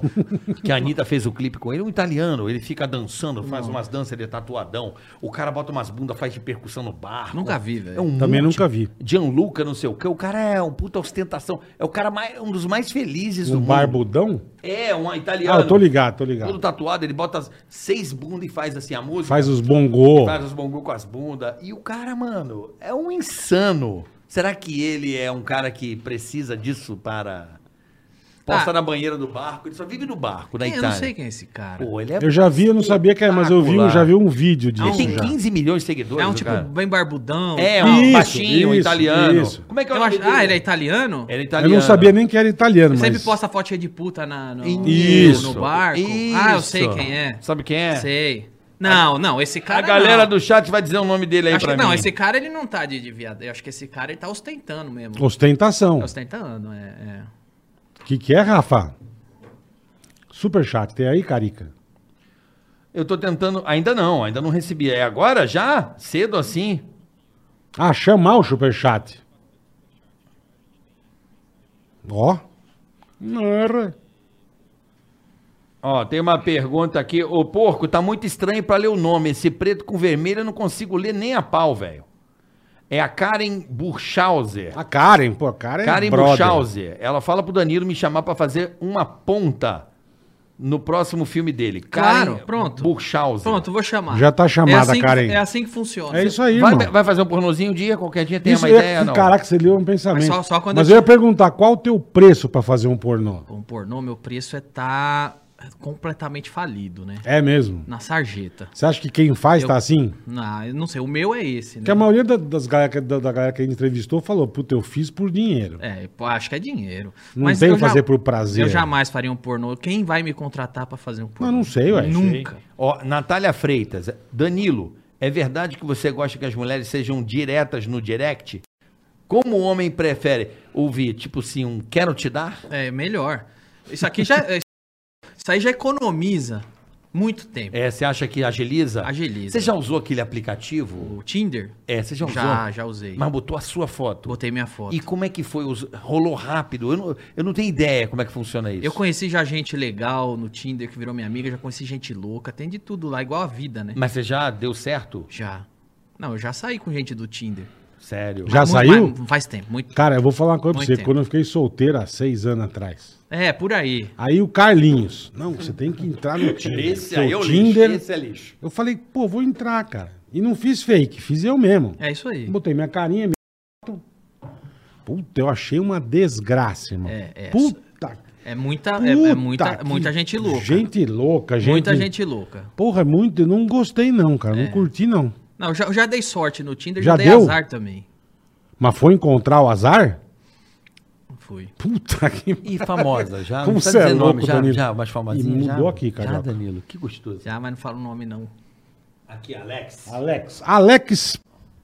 Speaker 2: Que a Anitta fez o clipe com ele. Um italiano, ele fica dançando, faz umas danças, ele é tatuadão. O cara bota umas bundas, faz de percussão no barco.
Speaker 4: Nunca vi, velho.
Speaker 2: É um
Speaker 3: Também
Speaker 2: monte.
Speaker 3: nunca vi.
Speaker 2: Gianluca, não sei o quê. O cara é um puta ostentação. É o cara mais, um dos mais felizes do
Speaker 3: Um
Speaker 2: mundo.
Speaker 3: barbudão?
Speaker 2: É, um
Speaker 3: Ah,
Speaker 2: italiano.
Speaker 3: eu tô ligado, tô
Speaker 2: Todo
Speaker 3: ligado.
Speaker 2: tatuado, ele bota as seis bundas e faz assim a música.
Speaker 3: Faz os bongô.
Speaker 2: Faz os bongos com as bundas. E o cara, mano, é um insano. Será que ele é um cara que precisa disso para Posta
Speaker 4: Ah.
Speaker 2: na banheira do barco. Ele só vive no barco, na
Speaker 4: Quem- eu
Speaker 2: Itália.
Speaker 4: não sei quem é esse cara.
Speaker 2: Pô, ele é...
Speaker 3: Eu já vi, eu não sabia que era, mas eu vi, eu já vi um vídeo disso.
Speaker 2: Ele tem
Speaker 3: já.
Speaker 2: 15 milhões de seguidores,
Speaker 4: é um
Speaker 2: o
Speaker 4: tipo
Speaker 2: cara.
Speaker 4: bem barbudão.
Speaker 2: É,
Speaker 4: Eu
Speaker 2: um
Speaker 3: Isso,
Speaker 2: baixinho,
Speaker 3: isso,
Speaker 2: italiano.
Speaker 3: isso.
Speaker 2: Como é que é o
Speaker 4: acho-
Speaker 2: nome dele?
Speaker 4: Ah, ele é italiano?
Speaker 2: Ele é
Speaker 3: Eu
Speaker 2: italiano.
Speaker 3: não sabia nem que era italiano,
Speaker 4: Ele sempre
Speaker 3: mas...
Speaker 4: posta foto cheia de puta na, no,
Speaker 2: Isso.
Speaker 4: no barco. Ah, eu sei quem é.
Speaker 2: Sabe quem é?
Speaker 4: Sei. Não, não, esse cara.
Speaker 2: A galera
Speaker 4: não.
Speaker 2: do chat vai dizer o nome dele aí
Speaker 4: Acho
Speaker 2: pra
Speaker 4: que, não,
Speaker 2: mim.
Speaker 4: esse cara ele não tá de, de viado. Eu acho que esse cara ele tá ostentando mesmo.
Speaker 3: Ostentação.
Speaker 4: Tá ostentando, é. é.
Speaker 3: O que, que é, Rafa? Super chat. Tem aí, Carica?
Speaker 2: Eu tô tentando... Ainda não, ainda não recebi. É agora? Já? Cedo assim?
Speaker 3: Ah, chamar o superchat. Ó. Nora.
Speaker 2: Ó, tem uma pergunta aqui. Ô, porco, tá muito estranho pra ler o nome. Esse preto com vermelho eu não consigo ler nem a pau, velho. É a Karen Burchauser.
Speaker 3: A Karen, pô, a Karen,
Speaker 2: Karen
Speaker 3: é brother.
Speaker 2: Burchauser. Ela fala pro Danilo me chamar pra fazer uma ponta no próximo filme dele.
Speaker 4: Claro,
Speaker 2: Karen
Speaker 4: pronto.
Speaker 2: Burchauser.
Speaker 4: Pronto, vou chamar.
Speaker 3: Já tá chamada,
Speaker 4: é assim que-
Speaker 3: Karen.
Speaker 4: é assim que funciona.
Speaker 3: É isso aí,
Speaker 2: Vai,
Speaker 3: mano.
Speaker 2: vai fazer um pornozinho um dia? Qualquer dia tem
Speaker 3: Isso é
Speaker 2: uma
Speaker 3: eu ia-
Speaker 2: ideia, não?
Speaker 3: Caraca, você leu um pensamento.
Speaker 4: Mas só-
Speaker 3: Mas,
Speaker 4: só quando
Speaker 3: eu
Speaker 4: eu
Speaker 3: ia perguntar, qual o teu preço pra fazer um pornô?
Speaker 4: Um pornô, meu preço é tá completamente falido, né?
Speaker 3: É mesmo?
Speaker 4: Na sarjeta.
Speaker 3: Você acha que quem faz
Speaker 4: Eu-
Speaker 3: tá assim?
Speaker 4: Não, eu não sei, o meu é esse, né?
Speaker 3: Porque a maioria da, das galera, que- da, da galera que a gente entrevistou falou, puta, eu fiz por dinheiro.
Speaker 4: É, pô, acho que é dinheiro.
Speaker 3: Não tem
Speaker 4: eu
Speaker 3: que fazer por prazer.
Speaker 4: Eu jamais faria um pornô. Quem vai me contratar pra fazer um pornô?
Speaker 3: não sei, ué.
Speaker 4: Nunca.
Speaker 2: Ó, Natália Freitas. Danilo, é verdade que você gosta que as mulheres sejam diretas no direct? Como o homem prefere ouvir, tipo assim, um quero te dar?
Speaker 4: É, melhor. Isso aqui já. é- Isso aí já economiza muito tempo.
Speaker 2: É, você acha que agiliza?
Speaker 4: Agiliza.
Speaker 2: Você já usou aquele aplicativo?
Speaker 4: O Tinder?
Speaker 2: É, você já usou?
Speaker 4: Já, já usei.
Speaker 2: Mas botou a sua foto.
Speaker 4: Botei minha foto.
Speaker 2: E como é que foi? Os- Rolou rápido? Eu não, eu não tenho ideia como é que funciona isso.
Speaker 4: Eu conheci já gente legal no Tinder que virou minha amiga, já conheci gente louca, tem de tudo lá, igual a vida, né?
Speaker 2: Mas você já deu certo?
Speaker 4: Já. Não, eu já saí com gente do Tinder.
Speaker 2: Sério.
Speaker 3: Já
Speaker 4: Muito-
Speaker 3: saiu? Tá.
Speaker 4: mas Faz tempo, muito.
Speaker 3: Cara, eu vou falar uma coisa pra
Speaker 4: Muito
Speaker 3: você.
Speaker 4: tempo.
Speaker 3: Quando eu fiquei solteiro há seis anos atrás,
Speaker 4: É, por aí.
Speaker 3: aí o Carlinhos, não, você tem que
Speaker 2: [laughs]
Speaker 3: entrar no Tinder.
Speaker 2: Esse
Speaker 3: Seu
Speaker 2: aí é o
Speaker 3: Tinder,
Speaker 2: lixo. Esse é lixo.
Speaker 3: Eu falei, pô, vou entrar, cara. E não fiz fake, fiz eu mesmo.
Speaker 4: É isso aí.
Speaker 3: Botei minha carinha, minha foto. Puta, eu achei uma desgraça, irmão.
Speaker 4: É, é.
Speaker 3: Puta,
Speaker 4: É muita, é- é,
Speaker 3: puta
Speaker 4: muita,
Speaker 3: que-
Speaker 4: muita gente louca.
Speaker 3: Gente louca, gente.
Speaker 4: Muita gente É. louca.
Speaker 3: Porra, é muito. Eu não gostei, não, cara. Não curti, não.
Speaker 4: Não, eu já, eu já dei sorte no Tinder,
Speaker 3: Já
Speaker 4: já, dei
Speaker 3: deu?
Speaker 4: azar também.
Speaker 3: Mas foi encontrar o azar?
Speaker 4: Fui.
Speaker 3: Puta [laughs] que.
Speaker 2: E famosa,
Speaker 3: [laughs]
Speaker 2: já?
Speaker 3: Como
Speaker 2: Não precisa
Speaker 3: você é
Speaker 2: dizer
Speaker 3: louco,
Speaker 2: já,
Speaker 3: Danilo.
Speaker 2: já, mais famosinha.
Speaker 3: E mudou
Speaker 2: já,
Speaker 3: aqui,
Speaker 2: Já,
Speaker 3: Carioca.
Speaker 2: Danilo, que gostoso.
Speaker 4: Já, mas não falo o nome, não.
Speaker 2: Aqui, Alex.
Speaker 3: Alex. Alex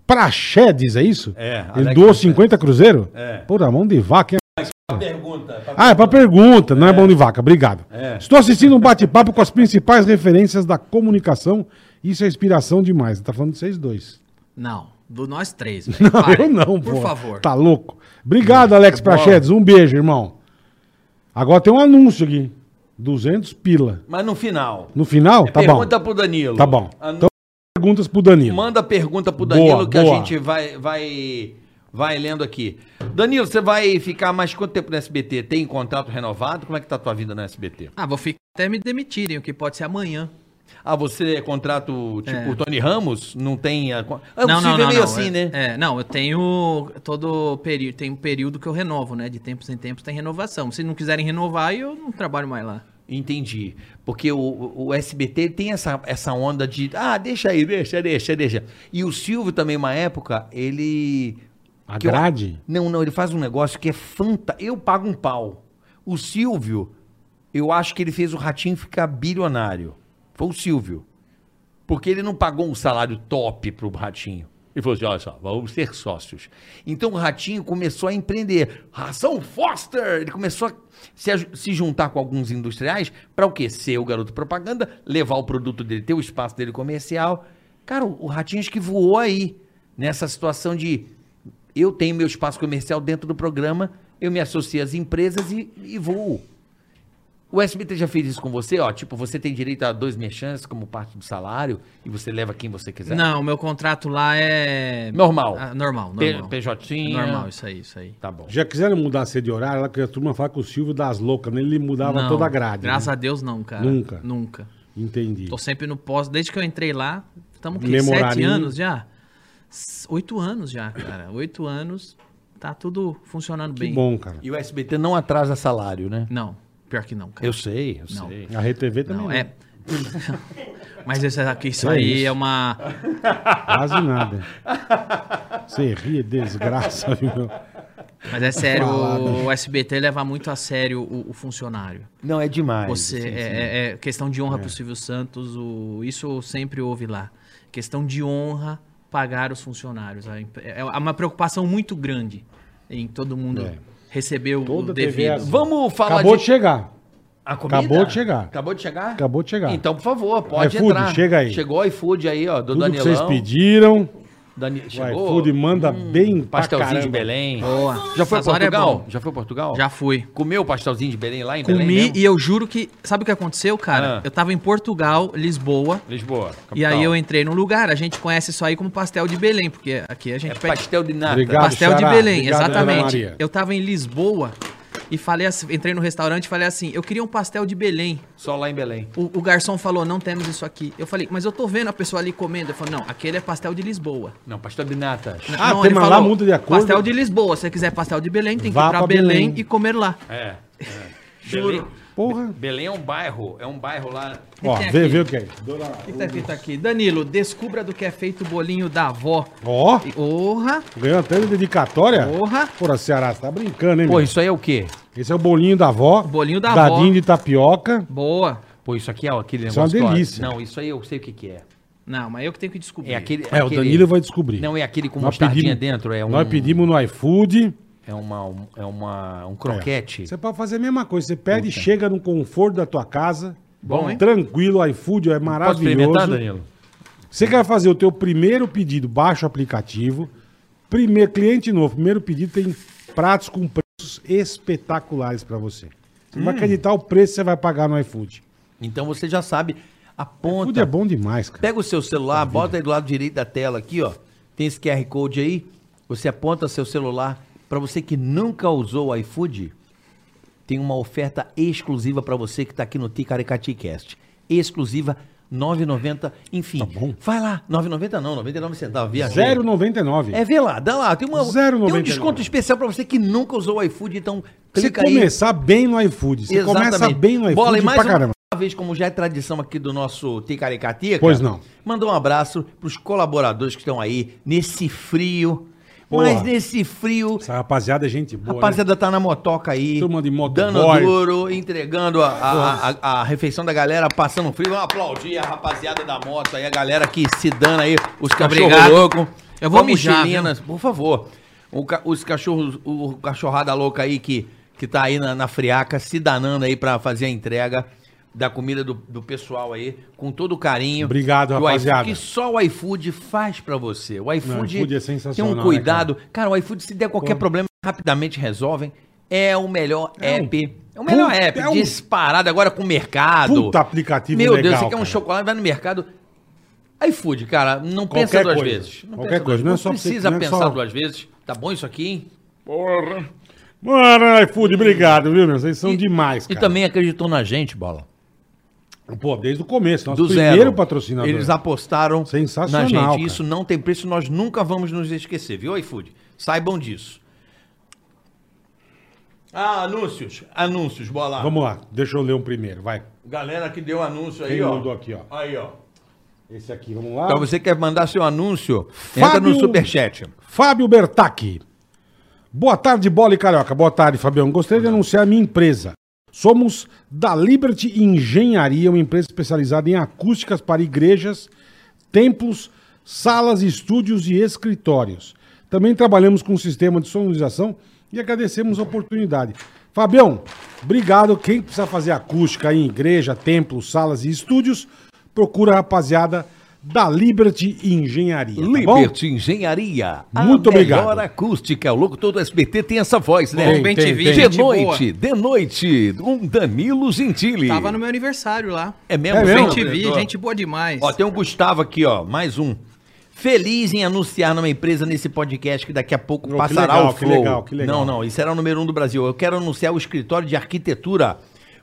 Speaker 3: Praxedes, é isso?
Speaker 2: É,
Speaker 3: Ele
Speaker 2: Alex
Speaker 3: doou
Speaker 2: Praxedes.
Speaker 3: 50 cruzeiro?
Speaker 2: É.
Speaker 3: Pô, na mão de vaca, hein?
Speaker 2: Pergunta.
Speaker 3: Ah, é pra pergunta, não é, mão de vaca. Obrigado.
Speaker 2: É.
Speaker 3: Estou assistindo um bate-papo com as principais referências da comunicação. Isso é inspiração demais. Tá falando de vocês dois.
Speaker 4: Não, do nós
Speaker 3: [laughs]
Speaker 4: três. velho.
Speaker 3: Não,
Speaker 4: Para.
Speaker 3: eu não,
Speaker 4: Por
Speaker 3: pô.
Speaker 4: favor.
Speaker 3: Tá louco. Obrigado, Alex Praxedes. Um beijo, irmão. Agora tem um anúncio aqui. 200 pila.
Speaker 2: Mas no final.
Speaker 3: No final? tá bom.
Speaker 2: É pergunta pro Danilo.
Speaker 3: Tá bom.
Speaker 2: A-
Speaker 3: Então, perguntas pro Danilo.
Speaker 2: Manda pergunta pro Danilo
Speaker 3: Boa,
Speaker 2: que
Speaker 3: boa.
Speaker 2: a gente vai, vai, vai lendo aqui. Danilo, você vai ficar mais quanto tempo no SBT? Tem contrato renovado? Como é que tá a tua vida no SBT?
Speaker 4: Ah, vou ficar até me demitirem, o que pode ser amanhã.
Speaker 2: Ah, você é contrato tipo Tony Ramos? Não tem. A... É
Speaker 4: não, não,
Speaker 2: possível,
Speaker 4: não,
Speaker 2: meio
Speaker 4: não.
Speaker 2: assim,
Speaker 4: é,
Speaker 2: né?
Speaker 4: é, não, eu tenho todo período, tem um período que eu renovo, né? De tempos em tempos tem renovação. Se não quiserem renovar, eu não trabalho mais lá.
Speaker 2: Entendi. Porque o, o SBT tem essa, essa onda de. Ah, deixa aí, deixa, deixa, deixa. E o Silvio também, uma época, ele.
Speaker 3: A
Speaker 2: que eu-
Speaker 3: grade?
Speaker 2: Não, não, ele faz um negócio que é fanta. Eu pago um pau. O Silvio, eu acho que ele fez o ratinho ficar bilionário. Foi o Silvio. Porque ele não pagou um salário top pro ratinho. Ele falou assim: olha só, vamos ser sócios. Então o ratinho começou a empreender. Ração Foster! Ele começou a se, aju- se juntar com alguns industriais para o quê? Ser o garoto propaganda, levar o produto dele, ter o espaço dele comercial. Cara, o o ratinho acho que voou aí nessa situação de eu tenho meu espaço comercial dentro do programa, eu me associo às empresas e, e vou. O SBT já fez isso com você, ó. Tipo, você tem direito a dois merchantes como parte do salário e você leva quem você quiser.
Speaker 4: Não, meu contrato lá é.
Speaker 2: Normal.
Speaker 4: Ah, normal,
Speaker 2: P-
Speaker 4: normal.
Speaker 2: PJ.
Speaker 4: Normal, isso aí, isso aí.
Speaker 2: Tá bom.
Speaker 3: Já quiseram mudar ser de horário, lá que a turma fala que o Silvio das loucas, né? Ele mudava
Speaker 4: Não,
Speaker 3: toda a grade. né?
Speaker 4: Graças a Deus, não, cara.
Speaker 3: Nunca.
Speaker 4: Nunca.
Speaker 3: Entendi.
Speaker 4: Tô sempre no pós. Desde que eu entrei lá, estamos aqui
Speaker 3: Mesmo
Speaker 4: sete
Speaker 3: horarinho.
Speaker 4: anos já? S- Oito anos já, cara. Oito anos. Tá tudo funcionando
Speaker 3: Que
Speaker 4: bem.
Speaker 3: bom, cara.
Speaker 2: E o SBT não atrasa salário, né?
Speaker 4: Não, pior que não, cara.
Speaker 2: Eu sei, eu
Speaker 4: Não.
Speaker 2: sei.
Speaker 3: A RedeTV também. né?
Speaker 4: Não,
Speaker 3: Não,
Speaker 4: é. [laughs] Mas isso, aqui, isso
Speaker 3: Que
Speaker 4: aí
Speaker 3: isso?
Speaker 4: é uma.
Speaker 3: Quase nada. Você ri, é desgraça, viu? meu?
Speaker 4: Mas é sério,
Speaker 3: Falado.
Speaker 4: o SBT leva muito a sério o, o funcionário.
Speaker 2: Não, é demais.
Speaker 4: Você
Speaker 2: assim,
Speaker 4: é,
Speaker 2: assim.
Speaker 4: é- é questão de honra pro Silvio Santos, o, isso sempre houve lá. Questão de honra pagar os funcionários. A imp- É uma preocupação muito grande em todo mundo
Speaker 3: É.
Speaker 4: receber o-
Speaker 3: Toda
Speaker 4: o
Speaker 3: TV é
Speaker 4: devido.
Speaker 3: assim.
Speaker 2: Vamos falar
Speaker 3: Acabou de chegar.
Speaker 2: A comida?
Speaker 3: Acabou de chegar.
Speaker 2: Acabou de chegar?
Speaker 3: Acabou de chegar. É
Speaker 2: Então, por favor, pode
Speaker 3: iFood,
Speaker 2: entrar.
Speaker 3: chega aí.
Speaker 2: Chegou o iFood aí, ó, do
Speaker 3: Tudo que
Speaker 2: Danilão.
Speaker 3: vocês pediram.
Speaker 2: Dani...
Speaker 3: O
Speaker 2: Chegou.
Speaker 3: iFood manda bem pra
Speaker 2: Pastelzinho
Speaker 3: caramba.
Speaker 2: de Belém.
Speaker 4: Boa.
Speaker 2: Já foi a
Speaker 4: Essa hora é
Speaker 2: Portugal?
Speaker 4: bom.
Speaker 2: Já foi a Portugal?
Speaker 4: Já fui.
Speaker 2: Comeu o pastelzinho de Belém lá em Belém
Speaker 4: Comi
Speaker 2: mesmo?
Speaker 4: e eu juro que. Sabe o que aconteceu, cara?
Speaker 2: Ah.
Speaker 4: Eu tava em Portugal, Lisboa.
Speaker 2: Lisboa, capital.
Speaker 4: E aí eu entrei num lugar, a gente conhece isso aí como pastel de Belém, porque aqui a gente
Speaker 2: É
Speaker 4: pede
Speaker 2: pastel de nata.
Speaker 3: Obrigado.
Speaker 4: pastel
Speaker 3: Xará.
Speaker 4: de Belém,
Speaker 3: Obrigado, Ana
Speaker 4: exatamente.
Speaker 3: Maria.
Speaker 4: Eu tava em Lisboa e falei assim, entrei no restaurante e falei assim, eu queria um pastel de Belém.
Speaker 2: Só lá em Belém.
Speaker 4: O, o garçom falou, não temos isso aqui. Eu falei, mas eu tô vendo a pessoa ali comendo. Ele falou, não, aquele é pastel de Lisboa.
Speaker 2: Não, pastel de nata.
Speaker 3: Ah, tem, mas lá muda de acordo.
Speaker 4: Pastel de Lisboa, se você quiser pastel de Belém, tem que
Speaker 3: Vá
Speaker 4: ir pra
Speaker 3: pra
Speaker 4: Belém,
Speaker 3: Belém.
Speaker 4: e comer lá.
Speaker 2: É. é. Juro.
Speaker 3: Porra.
Speaker 2: Belém é um bairro, é um bairro lá.
Speaker 3: Ó,
Speaker 4: tem
Speaker 3: vê,
Speaker 4: aqui?
Speaker 3: vê o que é.
Speaker 4: O que tá escrito aqui? Danilo, descubra do que é feito o bolinho da avó.
Speaker 3: Ó,
Speaker 4: Orra,
Speaker 3: ganhou até de dedicatória.
Speaker 4: orra.
Speaker 3: Porra, Ceará, você tá brincando, hein,
Speaker 2: Pô,
Speaker 3: meu?
Speaker 2: isso aí é o quê?
Speaker 3: Esse é o bolinho da avó.
Speaker 4: Bolinho da
Speaker 3: dadinho
Speaker 4: avó.
Speaker 3: de tapioca.
Speaker 4: Boa.
Speaker 2: Pô, isso aqui é aquele
Speaker 3: Isso é
Speaker 2: negócio.
Speaker 3: uma
Speaker 2: que eu-
Speaker 3: delícia.
Speaker 2: Não, isso aí eu sei o que, que é.
Speaker 4: Não, mas eu que tenho que descobrir.
Speaker 2: É aquele.
Speaker 3: É, o
Speaker 2: aquele-
Speaker 3: Danilo vai descobrir.
Speaker 2: Não, é aquele com
Speaker 3: Nós
Speaker 2: mostardinha
Speaker 3: pedimos-
Speaker 2: dentro. É um,
Speaker 3: Nós pedimos no iFood.
Speaker 2: É, uma, um, é uma, um croquete.
Speaker 3: Você pode fazer a mesma coisa. Você pede, chega no conforto da tua casa.
Speaker 4: Bom, hein?
Speaker 3: Tranquilo, iFood é
Speaker 2: Pode experimentar,
Speaker 3: maravilhoso.
Speaker 2: Danilo?
Speaker 3: Você quer fazer o teu primeiro pedido, baixa o aplicativo. Primeiro cliente novo, primeiro pedido tem pratos com preços espetaculares pra você. Você não vai acreditar o preço que você vai pagar no iFood.
Speaker 2: Então você já sabe.
Speaker 3: iFood
Speaker 2: Aponta.
Speaker 3: é bom demais, cara.
Speaker 2: Pega o seu celular, bota aí do lado direito da tela aqui, ó. Tem esse QR Code aí. Você aponta seu celular. Pra você que nunca usou o iFood, tem uma oferta exclusiva pra você que tá aqui no Ticaracati Cast. Exclusiva 9,90, enfim.
Speaker 3: Tá bom.
Speaker 2: Vai lá, 9,90 não, 99 centavos, viajou.
Speaker 3: 0,99.
Speaker 2: É, vê lá, dá lá. Tem, uma, tem
Speaker 3: 0,99.
Speaker 2: um desconto especial pra você que nunca usou o iFood, então
Speaker 3: Você
Speaker 2: clica aí.
Speaker 3: começar bem no iFood. Você começa bem no
Speaker 2: Bola, e
Speaker 3: iFood
Speaker 2: mais um.
Speaker 3: pra
Speaker 2: uma
Speaker 3: caramba.
Speaker 2: vez, como já é tradição aqui do nosso Ticaricatica.
Speaker 3: Pois não.
Speaker 2: Mandar um abraço pros colaboradores que estão aí nesse frio.
Speaker 3: Boa.
Speaker 2: Mas nesse frio,
Speaker 3: Essa rapaziada é gente boa. né?
Speaker 2: rapaziada tá na motoca aí.
Speaker 3: Turma de motoboy.
Speaker 2: Dando duro, entregando a, a- a- a refeição da galera, passando frio. Vamos aplaudir a rapaziada da moto aí, a galera que se dana aí, os cachorros
Speaker 4: Obrigado.
Speaker 2: loucos.
Speaker 4: Eu vou
Speaker 2: Com a
Speaker 4: mijar,
Speaker 2: mochilinha, Por favor. O ca- os cachorros, o cachorrada louca aí que, que tá aí na, na friaca, se danando aí pra fazer a entrega da comida do, do pessoal aí, com todo o carinho.
Speaker 3: Obrigado,
Speaker 2: Que o
Speaker 3: rapaziada.
Speaker 2: iFood- Que só o iFood faz pra você. O iFood,
Speaker 3: iFood é sensacional,
Speaker 2: tem
Speaker 3: né,
Speaker 2: um cuidado. cara? o iFood, se der qualquer
Speaker 3: Pô.
Speaker 2: problema, rapidamente resolvem. É o melhor
Speaker 3: É um
Speaker 2: app. É o melhor
Speaker 3: puta-
Speaker 2: app,
Speaker 3: é um
Speaker 2: disparado agora com o mercado.
Speaker 3: puta aplicativo
Speaker 2: Meu
Speaker 3: legal,
Speaker 2: Deus, você quer um
Speaker 3: cara.
Speaker 2: chocolate, vai no mercado. iFood, cara, não
Speaker 3: Qualquer
Speaker 2: pensa duas
Speaker 3: coisa.
Speaker 2: vezes. Não
Speaker 3: Qualquer
Speaker 2: pensa duas
Speaker 3: coisa,
Speaker 2: vezes.
Speaker 3: não é só pra você-
Speaker 2: precisa
Speaker 3: não é
Speaker 2: pensar
Speaker 3: só-
Speaker 2: duas vezes. Tá bom isso aqui, hein?
Speaker 7: Porra.
Speaker 3: Mano, iFood, obrigado, viu, meu? Vocês são demais,
Speaker 2: E também acreditou na gente, bola.
Speaker 3: Pô, desde o começo. Nosso
Speaker 2: do
Speaker 3: primeiro
Speaker 2: zero.
Speaker 3: patrocinador.
Speaker 2: Eles apostaram
Speaker 3: Sensacional,
Speaker 2: na gente.
Speaker 3: cara.
Speaker 2: Isso não tem preço, nós nunca vamos nos esquecer, viu, iFood? Saibam disso. Ah, anúncios. Anúncios, bola.
Speaker 3: Vamos lá, deixa eu ler um primeiro, vai.
Speaker 2: Galera que deu anúncio aí,
Speaker 3: Quem
Speaker 2: ó.
Speaker 3: mandou aqui, ó?
Speaker 2: Aí, ó.
Speaker 3: Esse aqui, vamos lá.
Speaker 2: Pra você que quer mandar seu anúncio, entra
Speaker 3: Fábio-
Speaker 2: no superchat.
Speaker 3: Fábio Bertacchi. Boa tarde, Bola e Carioca. Boa tarde, Fabião. Gostaria de anunciar a minha empresa. Somos da Liberty Engenharia, uma empresa especializada em acústicas para igrejas, templos, salas, estúdios e escritórios. Também trabalhamos com sistema de sonorização e agradecemos a oportunidade. Fabião, obrigado. Quem precisa fazer acústica em igreja, templos, salas e estúdios, procura a rapaziada da Liberty Engenharia. tá bom?
Speaker 2: Liberty Engenharia.
Speaker 3: Muito obrigado.
Speaker 2: melhor acústica. O locutor do SBT tem essa voz, né?
Speaker 3: Tem, tem,
Speaker 2: De
Speaker 3: tem.
Speaker 4: gente boa.
Speaker 2: noite, de noite, um Danilo Gentili.
Speaker 4: Tava no meu aniversário lá.
Speaker 2: É mesmo?
Speaker 3: É
Speaker 2: Você
Speaker 3: mesmo?
Speaker 2: não
Speaker 4: Gente vi,
Speaker 2: acreditou?
Speaker 4: gente boa demais.
Speaker 2: Ó, tem um Gustavo aqui, ó, mais um. Feliz em anunciar numa empresa nesse podcast que daqui a pouco
Speaker 3: Oh, que
Speaker 2: passará
Speaker 3: legal,
Speaker 2: o
Speaker 3: que
Speaker 2: flow.
Speaker 3: legal, que legal.
Speaker 2: Não, não, isso era o número um do Brasil. Eu quero anunciar o escritório de arquitetura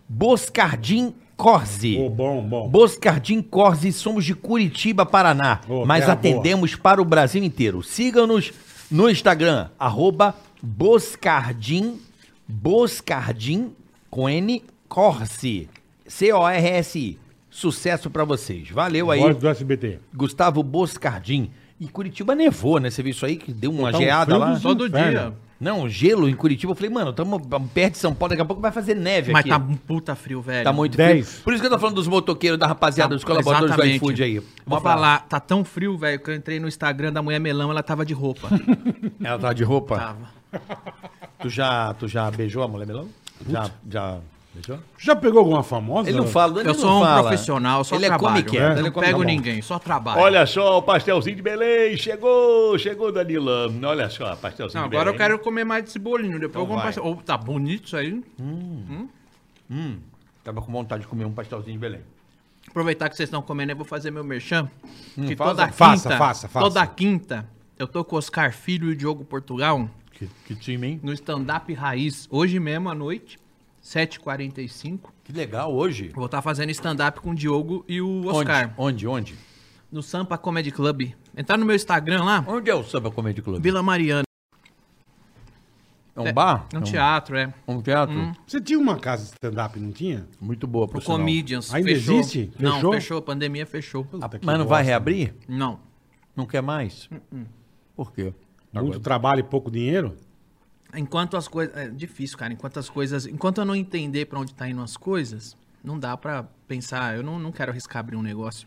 Speaker 2: Boscardim Corsi.
Speaker 3: Ô, Oh, bom, bom.
Speaker 2: Boscardim Corsi, somos de Curitiba, Paraná,
Speaker 3: Ô,
Speaker 2: mas
Speaker 3: Oh, terra
Speaker 2: atendemos para o Brasil inteiro. Siga-nos no Instagram, arroba Boscardim, Boscardim, com N, Corsi, C-O-R-S-I. Sucesso pra vocês. Valeu aí,
Speaker 3: Voz do SBT.
Speaker 2: Gustavo Boscardim. E Curitiba nevou, né? Você viu isso aí que deu uma
Speaker 3: Tá um
Speaker 2: geada
Speaker 3: frio
Speaker 2: lá?
Speaker 3: dos
Speaker 4: Todo
Speaker 3: infernos.
Speaker 4: dia.
Speaker 2: Não, gelo em Curitiba. Eu falei, mano, estamos perto de São Paulo, daqui a pouco vai fazer neve
Speaker 4: Mas
Speaker 2: aqui.
Speaker 4: tá um puta frio, velho. Tá
Speaker 2: Tá muito
Speaker 3: Dez. Tá
Speaker 2: frio. Por isso que eu tô falando dos motoqueiros, da rapaziada, dos colaboradores
Speaker 4: Exatamente.
Speaker 2: do iFood aí.
Speaker 4: Vou falar, tá tão frio, velho, que eu entrei no Instagram da mulher melão, ela tava de roupa.
Speaker 2: Ela tá de roupa?
Speaker 4: [laughs] tava.
Speaker 2: Tu, já, tu já beijou a mulher melão? Já, já beijou?
Speaker 3: Já pegou alguma famosa?
Speaker 2: Ele não fala, ele
Speaker 4: Eu
Speaker 2: não
Speaker 4: sou um
Speaker 2: fala.
Speaker 4: profissional, eu só
Speaker 2: ele
Speaker 4: trabalho.
Speaker 2: É comiqueta,
Speaker 3: né?
Speaker 2: ele é
Speaker 4: Não
Speaker 2: comiqueta.
Speaker 4: pego
Speaker 2: Tá bom.
Speaker 4: ninguém, só trabalho.
Speaker 6: Olha só, o pastelzinho de Belém. Chegou, chegou, Danilo. Olha só, pastelzinho
Speaker 4: Não,
Speaker 6: de
Speaker 4: agora eu
Speaker 6: Belém.
Speaker 4: quero comer mais desse bolinho, depois eu vou
Speaker 2: Então vai.
Speaker 4: passar. Ô, tá bonito isso aí.
Speaker 2: Tava com vontade de comer um pastelzinho de Belém.
Speaker 4: Aproveitar que vocês estão comendo, eu vou fazer meu merchan. que
Speaker 2: Hum, faça.
Speaker 4: toda
Speaker 3: Faça,
Speaker 4: quinta,
Speaker 3: faça, faça.
Speaker 4: Toda quinta, eu tô com o Oscar Filho e o Diogo Portugal
Speaker 6: Que, que time, hein?
Speaker 4: no stand-up raiz, hoje mesmo à noite, 7h45.
Speaker 2: Que legal hoje.
Speaker 4: Vou estar fazendo stand-up com o Diogo e o
Speaker 2: Onde?
Speaker 4: Oscar.
Speaker 2: Onde? Onde?
Speaker 4: No Sampa Comedy Club. Entrar no meu Instagram lá,
Speaker 2: Onde é o Samba Comedy Club?
Speaker 4: Vila Mariana.
Speaker 2: É um bar?
Speaker 4: É um teatro, é.
Speaker 2: Um teatro?
Speaker 3: Você tinha uma casa de stand-up, não tinha?
Speaker 2: Muito boa, por
Speaker 4: O
Speaker 2: sinal.
Speaker 4: Comedians.
Speaker 3: Ainda
Speaker 4: fechou.
Speaker 3: existe?
Speaker 4: Não,
Speaker 3: Fechou?
Speaker 4: fechou? A pandemia fechou.
Speaker 3: Puta, que
Speaker 2: Mas não vai
Speaker 3: bosta.
Speaker 2: reabrir?
Speaker 4: Não.
Speaker 2: Não quer mais?
Speaker 4: Hum,
Speaker 7: Por quê?
Speaker 3: Muito trabalho e pouco dinheiro?
Speaker 4: Enquanto as coisas... É difícil, cara. Enquanto as coisas... Enquanto eu não entender pra onde tá indo as coisas, não dá pra pensar... Eu não, não quero arriscar abrir um negócio.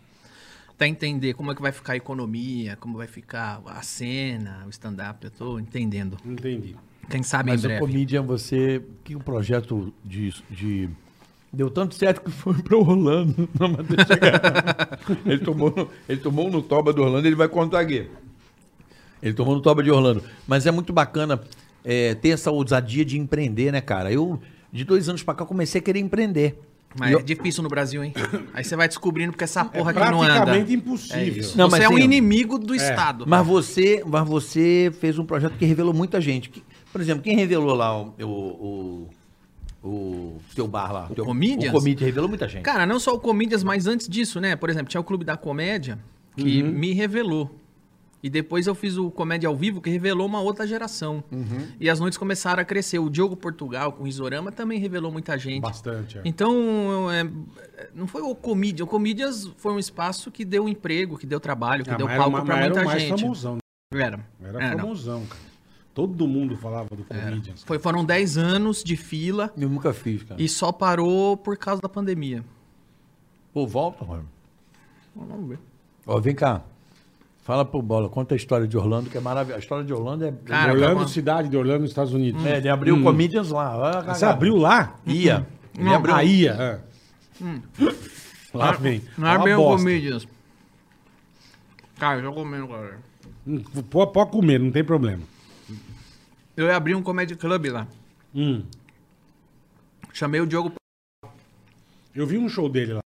Speaker 4: Até entender como é que vai ficar a economia, como vai ficar a cena, o stand-up. Eu tô entendendo.
Speaker 3: Entendi.
Speaker 4: Quem sabe
Speaker 7: Mas
Speaker 4: em
Speaker 7: o
Speaker 4: breve.
Speaker 7: Comedian, você. Que
Speaker 2: um
Speaker 7: o projeto de. de- Deu tanto certo que foi
Speaker 2: [laughs]
Speaker 7: pra Orlando. Não, mas
Speaker 4: [laughs]
Speaker 7: deixa quieto.
Speaker 2: Ele tomou, no- ele tomou no toba do Orlando, ele vai contar aqui. Ele tomou no toba de Orlando. Mas é muito bacana é, ter essa ousadia de empreender, né, cara? Eu, de dois anos pra cá, comecei a querer empreender.
Speaker 4: Mas
Speaker 2: E eu-
Speaker 4: é difícil no Brasil,
Speaker 3: [coughs]
Speaker 4: hein? Aí você vai descobrindo porque essa porra aqui
Speaker 3: É
Speaker 4: não anda. É
Speaker 3: Praticamente impossível.
Speaker 2: Não,
Speaker 4: Você
Speaker 2: mas
Speaker 4: é um
Speaker 2: tem-
Speaker 4: inimigo do Estado.
Speaker 2: Mas você, mas você fez um projeto que revelou muita gente. Que- por exemplo, quem revelou lá o, o, o, o seu bar lá? O teu,
Speaker 4: Comedians?
Speaker 2: O Comedians revelou muita gente.
Speaker 4: Cara, não só o Comedians, mas antes disso, né? Por exemplo, tinha o Clube da Comédia, que
Speaker 3: Uhum.
Speaker 4: me revelou. E depois eu fiz o Comédia ao Vivo, que revelou uma outra geração.
Speaker 3: Uhum.
Speaker 4: E as noites começaram a crescer. O Diogo Portugal, com o Risorama, também revelou muita gente.
Speaker 3: Bastante, é.
Speaker 4: Então, eu, é, não foi o Comedians. O Comedians foi um espaço que deu emprego, que deu trabalho, que
Speaker 3: Ah,
Speaker 4: deu
Speaker 3: mas
Speaker 4: palco
Speaker 3: era,
Speaker 4: pra
Speaker 3: mas era o
Speaker 4: muita
Speaker 3: mais
Speaker 4: gente. É,
Speaker 3: famosão. né?
Speaker 4: Era.
Speaker 3: Era, famosão, cara. Todo mundo falava do Comedians.
Speaker 4: Foi, foram 10 anos de fila
Speaker 2: Eu nunca fiz, cara.
Speaker 4: e só parou por causa da pandemia.
Speaker 2: Pô, volta, mano.
Speaker 4: Vamos ver.
Speaker 2: Ó, vem cá. Fala pro Bola, conta a história de Orlando, que é maravilhosa. A história de Orlando é...
Speaker 4: Cara, Hum.
Speaker 3: Orlando,
Speaker 4: acabou.
Speaker 3: cidade de Orlando, nos Estados Unidos.
Speaker 2: É, ele abriu o Comedians lá. Olha a
Speaker 3: Você
Speaker 2: cagada.
Speaker 3: abriu lá?
Speaker 4: Hum.
Speaker 2: Ia. Ele
Speaker 4: Não,
Speaker 2: abriu.
Speaker 3: Abriu. Aí, é. Lá vem.
Speaker 4: Não é
Speaker 3: Tá Uma
Speaker 4: bem o
Speaker 3: bosta.
Speaker 4: Comedians. Cara, eu tô comendo, galera.
Speaker 3: Hum, Pode pode comer, não tem problema.
Speaker 4: Eu ia abrir um comedy club lá.
Speaker 3: Hum.
Speaker 4: Chamei o Diogo.
Speaker 3: Eu vi um show dele lá.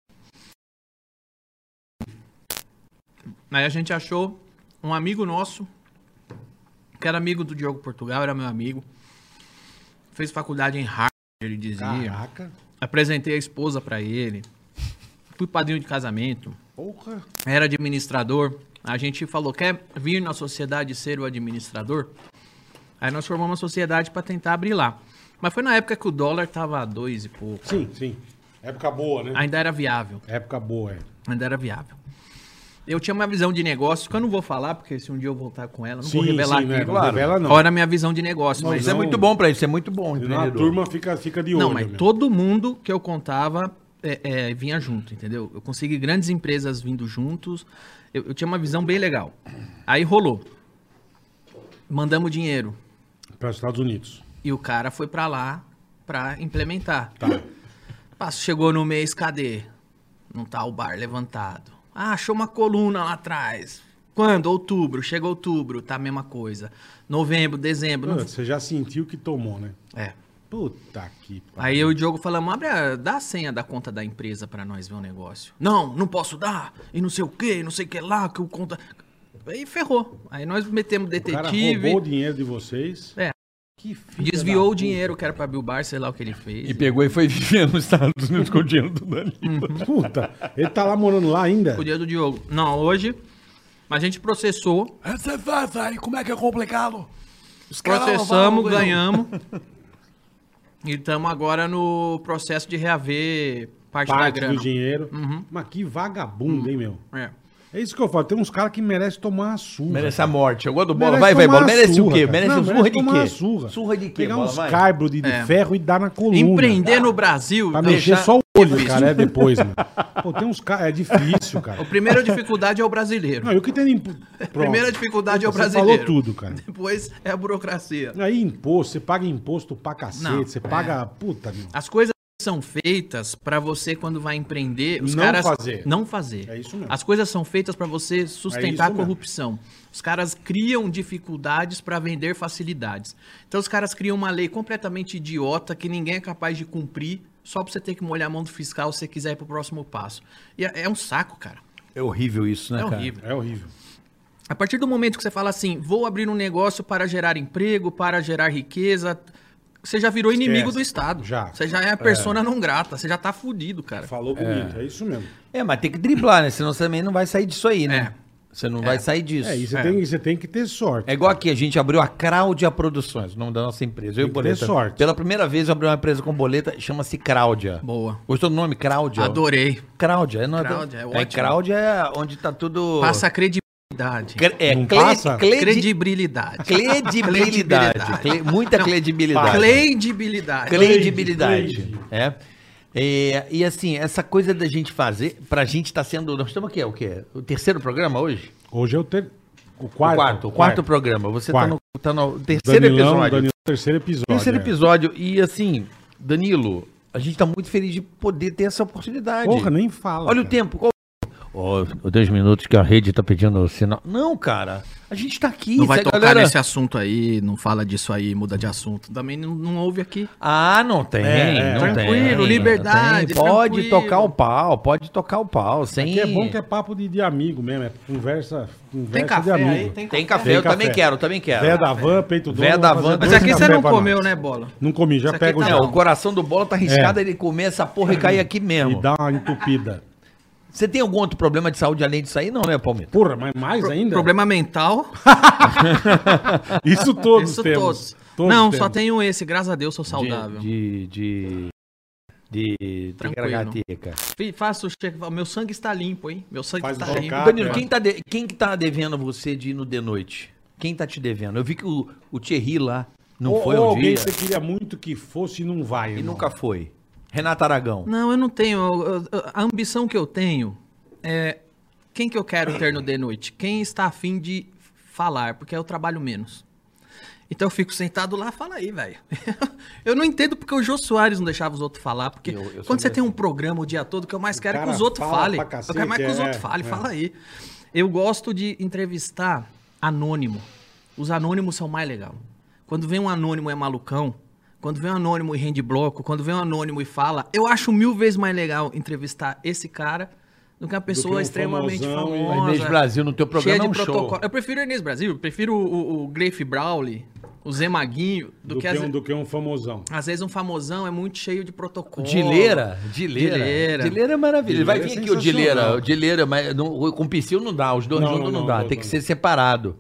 Speaker 4: Aí a gente achou um amigo nosso, que era amigo do Diogo Portugal, era meu amigo. Fez faculdade em Harvard, ele dizia.
Speaker 3: Caraca.
Speaker 4: Apresentei a esposa pra ele. Fui padrinho de casamento.
Speaker 3: Porra.
Speaker 4: era administrador. A gente falou, quer vir na sociedade ser o administrador? Aí nós formamos uma sociedade para tentar abrir lá. Mas foi na época que o dólar tava a dois e pouco.
Speaker 3: Sim, sim. Época boa, né?
Speaker 4: Ainda era viável,
Speaker 3: Época boa, é.
Speaker 4: ainda era viável. Eu tinha uma visão de negócio que eu não vou falar, porque se um dia eu voltar com ela, eu não vou revelar aqui.
Speaker 3: né?
Speaker 4: Claro.
Speaker 3: Não revela, não.
Speaker 4: Olha a minha visão de negócio, mas...
Speaker 2: Isso é muito bom pra ele, isso é muito bom,
Speaker 3: Senão a
Speaker 2: empreendedor.
Speaker 3: turma fica, fica de olho. né?
Speaker 4: Não, mas
Speaker 3: meu.
Speaker 4: todo mundo que eu contava é, é, vinha junto, entendeu? Eu consegui grandes empresas vindo juntos. Eu, eu tinha uma visão bem legal. Aí rolou. Mandamos dinheiro.
Speaker 3: Para os Estados Unidos.
Speaker 4: E o cara foi pra lá pra implementar. Tá. Chegou no mês, cadê? Não tá o bar levantado. Ah, achou uma coluna lá atrás. Quando? Outubro. Chega outubro, tá a mesma coisa. Novembro, dezembro.
Speaker 3: Pô,
Speaker 4: [laughs] Não...
Speaker 3: Você já sentiu que tomou, né?
Speaker 4: É.
Speaker 3: Puta que pariu.
Speaker 4: Aí eu e o Diogo falamos, abre a, dá a senha da conta da empresa pra nós ver o negócio. Não, não posso dar, e não sei o que, e não sei o que lá, que o conta... Aí ferrou. Aí nós metemos
Speaker 3: O cara
Speaker 4: detetive,
Speaker 3: roubou o dinheiro de vocês.
Speaker 4: É.
Speaker 3: Que filha
Speaker 4: desviou
Speaker 3: da
Speaker 4: o dinheiro que era pra abrir o bar, sei lá o que ele fez.
Speaker 2: E pegou e foi [laughs] viver nos Estados Unidos com o dinheiro do Danilo.
Speaker 3: Puta, ele tá lá morando lá ainda?
Speaker 4: O dinheiro do Diogo. Não, hoje, mas a gente processou,
Speaker 7: Você vai, vai, como é que é complicado? Os caras
Speaker 4: Processamos,
Speaker 3: [laughs]
Speaker 7: roubaram,
Speaker 4: ganhamos. e estamos agora no processo de reaver parte, da
Speaker 3: Parte
Speaker 4: grana. Uhum.
Speaker 3: do dinheiro. Mas que vagabundo, hein, meu?
Speaker 4: É.
Speaker 3: É isso que eu falo. Tem uns caras que merecem tomar a surra.
Speaker 7: Merece a morte. Eu gosto do bola.
Speaker 3: Merece
Speaker 7: Vai, vai,
Speaker 3: tomar
Speaker 7: bola.
Speaker 3: a
Speaker 7: Merece o
Speaker 3: surra,
Speaker 7: quê?
Speaker 3: cara.
Speaker 7: Merece
Speaker 3: Não,
Speaker 7: um
Speaker 3: merece
Speaker 7: surra de
Speaker 3: tomar
Speaker 7: quê?
Speaker 3: uma surra.
Speaker 7: Surra de quê?
Speaker 3: Pegar
Speaker 7: bola?
Speaker 3: uns
Speaker 7: Vai.
Speaker 3: caibros de, de
Speaker 4: É.
Speaker 3: ferro e dar na coluna.
Speaker 4: Empreender no Brasil.
Speaker 3: Pra
Speaker 4: deixar-
Speaker 3: mexer só o olho, cara, é depois, mano. Pô, tem uns caras. É difícil,
Speaker 4: A [laughs]
Speaker 3: cara.
Speaker 4: primeira dificuldade é o brasileiro.
Speaker 3: Não, e o que tem de impo...
Speaker 4: [laughs] Primeira
Speaker 3: Pronto.
Speaker 4: dificuldade é o
Speaker 3: Você
Speaker 4: brasileiro.
Speaker 3: falou tudo, cara.
Speaker 4: [laughs] Depois é a burocracia.
Speaker 3: Aí imposto, você paga imposto pra cacete,
Speaker 4: Não,
Speaker 3: você
Speaker 4: é.
Speaker 3: paga. Puta, meu.
Speaker 4: As coisas são feitas pra você quando vai empreender, os
Speaker 3: Não
Speaker 4: caras
Speaker 3: fazer.
Speaker 4: não fazer.
Speaker 3: É isso mesmo.
Speaker 4: As coisas são feitas pra você sustentar
Speaker 3: É
Speaker 4: a
Speaker 3: isso mesmo.
Speaker 4: corrupção. Os caras criam dificuldades pra vender facilidades. Então os caras criam uma lei completamente idiota que ninguém é capaz de cumprir, só pra você ter que molhar a mão do fiscal se você quiser ir pro próximo passo. E é, é um saco, cara.
Speaker 2: É horrível isso, né,
Speaker 4: É
Speaker 2: cara?
Speaker 4: horrível.
Speaker 3: É horrível.
Speaker 4: A partir do momento que você fala assim, vou abrir um negócio para gerar emprego, para gerar riqueza, você já virou inimigo do Estado.
Speaker 3: Já.
Speaker 4: Você já é a persona não grata, você já tá fudido, cara.
Speaker 3: Falou bonito, é, isso mesmo.
Speaker 2: É, mas tem que driblar, né? Senão você também não vai sair disso aí, né? Você não vai sair disso.
Speaker 3: É, e você,
Speaker 4: É.
Speaker 3: Tem, você tem que ter sorte.
Speaker 2: É igual aqui, a gente abriu a Cláudia Produções, o nome da nossa empresa. Eu e
Speaker 3: que
Speaker 2: o Boleta.
Speaker 3: ter sorte.
Speaker 2: Pela primeira vez eu abri uma empresa com boleta, chama-se Cláudia.
Speaker 4: Boa.
Speaker 2: Gostou do nome? Cláudia?
Speaker 4: Adorei.
Speaker 2: Cláudia. É nada...
Speaker 4: Cláudia, é
Speaker 2: é
Speaker 4: ótimo.
Speaker 2: Cláudia é onde tá tudo...
Speaker 4: Passa credibilidade.
Speaker 2: Cre- É,
Speaker 3: Não
Speaker 2: cle...
Speaker 3: passa?
Speaker 2: Cle...
Speaker 4: Credibilidade.
Speaker 2: Credibilidade. Cle- Muita
Speaker 4: Não,
Speaker 2: credibilidade.
Speaker 4: Credibilidade.
Speaker 2: Credibilidade. É. É, e assim, essa coisa da gente fazer, pra gente tá sendo. Nós estamos aqui, é o quê? O terceiro programa hoje?
Speaker 3: Hoje é o, ter... o
Speaker 2: O
Speaker 3: quarto. É.
Speaker 2: quarto, o quarto programa. Você
Speaker 3: Quarto.
Speaker 2: tá no, tá no terceiro
Speaker 3: Terceiro
Speaker 2: episódio.
Speaker 3: terceiro episódio.
Speaker 2: Terceiro
Speaker 3: é.
Speaker 2: episódio. E assim, Danilo, a gente tá muito feliz de poder ter essa oportunidade.
Speaker 3: Porra, nem fala.
Speaker 2: Olha o
Speaker 3: cara.
Speaker 2: tempo. Qual... Ó, 10 minutos que a rede tá pedindo sinal. Não, cara. A gente tá aqui.
Speaker 4: Não vai
Speaker 2: se a
Speaker 4: tocar
Speaker 2: galera-
Speaker 4: nesse assunto aí, não fala disso aí, muda de assunto. Também não, não ouve aqui.
Speaker 2: Ah, não tem.
Speaker 3: É, é.
Speaker 2: não tem,
Speaker 4: Tranquilo,
Speaker 2: não
Speaker 4: liberdade,
Speaker 2: Pode
Speaker 4: tranquilo.
Speaker 2: tocar o pau, pode tocar o pau. Sem...
Speaker 3: Aqui é bom que é papo de, de amigo mesmo, é conversa, conversa
Speaker 4: Tem café
Speaker 3: de amigo.
Speaker 4: aí, tem
Speaker 2: Tem
Speaker 4: café.
Speaker 2: café,
Speaker 3: Tem
Speaker 2: eu
Speaker 3: café.
Speaker 2: também quero, também quero.
Speaker 3: Véia da van, peito dono.
Speaker 2: Véia da
Speaker 3: vou
Speaker 2: van. Mas
Speaker 3: fazer
Speaker 4: Mas
Speaker 3: dois
Speaker 4: aqui você
Speaker 3: café
Speaker 4: não
Speaker 3: pra
Speaker 4: comeu,
Speaker 3: nós.
Speaker 4: né, Bola?
Speaker 3: Não comi, já
Speaker 4: Isso aqui
Speaker 3: pego
Speaker 4: tá
Speaker 3: já.
Speaker 2: Não, o coração do bola tá arriscado
Speaker 3: É.
Speaker 2: ele comer essa porra e cair aqui mesmo.
Speaker 3: E dá uma entupida.
Speaker 2: Você tem algum outro problema de saúde além disso aí? Não, né, Palmeiras?
Speaker 3: Porra, mas mais ainda?
Speaker 4: Problema mental.
Speaker 3: Isso todos
Speaker 4: Isso
Speaker 3: temos.
Speaker 4: todos.
Speaker 3: Todos
Speaker 4: não, só
Speaker 3: temos.
Speaker 4: tenho esse, graças a Deus, sou saudável.
Speaker 2: De. De. De. de
Speaker 4: Tranquilo.
Speaker 2: Ticaracateca.
Speaker 4: Fi- Faço o cheque. Meu sangue está limpo, hein? Meu sangue
Speaker 3: Faz
Speaker 4: está
Speaker 3: o
Speaker 4: limpo.
Speaker 3: check-up,
Speaker 2: Danilo,
Speaker 3: é.
Speaker 2: quem tá, de- quem que tá devendo você de ir no The Noite? Quem tá te devendo? Eu vi que o, o Thierry lá não
Speaker 3: Ou-
Speaker 2: foi
Speaker 3: ou
Speaker 2: um dia
Speaker 3: alguém que você queria muito que fosse e não vai.
Speaker 2: e
Speaker 3: irmão.
Speaker 2: nunca foi. Renato Aragão.
Speaker 4: Não, eu não tenho. eu- eu- A ambição que eu tenho é quem que eu quero ter no de noite? Quem está afim de falar, porque eu trabalho menos. Então eu fico sentado lá, fala aí, velho. [laughs] eu não entendo porque o Jô Soares não deixava os outros falar, porque
Speaker 2: Eu- eu sou
Speaker 4: quando você tem um programa o dia todo, o que eu mais quero é que
Speaker 3: cara
Speaker 4: os outros
Speaker 3: fala
Speaker 4: falem.
Speaker 3: pra
Speaker 4: eu quero mais que
Speaker 3: cacete,
Speaker 4: os
Speaker 3: é,
Speaker 4: outros falem,
Speaker 3: é.
Speaker 4: fala aí. Eu gosto de entrevistar anônimo. Os anônimos são mais legal. Quando vem um anônimo é malucão, quando vem um anônimo e rende bloco, quando vem um anônimo e fala, eu acho mil vezes mais legal entrevistar esse cara do que uma pessoa
Speaker 3: um
Speaker 4: extremamente
Speaker 3: famosão e-
Speaker 4: famosa. É.
Speaker 2: Inês Brasil no teu programa
Speaker 4: cheia
Speaker 2: é
Speaker 4: de
Speaker 2: um
Speaker 4: protocolo.
Speaker 2: show.
Speaker 4: Eu prefiro o Inês Brasil, eu prefiro o, o, o Gleif Brawley, o Zé Maguinho, do, que, às,
Speaker 3: um, do que um famosão.
Speaker 4: às vezes um famosão é muito cheio de protocolo.
Speaker 2: Dileira, Dileira.
Speaker 4: Dileira.
Speaker 2: Dileira é maravilha. Ele vai vir
Speaker 3: Dileira é
Speaker 2: aqui o Dileira.
Speaker 3: sensacional.
Speaker 2: O Dileira, mas não- com o Psyu não dá, os dois
Speaker 3: Não,
Speaker 2: juntos não,
Speaker 3: não,
Speaker 2: dá.
Speaker 3: não,
Speaker 2: Tem
Speaker 3: não.
Speaker 2: que ser separado.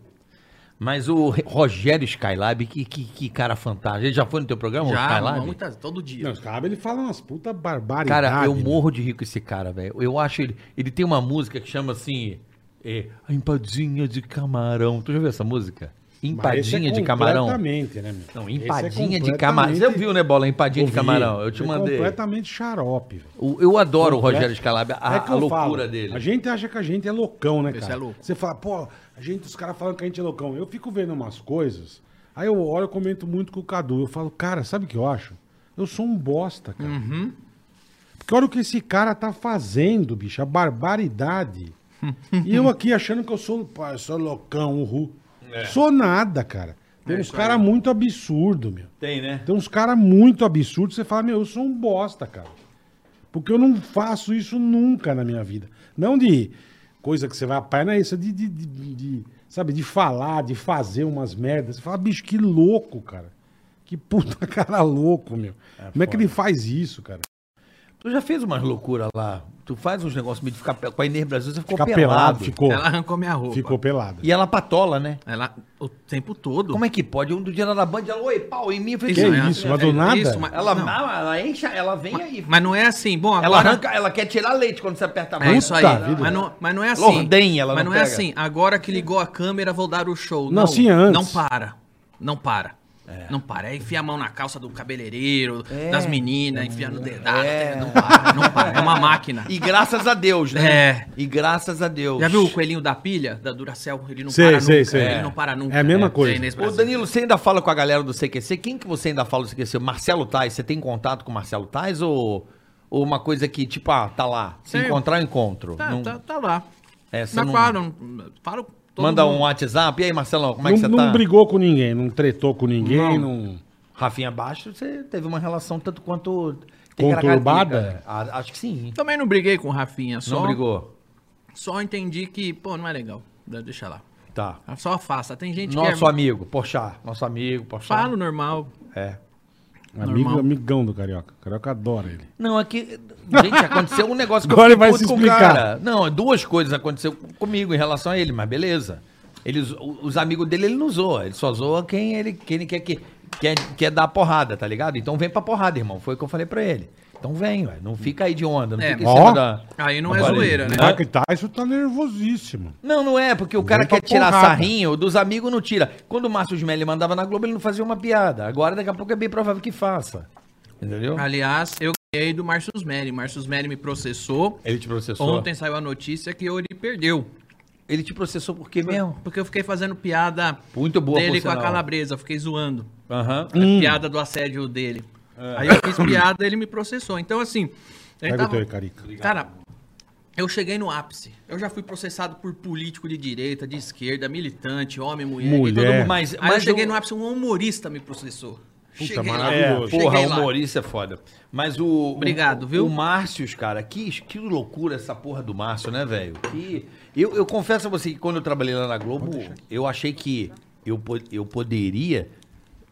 Speaker 2: Mas o Re- Rogério Skylab, que, que, que cara fantástico. Ele já foi no teu programa, o
Speaker 4: Já,
Speaker 2: Skylab?
Speaker 4: muitas, todo dia.
Speaker 3: Não, sabe, ele fala umas puta barbaridades.
Speaker 2: Cara, eu morro de rico esse cara, velho. Eu acho ele. Ele tem uma música que chama assim. É, a empadinha de camarão. Tu já viu essa música?
Speaker 3: Mas esse é
Speaker 2: Empadinha de camarão.
Speaker 3: Completamente, né, meu?
Speaker 2: Não,
Speaker 3: Esse é
Speaker 2: empadinha de
Speaker 3: completamente-
Speaker 2: camarão. Você viu, né, Bola? Empadinha
Speaker 3: Ouvi.
Speaker 2: de camarão. Eu te
Speaker 3: É
Speaker 2: mandei.
Speaker 3: Completamente xarope. velho.
Speaker 2: O- Eu adoro o
Speaker 3: Completo.
Speaker 2: Rogério Scalabria, a,
Speaker 3: É que
Speaker 2: a
Speaker 3: eu
Speaker 2: loucura
Speaker 3: falo,
Speaker 2: dele.
Speaker 3: A gente acha que a gente é loucão, né,
Speaker 4: Esse
Speaker 3: cara?
Speaker 4: é louco.
Speaker 3: Você fala, pô, a gente, os caras falam que a gente é loucão. Eu fico vendo umas coisas, aí eu olho, eu comento muito com o Cadu. Eu falo, cara, sabe o que eu acho? Eu sou um bosta, cara.
Speaker 4: Uhum.
Speaker 3: Porque olha o que esse cara tá fazendo, bicho, a barbaridade. e eu aqui achando que eu sou, pô, eu sou loucão, uhul.
Speaker 2: É.
Speaker 3: Sou nada, cara. Tem
Speaker 4: É
Speaker 3: uns caras muito absurdo, meu.
Speaker 2: Tem, né?
Speaker 3: Tem uns caras muito absurdos, você fala, meu, eu sou um bosta, cara. Porque eu não faço isso nunca na minha vida. Não de coisa que você vai apanhar, não é isso, de, de, de- de- sabe, de falar, de fazer umas merdas. Você fala, bicho, que [laughs] é louco, cara. Que puta cara louco, meu. Como é que ele faz isso, cara?
Speaker 2: Tu já fez umas loucuras lá. Tu faz uns negócios meio de ficar pe- com a Inês Brasil, você ficou
Speaker 3: Ficar
Speaker 2: pelado.
Speaker 3: pelado, ficou.
Speaker 4: Ela arrancou minha roupa.
Speaker 3: Ficou pelado.
Speaker 2: E ela patola, né?
Speaker 4: Ela, o tempo todo.
Speaker 2: Como é que pode? Um do dia ela na band, ela, oi, pau, em mim. Eu falei,
Speaker 3: Que é
Speaker 2: "Sim,
Speaker 4: né?
Speaker 3: isso, mas do nada?
Speaker 4: mas-
Speaker 2: Ela,
Speaker 4: não.
Speaker 2: ela enche, ela vem aí.
Speaker 4: Mas não é assim, bom, agora...
Speaker 2: Ela arranca, ela quer tirar leite quando você aperta a mão.
Speaker 4: É isso aí.
Speaker 3: Puta vida.
Speaker 4: Mas não, mas não é assim.
Speaker 2: Lordenha, ela
Speaker 4: mas
Speaker 2: não
Speaker 4: não, é
Speaker 2: pega.
Speaker 4: assim. Agora que ligou a câmera, vou dar o show.
Speaker 3: Não, assim antes.
Speaker 4: Não para. Não para. Não para. É enfiar a mão na calça do cabeleireiro,
Speaker 3: É.
Speaker 4: das meninas, enfiar no dedado.
Speaker 2: É.
Speaker 4: Não para, não para.
Speaker 3: [laughs]
Speaker 4: É uma máquina.
Speaker 2: E graças a Deus, né?
Speaker 4: É.
Speaker 2: E graças a Deus.
Speaker 4: Já viu o coelhinho da pilha, da Duracell? Ele não
Speaker 3: Sei,
Speaker 4: para
Speaker 3: sei,
Speaker 4: nunca.
Speaker 3: sei.
Speaker 4: Ele não para nunca.
Speaker 3: É a mesma coisa.
Speaker 4: Inês
Speaker 2: Ô,
Speaker 4: Brasil.
Speaker 2: Danilo, você ainda fala com a galera do CQC? Quem que você ainda fala do CQC? Marcelo Tais, você tem contato com o Marcelo Tais ou, ou uma coisa que, tipo, ah, tá lá, se
Speaker 4: Tenho.
Speaker 2: encontrar, eu encontro?
Speaker 4: Tá,
Speaker 2: Não-
Speaker 4: tá, tá lá.
Speaker 2: É, você
Speaker 4: Mas
Speaker 2: não-
Speaker 4: claro, falo todo
Speaker 2: Manda
Speaker 4: mundo.
Speaker 2: um WhatsApp, e aí, Marcelão, como é
Speaker 3: não,
Speaker 2: que você
Speaker 3: não
Speaker 2: tá?
Speaker 3: brigou com ninguém, não tretou com ninguém, não.
Speaker 2: Rafinha Baixo, você teve uma relação tanto quanto...
Speaker 3: Conturbada?
Speaker 2: Ah, acho que sim.
Speaker 4: Também não briguei com o Rafinha, só,
Speaker 2: Não brigou.
Speaker 4: só entendi que, pô, não é legal. Deixa lá.
Speaker 2: Tá.
Speaker 4: Só afasta. Tem gente
Speaker 2: Nosso
Speaker 4: que é...
Speaker 2: amigo, Porchat. Nosso amigo, Porchat.
Speaker 4: Falo normal.
Speaker 2: É.
Speaker 3: Amigo,
Speaker 4: Normal.
Speaker 3: amigão do Carioca. O Carioca adora ele.
Speaker 2: Não, é que. Gente, aconteceu um
Speaker 3: [laughs]
Speaker 2: negócio que
Speaker 3: Agora
Speaker 2: eu
Speaker 3: ele vai
Speaker 2: puto
Speaker 3: se
Speaker 2: com o
Speaker 3: explicar.
Speaker 2: cara. Não, duas coisas aconteceu comigo em relação a ele, mas beleza. Ele, zo- os amigos dele ele não zoa, ele só zoa quem ele, quem ele quer, que, quer, quer dar porrada, tá ligado? Então vem pra porrada, irmão. Foi o que eu falei pra ele. Então vem, ué. não fica aí de onda, não
Speaker 4: É,
Speaker 2: fica em
Speaker 3: ó.
Speaker 2: cima da.
Speaker 4: Aí não é
Speaker 2: Agora,
Speaker 4: zoeira, né?
Speaker 3: Mike Tyson tá nervosíssimo.
Speaker 2: Não, não é, porque o cara
Speaker 3: pra
Speaker 2: quer tirar
Speaker 3: porrada.
Speaker 2: sarrinho, dos amigos não tira. Quando o Márcio Smelly mandava na Globo, ele não fazia uma piada. Agora, daqui a pouco, é bem provável que faça. Entendeu?
Speaker 4: Aliás, eu ganhei do Márcio Smelly. Márcio Smelly me processou.
Speaker 2: Ele te processou.
Speaker 4: Ontem saiu a notícia que ele perdeu.
Speaker 2: Ele te processou por quê mesmo?
Speaker 4: Porque eu fiquei fazendo piada
Speaker 2: Muito boa,
Speaker 4: dele
Speaker 2: por
Speaker 4: com a
Speaker 2: sinal. Hum.
Speaker 4: calabresa. eu Fiquei zoando.
Speaker 2: Aham.
Speaker 4: A piada do assédio dele.
Speaker 2: É.
Speaker 4: Aí eu fiz piada ele me processou. Então, assim... ele
Speaker 3: Pega o
Speaker 4: tava-
Speaker 3: teu aí, Carica.
Speaker 4: Cara, eu cheguei no ápice. Eu já fui processado por político de direita, de esquerda, militante, homem, mulher. gay,
Speaker 3: Mulher.
Speaker 2: Mas,
Speaker 4: Aí eu
Speaker 2: mas
Speaker 4: cheguei
Speaker 2: eu-
Speaker 4: no ápice, um humorista me processou. cheguei
Speaker 3: maravilhoso.
Speaker 4: Lá,
Speaker 2: Porra,
Speaker 4: cheguei lá.
Speaker 2: humorista é foda. Mas o.
Speaker 4: Obrigado,
Speaker 2: o,
Speaker 4: viu?
Speaker 2: O Márcio, cara, que, que loucura essa porra do Márcio, né, velho? Que. Eu, eu confesso a você que quando eu trabalhei lá na Globo, eu achei que eu, po- eu poderia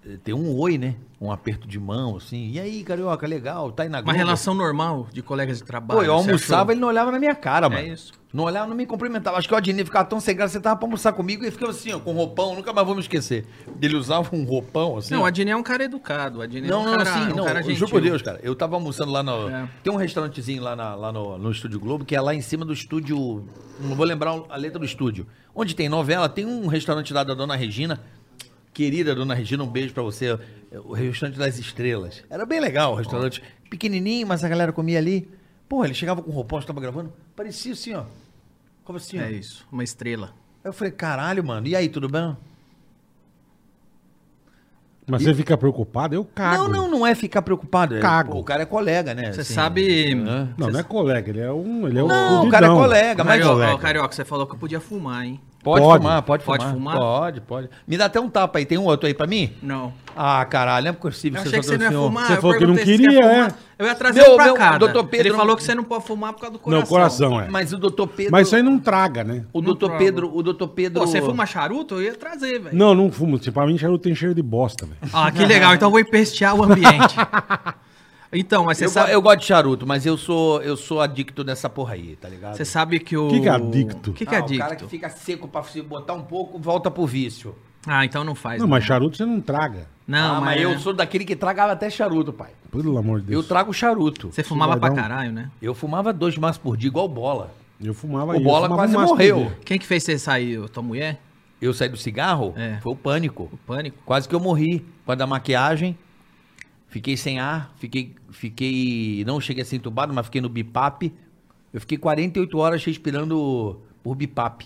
Speaker 2: eh, ter um oi, né? Um aperto de mão, assim. E aí, carioca, legal, tá aí na
Speaker 4: Uma
Speaker 2: Globo.
Speaker 4: relação normal de colegas de trabalho.
Speaker 2: Pô, eu
Speaker 4: você
Speaker 2: almoçava,
Speaker 4: achou? É
Speaker 2: ele não olhava na minha cara, mano.
Speaker 4: isso.
Speaker 2: Não olhava, não me cumprimentava. Acho que o Adnei ficava tão sem graça, você tava pra almoçar comigo e ficava assim, ó, com roupão, nunca mais vou me esquecer. Ele usava um roupão assim.
Speaker 4: Não, o
Speaker 2: ó.
Speaker 4: Adnei é um cara educado. O Adnei
Speaker 2: Não,
Speaker 4: é um
Speaker 2: não,
Speaker 4: cara,
Speaker 2: assim,
Speaker 4: um
Speaker 2: não.
Speaker 4: cara
Speaker 2: eu juro
Speaker 4: gentil.
Speaker 2: por Deus, cara. Eu tava almoçando lá no.
Speaker 4: É.
Speaker 2: Tem um restaurantezinho lá, na- lá no, no Estúdio Globo, que é lá em cima do estúdio. Não vou lembrar a letra do estúdio. Onde tem novela, tem um restaurante lá da Dona Regina. Querida Dona Regina, um beijo pra você. É O restaurante das estrelas. Era bem legal o restaurante. Pequenininho, mas a galera comia ali. Porra, ele chegava com o roupão, estava gravando. Parecia assim, ó. Como assim, ó.
Speaker 4: É isso, uma estrela.
Speaker 2: Aí eu falei, caralho, mano. E aí, tudo bem?
Speaker 3: Mas você fica preocupado? Eu cago.
Speaker 2: Não, não, não é ficar preocupado. É,
Speaker 3: Cago.
Speaker 2: pô, o cara é colega, né?
Speaker 4: Você
Speaker 2: Assim,
Speaker 4: sabe...
Speaker 3: Não, não é colega, ele é um. Ele é um
Speaker 2: Não,
Speaker 3: fudidão.
Speaker 2: o cara é colega, mas
Speaker 4: Carioca,
Speaker 3: colega.
Speaker 4: ó, Carioca, você falou que eu podia fumar, hein?
Speaker 2: Pode,
Speaker 3: Pode.
Speaker 2: fumar, pode,
Speaker 4: Pode
Speaker 2: fumar.
Speaker 4: fumar?
Speaker 2: Pode, pode. Me dá até um tapa aí, tem um outro aí pra mim?
Speaker 4: Não.
Speaker 2: Ah, caralho, não é possível
Speaker 4: Eu
Speaker 2: que
Speaker 4: achei que você não ia
Speaker 2: trouxe um.
Speaker 4: fumar.
Speaker 3: Você
Speaker 4: eu
Speaker 3: falou que não
Speaker 4: perguntei se você
Speaker 3: queria,
Speaker 4: quer
Speaker 3: é?
Speaker 4: fumar. Eu ia trazer
Speaker 2: Meu-
Speaker 4: um pra
Speaker 2: meu-
Speaker 4: cá.
Speaker 2: doutor Pedro
Speaker 4: Ele
Speaker 2: não-
Speaker 4: falou que você não pode fumar por causa do coração.
Speaker 3: Não, coração, é. Mas,
Speaker 2: Mas o doutor Pedro.
Speaker 3: isso aí não traga, né?
Speaker 2: O doutor
Speaker 4: prova.
Speaker 2: Pedro. O doutor Pedro.
Speaker 4: Pô, você fuma charuto? Eu ia trazer, velho.
Speaker 3: Não, não fumo. Tipo, pra mim, charuto tem cheiro de bosta, velho.
Speaker 4: Ah, que legal. Então eu vou empestear o ambiente. Então, mas você
Speaker 2: Eu,
Speaker 4: sabe,
Speaker 2: go- eu gosto de charuto, mas eu sou, eu sou adicto dessa porra aí, tá ligado?
Speaker 4: você sabe que o...
Speaker 3: Que que é adicto?
Speaker 4: O que, que é
Speaker 2: Ah,
Speaker 4: adicto?
Speaker 2: O cara que fica seco pra se botar um pouco, volta pro vício.
Speaker 4: Ah, então não faz.
Speaker 3: Não,
Speaker 4: Não,
Speaker 3: mas charuto você não traga.
Speaker 4: Não,
Speaker 2: ah, mas
Speaker 4: mas é.
Speaker 2: eu sou daquele que traga até charuto, pai.
Speaker 3: Pelo amor de
Speaker 2: Eu
Speaker 3: Deus. Eu,
Speaker 2: trago charuto.
Speaker 4: Você fumava pra
Speaker 3: Cidadão.
Speaker 4: caralho, né?
Speaker 2: Eu fumava dois maços por dia, igual bola.
Speaker 3: fumava
Speaker 2: O
Speaker 3: aí, eu
Speaker 2: bola
Speaker 3: fumava
Speaker 2: quase
Speaker 3: um maço por
Speaker 2: morreu.
Speaker 3: dia.
Speaker 4: Quem que fez você sair? Tua mulher?
Speaker 2: Eu saí do cigarro,
Speaker 4: É.
Speaker 2: foi o pânico.
Speaker 4: O pânico?
Speaker 2: Quase que eu morri com a da maquiagem. Fiquei sem ar, fiquei, fiquei, não cheguei a ser entubado, mas fiquei no BIPAP. Eu fiquei 48 horas respirando por BIPAP.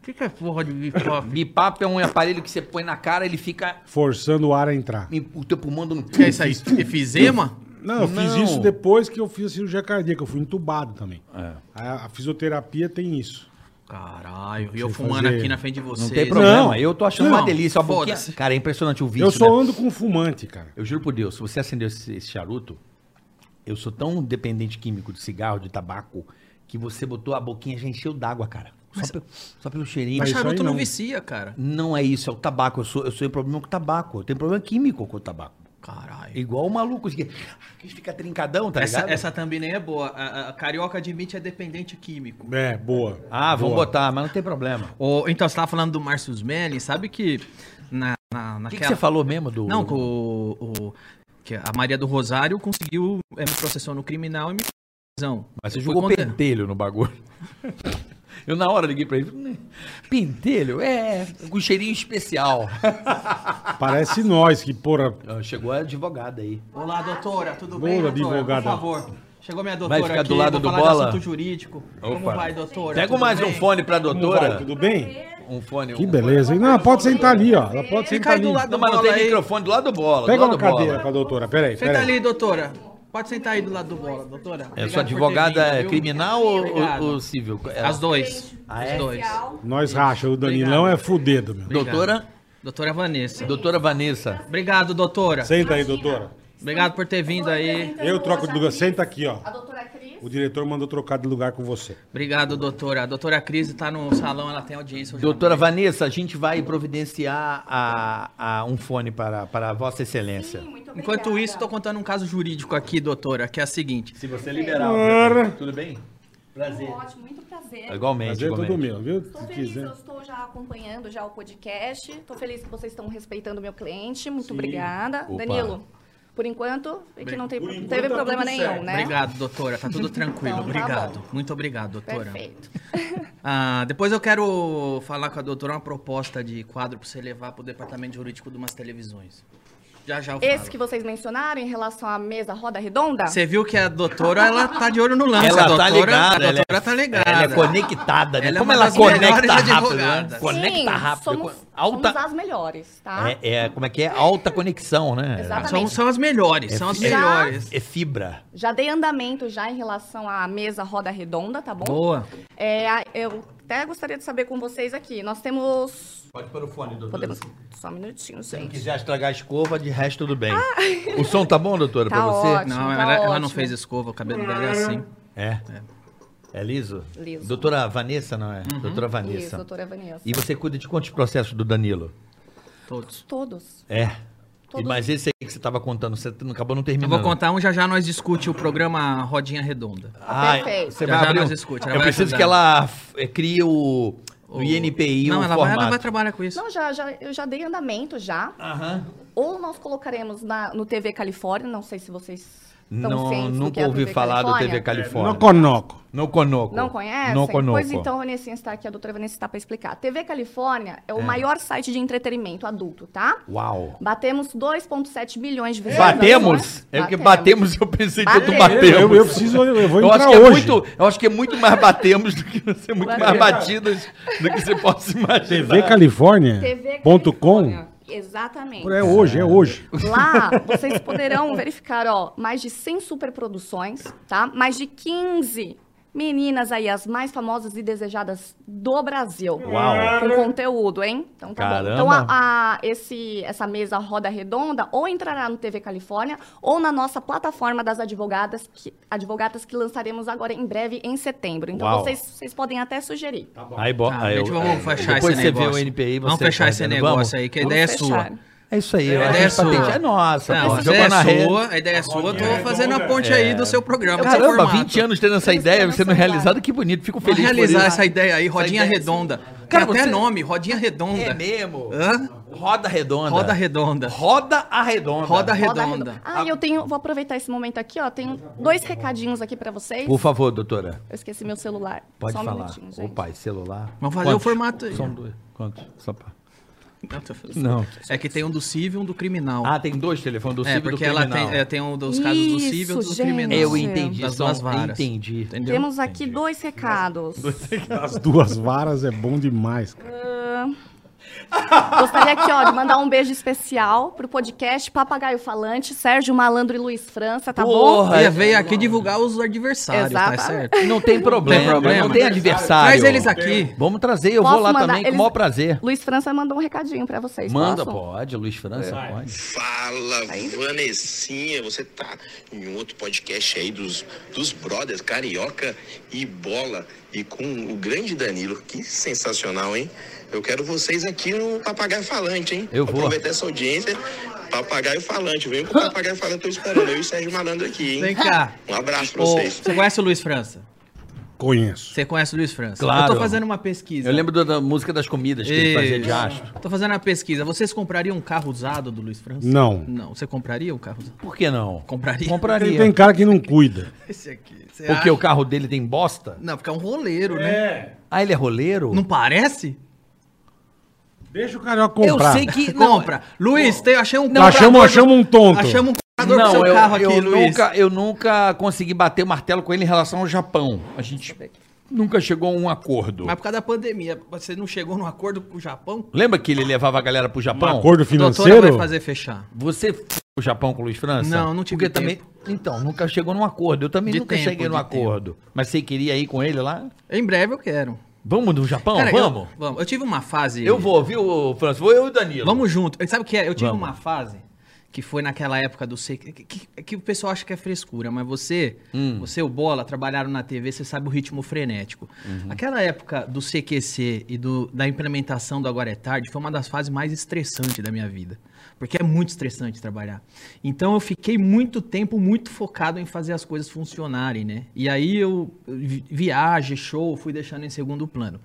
Speaker 4: O que, que é porra de [laughs] bifop?
Speaker 2: BIPAP é um aparelho que você põe na cara, ele fica
Speaker 3: Forçando o ar a entrar.
Speaker 2: o teu pulmão dando um
Speaker 4: que é isso aí? Efizema?
Speaker 3: Não, eu fiz
Speaker 2: Não.
Speaker 3: isso depois que eu fiz a cirurgia cardíaca. Eu fui entubado também.
Speaker 2: É.
Speaker 3: A, a fisioterapia tem isso.
Speaker 4: Caralho, e eu
Speaker 3: Você
Speaker 4: fumando
Speaker 3: fazer-
Speaker 4: aqui na frente de vocês.
Speaker 2: Não tem problema,
Speaker 3: Não.
Speaker 2: eu tô achando uma
Speaker 4: Não,
Speaker 2: delícia, uma boquinha.
Speaker 4: foda-se.
Speaker 2: Cara, é impressionante o vício.
Speaker 3: eu só
Speaker 2: né?
Speaker 3: ando com fumante, cara.
Speaker 2: Eu juro por Deus, se você acendeu esse, esse charuto, eu sou tão dependente químico de cigarro, de tabaco, que você botou a boquinha já encheu d'água, cara. Só, pe- só pelo cheirinho.
Speaker 4: Mas
Speaker 3: isso aí
Speaker 4: charuto não
Speaker 3: não.
Speaker 4: vicia, cara.
Speaker 2: Não é isso, é o tabaco. Eu sou, eu sou em problema com tabaco. Eu tenho problema químico com o tabaco.
Speaker 4: Caralho.
Speaker 2: Igual o maluco que que fica trincadão, tá
Speaker 4: Essa,
Speaker 2: ligado?
Speaker 4: essa thumb nem é boa. A, a- a carioca admite é dependente químico.
Speaker 3: É, boa.
Speaker 2: Ah, vamos
Speaker 3: Boa.
Speaker 2: botar, mas não tem problema.
Speaker 4: Ô, então, você tava falando do Marcius Melli, sabe que na, na,
Speaker 2: O que,
Speaker 4: naquela...
Speaker 2: que você falou mesmo do.
Speaker 4: Não, que o, o- que a Maria do Rosário conseguiu, é, me processou no criminal e me prisão.
Speaker 2: Mas você
Speaker 4: Foi
Speaker 2: jogou
Speaker 4: conde-
Speaker 2: pentelho no bagulho. [laughs] Eu na hora liguei pra ele. "Né, Pentelho? É, com cheirinho especial.
Speaker 3: Parece nós que, porra,
Speaker 2: Ah, Chegou a advogada aí.
Speaker 4: Olá, doutora, tudo
Speaker 3: Boa,
Speaker 4: bem, doutora?
Speaker 3: advogada.
Speaker 4: Por favor. Chegou minha doutora
Speaker 2: ficar do
Speaker 4: aqui,
Speaker 2: lado
Speaker 4: vou
Speaker 2: do
Speaker 4: falar de
Speaker 2: Bola?
Speaker 4: assunto jurídico. Como
Speaker 2: Opa.
Speaker 4: vai, doutora?
Speaker 2: Pega
Speaker 4: Tudo
Speaker 2: mais um
Speaker 4: bem?
Speaker 2: fone pra
Speaker 3: Como vai?
Speaker 2: doutora.
Speaker 3: Tudo bem?
Speaker 2: Um fone.
Speaker 3: Que
Speaker 2: um
Speaker 3: beleza, hein? Não, ela pode sentar ali, ó. Ela pode
Speaker 4: Fica
Speaker 3: sentar
Speaker 4: aí
Speaker 3: ali.
Speaker 4: do lado
Speaker 2: Não,
Speaker 4: do
Speaker 2: mas não
Speaker 4: Bola
Speaker 2: tem
Speaker 4: aí.
Speaker 2: microfone do lado do bola.
Speaker 3: Pega
Speaker 2: do
Speaker 3: uma
Speaker 2: lado do bola.
Speaker 3: cadeira pra doutora. Peraí,
Speaker 4: Senta
Speaker 3: peraí.
Speaker 4: ali, doutora. Pode sentar aí do lado do Bola, doutora.
Speaker 2: É
Speaker 4: Obrigado
Speaker 2: sua
Speaker 4: por ter
Speaker 2: advogada
Speaker 4: vindo,
Speaker 2: é
Speaker 4: viu?
Speaker 2: criminal ou,
Speaker 4: Obrigado.
Speaker 2: ou- ou civil? É,
Speaker 4: As dois.
Speaker 2: Ah, é?
Speaker 4: As dois.
Speaker 3: Nós racha, o Danilão é fudido, meu.
Speaker 2: doutora,
Speaker 4: Doutora Vanessa.
Speaker 2: doutora Vanessa.
Speaker 4: Obrigado, doutora.
Speaker 3: Senta aí, doutora.
Speaker 4: Obrigado por ter vindo aí.
Speaker 3: Eu troco de lugar. Senta aqui, ó.
Speaker 9: A doutora Cris.
Speaker 3: O diretor mandou trocar de lugar com você.
Speaker 4: Obrigado, doutora. A doutora Cris tá no salão, ela tem audiência hoje.
Speaker 2: Doutora Vanessa, a gente vai providenciar a, a- um fone para, para Vossa Excelência.
Speaker 9: Sim, muito obrigada.
Speaker 4: Enquanto isso, tô contando um caso jurídico aqui, doutora, que é a seguinte.
Speaker 2: Se você liberar. Tudo bem?
Speaker 9: Prazer. Ótimo, muito prazer.
Speaker 2: Igualmente,
Speaker 3: Prazer é todo
Speaker 2: igualmente.
Speaker 3: meu, viu?
Speaker 9: Estou
Speaker 3: Se
Speaker 9: feliz, eu
Speaker 3: quiser.
Speaker 9: estou já acompanhando já o podcast. Estou feliz que vocês estão respeitando o meu cliente. Muito obrigada. Danilo, por enquanto, e que não tem- teve problema nenhum, né?
Speaker 4: Obrigado, doutora. Tá tudo tranquilo.
Speaker 9: Então, tá
Speaker 4: obrigado.
Speaker 9: bom.
Speaker 4: Muito obrigado, doutora.
Speaker 9: Perfeito.
Speaker 4: Ah, depois eu quero falar com a doutora uma proposta de quadro pra você levar pro departamento jurídico de umas televisões. Já já eu falo.
Speaker 9: Esse que vocês mencionaram em relação à mesa roda redonda?
Speaker 4: Você viu que a doutora, ela tá de olho no lance.
Speaker 2: Ela
Speaker 4: a
Speaker 2: tá
Speaker 4: doutora,
Speaker 2: ligada,
Speaker 4: a
Speaker 2: ela
Speaker 4: doutora tá ligada.
Speaker 2: Ela é conectada, né?
Speaker 4: Ela é
Speaker 2: Como
Speaker 4: uma
Speaker 2: ela
Speaker 4: das melhores
Speaker 2: conecta rápido, né?
Speaker 4: advogadas.
Speaker 2: Conecta
Speaker 9: Sim,
Speaker 2: rápido.
Speaker 9: Somos,
Speaker 2: alta,
Speaker 9: somos as melhores, tá?
Speaker 2: é, é, como é que é? Alta conexão, né?
Speaker 9: Exatamente.
Speaker 4: São, são as melhores, são as melhores.
Speaker 2: É fibra.
Speaker 9: Já dei andamento já em relação à mesa roda redonda, tá bom?
Speaker 4: Boa.
Speaker 9: É, a- eu até gostaria de saber com vocês aqui. Nós temos.
Speaker 2: Pode pôr o fone, doutora.
Speaker 9: Podemos. Só um minutinho,
Speaker 2: Se não
Speaker 9: gente.
Speaker 2: quiser estragar a escova, de resto tudo bem. O som tá bom, doutora,
Speaker 9: Tá
Speaker 2: pra você?
Speaker 9: ótimo.
Speaker 4: Não,
Speaker 9: tá
Speaker 4: ela, ela não
Speaker 9: ótimo.
Speaker 4: fez escova, o cabelo dela é assim.
Speaker 2: É. É liso?
Speaker 9: Liso. Uhum.
Speaker 2: Doutora Vanessa, não é? Doutora Vanessa.
Speaker 9: Isso, doutora Vanessa.
Speaker 2: E você cuida de quantos processos do Danilo?
Speaker 4: Todos.
Speaker 9: Todos.
Speaker 2: É. E-
Speaker 9: Todos.
Speaker 2: Mas esse aí que você tava contando, você não- acabou não
Speaker 4: Eu
Speaker 2: terminando.
Speaker 4: vou contar um, já já nós discute o programa Rodinha Redonda.
Speaker 2: Ah,
Speaker 9: Tá Perfeito.
Speaker 2: você
Speaker 4: Já
Speaker 2: vai
Speaker 4: já
Speaker 2: abrir.
Speaker 4: nós
Speaker 2: um-
Speaker 4: discute, ela
Speaker 2: Eu
Speaker 4: vai
Speaker 2: preciso
Speaker 4: ajudar.
Speaker 2: que ela f- eh, crie o, o INPI,
Speaker 4: Não,
Speaker 2: o
Speaker 4: ela vai,
Speaker 2: é um formato.
Speaker 4: ela vai trabalhar com isso.
Speaker 9: Não, já, já, eu já dei andamento já.
Speaker 2: Aham.
Speaker 9: Ou nós colocaremos na, no TV Califórnia, não sei se vocês estão
Speaker 2: Não,
Speaker 9: cientes do que
Speaker 2: nunca
Speaker 9: é a
Speaker 2: ouvi
Speaker 9: TV
Speaker 2: falar do
Speaker 9: Califórnia.
Speaker 2: TV Califórnia.
Speaker 3: Não conoco.
Speaker 2: Não conoco.
Speaker 9: Não conhecem?
Speaker 2: Não conoco.
Speaker 9: Pois então, Vanessa está aqui, a doutora Vanessa está para explicar. TV Califórnia é o maior site de entretenimento adulto, tá?
Speaker 2: Uau.
Speaker 9: Batemos 2,7 bilhões de visualizações.
Speaker 2: Batemos? É que batemos, eu pensei que eu tô
Speaker 9: né? Batemos.
Speaker 2: batendo.
Speaker 3: Eu, eu preciso, eu, eu vou
Speaker 2: Eu acho,
Speaker 3: entrar
Speaker 2: que é
Speaker 3: hoje.
Speaker 2: muito, eu acho que é muito mais batemos do que [laughs] ser muito mais
Speaker 9: Batemos.
Speaker 2: batidas do que você possa imaginar.
Speaker 9: é
Speaker 3: tvcalifórnia.com
Speaker 9: TVCalifórnia. Exatamente.
Speaker 3: É hoje, é hoje.
Speaker 9: Lá, vocês poderão verificar, ó, mais de 100 superproduções, tá? Mais de 15 meninas aí, as mais famosas e desejadas do Brasil.
Speaker 2: Uau.
Speaker 9: Com conteúdo, hein? Então tá
Speaker 2: Caramba.
Speaker 9: bom. Então a, a- esse, essa mesa roda redonda ou entrará no TV Califórnia ou na nossa plataforma das advogadas que, advogadas que lançaremos agora em breve, em setembro. Então
Speaker 2: Uau.
Speaker 9: vocês, vocês podem até sugerir.
Speaker 2: Aí, bo...
Speaker 4: Tá,
Speaker 2: aí
Speaker 4: gente,
Speaker 2: eu- é,
Speaker 4: vamos fechar
Speaker 2: depois
Speaker 4: esse
Speaker 2: você
Speaker 4: negócio.
Speaker 2: vê o NPI, você
Speaker 4: vamos fechar esse
Speaker 2: coordena.
Speaker 4: negócio
Speaker 2: Vamos?
Speaker 4: aí, que a
Speaker 9: Vamos
Speaker 4: ideia
Speaker 9: fechar.
Speaker 4: é sua.
Speaker 2: É isso aí, eu
Speaker 4: A
Speaker 2: acho
Speaker 4: ideia é
Speaker 2: que patente
Speaker 4: sua.
Speaker 2: é nossa.
Speaker 4: Não,
Speaker 2: pô.
Speaker 4: a
Speaker 2: Jogou
Speaker 4: ideia
Speaker 2: na
Speaker 4: é
Speaker 2: rede.
Speaker 4: sua, a ideia é sua, eu tô fazendo a ponte aí do seu programa. do seu
Speaker 2: Caramba,
Speaker 4: formato. é
Speaker 2: 20 anos tendo essa
Speaker 9: Isso,
Speaker 2: ideia, você não é
Speaker 9: nossa,
Speaker 2: realizado,
Speaker 9: cara.
Speaker 2: que bonito, fico
Speaker 4: Vamos
Speaker 2: feliz por
Speaker 4: realizar
Speaker 2: isso.
Speaker 4: essa ideia aí, Rodinha
Speaker 2: ideia é
Speaker 4: Redonda.
Speaker 2: Cara,
Speaker 4: Cara, Tem até
Speaker 2: você-
Speaker 4: nome, Rodinha Redonda.
Speaker 2: É mesmo?
Speaker 4: Hã?
Speaker 2: Roda redonda.
Speaker 4: Roda Redonda.
Speaker 2: Roda a redonda.
Speaker 4: Roda Redonda.
Speaker 9: Roda redonda. Ah, eu tenho. Vou aproveitar esse momento aqui, ó. Tenho dois recadinhos aqui pra vocês.
Speaker 2: Por favor, doutora,
Speaker 9: Eu esqueci meu celular.
Speaker 2: pode
Speaker 9: Só um
Speaker 2: falar.
Speaker 9: minutinho,
Speaker 2: Ô
Speaker 9: gente.
Speaker 2: pai, celular.
Speaker 4: Vamos fazer o formato aí.
Speaker 2: São dois. Quantos? Só pra...
Speaker 4: Não, tô falando.
Speaker 2: Não.
Speaker 4: É que tem um do civil e um do criminal.
Speaker 2: Ah, tem dois telefones do
Speaker 4: é,
Speaker 2: Cível e do
Speaker 4: porque ela
Speaker 2: criminal.
Speaker 4: tem, é, tem um dos casos do civil e um
Speaker 9: Isso,
Speaker 4: do criminal.
Speaker 9: gente.
Speaker 2: Eu entendi,
Speaker 4: Das
Speaker 2: são-
Speaker 4: duas varas.
Speaker 2: entendi.
Speaker 4: Entendeu?
Speaker 9: Temos aqui dois recados.
Speaker 2: [laughs]
Speaker 3: As duas varas é bom demais, cara.
Speaker 9: Gostaria aqui, ó, de mandar um beijo especial pro podcast Papagaio Falante, Sérgio Malandro e Luiz França, tá bom?
Speaker 2: Porra,
Speaker 4: Ia veio aqui divulgar os adversários, tá
Speaker 9: Exato.
Speaker 4: certo? [laughs]
Speaker 2: Não tem problema, né?
Speaker 4: Tem problema.
Speaker 2: não tem adversário.
Speaker 4: Traz eles aqui.
Speaker 2: Vamos trazer, eu vou
Speaker 9: Posso
Speaker 2: lá
Speaker 9: mandar?
Speaker 2: também com o
Speaker 9: Eles-
Speaker 2: maior prazer.
Speaker 9: Luiz França mandou um recadinho pra vocês.
Speaker 2: Manda,
Speaker 9: posso?
Speaker 2: pode, Luiz França, pode.
Speaker 8: Fala, Vanessinha, você tá em um outro podcast aí dos, dos brothers Carioca e Bola e com o grande Danilo. Que sensacional, hein? Eu quero vocês aqui no Papagaio Falante, hein?
Speaker 2: Eu vou.
Speaker 8: Aproveitar essa audiência Papagaio falante, vem
Speaker 2: [laughs]
Speaker 8: com o papagaio falante, tô esperando. Eu e o Sérgio Malandro aqui, hein?
Speaker 4: Vem cá.
Speaker 8: Um abraço pra
Speaker 4: Ô,
Speaker 8: vocês.
Speaker 4: você conhece o Luiz França?
Speaker 3: Conheço.
Speaker 4: Você conhece o Luiz França?
Speaker 2: Claro.
Speaker 4: Eu tô fazendo uma pesquisa.
Speaker 2: Eu lembro da, da música das comidas que ele fazia de
Speaker 4: Isso.
Speaker 2: astro.
Speaker 4: Tô fazendo uma pesquisa. Vocês comprariam um carro usado do Luiz França?
Speaker 3: Não.
Speaker 4: Não. Você compraria um carro usado?
Speaker 2: Por que não?
Speaker 4: Compraria.
Speaker 3: Ele
Speaker 2: Compraria.
Speaker 3: tem cara que não cuida.
Speaker 4: Esse aqui. Você
Speaker 2: Porque
Speaker 4: acha?
Speaker 2: o carro dele tem bosta?
Speaker 4: Não, porque é um roleiro, né?
Speaker 2: Ah, ele é roleiro?
Speaker 4: Não parece?
Speaker 3: Deixa o carioca
Speaker 2: eu
Speaker 3: comprar.
Speaker 2: sei
Speaker 3: [laughs]
Speaker 2: que. Não,
Speaker 4: Compra. Luiz, tem, achei um
Speaker 3: Achamos-
Speaker 4: comprador do-
Speaker 3: achamos um tonto.
Speaker 4: Achamos um comprador do
Speaker 2: Não,
Speaker 4: seu
Speaker 2: eu,
Speaker 4: carro aqui,
Speaker 2: eu
Speaker 4: Luiz.
Speaker 2: nunca, eu nunca consegui bater o martelo com ele em relação ao Japão. A gente nunca chegou a um acordo.
Speaker 4: Mas por causa da pandemia, você não chegou num acordo com o Japão?
Speaker 2: Lembra que ele levava a galera pro Japão?
Speaker 3: Acordo
Speaker 4: A
Speaker 3: financeiro?
Speaker 4: vai fazer fechar.
Speaker 2: Você f... o Japão com o Luiz França?
Speaker 4: Não, não tive
Speaker 2: Porque
Speaker 4: tempo.
Speaker 2: também. Então, nunca chegou num acordo. Eu também
Speaker 4: De
Speaker 2: nunca
Speaker 4: tempo,
Speaker 2: cheguei num
Speaker 4: de
Speaker 2: acordo. Mas você queria ir com ele lá?
Speaker 4: Em breve eu quero.
Speaker 2: Vamos no Japão?
Speaker 4: Cara, eu-
Speaker 2: vamos?
Speaker 4: vamos. Eu tive uma fase...
Speaker 2: Eu, vou, viu, França? Vou eu e o Danilo.
Speaker 4: Vamos junto. Sabe o que é? Eu tive uma fase que foi naquela época do sei que, que- que o pessoal acha que é frescura, mas você, você e o Bola trabalharam na TV, você sabe o ritmo frenético. Aquela época do CQC e do- da implementação do Agora é Tarde foi uma das fases mais estressantes da minha vida, porque é muito estressante trabalhar. Então eu fiquei muito tempo muito focado em fazer as coisas funcionarem, né? E aí eu vi- viagem, show, fui deixando em segundo plano.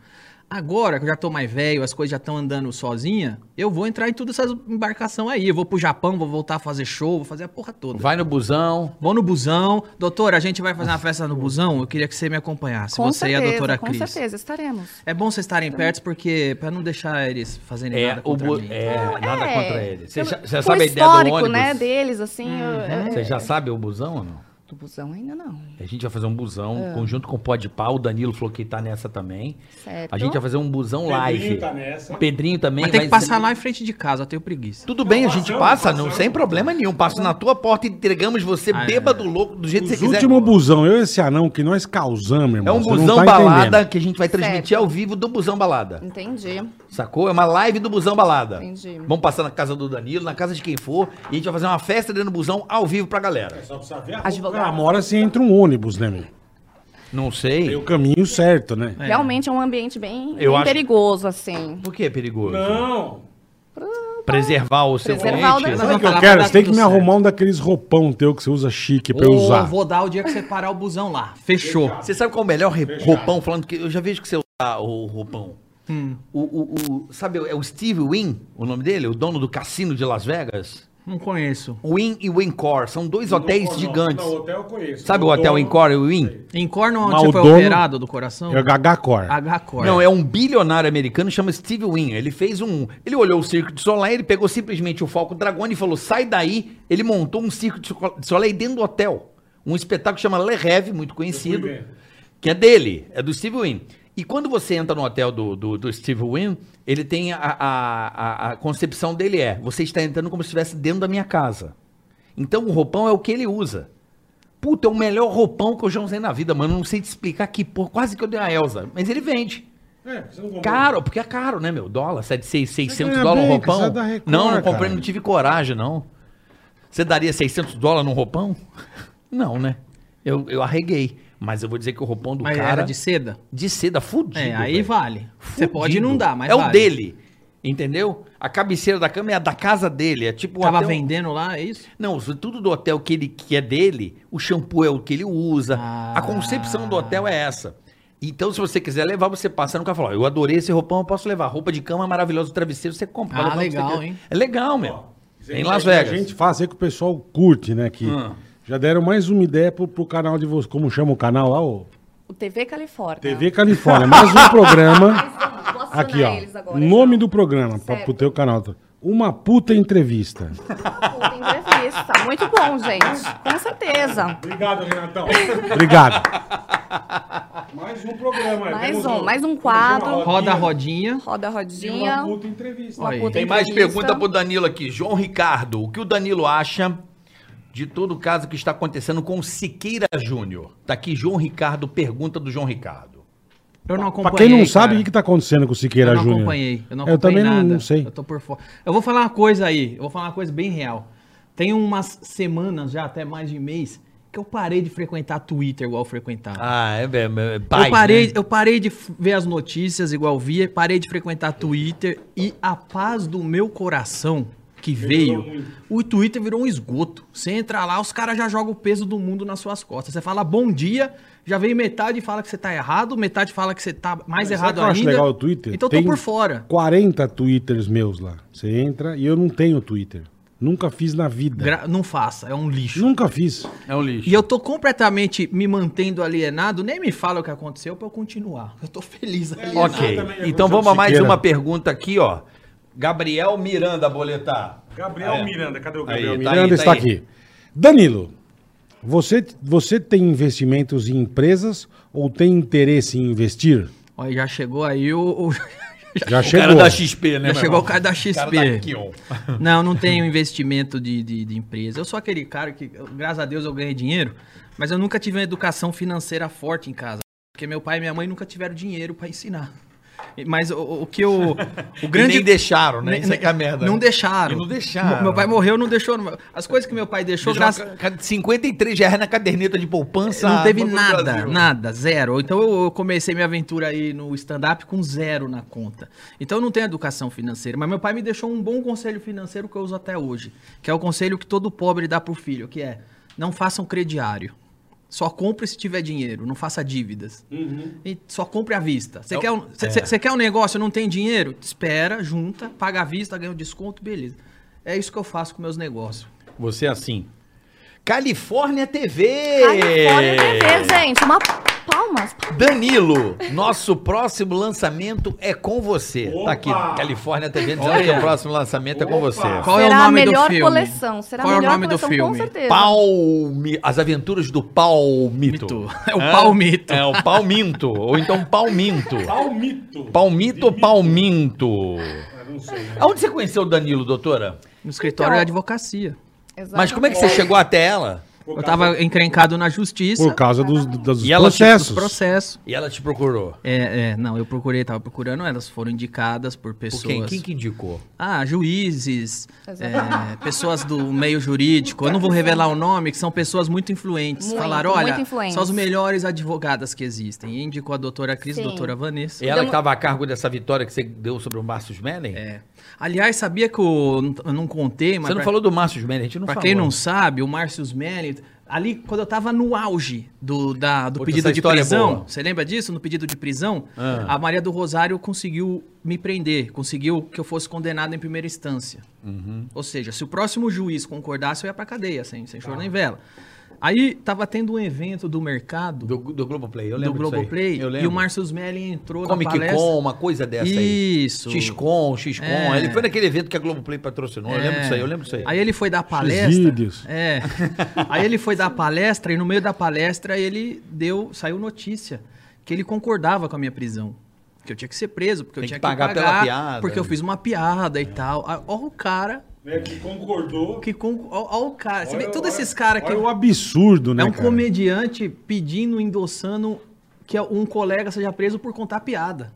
Speaker 4: Agora que eu já tô mais velho, as coisas já estão andando sozinha, eu vou entrar em todas essas embarcação aí. Eu vou pro Japão, vou voltar a fazer show, vou fazer a porra toda.
Speaker 2: Vai no busão.
Speaker 4: Vou no busão. Doutor, a gente vai fazer uma festa no busão? Eu queria que você me acompanhasse.
Speaker 9: com
Speaker 4: você
Speaker 9: certeza,
Speaker 4: e a doutora
Speaker 9: com
Speaker 4: Cris.
Speaker 9: certeza, estaremos.
Speaker 4: É bom vocês estarem perto, porque pra não deixar eles fazerem
Speaker 2: É,
Speaker 4: nada
Speaker 2: o
Speaker 4: contra
Speaker 2: bu...
Speaker 4: mim.
Speaker 2: é nada
Speaker 9: É,
Speaker 2: contra ele. Você
Speaker 9: pelo-
Speaker 2: já, já
Speaker 9: com
Speaker 2: sabe a
Speaker 9: o
Speaker 2: ideia do
Speaker 9: histórico,
Speaker 2: ônibus?
Speaker 9: né, deles, assim, eu-
Speaker 2: Você já sabe o busão ou não?
Speaker 9: Do busão ainda não.
Speaker 2: A gente vai fazer um busão,
Speaker 9: É.
Speaker 2: conjunto com o Pode Pau. O Danilo falou que tá nessa também.
Speaker 9: Certo.
Speaker 2: A gente vai fazer um busão
Speaker 3: Pedrinho
Speaker 2: live.
Speaker 3: tá nessa.
Speaker 2: Pedrinho também.
Speaker 4: Mas tem que
Speaker 2: vai
Speaker 4: passar
Speaker 2: ser-
Speaker 4: lá em frente de casa, eu tenho preguiça.
Speaker 2: Tudo bem, a gente passa, não sem problema nenhum. Passo na tua porta e entregamos você
Speaker 4: Ah, é.
Speaker 2: bêbado, louco, do jeito que
Speaker 3: Os
Speaker 2: você quiser.
Speaker 3: últimos busão, eu e esse anão que nós causamos,
Speaker 2: É
Speaker 3: irmão.
Speaker 2: um
Speaker 3: você não
Speaker 2: busão
Speaker 3: tá
Speaker 2: balada
Speaker 3: entendendo.
Speaker 2: que a gente vai transmitir
Speaker 9: Certo.
Speaker 2: ao vivo do busão balada.
Speaker 9: Entendi.
Speaker 2: Sacou? É uma live do busão balada.
Speaker 9: Entendi.
Speaker 2: Vamos passar na casa do Danilo, na casa de quem for, e a gente vai fazer uma festa dentro do busão ao vivo pra galera.
Speaker 3: Só precisa ver a
Speaker 9: Advogado.
Speaker 3: roupa. Ah, uma hora você entra um ônibus, né, meu?
Speaker 2: Não
Speaker 3: Tem
Speaker 2: sei.
Speaker 3: o caminho certo, né?
Speaker 9: Realmente é um ambiente bem,
Speaker 2: Eu
Speaker 9: bem
Speaker 2: acho-
Speaker 9: perigoso, assim.
Speaker 2: Por que é perigoso?
Speaker 3: Não.
Speaker 2: Preservar o seu
Speaker 9: Preservar o
Speaker 2: cliente.
Speaker 9: Danilo.
Speaker 3: Sabe o que eu
Speaker 4: Vai lá,
Speaker 3: quero?
Speaker 4: vai
Speaker 3: Você tem
Speaker 4: dar
Speaker 3: que me
Speaker 4: tudo
Speaker 3: arrumar um daqueles roupão teu que você usa chique pra eu
Speaker 4: Ou
Speaker 3: usar.
Speaker 4: vou dar o dia que você parar o busão lá. Fechou.
Speaker 2: Você sabe qual é o melhor re- roupão falando que eu já vejo que você usa o roupão.
Speaker 3: Hum.
Speaker 2: O, o- o- sabe, é o Steve Wynn, o nome dele, o dono do cassino de Las Vegas.
Speaker 4: Não conheço.
Speaker 2: Wynn e Wincor são dois hotéis gigantes.
Speaker 3: eu conheço.
Speaker 2: Sabe o hotel Wincor e o Wynn?
Speaker 4: Em Corno, onde
Speaker 3: Mas
Speaker 4: você
Speaker 3: o
Speaker 4: foi
Speaker 3: dono-
Speaker 4: operado do coração?
Speaker 3: É o Gagacor.
Speaker 4: H-Cor.
Speaker 2: Não, é um bilionário americano chama Steve Wynn. Ele fez um, ele olhou o circo de Soleil, ele pegou simplesmente o Falco Dragone e falou: "Sai daí". Ele montou um circo de Sol- de Soleil dentro do hotel. Um espetáculo que chama Le Rêve, muito conhecido, que é dele, é do Steve Wynn. E quando você entra no hotel do, do, do Steve Wynn, ele tem a, a, a, a concepção dele é: você está entrando como se estivesse dentro da minha casa. Então o roupão é o que ele usa. Puta, é o melhor roupão que eu já usei na vida, mano. Não sei te explicar que porra. Quase que eu dei a Elza. Mas ele vende. Caro, porque é caro, né, meu? Dólar, 700, 600
Speaker 3: ganha
Speaker 2: dólares um
Speaker 3: bem, que você é
Speaker 2: roupão.
Speaker 3: da Record,
Speaker 2: não, não comprei,
Speaker 3: cara.
Speaker 2: não tive coragem, não. Você daria 600 dólares num roupão? Não, né? Eu, eu arreguei. Mas eu vou dizer que o roupão do
Speaker 4: Mas
Speaker 2: cara...
Speaker 4: era de seda?
Speaker 2: de seda, fudido.
Speaker 4: É, aí
Speaker 2: velho.
Speaker 4: vale. Você
Speaker 2: Fudido.
Speaker 4: pode não dar, mas
Speaker 2: É o
Speaker 4: vale.
Speaker 2: dele, entendeu? A cabeceira da cama é a da casa dele. É tipo um
Speaker 4: Tava
Speaker 2: hotel-
Speaker 4: vendendo lá, é isso?
Speaker 2: não, isso tudo do hotel que ele que é dele, o shampoo é o que ele usa.
Speaker 4: Ah.
Speaker 2: A concepção do hotel é essa. Então, se você quiser levar, você passa no cara e fala: ó, Eu adorei esse roupão, eu posso levar. Roupa de cama maravilhosa, o travesseiro, você compra. leva
Speaker 4: Ah,
Speaker 2: onde
Speaker 4: legal,
Speaker 2: você quiser.
Speaker 4: hein?
Speaker 2: É legal, meu. É em Las
Speaker 3: A
Speaker 2: Vegas. Ah.
Speaker 3: gente faz aí que o pessoal curte, né? Que Já deram mais uma ideia pro, pro canal de vocês. Como chama o canal lá? O
Speaker 9: O TV Califórnia.
Speaker 3: TV Califórnia. Mais
Speaker 2: [laughs]
Speaker 3: um programa.
Speaker 9: Mas, vou acionar
Speaker 3: Aqui,
Speaker 9: eles
Speaker 3: ó.
Speaker 9: agora,
Speaker 3: nome
Speaker 9: então.
Speaker 3: do programa, pra,
Speaker 9: Certo.
Speaker 3: pro teu canal. Uma puta entrevista.
Speaker 9: Puta entrevista. Muito bom, gente. Com certeza.
Speaker 3: Obrigado, Renatão. Obrigado. Mais um programa.
Speaker 9: Mais Temos um, um- mais um quadro. temos uma
Speaker 4: Roda a rodinha.
Speaker 9: Roda a rodinha.
Speaker 3: puta entrevista.
Speaker 4: Olha aí.
Speaker 9: puta
Speaker 2: Tem mais
Speaker 9: entrevista.
Speaker 2: pergunta pro Danilo aqui. João Ricardo, o que o Danilo acha de todo o caso que está acontecendo com o Siqueira Júnior? Tá aqui João Ricardo, pergunta do João Ricardo.
Speaker 4: Eu não acompanhei.
Speaker 3: Pra quem não sabe, o
Speaker 4: cara.
Speaker 3: que, que tá acontecendo com o Siqueira
Speaker 4: Eu não
Speaker 3: Júnior?
Speaker 4: acompanhei. Eu não
Speaker 3: Eu
Speaker 4: acompanhei
Speaker 3: também não-
Speaker 4: nada.
Speaker 3: não sei.
Speaker 4: Eu tô por fora. Eu vou falar uma coisa aí. Eu vou falar uma coisa bem real. Tem umas semanas já, até mais de mês, que eu parei de frequentar Twitter igual eu frequentava.
Speaker 2: Ah, é, é, é
Speaker 4: eu, parei, eu parei de f- ver as notícias igual via, parei de frequentar Twitter e a paz do meu coração que veio, o Twitter virou um esgoto. Você entra lá, os caras já jogam o peso do mundo nas suas costas. Você fala bom dia, já vem metade e fala que você tá errado, metade fala que você tá
Speaker 3: Mas
Speaker 4: mais
Speaker 3: sabe
Speaker 4: errado
Speaker 3: que eu acho
Speaker 4: ainda.
Speaker 3: legal o Twitter?
Speaker 4: Então
Speaker 3: Tem
Speaker 4: tô por fora.
Speaker 3: 40 Twitters meus lá. Você entra e eu não tenho Twitter. Nunca fiz na vida.
Speaker 4: Gra- não faça, é um lixo.
Speaker 3: Nunca fiz.
Speaker 7: É um lixo.
Speaker 4: E eu tô completamente me mantendo alienado, nem me fala o que aconteceu pra eu continuar. Eu tô feliz alienado.
Speaker 2: Ok. Então vamos a mais uma pergunta aqui, ó. Gabriel Miranda Boletar.
Speaker 10: Gabriel Miranda, cadê o
Speaker 2: Aí,
Speaker 10: Gabriel Miranda?
Speaker 2: tá
Speaker 3: Miranda
Speaker 2: aí, tá
Speaker 3: está
Speaker 2: aí.
Speaker 3: aqui. Danilo, você, você tem investimentos em empresas ou tem interesse em investir?
Speaker 4: Olha, já chegou aí o. [laughs] o-
Speaker 3: Já
Speaker 2: O cara da XP, né?
Speaker 4: já
Speaker 2: meu
Speaker 4: chegou o
Speaker 2: irmão?
Speaker 4: cara da XP.
Speaker 2: Cara tá da Kion.
Speaker 4: Não, não tenho investimento de, de, de empresa. Eu sou aquele cara que, eu- graças a Deus, eu ganhei dinheiro, mas eu nunca tive uma educação financeira forte em casa. Porque meu pai e minha mãe nunca tiveram dinheiro pra ensinar. E- Mas o, o que
Speaker 2: [laughs]
Speaker 4: eu. O grande.
Speaker 2: E nem deixaram, né?
Speaker 4: Ne-
Speaker 2: Isso é que é a merda.
Speaker 4: Não
Speaker 2: né?
Speaker 4: deixaram.
Speaker 2: E não deixaram.
Speaker 4: Meu pai morreu, não deixou. As coisas que meu pai deixou,
Speaker 2: Deixou
Speaker 4: graças.
Speaker 2: uma ca- 53 reais na caderneta de poupança.
Speaker 4: Não teve
Speaker 2: Banco do
Speaker 4: nada,
Speaker 2: Brasil.
Speaker 4: nada, zero. Então eu eu comecei minha aventura aí no stand-up com zero na conta. Então eu não tenho educação financeira, mas meu pai me deixou um bom conselho financeiro que eu uso até hoje, que é o conselho que todo pobre dá pro filho, que é não faça um crediário. Só compre se tiver dinheiro, não faça dívidas. E só compre à vista. Você quer, um, cê- cê- cê quer um negócio, não tem dinheiro? Espera, junta, paga à vista, ganha o desconto, beleza. É isso que eu faço com meus negócios.
Speaker 2: Você é assim. Califórnia TV!
Speaker 9: Califórnia TV, é gente. Uma palmas.
Speaker 2: Danilo, nosso próximo lançamento é com você. Tá aqui, Califórnia TV dizendo que o próximo lançamento é com você.
Speaker 4: Qual é o
Speaker 9: Será a
Speaker 4: nome do
Speaker 9: melhor
Speaker 4: filme?
Speaker 9: coleção. Será a
Speaker 4: Qual é o
Speaker 9: melhor
Speaker 4: nome do
Speaker 9: coleção, com
Speaker 4: filme?
Speaker 9: certeza.
Speaker 2: Palmi... As aventuras do Palmito.
Speaker 4: Mito.
Speaker 2: [laughs]
Speaker 4: É o Palmito.
Speaker 2: É, o Palminto. ou então Palminto.
Speaker 3: Palmito.
Speaker 2: Palmito ou Palminto? Aonde você conheceu o Danilo, doutora?
Speaker 4: No escritório
Speaker 9: Então-
Speaker 4: de advocacia.
Speaker 2: Mas como é que você chegou até ela?
Speaker 4: Eu
Speaker 9: é-
Speaker 4: tava encrencado na justiça.
Speaker 3: Por causa dos, dos
Speaker 2: E ela te-
Speaker 3: processos.
Speaker 4: dos processos.
Speaker 2: E ela te procurou?
Speaker 4: É, é, não, eu procurei, tava procurando, elas foram indicadas por pessoas.
Speaker 2: Por quem? Quem que indicou?
Speaker 4: Ah, juízes,
Speaker 9: Exatamente.
Speaker 4: é, pessoas do meio jurídico. Eu não vou revelar o nome, que são pessoas muito influentes.
Speaker 9: Muito,
Speaker 4: Falaram, olha,
Speaker 9: muito influentes.
Speaker 4: são as melhores advogadas que existem. E indicou a doutora Cris, a
Speaker 9: Sim.
Speaker 4: doutora Vanessa.
Speaker 2: Ela que estava a cargo dessa vitória que você deu sobre o Márcio Smelling?
Speaker 4: É. Aliás, sabia que eu, eu não contei, mas.
Speaker 2: Você não
Speaker 4: pra-
Speaker 2: falou do Márcio Smelling, a gente não
Speaker 4: Pra
Speaker 2: falou.
Speaker 4: quem não sabe, o Márcio Smelly, ali quando eu tava no auge do, da- do
Speaker 2: Puta,
Speaker 4: pedido
Speaker 2: essa
Speaker 4: de
Speaker 2: história é
Speaker 4: prisão,
Speaker 2: boa. Ah.
Speaker 4: você lembra disso? No pedido de prisão, a Maria do Rosário conseguiu me prender, conseguiu que eu fosse condenado em primeira instância.
Speaker 2: Uhum.
Speaker 4: Ou seja, se o próximo juiz concordasse, eu ia pra cadeia, sem, sem
Speaker 2: Ah.
Speaker 4: choro nem vela. Aí tava tendo um evento do mercado,
Speaker 2: Do, do Globoplay, eu
Speaker 4: do
Speaker 2: lembro disso aí.
Speaker 4: Globoplay,
Speaker 2: Eu
Speaker 4: e
Speaker 2: lembro.
Speaker 4: o Márcio Smelly entrou na
Speaker 2: Comic
Speaker 4: palestra.
Speaker 2: Con, uma coisa dessa aí.
Speaker 4: Isso.
Speaker 2: X-Con, X-Con.
Speaker 4: É.
Speaker 2: Ele foi naquele evento que a Globoplay patrocinou. Eu lembro disso aí, eu lembro disso aí.
Speaker 4: Aí ele foi dar palestra.
Speaker 3: vídeos.
Speaker 2: [laughs]
Speaker 4: É. Aí ele foi dar palestra e no meio da palestra ele deu, saiu notícia que ele concordava com a minha prisão. Que eu tinha que ser preso, porque eu
Speaker 2: Tem
Speaker 4: tinha
Speaker 2: que
Speaker 4: que
Speaker 2: pagar
Speaker 4: pagar,
Speaker 2: pela piada. né? É.
Speaker 4: porque eu fiz uma piada e tal. Ah, Olha o cara
Speaker 3: que concordou.
Speaker 4: que con... olha- olha o cara, Você vê todos esses caras que
Speaker 3: Olha o absurdo, né,
Speaker 4: é um
Speaker 3: cara?
Speaker 4: comediante pedindo, endossando que um colega seja preso por contar piada.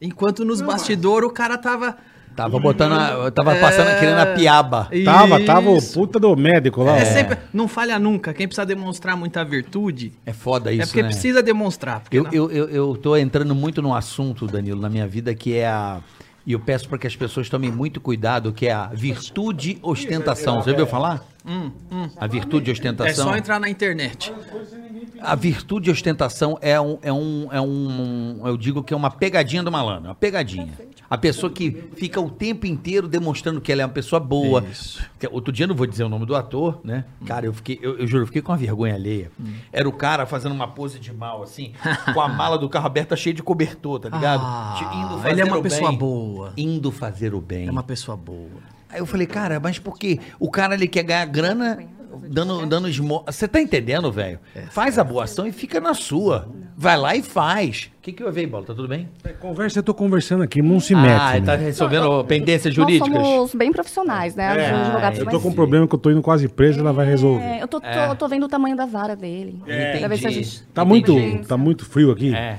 Speaker 4: Enquanto nos bastidores o cara tava
Speaker 2: Tava botando, a-
Speaker 4: É.
Speaker 2: tava passando aquele na piaba.
Speaker 3: Tava, tava o
Speaker 4: Isso.
Speaker 3: puta do médico lá.
Speaker 4: É,
Speaker 3: ó.
Speaker 4: sempre. Não falha nunca. Quem precisa demonstrar muita virtude
Speaker 2: É foda isso,
Speaker 4: é porque
Speaker 2: né?
Speaker 4: precisa né? demonstrar. Porque
Speaker 2: Eu,
Speaker 4: na-
Speaker 2: eu, eu, eu tô entrando muito num assunto, Danilo, na minha vida, que é a. E eu peço para que as pessoas tomem muito cuidado, que é a virtude ostentação. Você ouviu falar? A virtude
Speaker 4: Hum, é
Speaker 2: ostentação.
Speaker 4: só entrar na internet.
Speaker 2: A virtude e ostentação é um, é um, é um, eu digo que é uma pegadinha do malandro, uma pegadinha. A pessoa que fica o tempo inteiro demonstrando que ela é uma pessoa boa. Que- Outro dia eu não vou dizer o nome do ator, né?
Speaker 4: Hum.
Speaker 2: Cara, eu fiquei, eu, eu juro, eu fiquei com uma vergonha alheia. Era o cara fazendo uma pose de mal, assim, com a mala do carro aberta cheia de cobertor, tá ligado?
Speaker 4: [laughs] Ah,
Speaker 2: De-
Speaker 4: ele é uma
Speaker 2: o
Speaker 4: pessoa boa.
Speaker 2: Indo fazer o bem.
Speaker 4: É uma pessoa boa.
Speaker 2: Aí eu falei, cara, mas por quê? O cara ele quer ganhar grana dando, dando esmo... Você tá entendendo, velho? Faz a boa ação e fica na sua. Vai lá e faz. O que que eu vi, Bola? Tá tudo bem?
Speaker 3: Conversa, eu tô conversando aqui, não se
Speaker 2: ah,
Speaker 3: mete.
Speaker 2: tá
Speaker 3: né?
Speaker 2: resolvendo pendências
Speaker 9: Nós
Speaker 2: jurídicas?
Speaker 9: somos bem profissionais, né?
Speaker 4: É,
Speaker 9: Os advogados
Speaker 3: Eu tô
Speaker 9: mais-
Speaker 3: com um problema que eu tô indo quase preso, ela vai
Speaker 9: É,
Speaker 3: resolver.
Speaker 9: eu tô, tô- tô vendo o tamanho da vara dele.
Speaker 2: É.
Speaker 9: Pra ver se a
Speaker 2: Entendi.
Speaker 9: gente-
Speaker 3: Tá muito, tá muito frio aqui.
Speaker 2: É.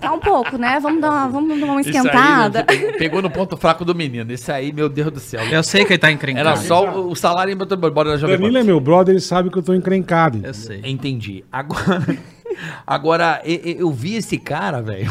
Speaker 9: Tá um pouco, né? Vamos dar uma, vamos dar uma esquentada.
Speaker 2: Isso aí, né? meu, pegou no ponto fraco do menino. Esse aí, meu Deus do céu.
Speaker 4: Eu sei que ele tá encrencado.
Speaker 2: Era só o- o salário em Bora já
Speaker 3: Danilo é meu brother, ele sabe que eu tô encrencado.
Speaker 4: Eu sei.
Speaker 2: Entendi. Agora, [laughs] Agora, e- e- eu vi esse cara, velho.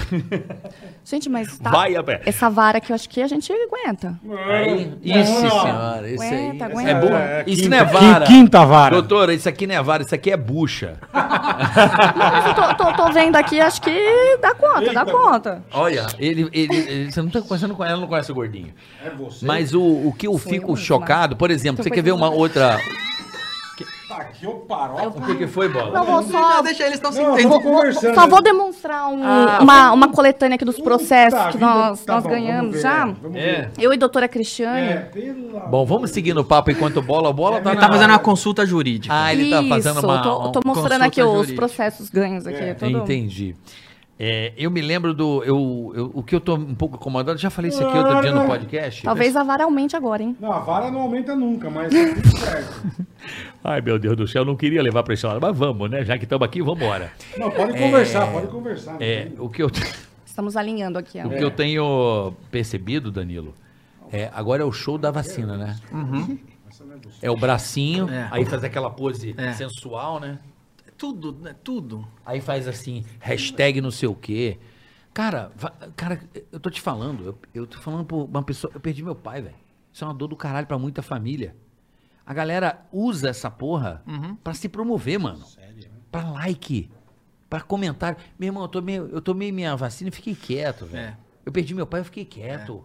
Speaker 9: Gente, mas tá-
Speaker 2: Vai, Abel.
Speaker 9: essa vara aqui, eu acho que a gente aguenta.
Speaker 2: Aí, É, Isso, senhora. Isso aí.
Speaker 9: Aguenta, aguenta.
Speaker 2: É bu-
Speaker 3: É, é
Speaker 2: isso
Speaker 3: quinta-
Speaker 2: não é vara.
Speaker 3: qui- quinta vara.
Speaker 2: Doutora, isso aqui não é vara, isso aqui é bucha.
Speaker 9: Mas eu tô, tô- tô vendo aqui, acho que dá conta, dá conta.
Speaker 2: [laughs] Olha, ele, ele, ele- você não tá conversando com ela, não conhece o gordinho.
Speaker 3: É você.
Speaker 2: Mas o, o que eu
Speaker 9: Sou eu
Speaker 2: fico
Speaker 9: mesma.
Speaker 2: chocado, por exemplo,
Speaker 9: Tô
Speaker 2: você quer ver uma
Speaker 9: pensando.
Speaker 2: outra.
Speaker 3: Tá aqui o Parola.
Speaker 2: O que, que foi, bola?
Speaker 9: Não, vou só...
Speaker 4: Não, deixa eles estão se
Speaker 3: Não,
Speaker 4: entendendo.
Speaker 3: vou conversando.
Speaker 9: Só vou demonstrar um-
Speaker 2: Ah,
Speaker 9: uma, uma coletânea aqui dos
Speaker 3: Puta
Speaker 9: processos que
Speaker 3: vida,
Speaker 9: nós,
Speaker 3: tá
Speaker 9: nós
Speaker 3: bom, vamos
Speaker 9: ganhamos
Speaker 3: ver,
Speaker 9: já.
Speaker 3: Vamos
Speaker 2: É.
Speaker 3: ver.
Speaker 9: Eu e doutora Cristiane.
Speaker 3: É, pelo amor-
Speaker 2: Bom, vamos seguindo o papo enquanto bola. Bola tá,
Speaker 4: Ele tá fazendo uma consulta jurídica.
Speaker 2: Ah, ele tá fazendo uma.
Speaker 9: tô, tô
Speaker 2: um-
Speaker 9: mostrando aqui
Speaker 4: consulta
Speaker 9: os
Speaker 4: jurídica.
Speaker 9: processos ganhos aqui. tudo.
Speaker 2: Entendi. É, eu me lembro do. Eu, eu- o que eu tô um pouco incomodado, já falei isso aqui outro dia no podcast.
Speaker 9: Talvez a vara aumente agora, hein?
Speaker 3: Não, a vara não aumenta nunca, mas tá tudo certo.
Speaker 6: Ai, meu Deus do céu, eu não queria levar pra esse lado, mas vamos, né? Já que estamos aqui, vamos embora.
Speaker 3: Não, pode conversar, pode conversar. não
Speaker 2: É,
Speaker 3: tem-
Speaker 2: o que eu.
Speaker 9: Estamos alinhando aqui. Ó.
Speaker 2: O que
Speaker 4: É.
Speaker 2: eu tenho percebido, Danilo, é, agora é o show da vacina, né? É o bracinho,
Speaker 4: Uhum. É.
Speaker 2: aí faz aquela pose
Speaker 4: É.
Speaker 2: sensual, né?
Speaker 4: Tudo, né? Tudo.
Speaker 2: Aí faz assim, hashtag não sei o quê. Cara, va- cara, eu tô te falando, eu, eu tô falando por uma pessoa, eu perdi meu pai, velho. Isso é uma dor do caralho pra muita família. A galera usa essa porra pra se promover, mano. Sério? Pra like, pra comentário. Meu irmão, eu tomei, eu tomei minha vacina e fiquei quieto, velho.
Speaker 4: É.
Speaker 2: Eu perdi meu pai e fiquei quieto.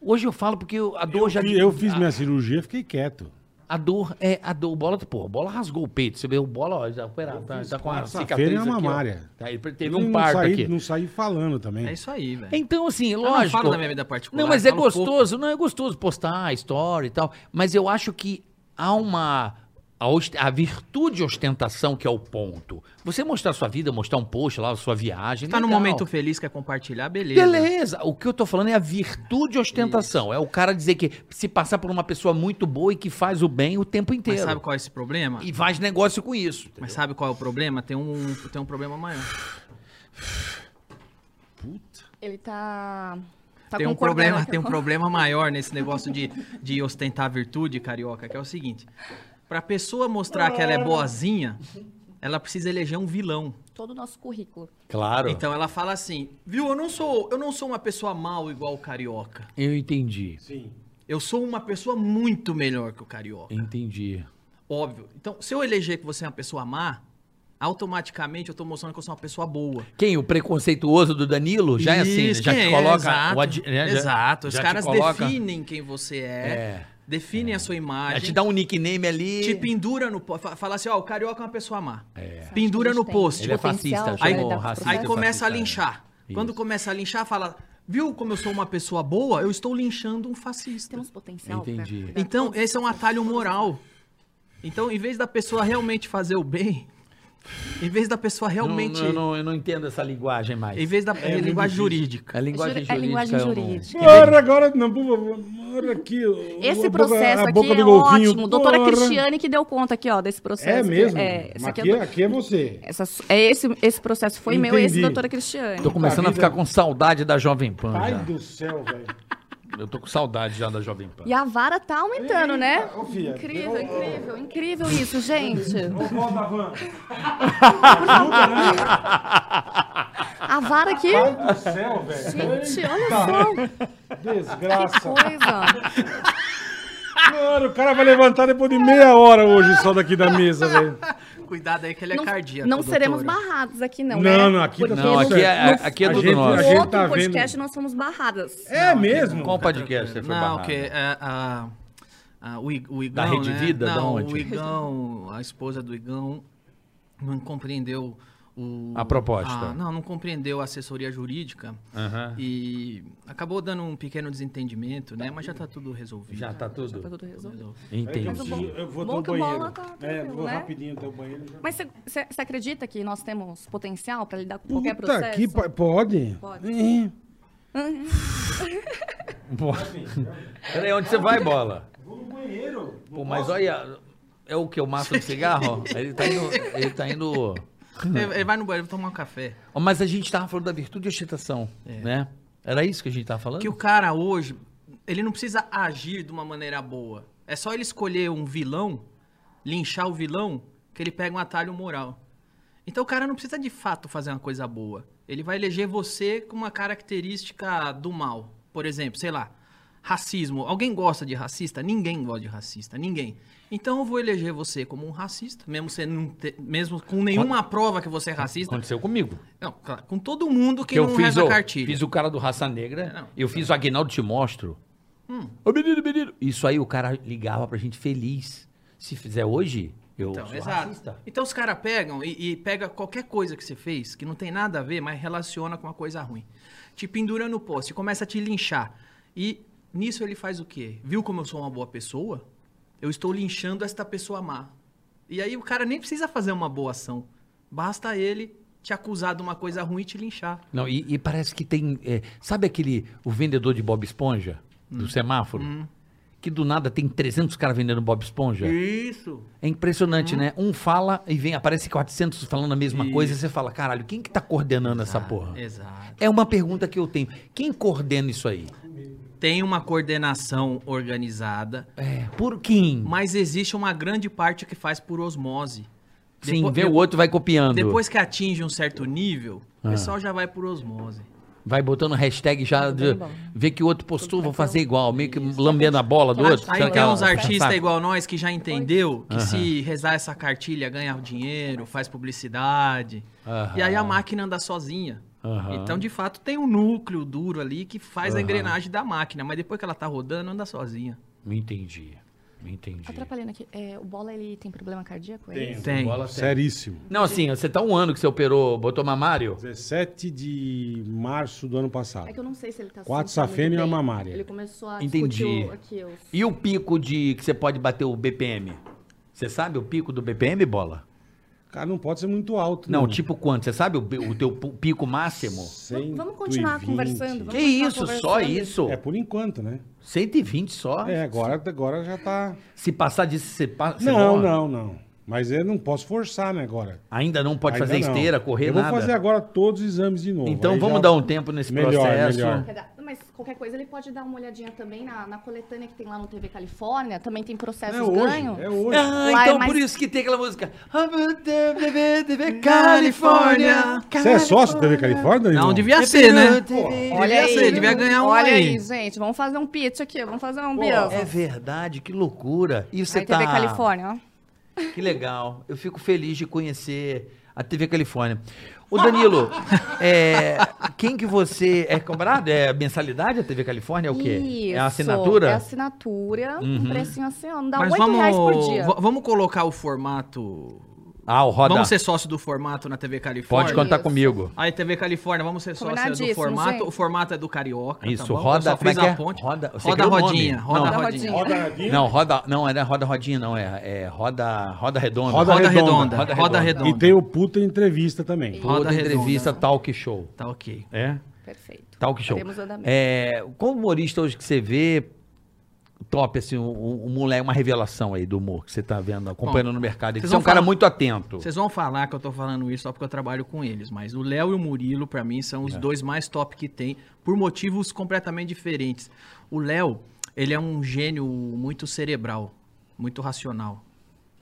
Speaker 2: Hoje eu falo porque eu- a dor já...
Speaker 3: E Eu fiz
Speaker 2: a,
Speaker 3: minha cirurgia, fiquei quieto.
Speaker 2: a dor é a dor. O bola, pô, o bola rasgou o peito. Você vê o bola, ó, já, pera, tá, tá com a
Speaker 3: quarta-feira
Speaker 2: cicatriz
Speaker 3: é uma
Speaker 2: aqui, ó.
Speaker 3: mamária.
Speaker 2: Tá, ele teve
Speaker 3: Não-
Speaker 2: um
Speaker 3: não
Speaker 2: parto
Speaker 3: saí-
Speaker 2: aqui.
Speaker 3: Não saí falando também.
Speaker 4: É isso aí, velho.
Speaker 2: Então, assim,
Speaker 4: não
Speaker 2: lógico.
Speaker 4: falo da minha vida particular,
Speaker 2: Não, mas
Speaker 4: eu
Speaker 2: é
Speaker 4: falo pouco.
Speaker 2: gostoso, não é gostoso postar história e tal. Mas eu acho que há uma. A, ost- a virtude ostentação que é o ponto. Você mostrar sua vida, mostrar um post lá, sua viagem.
Speaker 4: Tá num
Speaker 2: legal.
Speaker 4: momento feliz, quer compartilhar, beleza.
Speaker 2: Beleza. O que eu tô falando é a virtude ostentação. É o cara dizer que se passar por uma pessoa muito boa e que faz o bem o tempo
Speaker 4: Mas
Speaker 2: inteiro.
Speaker 4: sabe qual é esse problema?
Speaker 2: E faz negócio com isso.
Speaker 4: Mas sabe qual é o problema? Tem um, tem um problema maior.
Speaker 9: Ele tá. tá
Speaker 4: tem um
Speaker 9: concordando
Speaker 4: problema,
Speaker 9: aqui
Speaker 4: tem um
Speaker 9: com-
Speaker 4: problema maior nesse negócio de, de ostentar a virtude, carioca, que é o seguinte: pra pessoa mostrar que ela é boazinha, ela precisa eleger um vilão.
Speaker 9: Todo o nosso currículo.
Speaker 2: Claro.
Speaker 4: Então ela fala assim: "Viu, eu não sou, eu não sou uma pessoa mal igual o carioca.
Speaker 2: Eu entendi.
Speaker 3: Sim.
Speaker 4: Eu sou uma pessoa muito melhor que o carioca".
Speaker 2: Entendi.
Speaker 4: Óbvio. Então, se eu eleger que você é uma pessoa má, automaticamente eu tô mostrando que eu sou uma pessoa boa.
Speaker 2: Quem? O preconceituoso do Danilo? Já é assim, né?
Speaker 4: Isso,
Speaker 2: Já
Speaker 4: quem
Speaker 2: te
Speaker 4: é,
Speaker 2: coloca.
Speaker 4: Exato.
Speaker 2: o adi- né? Já-
Speaker 4: Exato. Os
Speaker 2: já te
Speaker 4: caras
Speaker 2: coloca-
Speaker 4: definem quem você é,
Speaker 2: É.
Speaker 4: definem a Tipo, sua
Speaker 2: Já
Speaker 4: imagem.
Speaker 2: te dá um nickname ali.
Speaker 4: Te pendura no post. Fala assim, ó, o carioca é uma pessoa má.
Speaker 9: Acho que
Speaker 4: Pendura
Speaker 9: a
Speaker 4: no
Speaker 9: gente tem
Speaker 4: post.
Speaker 2: Ele é
Speaker 9: potencial
Speaker 2: fascista,
Speaker 9: pra
Speaker 4: aí,
Speaker 9: lidar
Speaker 2: chamou
Speaker 9: com os
Speaker 2: racista.
Speaker 4: aí
Speaker 9: processos.
Speaker 4: começa
Speaker 2: fascista,
Speaker 4: a
Speaker 2: é.
Speaker 4: linchar. Quando começa a linchar, fala, viu como eu sou uma pessoa boa? Eu estou linchando um fascista.
Speaker 9: Temos potencial. pra
Speaker 2: Entendi.
Speaker 9: lidar com
Speaker 4: Então,
Speaker 9: todos
Speaker 4: esse é um
Speaker 9: os
Speaker 4: atalho
Speaker 9: processos.
Speaker 4: moral. Então, em vez da pessoa realmente fazer o bem, em vez da pessoa
Speaker 2: Não, não,
Speaker 4: realmente...
Speaker 2: eu não- eu não entendo essa linguagem mais.
Speaker 4: Em vez da é linguagem jurídica.
Speaker 2: A linguagem
Speaker 9: Juri- é
Speaker 2: jurídica.
Speaker 9: linguagem
Speaker 2: eu não-
Speaker 9: jurídica.
Speaker 3: Ora, agora, não, por favor, ora aqui. o-
Speaker 9: Esse
Speaker 3: a boca-
Speaker 9: processo
Speaker 3: a boca
Speaker 9: aqui
Speaker 3: do
Speaker 9: é
Speaker 3: golfinho,
Speaker 9: ótimo. Doutora
Speaker 3: ora.
Speaker 9: Cristiane que deu conta aqui, ó, desse processo.
Speaker 3: É
Speaker 9: que-
Speaker 3: mesmo?
Speaker 9: É,
Speaker 3: Mas
Speaker 9: essa aqui é
Speaker 3: aqui,
Speaker 9: do-
Speaker 3: aqui é você.
Speaker 9: essa su- é esse, esse processo foi meu e esse
Speaker 3: Entendi.
Speaker 9: doutora Cristiane.
Speaker 2: Tô começando a ficar com saudade da Jovem Pan.
Speaker 3: Ai
Speaker 2: já.
Speaker 3: do céu, velho.
Speaker 2: Eu tô com saudade já da Jovem Pan.
Speaker 9: E a vara tá aumentando, né?
Speaker 3: Ô, filha.
Speaker 9: Incrível, incrível, incrível
Speaker 3: [laughs]
Speaker 9: isso, gente.
Speaker 3: Ô, vó da van.
Speaker 9: A vara aqui.
Speaker 3: Ai do céu, velho.
Speaker 9: Gente, olha
Speaker 3: Tá.
Speaker 9: só que
Speaker 3: Desgraça.
Speaker 2: Tá
Speaker 9: coisa.
Speaker 3: Cara, o cara vai levantar depois de meia hora hoje só daqui da mesa, velho.
Speaker 4: Cuidado aí que ele é cardíaco.
Speaker 9: não seremos
Speaker 4: doutora.
Speaker 9: barrados aqui, não.
Speaker 3: Não,
Speaker 9: né?
Speaker 3: não, aqui tá
Speaker 9: Porque
Speaker 3: tudo
Speaker 2: Não,
Speaker 9: no-
Speaker 2: aqui é,
Speaker 9: no-
Speaker 2: aqui é
Speaker 3: a
Speaker 2: tudo
Speaker 3: gente- a
Speaker 2: nosso.
Speaker 9: No
Speaker 3: gente
Speaker 9: outro
Speaker 3: tá vendo.
Speaker 9: podcast nós fomos barradas.
Speaker 3: É mesmo?
Speaker 2: Qual podcast você foi
Speaker 4: tá Não,
Speaker 2: barrado?
Speaker 4: que é, a- a- o, I- o Igão.
Speaker 2: Rede
Speaker 4: né?
Speaker 2: Vida? Da
Speaker 4: Não,
Speaker 2: onde?
Speaker 4: o Igão, a esposa do Igão, não compreendeu o.
Speaker 2: A proposta. Ah.
Speaker 4: a- não, não compreendeu a assessoria jurídica.
Speaker 2: Aham.
Speaker 4: E acabou dando um pequeno desentendimento, né? Mas já tá tudo resolvido.
Speaker 2: Já tá
Speaker 9: Tá
Speaker 2: tudo?
Speaker 9: tudo resolvido.
Speaker 4: tá
Speaker 2: Entendi.
Speaker 3: Eu vou
Speaker 9: Bom
Speaker 3: dar o
Speaker 9: que o bola
Speaker 3: banheiro.
Speaker 9: tá
Speaker 3: É,
Speaker 9: tranquilo,
Speaker 3: vou
Speaker 9: né?
Speaker 3: rapidinho até o banheiro. já-
Speaker 9: Mas você acredita que nós temos potencial pra lidar com qualquer
Speaker 3: Puta
Speaker 9: processo?
Speaker 3: que pa- pode? É.
Speaker 9: Pode.
Speaker 3: Ih,
Speaker 2: Peraí, onde você vai, bola?
Speaker 3: Vou no banheiro.
Speaker 2: Pô, mas olha. É o que? O maço de
Speaker 4: [laughs]
Speaker 2: cigarro? Ele tá indo. Ele tá indo.
Speaker 4: Ele, ele vai no banheiro tomar um café.
Speaker 2: Ó, Mas a gente tava falando da virtude e ostentação, né? Era isso que a gente tava falando?
Speaker 4: É. Que o cara hoje, ele não precisa agir de uma maneira boa. É só ele escolher um vilão, linchar o vilão, que ele pega um atalho moral. Então o cara não precisa de fato fazer uma coisa boa. Ele vai eleger você com uma característica do mal. Por exemplo, sei lá, racismo. Alguém gosta de racista? Ninguém gosta de racista, ninguém. Então eu vou eleger você como um racista, mesmo, você não te- mesmo com nenhuma prova que você é racista.
Speaker 2: Aconteceu comigo.
Speaker 4: Não, claro, com todo mundo que,
Speaker 2: Que eu
Speaker 4: não
Speaker 2: fiz
Speaker 4: reza
Speaker 2: o,
Speaker 4: a cartilha.
Speaker 2: fiz o cara do Raça Negra,
Speaker 4: Não. Hum.
Speaker 2: eu fiz o Aguinaldo Te Mostro. Ô menino, menino. Isso aí o cara ligava pra gente feliz. Se fizer hoje, eu
Speaker 4: Então,
Speaker 2: sou
Speaker 4: exato.
Speaker 2: racista.
Speaker 4: Então os caras pegam e, e pega qualquer coisa que você fez, que não tem nada a ver, mas relaciona com uma coisa ruim. Te pendura no poste, começa a te linchar. E nisso ele faz o quê? Viu como eu sou uma boa pessoa? Eu estou linchando esta pessoa má. E aí o cara nem precisa fazer uma boa ação. Basta ele te acusar de uma coisa ruim e te linchar.
Speaker 2: Não, e, e parece que tem. é, sabe aquele. O vendedor de Bob Esponja? Do
Speaker 4: Hum.
Speaker 2: semáforo? Que do nada tem 300 caras vendendo Bob Esponja?
Speaker 4: Isso.
Speaker 2: É impressionante,
Speaker 4: Uhum.
Speaker 2: né? Um fala e vem, aparece 400 falando a mesma coisa e você fala, caralho, quem que tá coordenando essa porra?
Speaker 4: Ah, Exato.
Speaker 2: É uma pergunta que eu tenho. Quem coordena isso aí?
Speaker 4: Tem uma coordenação organizada,
Speaker 2: É, por quem?
Speaker 4: mas existe uma grande parte que faz por osmose.
Speaker 2: Sim,
Speaker 4: Depo-
Speaker 2: vê o outro vai copiando.
Speaker 4: Depois que atinge um certo nível,
Speaker 2: Ah.
Speaker 4: o pessoal já vai por osmose.
Speaker 2: Vai botando hashtag
Speaker 4: Tá
Speaker 2: já, de- vê que o outro postou, vou fazer igual, meio que lambendo a bola do outro.
Speaker 4: Aí
Speaker 2: sabe
Speaker 4: tem
Speaker 2: aquela-
Speaker 4: uns artistas
Speaker 2: sabe?
Speaker 4: igual nós que já entendeu que se rezar essa cartilha ganha dinheiro, faz publicidade. E aí a máquina anda sozinha. Então, de fato, tem um núcleo duro ali que faz a engrenagem da máquina, mas depois que ela tá rodando, anda sozinha.
Speaker 2: Entendi, entendi.
Speaker 9: Atrapalhando aqui, é, o Bola ele tem problema cardíaco? é isso?
Speaker 4: Tem.
Speaker 3: Seríssimo.
Speaker 2: Não, assim, você tá um ano que você operou, botou mamário?
Speaker 3: 17 de março do ano passado.
Speaker 9: É que eu não sei se ele tá
Speaker 3: Quatro
Speaker 9: se sentindo
Speaker 3: safena e uma
Speaker 9: bem.
Speaker 3: mamária.
Speaker 9: Ele começou a
Speaker 2: Entendi.
Speaker 9: discutir o- aqui os-
Speaker 2: E o pico de que você pode bater o BPM? Você sabe o pico do BPM, bola?
Speaker 3: Cara, não pode ser muito alto. né?
Speaker 2: Não, tipo quanto? Você sabe o, b- o teu pu- pico máximo?
Speaker 9: Vamos- vamos continuar
Speaker 3: 120.
Speaker 9: conversando, vamos-
Speaker 2: Que
Speaker 9: continuar
Speaker 2: isso, só
Speaker 9: conversando.
Speaker 2: isso?
Speaker 3: É por enquanto, né?
Speaker 2: 120 só?
Speaker 3: É, agora, agora já tá.
Speaker 2: Se passar disso, você, pa- você
Speaker 3: Não,
Speaker 2: morre?
Speaker 3: não, não. Mas eu não posso forçar, né, agora.
Speaker 2: Ainda não pode
Speaker 3: Ainda
Speaker 2: fazer
Speaker 3: não.
Speaker 2: esteira, correr,
Speaker 3: Eu vou
Speaker 2: nada?
Speaker 3: fazer agora todos os exames de novo.
Speaker 2: Então
Speaker 3: Aí
Speaker 2: vamos
Speaker 3: já-
Speaker 2: dar um tempo nesse
Speaker 3: Melhor,
Speaker 2: processo.
Speaker 3: melhor.
Speaker 9: Quer dar- Mas qualquer coisa ele pode dar uma olhadinha também na, na coletânea que tem lá no TV Califórnia, também tem processos
Speaker 3: É hoje,
Speaker 9: ganho.
Speaker 3: é hoje.
Speaker 2: Ah,
Speaker 9: Lá é
Speaker 2: então
Speaker 9: mais-
Speaker 2: por isso que tem aquela música. Califórnia.
Speaker 4: Califórnia.
Speaker 3: Você é sócio da TV Califórnia?
Speaker 4: Não
Speaker 3: irmão?
Speaker 4: devia ser, né?
Speaker 9: Olha
Speaker 4: Devia ser,
Speaker 9: aí,
Speaker 4: devia ganhar um
Speaker 9: Olha
Speaker 4: aí.
Speaker 9: aí, gente, vamos fazer um pitch aqui, vamos fazer um
Speaker 2: É
Speaker 9: bias.
Speaker 2: verdade, que loucura. E você
Speaker 9: Aí
Speaker 2: tá.
Speaker 9: TV Califórnia, ó.
Speaker 2: Que legal. Eu fico feliz de conhecer a TV Califórnia. Ô
Speaker 9: [laughs]
Speaker 2: Danilo, é, quem que você. É cobrado? É mensalidade a TV Califórnia? É o quê? é a
Speaker 9: Isso,
Speaker 2: assinatura?
Speaker 9: É assinatura, um precinho assim, ó, não dá
Speaker 4: Uhum. Mas
Speaker 9: 8 reais por
Speaker 4: vamos,
Speaker 9: dia.
Speaker 4: va- vamos colocar o formato.
Speaker 2: Ah, o Roda.
Speaker 4: Vamos ser sócio do formato na TV Califórnia.
Speaker 2: Pode contar
Speaker 9: Isso.
Speaker 2: comigo.
Speaker 4: Aí, TV Califórnia, vamos ser sócia do
Speaker 9: Combinadíssimo,
Speaker 4: formato.
Speaker 9: gente.
Speaker 4: O formato é do Carioca.
Speaker 2: Isso,
Speaker 4: tá bom?
Speaker 2: roda-
Speaker 4: Eu só
Speaker 2: como é
Speaker 4: fiz
Speaker 2: que é?
Speaker 4: a ponte.
Speaker 2: Roda-
Speaker 4: Roda,
Speaker 2: você criou o
Speaker 4: rodinha.
Speaker 2: nome.
Speaker 4: Roda,
Speaker 2: Não.
Speaker 9: Roda
Speaker 4: rodinha.
Speaker 9: rodinha.
Speaker 3: Roda radinho?
Speaker 2: Não, roda, não, era roda rodinha, não, é, é roda, roda redonda.
Speaker 3: Roda
Speaker 4: Roda
Speaker 3: redonda.
Speaker 4: redonda.
Speaker 2: Roda
Speaker 4: Roda,
Speaker 2: redonda.
Speaker 4: redonda.
Speaker 3: E tem o puta entrevista também.
Speaker 4: Roda
Speaker 2: Outra
Speaker 4: redonda.
Speaker 2: entrevista, talk show.
Speaker 4: Tá ok.
Speaker 2: É?
Speaker 9: Perfeito.
Speaker 2: Talk show.
Speaker 9: Teremos andamento.
Speaker 2: É, qual humorista hoje que você vê top, assim, um, um moleque, uma revelação aí do humor que você tá vendo, acompanhando no mercado? aí, que
Speaker 4: vocês
Speaker 2: Você é um
Speaker 4: vão
Speaker 2: cara
Speaker 4: falar-
Speaker 2: muito atento.
Speaker 4: Vocês vão falar que eu tô falando isso só porque eu trabalho com eles, mas o Léo e o Murilo, pra mim, são
Speaker 2: É.
Speaker 4: os dois mais top que tem, por motivos completamente diferentes. O Léo, ele é um gênio muito cerebral, muito racional.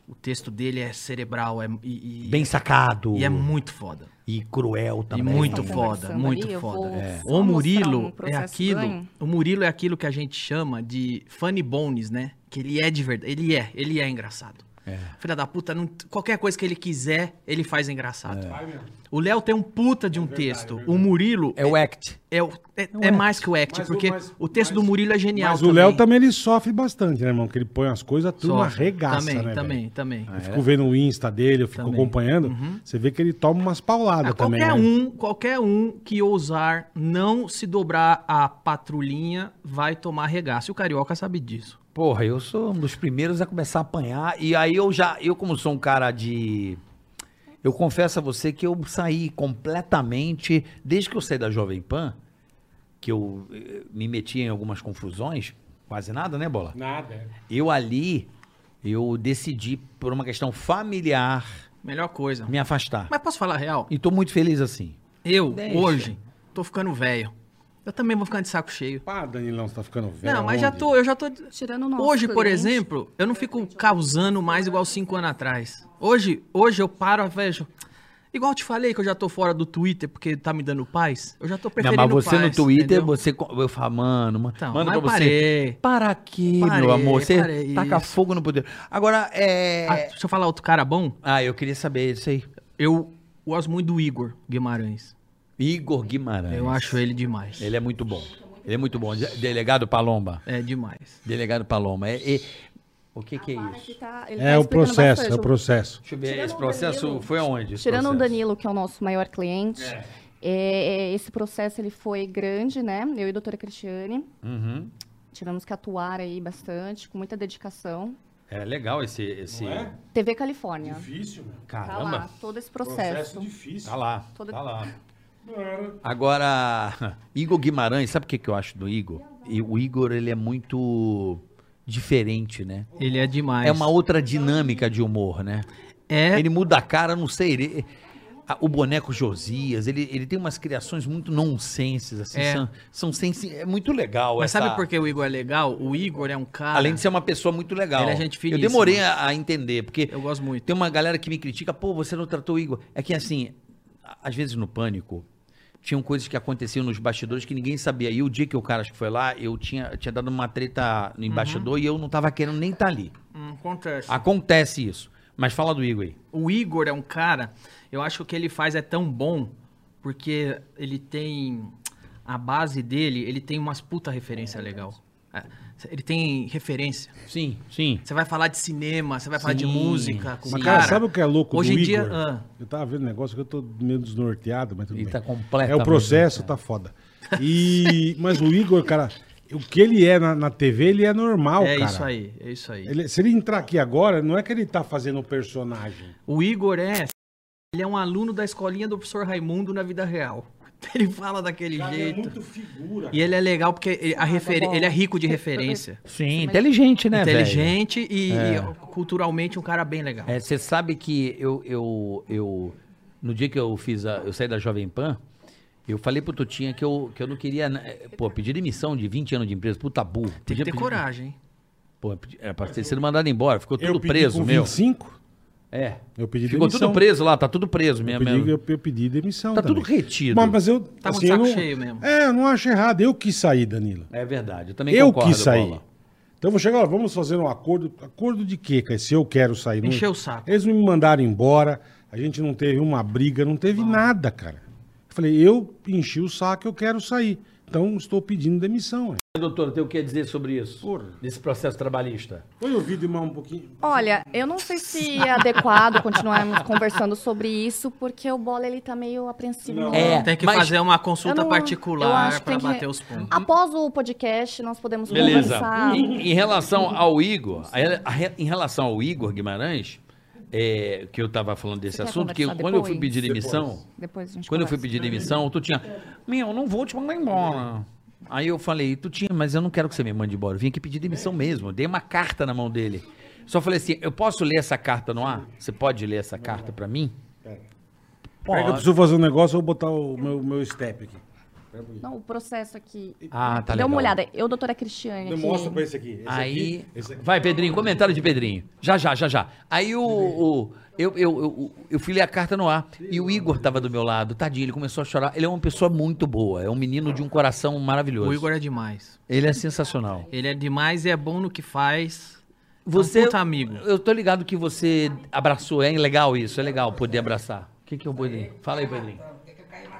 Speaker 4: O texto dele é cerebral é, e, e-
Speaker 2: Bem sacado.
Speaker 4: e é muito foda.
Speaker 2: e cruel também. Então,
Speaker 4: E muito
Speaker 9: Tá
Speaker 4: foda,
Speaker 9: conversando
Speaker 4: muito
Speaker 9: ali, eu
Speaker 4: foda.
Speaker 9: vou É. só
Speaker 4: O Murilo
Speaker 9: mostrar um
Speaker 4: é
Speaker 9: processo
Speaker 4: aquilo,
Speaker 9: ganho.
Speaker 4: o Murilo é aquilo que a gente chama de funny bones, né? Que ele é de verdade, ele é, ele é engraçado. Filha da puta, não- qualquer coisa que ele quiser, ele faz engraçado. O Léo tem um puta
Speaker 3: É
Speaker 4: de um texto. o Murilo
Speaker 2: É o act.
Speaker 4: é, o- é- é mais que o act,
Speaker 3: Mas o-
Speaker 4: porque o,
Speaker 3: mas-
Speaker 4: texto do Murilo é genial
Speaker 3: Mas o Léo tá também ele sofre bastante, né, irmão? Que ele põe as coisas, a turma
Speaker 4: Só-
Speaker 3: arregaça,
Speaker 4: Também,
Speaker 3: né?
Speaker 4: também,
Speaker 3: velho?
Speaker 4: também.
Speaker 3: Eu fico vendo o Insta dele, eu fico
Speaker 4: Também.
Speaker 3: acompanhando. Você vê que ele toma umas pauladas
Speaker 4: Ah,
Speaker 3: também.
Speaker 4: qualquer
Speaker 3: né?
Speaker 4: um, qualquer um que ousar não se dobrar à patrulhinha vai tomar regaço. E o carioca sabe disso.
Speaker 2: Porra, eu sou um dos primeiros a começar a apanhar. E aí eu já, eu como sou um cara de. Eu confesso a você que eu saí completamente, desde que eu saí da Jovem Pan, que eu eh, me meti em algumas confusões, quase nada, né, Bola?
Speaker 3: Nada. é.
Speaker 2: Eu ali, eu decidi, por uma questão familiar,
Speaker 4: Melhor coisa.
Speaker 2: me afastar.
Speaker 4: Mas posso falar a real?
Speaker 2: E tô muito feliz assim.
Speaker 4: Eu,
Speaker 2: Deixa.
Speaker 4: hoje, tô ficando velho. Eu também vou ficando de saco cheio.
Speaker 3: Pá, Danilão, você tá ficando velho.
Speaker 4: não, mas já
Speaker 3: aonde?
Speaker 4: tô, eu já tô.
Speaker 9: Tirando o nosso
Speaker 4: hoje, por
Speaker 9: cliente.
Speaker 4: exemplo, eu não fico causando mais igual cinco anos atrás. Hoje, hoje eu paro, vejo. Igual eu te falei que eu já tô fora do Twitter porque tá me dando paz. Eu já tô
Speaker 2: Não,
Speaker 4: preferindo
Speaker 2: mas você
Speaker 4: paz,
Speaker 2: no Twitter,
Speaker 4: entendeu?
Speaker 2: você. co- Eu falo, mano, mano.
Speaker 4: Então,
Speaker 2: manda
Speaker 4: mas
Speaker 2: pra você.
Speaker 4: parei.
Speaker 2: Para aqui,
Speaker 4: Parei,
Speaker 2: meu amor. Você
Speaker 4: parei,
Speaker 2: taca
Speaker 4: isso.
Speaker 2: fogo no poder. Agora, é.
Speaker 4: Ah, deixa eu falar outro cara bom.
Speaker 2: Ah, eu queria saber isso aí.
Speaker 4: Eu gosto muito do Igor Guimarães.
Speaker 2: Igor Guimarães.
Speaker 4: Eu acho ele demais.
Speaker 2: Ele é muito bom. Ele é muito bom. De- Delegado Palomba.
Speaker 4: É demais.
Speaker 2: Delegado Palomba. É- é- O que, que é
Speaker 9: Para que
Speaker 2: isso?
Speaker 9: tá- ele
Speaker 3: É
Speaker 9: tá
Speaker 3: o
Speaker 9: explicando
Speaker 3: processo, é
Speaker 9: bastante.
Speaker 3: o processo.
Speaker 2: Deixa eu ver.
Speaker 9: Tirando
Speaker 2: Esse
Speaker 9: o
Speaker 2: processo
Speaker 9: Danilo-
Speaker 2: foi aonde? esse
Speaker 9: Tirando o
Speaker 2: processo?
Speaker 9: Danilo, que é o nosso maior cliente, é, é, esse processo ele foi grande, né? Eu e a doutora Cristiane
Speaker 2: Uhum.
Speaker 9: tivemos que atuar aí bastante, com muita dedicação.
Speaker 2: É legal esse. esse...
Speaker 9: TV Califórnia.
Speaker 3: Difícil, meu.
Speaker 9: Tá
Speaker 2: Caramba.
Speaker 9: lá, todo esse processo.
Speaker 3: difícil.
Speaker 2: Tá lá,
Speaker 9: Toda-
Speaker 2: tá lá. Agora, [laughs] Igor Guimarães, sabe o que, que eu acho do Igor? E o Igor, ele é muito diferente, né?
Speaker 4: Ele é demais.
Speaker 2: É uma outra dinâmica de humor, né?
Speaker 4: É,
Speaker 2: Ele muda a cara, não sei, ele... a- O boneco Josias, ele, ele tem umas criações muito nonsenses, assim,
Speaker 4: É.
Speaker 2: são, são sensi... é muito legal
Speaker 4: mas
Speaker 2: essa...
Speaker 4: sabe por que o Igor é legal? O Igor é um cara.
Speaker 2: Além de ser uma pessoa muito legal.
Speaker 4: Ele é gente
Speaker 2: Eu
Speaker 4: finíssima.
Speaker 2: demorei a, a entender, porque
Speaker 4: Eu gosto muito.
Speaker 2: tem uma galera que me critica, pô, você não tratou o Igor. É que assim, a- às vezes no pânico, tinham coisas que aconteciam nos bastidores que ninguém sabia. E o dia que o cara foi lá, eu tinha, tinha dado uma treta no embaixador e eu não tava querendo nem estar ali.
Speaker 4: Hum, acontece.
Speaker 2: Acontece isso. Mas fala do Igor aí.
Speaker 4: O Igor é um cara. Eu acho que o que ele faz é tão bom porque ele tem. A base dele, ele tem umas puta referência legal. É, Ele tem referência.
Speaker 2: Sim, sim.
Speaker 4: Você vai falar de cinema, você vai falar de
Speaker 2: Sim,
Speaker 4: música. Com o
Speaker 2: sim.
Speaker 3: Mas,
Speaker 4: cara,
Speaker 3: cara, sabe o que é louco
Speaker 4: Hoje
Speaker 3: do
Speaker 4: em
Speaker 3: Igor?
Speaker 4: dia. ah,
Speaker 3: Eu tava vendo um negócio que eu tô meio desnorteado, mas tudo
Speaker 2: Ele
Speaker 3: bem.
Speaker 2: tá completamente
Speaker 3: É o processo, tá foda. E... Mas o Igor, cara, o que ele é na, na TV, ele é normal,
Speaker 4: é
Speaker 3: cara.
Speaker 4: isso aí, é isso aí.
Speaker 3: Ele- se ele entrar aqui agora, não é que ele tá fazendo um personagem.
Speaker 4: O Igor é. Ele é um aluno da escolinha do professor Raimundo na vida real. [laughs] Ele fala daquele jeito.
Speaker 3: figura.
Speaker 4: E ele é legal porque ele,
Speaker 9: Ah, tá
Speaker 4: a refer- ele é rico de
Speaker 9: [laughs]
Speaker 4: referência.
Speaker 2: Sim, inteligente, né, velho?
Speaker 4: Inteligente e,
Speaker 9: É.
Speaker 4: e culturalmente um cara bem legal.
Speaker 2: É, Você sabe que eu, eu, eu. No dia que eu fiz a- Eu saí da Jovem Pan, eu falei pro Tutinha que eu, que eu não queria. né, Pô, pedir demissão de 20 anos de empresa, puta burro.
Speaker 4: Tem
Speaker 2: Podia
Speaker 4: que ter
Speaker 2: pedir-
Speaker 4: coragem, hein?
Speaker 2: Pô, era pra ter sido mandado embora, ficou
Speaker 3: Eu
Speaker 2: tudo
Speaker 3: pedi
Speaker 2: preso,
Speaker 3: com
Speaker 2: meu.
Speaker 3: 25,
Speaker 2: É.
Speaker 3: eu pedi
Speaker 2: Ficou
Speaker 3: demissão.
Speaker 2: tudo preso lá, tá tudo preso
Speaker 3: Eu
Speaker 2: mesmo.
Speaker 3: pedi,
Speaker 2: mesmo.
Speaker 3: eu, eu pedi demissão
Speaker 2: Tá
Speaker 3: também.
Speaker 2: tudo retido.
Speaker 3: Mas, mas eu...
Speaker 4: Tá com o
Speaker 3: eu
Speaker 4: saco
Speaker 3: não-
Speaker 4: cheio mesmo.
Speaker 3: É, eu não acho errado. Eu quis sair, Danilo.
Speaker 2: É verdade, eu também
Speaker 3: Eu
Speaker 2: concordo.
Speaker 3: quis sair.
Speaker 2: Bola.
Speaker 3: Então eu vou chegar, ó, vamos fazer um acordo. Acordo de quê, cara? Se eu quero sair. não-
Speaker 4: Encheu o saco.
Speaker 3: Eles me mandaram embora, a gente não teve uma briga, não teve nada, cara. Eu falei, eu enchi o saco, eu quero sair. Então estou pedindo demissão. ué.
Speaker 2: Doutor, tem o que dizer sobre isso? Desse processo trabalhista?
Speaker 3: Põe o vídeo mais um pouquinho.
Speaker 9: Olha, eu não sei se é
Speaker 2: [laughs]
Speaker 9: adequado continuarmos conversando sobre isso, porque o Bola ele tá meio apreensivo.
Speaker 3: Não.
Speaker 2: É,
Speaker 4: Tem que
Speaker 2: mas-
Speaker 4: fazer uma
Speaker 9: Eu
Speaker 4: consulta
Speaker 9: não- eu acho
Speaker 4: particular
Speaker 9: que
Speaker 4: pra
Speaker 9: tem que-
Speaker 4: bater os pontos.
Speaker 9: Após o podcast, nós podemos
Speaker 2: Beleza. Uhum.
Speaker 9: conversar.
Speaker 2: Em, em relação ao Igor, a- a- em relação ao Igor Guimarães, é, que eu estava falando desse
Speaker 9: Você quer
Speaker 2: assunto, que eu-
Speaker 9: conversar
Speaker 2: quando eu fui
Speaker 9: depois?
Speaker 2: pedir demissão,
Speaker 9: Depois a gente
Speaker 2: quando eu fui
Speaker 9: conversa.
Speaker 2: pedir demissão, tu tinha, meu, não vou te mandar embora. Aí eu falei, tu tinha, mas eu não quero que você me mande embora. Eu vim aqui pedir demissão mesmo. Eu dei uma carta na mão dele. Só falei assim, eu posso ler essa carta no ar? Você pode ler essa carta pra mim?
Speaker 3: Peraí que eu preciso fazer um negócio, eu vou botar o meu, meu step aqui.
Speaker 9: Não, o processo aqui.
Speaker 2: Ah, tá
Speaker 9: Dê
Speaker 2: legal.
Speaker 9: uma olhada. Eu, doutora Cristiane.
Speaker 3: Eu
Speaker 9: aqui.
Speaker 3: mostro pra esse aqui. Esse
Speaker 2: Aí.
Speaker 3: Aqui, esse aqui. tá
Speaker 2: Vai, Pedrinho, comentário de Pedrinho. Já, já, já, já. Aí o. o- eu, eu, eu, eu fui ler a carta no ar e o Igor tava do meu lado, tadinho, ele começou a chorar. Ele é uma pessoa muito boa, é um menino de um coração
Speaker 9: Ah,
Speaker 2: maravilhoso.
Speaker 4: O Igor é demais.
Speaker 2: Ele é sensacional.
Speaker 4: Ele é demais e é bom no que faz. É um
Speaker 2: Você.
Speaker 4: puta amigo.
Speaker 2: Eu tô ligado que você abraçou, é legal isso, é legal poder abraçar. O que, que é o Pedrinho? Fala aí, Pedrinho.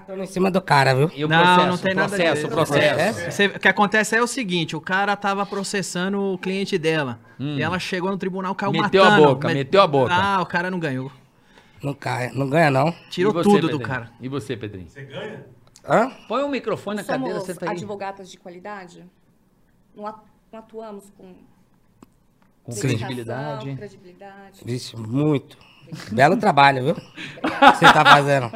Speaker 1: Tô em cima do cara, viu?
Speaker 2: E o
Speaker 4: não,
Speaker 2: processo,
Speaker 4: não tem
Speaker 2: processo,
Speaker 4: nada a ver.
Speaker 2: processo.
Speaker 4: É? Você- o que acontece é o seguinte, o cara tava processando o cliente dela. E ela chegou no tribunal, caiu
Speaker 2: Hum. Meteu a
Speaker 4: matando.
Speaker 2: boca, meteu a boca.
Speaker 4: Ah, o cara não ganhou.
Speaker 1: Não cai, não ganha não.
Speaker 4: Tirou
Speaker 2: E você,
Speaker 4: tudo do
Speaker 2: Pedrinho?
Speaker 4: cara.
Speaker 2: E você, Pedrinho?
Speaker 1: Hã?
Speaker 2: Põe o microfone na cadeira,
Speaker 9: Somos
Speaker 2: senta aí.
Speaker 9: advogatas de qualidade? Não atu- não atuamos com
Speaker 2: Com
Speaker 1: Sim.
Speaker 9: dedicação,
Speaker 2: credibilidade.
Speaker 9: credibilidade.
Speaker 1: Vixe, muito. Belo trabalho, viu? Que Você tá fazendo.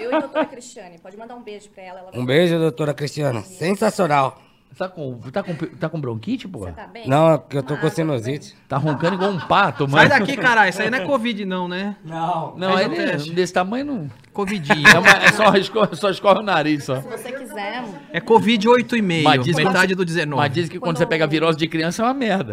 Speaker 9: Eu e a doutora Cristiane. Pode mandar um beijo pra ela. ela
Speaker 1: Um beijo, doutora Cristiana. Sensacional.
Speaker 2: Tá com, tá com, tá com bronquite, porra?
Speaker 9: Você tá bem?
Speaker 1: Não, é que eu tô
Speaker 9: Ah,
Speaker 1: com
Speaker 9: tá
Speaker 1: sinusite.
Speaker 2: Tá roncando igual um pato,
Speaker 4: Sai
Speaker 2: mano.
Speaker 4: daqui, caralho. Isso aí não é Covid, não, né?
Speaker 1: Não.
Speaker 2: Não,
Speaker 4: Faz o
Speaker 2: ele
Speaker 4: teste.
Speaker 2: desse tamanho não.
Speaker 4: Covidinho.
Speaker 2: É, uma- é só, escorre, só escorre o nariz, só.
Speaker 9: Se você quiser fizemos.
Speaker 4: É Covid 8,5,
Speaker 2: diz que
Speaker 4: metade
Speaker 2: quando-
Speaker 4: do 19.
Speaker 2: Mas diz que quando
Speaker 9: Quando-
Speaker 2: você pega virose de criança é uma merda.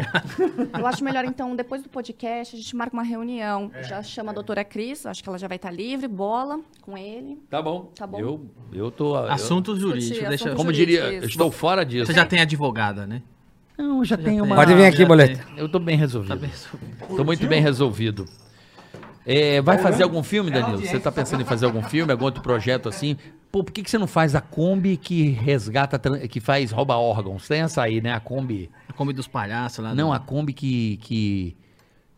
Speaker 9: Eu acho melhor, então, depois do podcast, a gente marca uma reunião. já chama a doutora Cris, acho que ela já vai estar livre, bola com ele.
Speaker 2: Tá bom.
Speaker 9: Tá bom.
Speaker 2: Eu, eu tô. eu-
Speaker 4: Assunto jurídico,
Speaker 9: Discutir
Speaker 4: deixa...
Speaker 9: assunto
Speaker 2: como
Speaker 9: jurídico,
Speaker 2: diria, eu
Speaker 9: isso.
Speaker 2: estou fora disso.
Speaker 4: Você já tem advogada, né?
Speaker 2: Não, já tenho uma.
Speaker 4: Pode
Speaker 2: Pode
Speaker 4: vir
Speaker 2: vir
Speaker 4: aqui,
Speaker 2: aqui,
Speaker 4: Já boleto.
Speaker 2: boleto. Eu tô bem resolvido.
Speaker 4: Tá bem, super.
Speaker 2: Tô muito bem resolvido. É, vai fazer algum filme, Danilo? Você tá pensando em fazer algum filme, algum outro projeto assim? Pô, por que, que você não faz a Kombi que resgata, tran- que faz rouba órgãos? Tem essa aí, né? A Kombi.
Speaker 4: Come dos palhaços lá.
Speaker 2: Ah,
Speaker 4: né?
Speaker 2: Não,
Speaker 4: do-
Speaker 2: a Kombi que, que,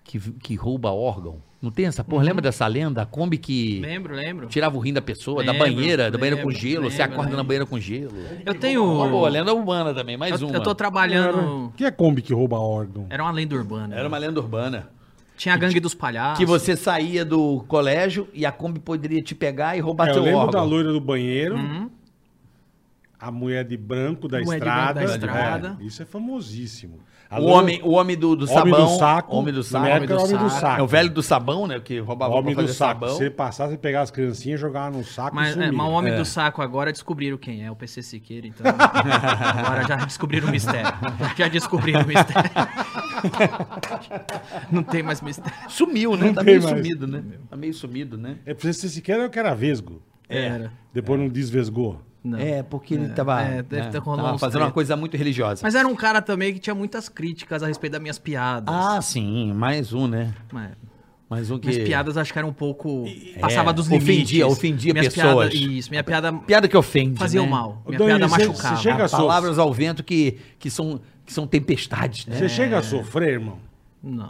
Speaker 2: que, que rouba órgão. Não tem essa porra? Lembra dessa lenda? A Kombi que
Speaker 4: Lembro, lembro.
Speaker 2: tirava o rim da pessoa, da
Speaker 4: Lembro,
Speaker 2: banheira, da banheira com
Speaker 4: lembro,
Speaker 2: gelo. você
Speaker 4: lembro,
Speaker 2: acorda na
Speaker 4: lembro.
Speaker 2: banheira com gelo.
Speaker 4: Eu tenho...
Speaker 2: Uma boa, lenda urbana também, mais
Speaker 4: Eu,
Speaker 2: uma.
Speaker 4: eu tô trabalhando...
Speaker 3: Que é Kombi que rouba órgão?
Speaker 4: Era uma lenda urbana.
Speaker 11: Era uma lenda urbana.
Speaker 4: Tinha a gangue dos palhaços.
Speaker 2: Que você saía do colégio e a Kombi poderia te pegar e roubar
Speaker 3: É, eu
Speaker 2: teu
Speaker 3: lembro
Speaker 2: órgão.
Speaker 3: da loira do banheiro. A mulher de branco da
Speaker 4: Uhum. Mulher de
Speaker 3: estrada.
Speaker 4: branco da estrada.
Speaker 3: É, isso é famosíssimo. A
Speaker 2: O
Speaker 3: loira-
Speaker 2: homem, o homem do, do
Speaker 3: Homem
Speaker 2: sabão.
Speaker 3: do saco.
Speaker 2: Homem do saco.
Speaker 3: Na
Speaker 2: homem do
Speaker 3: época era homem do
Speaker 2: saco.
Speaker 3: saco.
Speaker 2: É o velho do sabão, né? Que roubava
Speaker 3: homem
Speaker 2: pra
Speaker 3: do
Speaker 2: fazer
Speaker 3: saco.
Speaker 2: sabão.
Speaker 3: Se ele passasse, ele pegava as criancinhas, jogava no saco e
Speaker 4: Mas, é,
Speaker 3: sumia.
Speaker 4: mas o homem do saco agora descobriram quem é, o PC Siqueira, então. [laughs] agora já descobriram o mistério. Já descobriram o mistério. [laughs] Não tem mais mistério.
Speaker 2: Sumiu, né? Tá
Speaker 3: tem
Speaker 2: meio
Speaker 3: mais.
Speaker 2: sumido, né? Tá meio sumido, né?
Speaker 3: É pra você sequer eu que era vesgo.
Speaker 4: Era.
Speaker 3: Depois não desvesgou.
Speaker 4: Não.
Speaker 2: É, porque ele tava,
Speaker 4: é, deve
Speaker 2: né,
Speaker 4: ter rolado
Speaker 2: tava
Speaker 4: uns
Speaker 2: fazendo uma
Speaker 4: treta.
Speaker 2: coisa muito religiosa.
Speaker 4: Mas era um cara também que tinha muitas críticas a respeito das minhas piadas.
Speaker 2: Ah, sim, mais um, né?
Speaker 4: Mas-
Speaker 2: Mais um que. É.
Speaker 4: Minhas piadas acho que eram um pouco. Passava dos
Speaker 2: ofendia-
Speaker 4: limites.
Speaker 2: ofendia
Speaker 4: minhas
Speaker 2: pessoas.
Speaker 4: piadas- isso, minha piada
Speaker 2: Piada que ofende.
Speaker 4: fazia
Speaker 2: né?
Speaker 4: mal. Minha
Speaker 3: Dani,
Speaker 4: piada
Speaker 3: você- você
Speaker 4: machucava.
Speaker 3: chega-
Speaker 2: Ah, palavras ao vento que, que, são, que são tempestades, né?
Speaker 3: Você chega a sofrer, irmão?
Speaker 4: Não. É.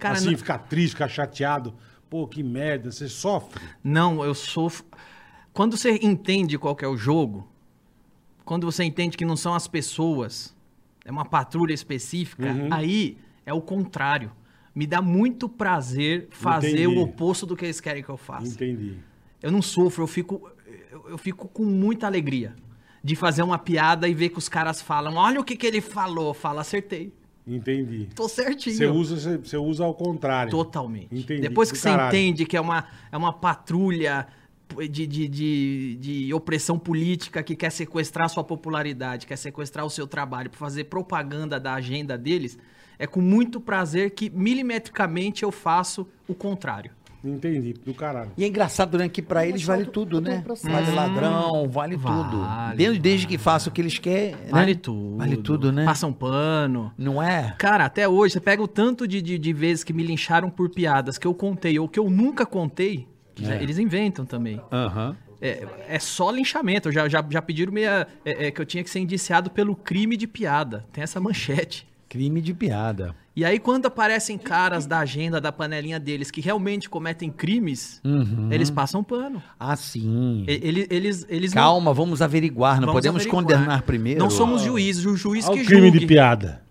Speaker 4: Cara,
Speaker 3: assim,
Speaker 4: não-
Speaker 3: ficar triste, ficar chateado. Pô, que merda, você sofre.
Speaker 4: Não, eu sofro. Quando você entende qual que é o jogo, quando você entende que não são as pessoas, é uma patrulha específica,
Speaker 3: Uhum.
Speaker 4: aí é o contrário. Me dá muito prazer fazer
Speaker 3: Entendi.
Speaker 4: o oposto do que eles querem que eu faça.
Speaker 3: Entendi.
Speaker 4: Eu não sofro, eu fico, eu, eu fico com muita alegria de fazer uma piada e ver que os caras falam: olha o que, que ele falou. Fala, acertei.
Speaker 3: Entendi.
Speaker 4: Tô certinho.
Speaker 3: Você usa, você- você usa ao contrário.
Speaker 4: Totalmente.
Speaker 3: Entendi.
Speaker 4: Depois que
Speaker 3: Do
Speaker 4: você
Speaker 3: caralho.
Speaker 4: entende que é uma, é uma patrulha de, de, de, de opressão política que quer sequestrar sua popularidade, quer sequestrar o seu trabalho para fazer propaganda da agenda deles, é com muito prazer que milimetricamente eu faço o contrário.
Speaker 3: Entendi, do caralho.
Speaker 2: E é engraçado, né? Que pra eles vale
Speaker 11: é
Speaker 2: tudo,
Speaker 11: um
Speaker 2: né? Vale ladrão, vale
Speaker 4: Hum, Vale,
Speaker 2: tudo. Desde, desde que faça o que eles querem. né?
Speaker 4: Vale tudo.
Speaker 2: Vale tudo, né?
Speaker 4: Passa um pano.
Speaker 2: Não é?
Speaker 4: Cara, até hoje, você pega o tanto de, de, de vezes que me lincharam por piadas que eu contei ou que eu nunca contei, que
Speaker 2: É.
Speaker 4: já- eles inventam também. É, é só linchamento. Já, já, já pediram minha, é, é, que eu tinha que ser indiciado pelo crime de piada. Tem essa manchete.
Speaker 2: Crime de piada.
Speaker 4: E aí, quando aparecem caras da agenda, da panelinha deles, que realmente cometem crimes, eles passam pano.
Speaker 2: Ah, Uhum. sim.
Speaker 4: E- Eles, eles, eles não-
Speaker 2: Calma, vamos averiguar. Não
Speaker 4: vamos
Speaker 2: podemos
Speaker 4: averiguar.
Speaker 2: condenar primeiro. Ah,
Speaker 4: Não somos juízes, o juiz
Speaker 3: Olha
Speaker 4: que
Speaker 3: Ah, o crime
Speaker 4: julgue.
Speaker 3: de piada.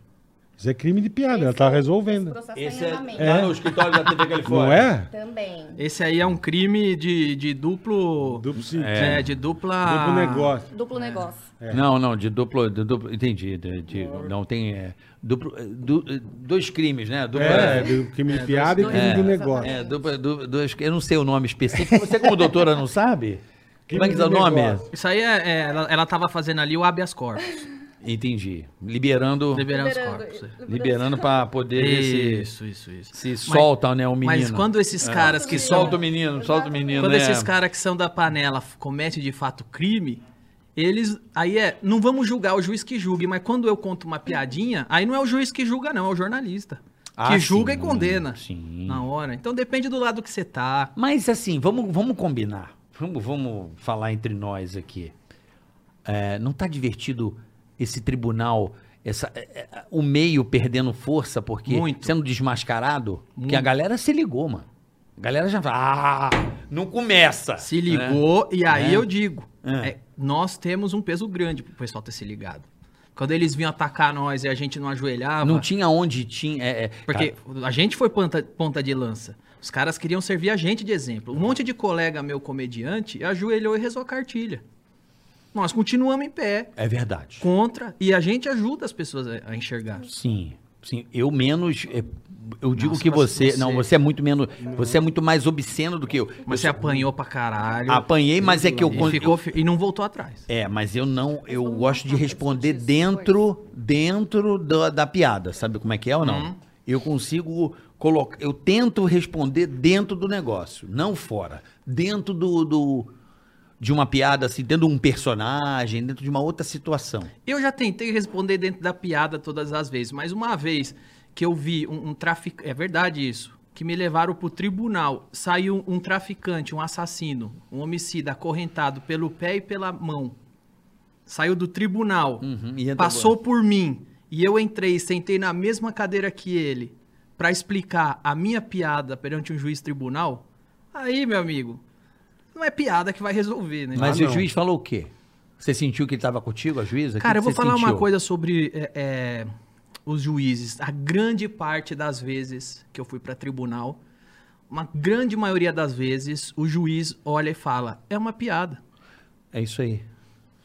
Speaker 3: Isso é crime de piada, ela tá resolvendo.
Speaker 9: Processo
Speaker 11: Esse
Speaker 9: em
Speaker 2: Tá
Speaker 11: é,
Speaker 9: andamento.
Speaker 11: lá no escritório da TV Califórnia.
Speaker 3: Não é?
Speaker 9: Também.
Speaker 4: Esse aí é um crime de, de duplo.
Speaker 3: Duplo sentido.
Speaker 4: É, de dupla.
Speaker 2: Ah.
Speaker 3: Duplo negócio.
Speaker 9: Duplo negócio.
Speaker 3: É.
Speaker 2: Não, não, de duplo. de duplo- entendi. de- de- não tem. é, duplo- é, du- é, dois crimes, né? Duplo,
Speaker 3: É, do crime de piada e crime de negócio.
Speaker 2: É, dupla- du- dois- eu não sei o nome específico. Você, como doutora, não sabe? Como é que é o nome?
Speaker 3: Negócio.
Speaker 4: Isso aí é. é, ela, ela tava fazendo ali o habeas corpus.
Speaker 2: Entendi. Liberando.
Speaker 4: liberando os
Speaker 9: Liberando-
Speaker 4: corpos.
Speaker 2: Liberando pra poder ver se,
Speaker 4: Isso, isso, isso.
Speaker 2: se
Speaker 4: Mas-
Speaker 2: solta, né, o menino.
Speaker 4: Mas quando esses caras que são.
Speaker 2: Solta o menino, solta o menino,
Speaker 4: Quando
Speaker 2: né?
Speaker 4: esses caras que são da panela f- cometem de fato crime, eles. Aí é. Não vamos julgar o juiz que julgue, mas quando eu conto uma piadinha, aí não é o juiz que julga, não, é o jornalista.
Speaker 2: Ah,
Speaker 4: que julga
Speaker 2: sim,
Speaker 4: e condena.
Speaker 2: sim.
Speaker 4: Na hora. Então depende do lado que você tá.
Speaker 2: Mas assim, vamos, vamos combinar. Vamos, vamos falar entre nós aqui. É, não tá divertido esse tribunal, essa, é, é, o meio perdendo força, porque
Speaker 4: Muito.
Speaker 2: sendo desmascarado, porque a galera se ligou, mano. A galera já fala, ah, não começa.
Speaker 4: Se ligou, e aí eu digo: é, nós temos um peso grande pro pessoal ter se ligado. Quando eles vinham atacar nós e a gente não ajoelhava.
Speaker 2: Não tinha onde tinha. é, é,
Speaker 4: Porque a gente foi ponta, ponta de lança. Os caras queriam servir a gente de exemplo.
Speaker 2: Uhum.
Speaker 4: Um monte de colega meu comediante ajoelhou e rezou a cartilha. Nós continuamos em pé
Speaker 2: É verdade.
Speaker 4: contra e a gente ajuda as pessoas a, a enxergar.
Speaker 2: Sim. Sim, eu menos. é, Eu digo que você,
Speaker 4: você-
Speaker 2: Não, você é muito menos. Você é muito mais obsceno do que eu.
Speaker 4: Mas você
Speaker 2: eu
Speaker 4: apanhou pra caralho.
Speaker 2: apanhei, mas é que eu.
Speaker 4: E, ficou, fi- e não voltou atrás.
Speaker 2: É, mas eu não. Eu gosto de responder dentro dentro da, da piada. Sabe como é que é ou
Speaker 3: Uhum.
Speaker 2: não? Eu consigo colocar. Eu tento responder dentro do negócio, não fora. Dentro do. do- de uma piada, assim, dentro de um personagem, dentro de uma outra situação.
Speaker 4: Eu já tentei responder dentro da piada todas as vezes, mas uma vez que eu vi um, um traficante. É verdade isso. Que me levaram pro tribunal. Saiu um traficante, um assassino, um homicida acorrentado pelo pé e pela mão. Saiu do tribunal.
Speaker 2: Uhum, e entra
Speaker 4: passou por mim. E eu entrei, sentei na mesma cadeira que ele pra explicar a minha piada perante um juiz tribunal. Aí, meu amigo, não é piada que vai resolver, né?
Speaker 2: Mas
Speaker 3: Ah,
Speaker 2: o
Speaker 3: não.
Speaker 2: juiz falou o quê? Você sentiu que ele estava contigo, a juíza? O que
Speaker 4: Cara, eu
Speaker 2: que
Speaker 4: vou
Speaker 2: você
Speaker 4: falar uma
Speaker 2: sentiu?
Speaker 4: coisa sobre é, é, os juízes. A grande parte das vezes que eu fui pra tribunal, uma grande maioria das vezes, o juiz olha e fala: é uma piada.
Speaker 2: É isso aí.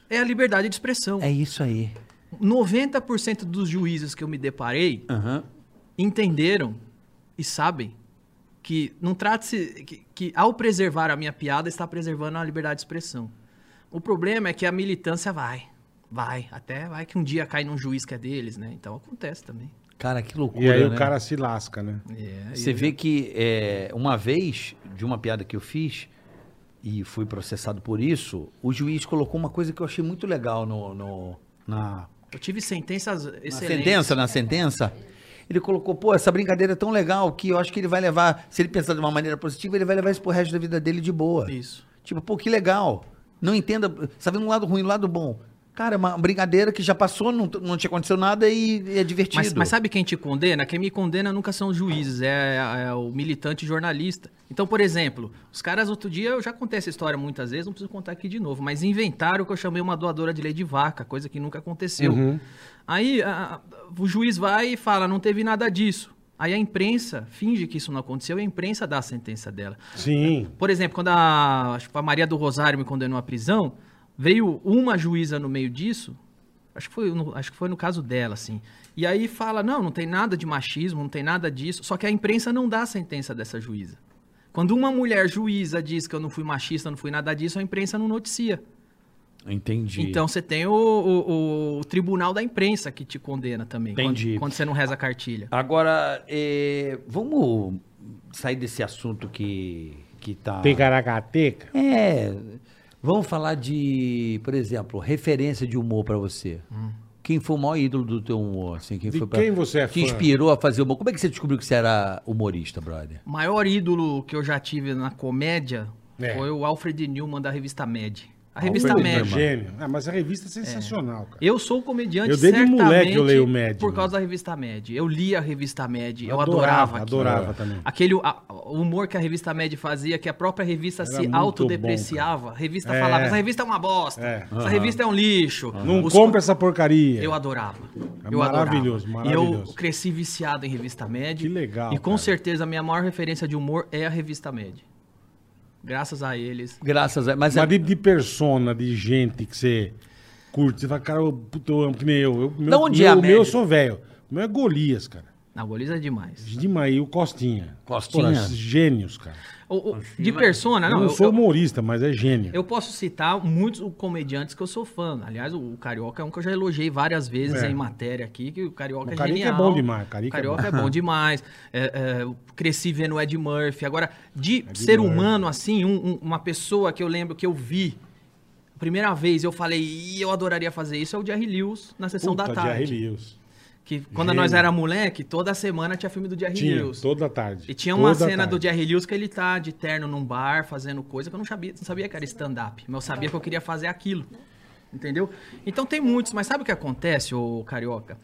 Speaker 4: É a liberdade de expressão.
Speaker 2: É isso aí.
Speaker 4: 90% dos juízes que eu me deparei entenderam e sabem que não trata-se que, que ao preservar a minha piada está preservando a liberdade de expressão. O problema é que a militância vai, vai, até vai que um dia cai num juiz que é deles, né? Então acontece também.
Speaker 2: Cara, que
Speaker 3: E
Speaker 2: loucura,
Speaker 3: aí
Speaker 2: né? É.
Speaker 3: o cara se lasca, né?
Speaker 4: É
Speaker 2: Você vê que é, uma vez, de uma piada que eu fiz, e fui processado por isso, o juiz colocou uma coisa que eu achei muito legal no, no- na,
Speaker 4: Eu tive sentenças
Speaker 2: na
Speaker 4: excelentes.
Speaker 2: sentença, né? na sentença. Ele colocou, pô, essa brincadeira é tão legal que eu acho que ele vai levar, se ele pensar de uma maneira positiva, ele vai levar isso pro resto da vida dele de boa.
Speaker 4: Isso.
Speaker 2: Tipo, pô, que legal. Não entenda. Você tá vendo um lado ruim, um lado bom. Cara, é uma brincadeira que já passou, não, não te aconteceu nada e é divertido.
Speaker 4: Mas, mas sabe quem te condena? Quem me condena nunca são os juízes, é, é o militante jornalista. Então, por exemplo, os caras outro dia, eu já contei essa história muitas vezes, não preciso contar aqui de novo, mas inventaram que eu chamei uma doadora de lei de vaca, coisa que nunca aconteceu. Aí a- a- o juiz vai e fala, não teve nada disso. Aí a imprensa finge que isso não aconteceu e a imprensa dá a sentença dela.
Speaker 3: Sim.
Speaker 4: Por exemplo, quando a, acho que foi a Maria do Rosário me condenou à prisão, veio uma juíza no meio disso, acho que, foi no, acho que foi no caso dela, assim. E aí fala, não, não tem nada de machismo, não tem nada disso. Só que a imprensa não dá a sentença dessa juíza. Quando uma mulher juíza diz que eu não fui machista, não fui nada disso, a imprensa não noticia.
Speaker 2: Entendi.
Speaker 4: Então você tem o, o- o tribunal da imprensa que te condena também. quando-
Speaker 2: Entendi.
Speaker 4: Quando, você não reza a cartilha.
Speaker 2: Agora, eh, vamos sair desse assunto que, que tá.
Speaker 3: Tem caracateca?
Speaker 2: É. Vamos falar de, por exemplo, referência de humor pra você. Quem foi o maior ídolo do teu humor? Assim, quem
Speaker 3: Hum. De
Speaker 2: foi pra-
Speaker 3: quem você é
Speaker 2: Te
Speaker 3: fã?
Speaker 2: inspirou a fazer humor. Como é que você descobriu que você era humorista, brother?
Speaker 4: O maior ídolo que eu já tive na comédia
Speaker 3: É.
Speaker 4: foi o Alfred Newman da revista Mad. A revista
Speaker 2: É
Speaker 3: Alfredo
Speaker 4: Mad.
Speaker 3: Gênio. Ah, mas a revista é sensacional, cara.
Speaker 4: Eu sou um comediante
Speaker 3: Eu desde
Speaker 4: certamente
Speaker 3: moleque eu leio Mad, né?
Speaker 4: por
Speaker 3: mano.
Speaker 4: causa da revista Mad. Eu li a revista Mad, eu adorava. aquilo.
Speaker 3: Adorava também.
Speaker 4: Aquele a- o humor que a revista Mad fazia, que a própria revista
Speaker 3: Era
Speaker 4: se
Speaker 3: muito
Speaker 4: autodepreciava. A revista
Speaker 3: É.
Speaker 4: falava, essa revista é uma bosta,
Speaker 3: É.
Speaker 4: essa revista é um lixo.
Speaker 3: Não
Speaker 4: Os
Speaker 3: compra essa porcaria.
Speaker 4: eu adorava.
Speaker 3: É
Speaker 4: eu
Speaker 3: maravilhoso,
Speaker 4: adorava. E
Speaker 3: maravilhoso.
Speaker 4: eu cresci viciado em revista Med.
Speaker 3: Que legal,
Speaker 4: E com
Speaker 3: cara.
Speaker 4: certeza a minha maior referência de humor é a revista Med. Graças a eles.
Speaker 2: Graças a. Mas, é,
Speaker 3: Mas de, de persona, de gente que você curte, você fala, cara, eu, puta, eu amo que nem eu. eu meu,
Speaker 2: onde
Speaker 3: meu,
Speaker 2: é a
Speaker 3: o meu eu
Speaker 2: média?
Speaker 3: sou velho. O meu é Golias, cara.
Speaker 4: Na Goliza é demais.
Speaker 3: Demais. E o Costinha.
Speaker 2: Costinha?
Speaker 3: Porra, esses gênios, cara.
Speaker 4: O- o- de persona,
Speaker 3: eu
Speaker 4: Ah, não.
Speaker 3: não
Speaker 4: Eu,
Speaker 3: sou
Speaker 4: eu,
Speaker 3: humorista, mas é gênio.
Speaker 4: eu posso citar muitos comediantes que eu sou fã. Aliás, o, o Carioca é um que eu já elogiei várias vezes
Speaker 3: É.
Speaker 4: em matéria aqui, que o Carioca
Speaker 3: O
Speaker 4: é
Speaker 3: Carica
Speaker 4: genial.
Speaker 3: é bom demais, o Carica
Speaker 4: Carioca,
Speaker 3: é [laughs]
Speaker 4: é, bom. demais. É, é, eu cresci vendo o Ed Murphy. Agora, de ser
Speaker 3: Murphy.
Speaker 4: humano, assim, um- um- uma pessoa que eu lembro que eu vi primeira vez eu falei, "Ih, eu adoraria fazer isso, é o Jerry Lewis na sessão da
Speaker 3: Jerry
Speaker 4: tarde.
Speaker 3: Lewis.
Speaker 4: Que quando
Speaker 3: Gênio.
Speaker 4: nós era moleque, toda semana tinha filme do Jerry
Speaker 3: Tinha,
Speaker 4: Lewis.
Speaker 3: toda tarde.
Speaker 4: E tinha uma
Speaker 3: Toda
Speaker 4: cena
Speaker 3: tarde.
Speaker 4: do Jerry Lewis que ele tá de terno num bar, fazendo coisa que eu não sabia, não sabia que era stand-up, mas eu sabia que eu queria fazer aquilo. Entendeu? Então tem muitos, mas sabe o que acontece, ô carioca?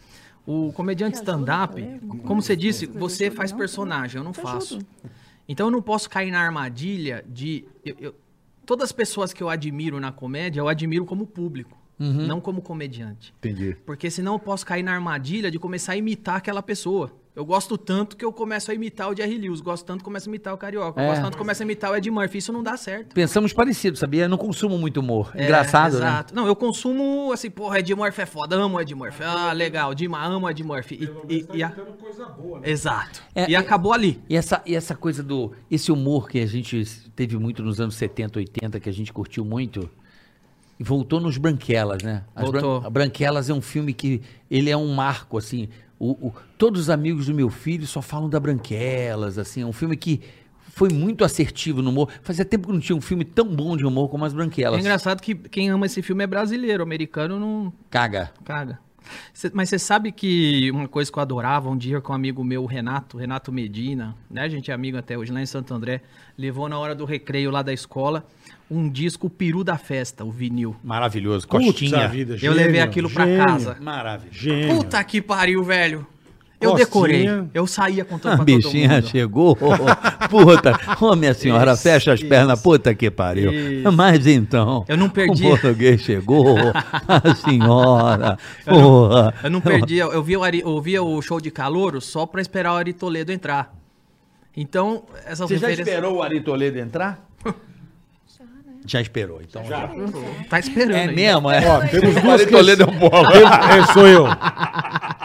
Speaker 4: O comediante stand-up, como você disse, você faz personagem, eu não faço. Então eu não posso cair na armadilha de. eu- eu- todas as pessoas que eu admiro na comédia, eu admiro como público,
Speaker 1: Uhum.
Speaker 4: não como comediante.
Speaker 12: Entendi.
Speaker 4: Porque senão eu posso cair na armadilha de começar a imitar aquela pessoa. Eu gosto tanto que eu começo a imitar o Jerry Lewis, gosto tanto que começo a imitar o Carioca,
Speaker 1: É.
Speaker 4: gosto tanto que começo a imitar o Ed Murphy. Isso não dá certo.
Speaker 1: Pensamos parecido, sabia? Eu não consumo muito humor. Engraçado,
Speaker 4: é,
Speaker 1: né?
Speaker 4: exato. Não, eu consumo, assim, porra, Ed Murphy é foda, amo Ed Murphy. Ah, legal, Dima, amo Ed Murphy. E, e, e a-
Speaker 3: coisa boa, né?
Speaker 4: Exato.
Speaker 1: É,
Speaker 4: e
Speaker 1: é-
Speaker 4: acabou ali.
Speaker 1: E essa, e essa coisa do. Esse humor que a gente teve muito nos anos 70, 80, que a gente curtiu muito. E voltou nos Branquelas, né? As
Speaker 4: Voltou.
Speaker 1: Bran- Branquelas é um filme que. Ele é um marco, assim. O, o- todos os amigos do meu filho só falam da Branquelas, assim. É um filme que foi muito assertivo no humor. Fazia tempo que não tinha um filme tão bom de humor como as
Speaker 4: É
Speaker 1: Branquelas.
Speaker 4: engraçado que quem ama esse filme é brasileiro, americano não
Speaker 1: Caga.
Speaker 4: caga. Cê- mas você sabe que uma coisa que eu adorava um dia com um amigo meu, o Renato, Renato Medina, né? A gente é amigo até hoje lá em Santo André, levou na hora do recreio lá da escola um disco o Peru da Festa, o vinil.
Speaker 2: Maravilhoso.
Speaker 3: Puta
Speaker 2: Costinha.
Speaker 3: vida,
Speaker 4: Eu levei aquilo pra
Speaker 3: gênio,
Speaker 4: casa.
Speaker 2: Maravilhoso.
Speaker 3: Gênio.
Speaker 4: Puta que pariu, velho. Eu
Speaker 3: Costinha.
Speaker 4: decorei. Eu saía
Speaker 2: Ah,
Speaker 4: contando pra todo
Speaker 7: bichinha
Speaker 2: [laughs]
Speaker 4: mundo.
Speaker 7: chegou. Puta. Ô, minha senhora, fecha as pernas. Puta que pariu. Mas então.
Speaker 4: Eu não perdi.
Speaker 7: O
Speaker 4: [laughs]
Speaker 7: português chegou. a senhora. Porra.
Speaker 4: Eu não perdi, eu eu via o, Ari- eu via o show de calouro só pra esperar o Ari Toledo entrar. Então, essas
Speaker 2: Você já
Speaker 4: referências-
Speaker 2: esperou o Ari Toledo
Speaker 4: [laughs]
Speaker 2: entrar? Já esperou, então. Já.
Speaker 4: Tá esperando.
Speaker 1: É
Speaker 4: aí.
Speaker 1: mesmo? É.
Speaker 3: Ó, temos
Speaker 7: tá
Speaker 3: duas
Speaker 2: Ari Toledo é um bola.
Speaker 3: Tem- é, sou eu.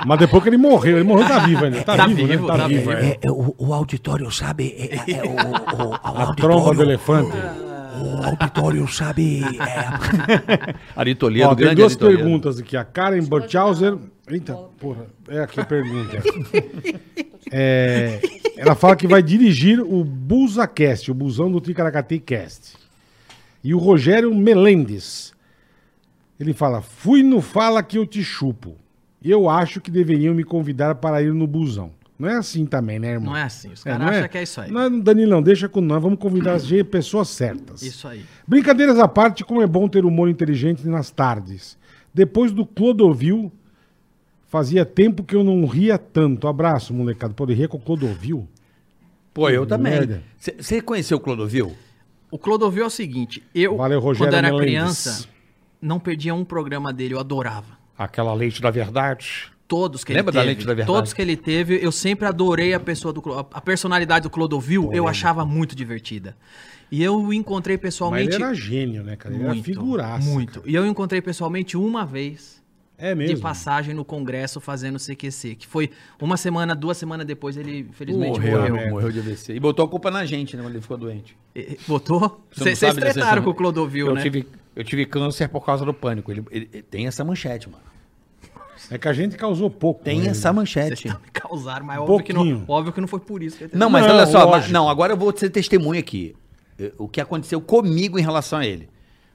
Speaker 3: Mas depois que ele morreu, ele morreu, tá vivo ainda. Tá,
Speaker 4: Tá
Speaker 3: vivo, né?
Speaker 4: vivo,
Speaker 3: Tá,
Speaker 4: tá
Speaker 3: vivo.
Speaker 4: vivo.
Speaker 3: é.
Speaker 7: É, o, o auditório sabe. é, é, é, o, o-
Speaker 3: [laughs]
Speaker 7: o
Speaker 3: A tromba do
Speaker 7: auditório,
Speaker 3: elefante.
Speaker 7: o auditório sabe. é,
Speaker 2: [laughs] Ari Toledo,
Speaker 3: Ó, tem
Speaker 2: grande
Speaker 3: duas
Speaker 2: Ari Toledo.
Speaker 3: perguntas aqui. A Karen Borchhauser. Eita, porra, é aqui a pergunta. [laughs] É, ela fala que vai dirigir o BusaCast, o busão do Ticaracati Cast. E o Rogério Melendes. Ele fala: Fui no Fala que eu te chupo. Eu acho que deveriam me convidar para ir no busão. Não é assim também, né, irmão?
Speaker 4: Não é assim, os
Speaker 3: É,
Speaker 4: caras
Speaker 3: não
Speaker 4: acham que é isso aí.
Speaker 3: Não, Danilão, deixa com nós. Vamos convidar as pessoas certas.
Speaker 4: Isso aí.
Speaker 3: Brincadeiras à parte, como é bom ter humor inteligente nas tardes. Depois do Clodovil, fazia tempo que eu não ria tanto. Abraço, molecada. Pode rir com o Clodovil?
Speaker 2: Pô, eu também.
Speaker 3: Merda.
Speaker 2: Você conheceu o Clodovil?
Speaker 4: O Clodovil é o seguinte, eu,
Speaker 3: Valeu, Rogério
Speaker 4: quando era
Speaker 3: Melendes.
Speaker 4: criança, não perdia um programa dele, eu adorava.
Speaker 2: Aquela leite da verdade.
Speaker 4: Todos que
Speaker 2: Lembra
Speaker 4: ele
Speaker 2: da
Speaker 4: teve.
Speaker 2: Leite da Verdade?
Speaker 4: Todos que ele teve, eu sempre adorei a pessoa do Clo- a- a personalidade do Clodovil, eu achava muito divertida. E eu encontrei
Speaker 3: Mas
Speaker 4: pessoalmente
Speaker 3: ele era gênio, né, cara? Ele era figuraça.
Speaker 4: muito. E eu encontrei pessoalmente uma vez
Speaker 3: É mesmo.
Speaker 4: de passagem no congresso fazendo CQC, que foi uma semana, duas semanas depois ele infelizmente
Speaker 2: Morreu,
Speaker 4: morreu. né?
Speaker 2: morreu, de AVC. E botou a culpa na gente, né, quando ele ficou doente.
Speaker 4: E- e- Botou?
Speaker 2: Você não
Speaker 4: Vocês
Speaker 2: sabe dessa
Speaker 4: tretaram
Speaker 2: história?
Speaker 4: com o Clodovil,
Speaker 2: eu
Speaker 4: né?
Speaker 2: Tive, eu tive câncer por causa do pânico. Ele, ele- ele- tem essa manchete, mano.
Speaker 3: É que a gente causou pouco.
Speaker 2: Tem
Speaker 3: né?
Speaker 2: essa
Speaker 4: Vocês
Speaker 2: manchete.
Speaker 4: me causaram, mas é óbvio que, não,
Speaker 3: Pouquinho.
Speaker 4: óbvio que não foi por isso. que eu tentei-
Speaker 2: Não, mas
Speaker 3: Não,
Speaker 2: olha só, mas-
Speaker 3: lógico.
Speaker 2: não, agora eu vou ser testemunha aqui. eh, O que aconteceu comigo em relação a ele.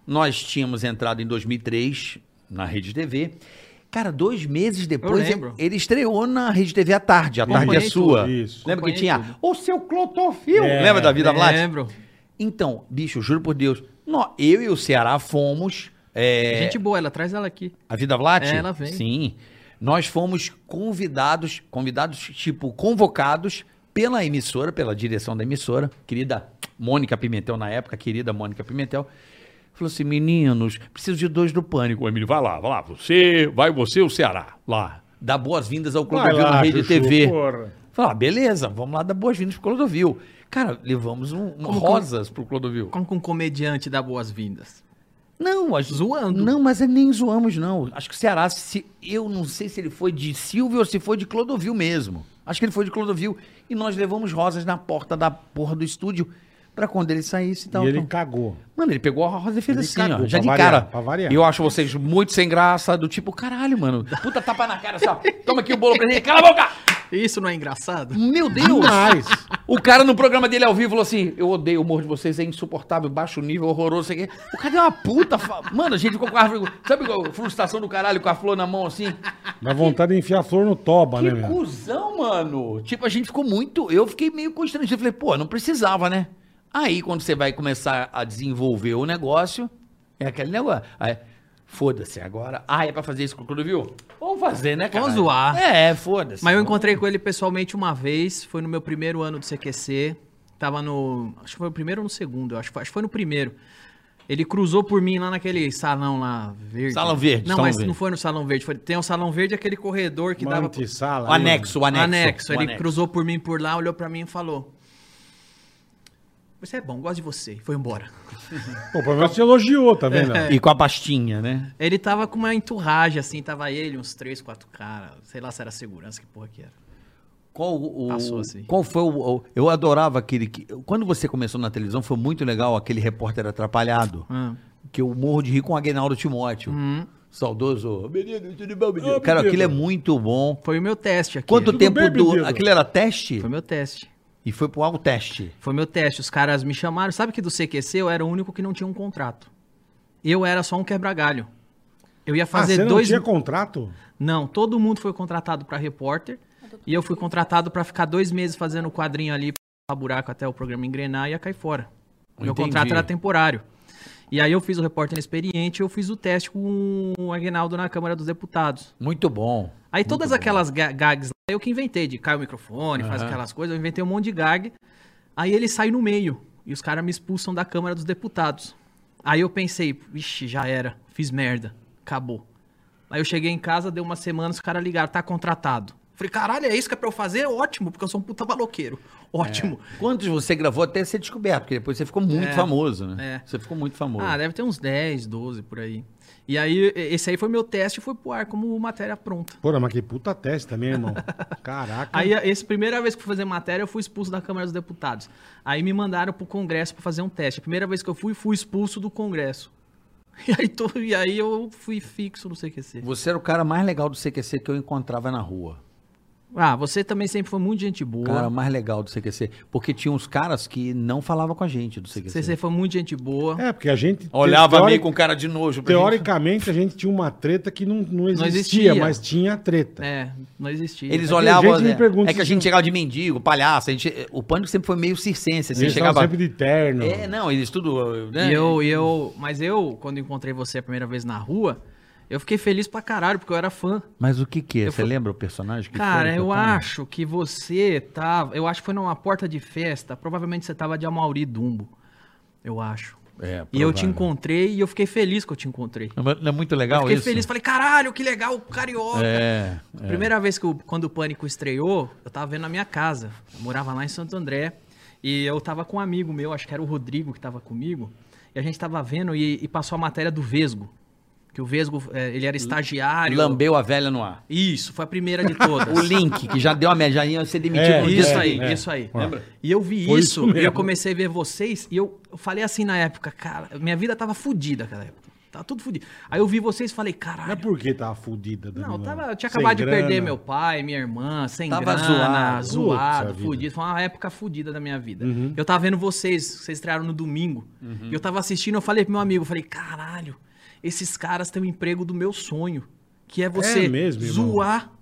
Speaker 2: Nós tínhamos entrado em 2003 na Rede TV. Cara, dois meses depois
Speaker 4: lembro.
Speaker 2: ele estreou na Rede TV à tarde. A tarde é
Speaker 4: Acompanhei
Speaker 2: sua.
Speaker 3: tudo, isso.
Speaker 2: Lembra que
Speaker 4: Acompanhei
Speaker 2: tinha
Speaker 4: tudo.
Speaker 2: o seu Clotofil?
Speaker 3: É,
Speaker 2: Lembra da Vida Blat?
Speaker 4: Lembro.
Speaker 2: Então, bicho, juro por Deus, nó- eu e o Ceará fomos. eh,
Speaker 4: Gente boa, ela traz ela aqui.
Speaker 2: a Vida Vlat?
Speaker 4: É, ela veio.
Speaker 2: Sim. Nós fomos convidados, convidados, tipo, convocados pela emissora, pela direção da emissora, querida Mônica Pimentel, na época, querida Mônica Pimentel. Falou assim, meninos, preciso de dois do pânico.
Speaker 6: O Emílio, vai lá, vai lá. Você, vai você o Ceará.
Speaker 2: Lá, dá boas-vindas ao
Speaker 3: Vai
Speaker 2: Clodovil na
Speaker 3: lá,
Speaker 2: Rede
Speaker 3: Chuchu,
Speaker 2: TV.
Speaker 3: porra.
Speaker 2: Falei, ah, beleza, vamos lá dar boas-vindas pro Clodovil. Cara, levamos um, um rosas pro Clodovil.
Speaker 4: Como que um comediante dá boas-vindas?
Speaker 2: Não, a gente-
Speaker 4: Zoando.
Speaker 2: Não, mas é nem zoamos, não. Acho que o Ceará, se, eu não sei se ele foi de Silvio ou se foi de Clodovil mesmo. Acho que ele foi de Clodovil. E nós levamos rosas na porta da porra do estúdio pra quando ele saísse e
Speaker 4: Então,
Speaker 2: tal.
Speaker 3: E ele
Speaker 2: tal.
Speaker 3: cagou.
Speaker 2: Mano, ele pegou a rosa e fez
Speaker 3: Ele
Speaker 2: assim, ó.
Speaker 3: cagou,
Speaker 2: Já
Speaker 3: pra
Speaker 2: de
Speaker 3: variar,
Speaker 2: cara.
Speaker 3: pra variar.
Speaker 2: E eu acho vocês muito sem graça, do tipo, caralho, mano. Puta tapa na cara, sabe? Toma aqui o bolo pra gente. Cala a
Speaker 3: [laughs]
Speaker 2: boca!
Speaker 4: Isso não é engraçado?
Speaker 2: Meu Deus!
Speaker 3: Mas,
Speaker 2: O cara no programa dele ao vivo falou assim: Eu odeio o humor de vocês, é insuportável, baixo nível, horroroso, sei o quê. O cara deu uma puta. fa- Mano, a gente ficou com a árvore. Sabe igual, frustração do caralho com a flor na mão assim?
Speaker 3: dá vontade de enfiar a flor no toba, né,
Speaker 2: Que
Speaker 3: meu?
Speaker 2: cuzão, mano. Tipo, a gente ficou muito. Eu fiquei meio constrangido. Falei, pô, não precisava, né? Aí, quando você vai começar a desenvolver o negócio, é aquele negócio. Aí, foda-se agora. Ah, é pra fazer isso com o Clodovil? Vamos fazer, né, cara?
Speaker 4: Vamos zoar.
Speaker 2: É, foda-se.
Speaker 4: Mas eu encontrei com ele pessoalmente uma vez, foi no meu primeiro ano do CQC. Tava no. Acho que foi no primeiro ou no segundo, eu acho, que foi- acho que foi no primeiro. Ele cruzou por mim lá naquele salão lá verde.
Speaker 2: Salão verde,
Speaker 4: Não,
Speaker 2: salão
Speaker 4: mas
Speaker 2: verde.
Speaker 4: não foi no salão verde. Foi, tem o salão verde e aquele corredor que dava. pro-
Speaker 3: Antissala. né,
Speaker 2: O anexo, o anexo.
Speaker 4: Anexo.
Speaker 2: o
Speaker 4: Ele
Speaker 2: anexo.
Speaker 4: cruzou por mim por lá, olhou pra mim e falou: Você é bom, gosto de você. E foi embora.
Speaker 3: Pô, pelo menos você elogiou, tá vendo?
Speaker 4: É.
Speaker 2: E com a pastinha, né?
Speaker 4: Ele tava com uma enturragem assim, tava ele, uns três, quatro caras. Sei lá se era segurança, que porra que era.
Speaker 2: Qual, o,
Speaker 4: Passou assim.
Speaker 2: qual foi o, o- Eu adorava aquele. que- Quando você começou na televisão, foi muito legal aquele repórter atrapalhado.
Speaker 4: Ah. Uhum.
Speaker 2: Que eu morro de rir com o Aguinaldo Timóteo. Saudoso. Menino, tudo bom, menino?
Speaker 3: Ô,
Speaker 2: Cara,
Speaker 3: menino.
Speaker 2: aquilo é muito bom.
Speaker 4: Foi o meu teste aqui.
Speaker 2: Quanto
Speaker 4: né?
Speaker 2: tempo
Speaker 3: bem,
Speaker 2: do...
Speaker 3: menino?
Speaker 2: Aquilo era teste?
Speaker 4: Foi meu teste.
Speaker 2: E foi pro alto teste.
Speaker 4: Foi meu teste. Os caras me chamaram. Sabe que do CQC eu era o único que não tinha um contrato. Eu era só um quebra-galho. Eu ia
Speaker 3: ah,
Speaker 4: fazer
Speaker 3: você não
Speaker 4: dois.
Speaker 3: tinha contrato?
Speaker 4: Não, todo mundo foi contratado pra repórter. E eu fui contratado pra ficar dois meses fazendo o quadrinho ali, pra buraco até o programa engrenar e ia cair fora. Meu
Speaker 2: Entendi.
Speaker 4: contrato era temporário. E aí eu fiz o repórter inexperiente, eu fiz o teste com o Aguinaldo na Câmara dos Deputados.
Speaker 2: Muito bom.
Speaker 4: Aí todas aquelas ga- gags lá, eu que inventei, de cai o microfone, faz aquelas coisas, eu inventei um monte de gag. Aí ele sai no meio e os caras me expulsam da Câmara dos Deputados. Aí eu pensei, vixe, já era, fiz merda, acabou. Aí eu cheguei em casa, deu uma semana, os caras ligaram, tá contratado. Falei, caralho, é isso que é pra eu fazer? Ótimo, porque eu sou um puta maloqueiro. [laughs] Ótimo.
Speaker 2: Quantos você gravou até ser descoberto? Porque depois você ficou muito famoso, né?
Speaker 4: é.
Speaker 2: Você ficou muito famoso.
Speaker 4: Ah, deve ter uns 10, 12 por aí. E aí, e- esse aí foi meu teste e foi pro ar como matéria pronta.
Speaker 3: Porra, mas que puta teste também,
Speaker 4: [laughs]
Speaker 3: irmão. Caraca.
Speaker 4: Aí, essa primeira vez que eu fui fazer matéria, eu fui expulso da Câmara dos Deputados. Aí me mandaram pro Congresso pra fazer um teste. A primeira vez que eu fui, fui expulso do Congresso. [laughs] E aí, tô- e aí eu fui fixo no CQC.
Speaker 2: Você era o cara mais legal do CQC que eu encontrava na rua.
Speaker 4: Ah, você também sempre foi muito gente boa.
Speaker 2: O cara mais legal do CQC. Porque tinha uns caras que não falavam com a gente do CQC.
Speaker 4: você sempre foi muito gente boa.
Speaker 3: É, porque a gente.
Speaker 2: Olhava
Speaker 3: teori-
Speaker 2: meio com cara de nojo. pra gente.
Speaker 3: Teoricamente, a gente tinha uma treta que não, não, existia,
Speaker 4: existia.
Speaker 3: mas tinha treta.
Speaker 4: É, não existia.
Speaker 2: Eles
Speaker 3: que
Speaker 2: olhavam.
Speaker 3: gente me
Speaker 2: é,
Speaker 3: pergunta
Speaker 2: é que a
Speaker 3: se-
Speaker 2: gente chegava de mendigo, palhaço. a gente- o pânico sempre foi meio circense. Assim,
Speaker 3: Eles
Speaker 2: chegava.
Speaker 3: estavam sempre de terno.
Speaker 2: É, não, eles tudo. Né?
Speaker 4: E eu, e eu, mas eu, quando encontrei você a primeira vez na rua, eu fiquei feliz pra caralho, porque eu era fã.
Speaker 2: Mas o que que é?
Speaker 4: Eu
Speaker 2: Você
Speaker 4: fui-
Speaker 2: lembra o personagem? que
Speaker 4: Cara,
Speaker 2: foi que
Speaker 4: eu
Speaker 2: tava?
Speaker 4: acho que você tava. Eu acho que foi numa porta de festa. Provavelmente você tava de Amauri Dumbo. Eu acho.
Speaker 2: É,
Speaker 4: E eu te
Speaker 2: provável.
Speaker 4: encontrei e eu fiquei feliz que eu te encontrei.
Speaker 2: Não é- Não é muito
Speaker 4: Eu
Speaker 2: legal
Speaker 4: fiquei
Speaker 2: isso?
Speaker 4: feliz, falei, caralho, que legal, carioca.
Speaker 2: É.
Speaker 4: Primeira vez que o- quando o Pânico estreou, eu tava vendo na minha casa. Eu morava lá em Santo André. E eu tava com um amigo meu, acho que era o Rodrigo que tava comigo. E a gente tava vendo e, e passou a matéria do Vesgo. Que o Vesgo, eh, ele era estagiário.
Speaker 2: Lambeu a velha no ar.
Speaker 4: Isso, foi a primeira de todas.
Speaker 2: [laughs] O Link, que já deu a média, já ia ser demitido
Speaker 3: É,
Speaker 2: no dia
Speaker 4: Isso
Speaker 3: é,
Speaker 4: Tipo, aí,
Speaker 3: é.
Speaker 4: isso aí.
Speaker 3: Ó.
Speaker 4: Lembra? E eu vi
Speaker 3: Foi isso
Speaker 4: isso, e
Speaker 3: mesmo.
Speaker 4: eu comecei a ver vocês, e eu eu falei assim na época, cara, minha vida tava fudida naquela época. Tava tudo fudido. Aí eu vi vocês e falei,
Speaker 3: Não é
Speaker 4: caralho.
Speaker 3: porque tava fudida.
Speaker 4: Não, eu,
Speaker 3: Danilo.
Speaker 4: tava, eu tinha
Speaker 3: Sem
Speaker 4: acabado de
Speaker 3: grana.
Speaker 4: perder meu pai, minha irmã, sem
Speaker 2: Tava
Speaker 4: grana,
Speaker 2: zoado.
Speaker 4: zoado,
Speaker 3: Putz, a
Speaker 4: fudido. Foi uma época fudida da minha vida.
Speaker 3: Uhum.
Speaker 4: Eu tava vendo vocês, vocês estrearam no domingo,
Speaker 2: Uhum.
Speaker 4: e eu tava assistindo, eu falei pro meu amigo, eu falei, caralho, esses caras têm o emprego do meu sonho, que é você
Speaker 3: mesmo, irmão?
Speaker 4: zoar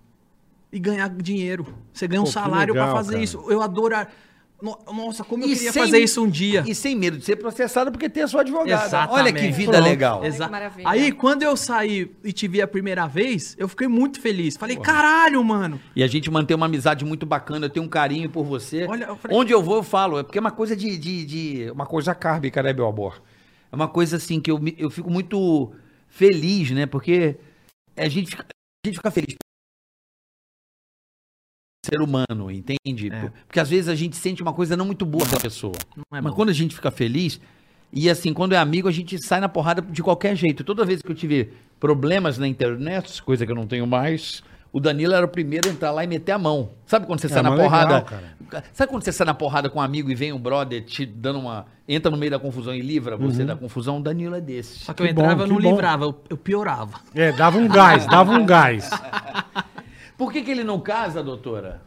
Speaker 4: e ganhar dinheiro. Você ganha um
Speaker 3: Pô, que
Speaker 4: salário pra
Speaker 3: legal,
Speaker 4: fazer
Speaker 3: cara.
Speaker 4: isso. Eu adorar. No- Nossa, como eu
Speaker 2: E
Speaker 4: queria
Speaker 2: sem-
Speaker 4: fazer isso um dia.
Speaker 2: E sem medo de ser processado porque tem a sua advogada.
Speaker 4: Exatamente.
Speaker 2: Olha que vida
Speaker 4: Pronto.
Speaker 2: legal.
Speaker 9: Olha que
Speaker 4: Exa-
Speaker 9: maravilha.
Speaker 4: Aí, quando eu saí e te vi a primeira vez, eu fiquei muito feliz. Falei, caralho, mano.
Speaker 2: E a gente mantém uma amizade muito bacana, eu tenho um carinho por você.
Speaker 4: Olha, eu falei-
Speaker 2: Onde eu vou, eu falo. É porque é uma coisa de. de, de- uma coisa cárbica, né, meu amor? É uma coisa assim que eu, me- eu fico muito feliz, né? Porque a gente, fica- a gente fica feliz. Ser humano, entende?
Speaker 4: É.
Speaker 2: Porque às vezes a gente sente uma coisa não muito boa da pessoa.
Speaker 4: Não é
Speaker 2: Mas
Speaker 4: bom.
Speaker 2: quando a gente fica feliz, e assim, quando é amigo, a gente sai na porrada de qualquer jeito. Toda vez que eu tive problemas na internet, coisa que eu não tenho mais, o Danilo era o primeiro a entrar lá e meter a mão. Sabe quando você sai na
Speaker 3: É, mas legal,
Speaker 2: porrada?
Speaker 3: cara.
Speaker 2: Sabe quando você sai na porrada com um amigo e vem um brother te dando uma. entra no meio da confusão e livra você
Speaker 3: Uhum.
Speaker 2: da confusão? O Danilo é desse.
Speaker 4: Só que, eu
Speaker 3: Que
Speaker 4: entrava,
Speaker 3: bom,
Speaker 4: eu não
Speaker 3: que bom.
Speaker 4: livrava, eu, eu piorava.
Speaker 3: É, dava um gás, dava um
Speaker 4: [laughs]
Speaker 3: gás.
Speaker 4: Tá
Speaker 2: Por que, que ele não casa, doutora?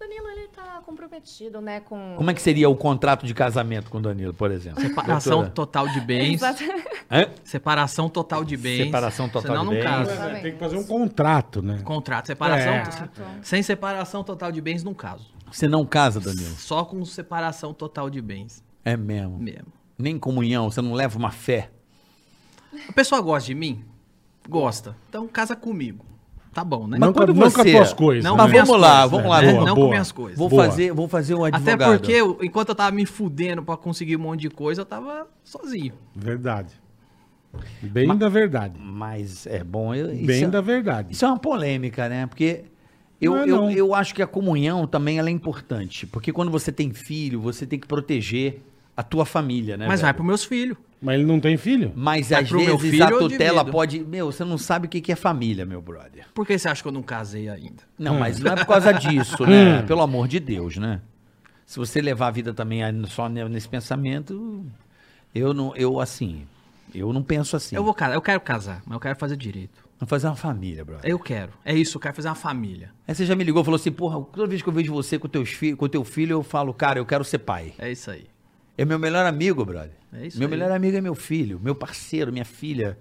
Speaker 9: Danilo, ele tá comprometido, né, com...
Speaker 2: Como é que seria o contrato de casamento com o Danilo, por exemplo?
Speaker 4: Separação
Speaker 2: [laughs] Doutora.
Speaker 4: total de bens.
Speaker 2: Hã?
Speaker 4: separação total de bens.
Speaker 2: Separação total de
Speaker 4: Senão não
Speaker 2: bens.
Speaker 4: casa.
Speaker 9: Exatamente.
Speaker 3: Tem que fazer um contrato, né?
Speaker 4: Contrato, separação.
Speaker 3: É.
Speaker 4: Contrato. Sem separação total de bens, não caso.
Speaker 2: Você não casa, Danilo.
Speaker 4: Só com separação total de bens
Speaker 2: É mesmo.
Speaker 4: mesmo.
Speaker 2: Nem comunhão, você não leva uma fé.
Speaker 4: A pessoa gosta de mim? Gosta. Então casa comigo. tá bom, né?
Speaker 3: Não
Speaker 4: Mas
Speaker 3: com- não com as tuas coisas,
Speaker 4: Não
Speaker 3: né?
Speaker 4: com
Speaker 3: Mas
Speaker 4: minhas
Speaker 2: vamos lá,
Speaker 4: coisas,
Speaker 2: vamos lá,
Speaker 4: né?
Speaker 3: boa,
Speaker 4: Não
Speaker 3: boa.
Speaker 4: com minhas coisas.
Speaker 2: Vou
Speaker 3: Boa.
Speaker 2: fazer, vou fazer um
Speaker 4: Até
Speaker 2: advogado.
Speaker 4: porque, eu- enquanto eu tava me fudendo pra conseguir um monte de coisa, eu tava sozinho.
Speaker 3: Verdade. Bem da verdade.
Speaker 2: Mas é bom. Eu,
Speaker 3: Bem
Speaker 2: isso,
Speaker 3: da verdade.
Speaker 2: isso é uma polêmica, né? Porque eu,
Speaker 3: Não é
Speaker 2: eu,
Speaker 3: não.
Speaker 2: eu acho que a comunhão também ela é importante. Porque quando você tem filho, você tem que proteger a tua família, né?
Speaker 4: Mas
Speaker 2: velho?
Speaker 4: vai pros meus filhos.
Speaker 3: Mas ele não tem filho?
Speaker 2: Mas
Speaker 4: Mas
Speaker 2: às
Speaker 4: pro meu
Speaker 2: vezes
Speaker 4: filho,
Speaker 2: a
Speaker 4: eu
Speaker 2: tutela
Speaker 4: divido.
Speaker 2: pode. Meu, você não sabe o que que é família, meu brother.
Speaker 4: Por que você acha que eu não casei ainda?
Speaker 2: Não, mas não é por causa disso, né? Pelo amor de Deus, né? Se você levar a vida também a- só ne- nesse pensamento, eu não, eu assim, eu não penso assim.
Speaker 4: Eu vou casar, eu quero casar, mas eu quero fazer direito.
Speaker 2: Vamos fazer uma família, brother.
Speaker 4: Eu quero. É isso, eu quero fazer uma família.
Speaker 2: Aí você já me ligou e falou assim, porra, toda vez que eu vejo você com teus filhos, com teu filho, eu falo, cara, eu quero ser pai.
Speaker 4: É isso aí.
Speaker 2: É meu melhor amigo, brother.
Speaker 4: É isso
Speaker 2: meu
Speaker 4: aí.
Speaker 2: melhor amigo é meu filho, meu parceiro, minha filha,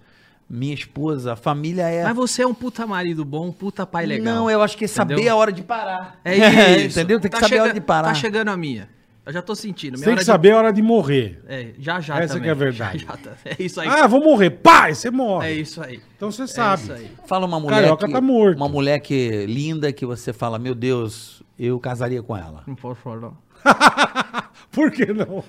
Speaker 2: minha esposa, a família é.
Speaker 4: Mas você é um puta marido bom, um puta pai legal.
Speaker 2: Não, eu acho que é saber
Speaker 4: Entendeu?
Speaker 2: a hora de parar. [laughs]
Speaker 4: É isso.
Speaker 2: Entendeu? Tem que saber a hora
Speaker 4: chega-
Speaker 2: de parar.
Speaker 4: Tá chegando a minha. Eu já tô sentindo.
Speaker 3: Você
Speaker 4: Minha
Speaker 3: tem
Speaker 4: hora
Speaker 3: que
Speaker 4: de-
Speaker 3: saber a hora de morrer.
Speaker 4: É, já já
Speaker 3: Essa
Speaker 4: também. [laughs]
Speaker 3: que é a verdade.
Speaker 4: Já, já tá- É isso aí.
Speaker 3: Ah, vou morrer. Pai, você
Speaker 4: é
Speaker 3: morre.
Speaker 4: isso aí.
Speaker 3: Então você
Speaker 4: É isso
Speaker 3: sabe.
Speaker 4: aí.
Speaker 2: Fala uma mulher.
Speaker 3: Carioca
Speaker 2: que,
Speaker 3: tá morto.
Speaker 2: Uma mulher que linda que você fala, meu Deus, eu casaria com ela.
Speaker 4: Não posso falar.
Speaker 3: Por que não?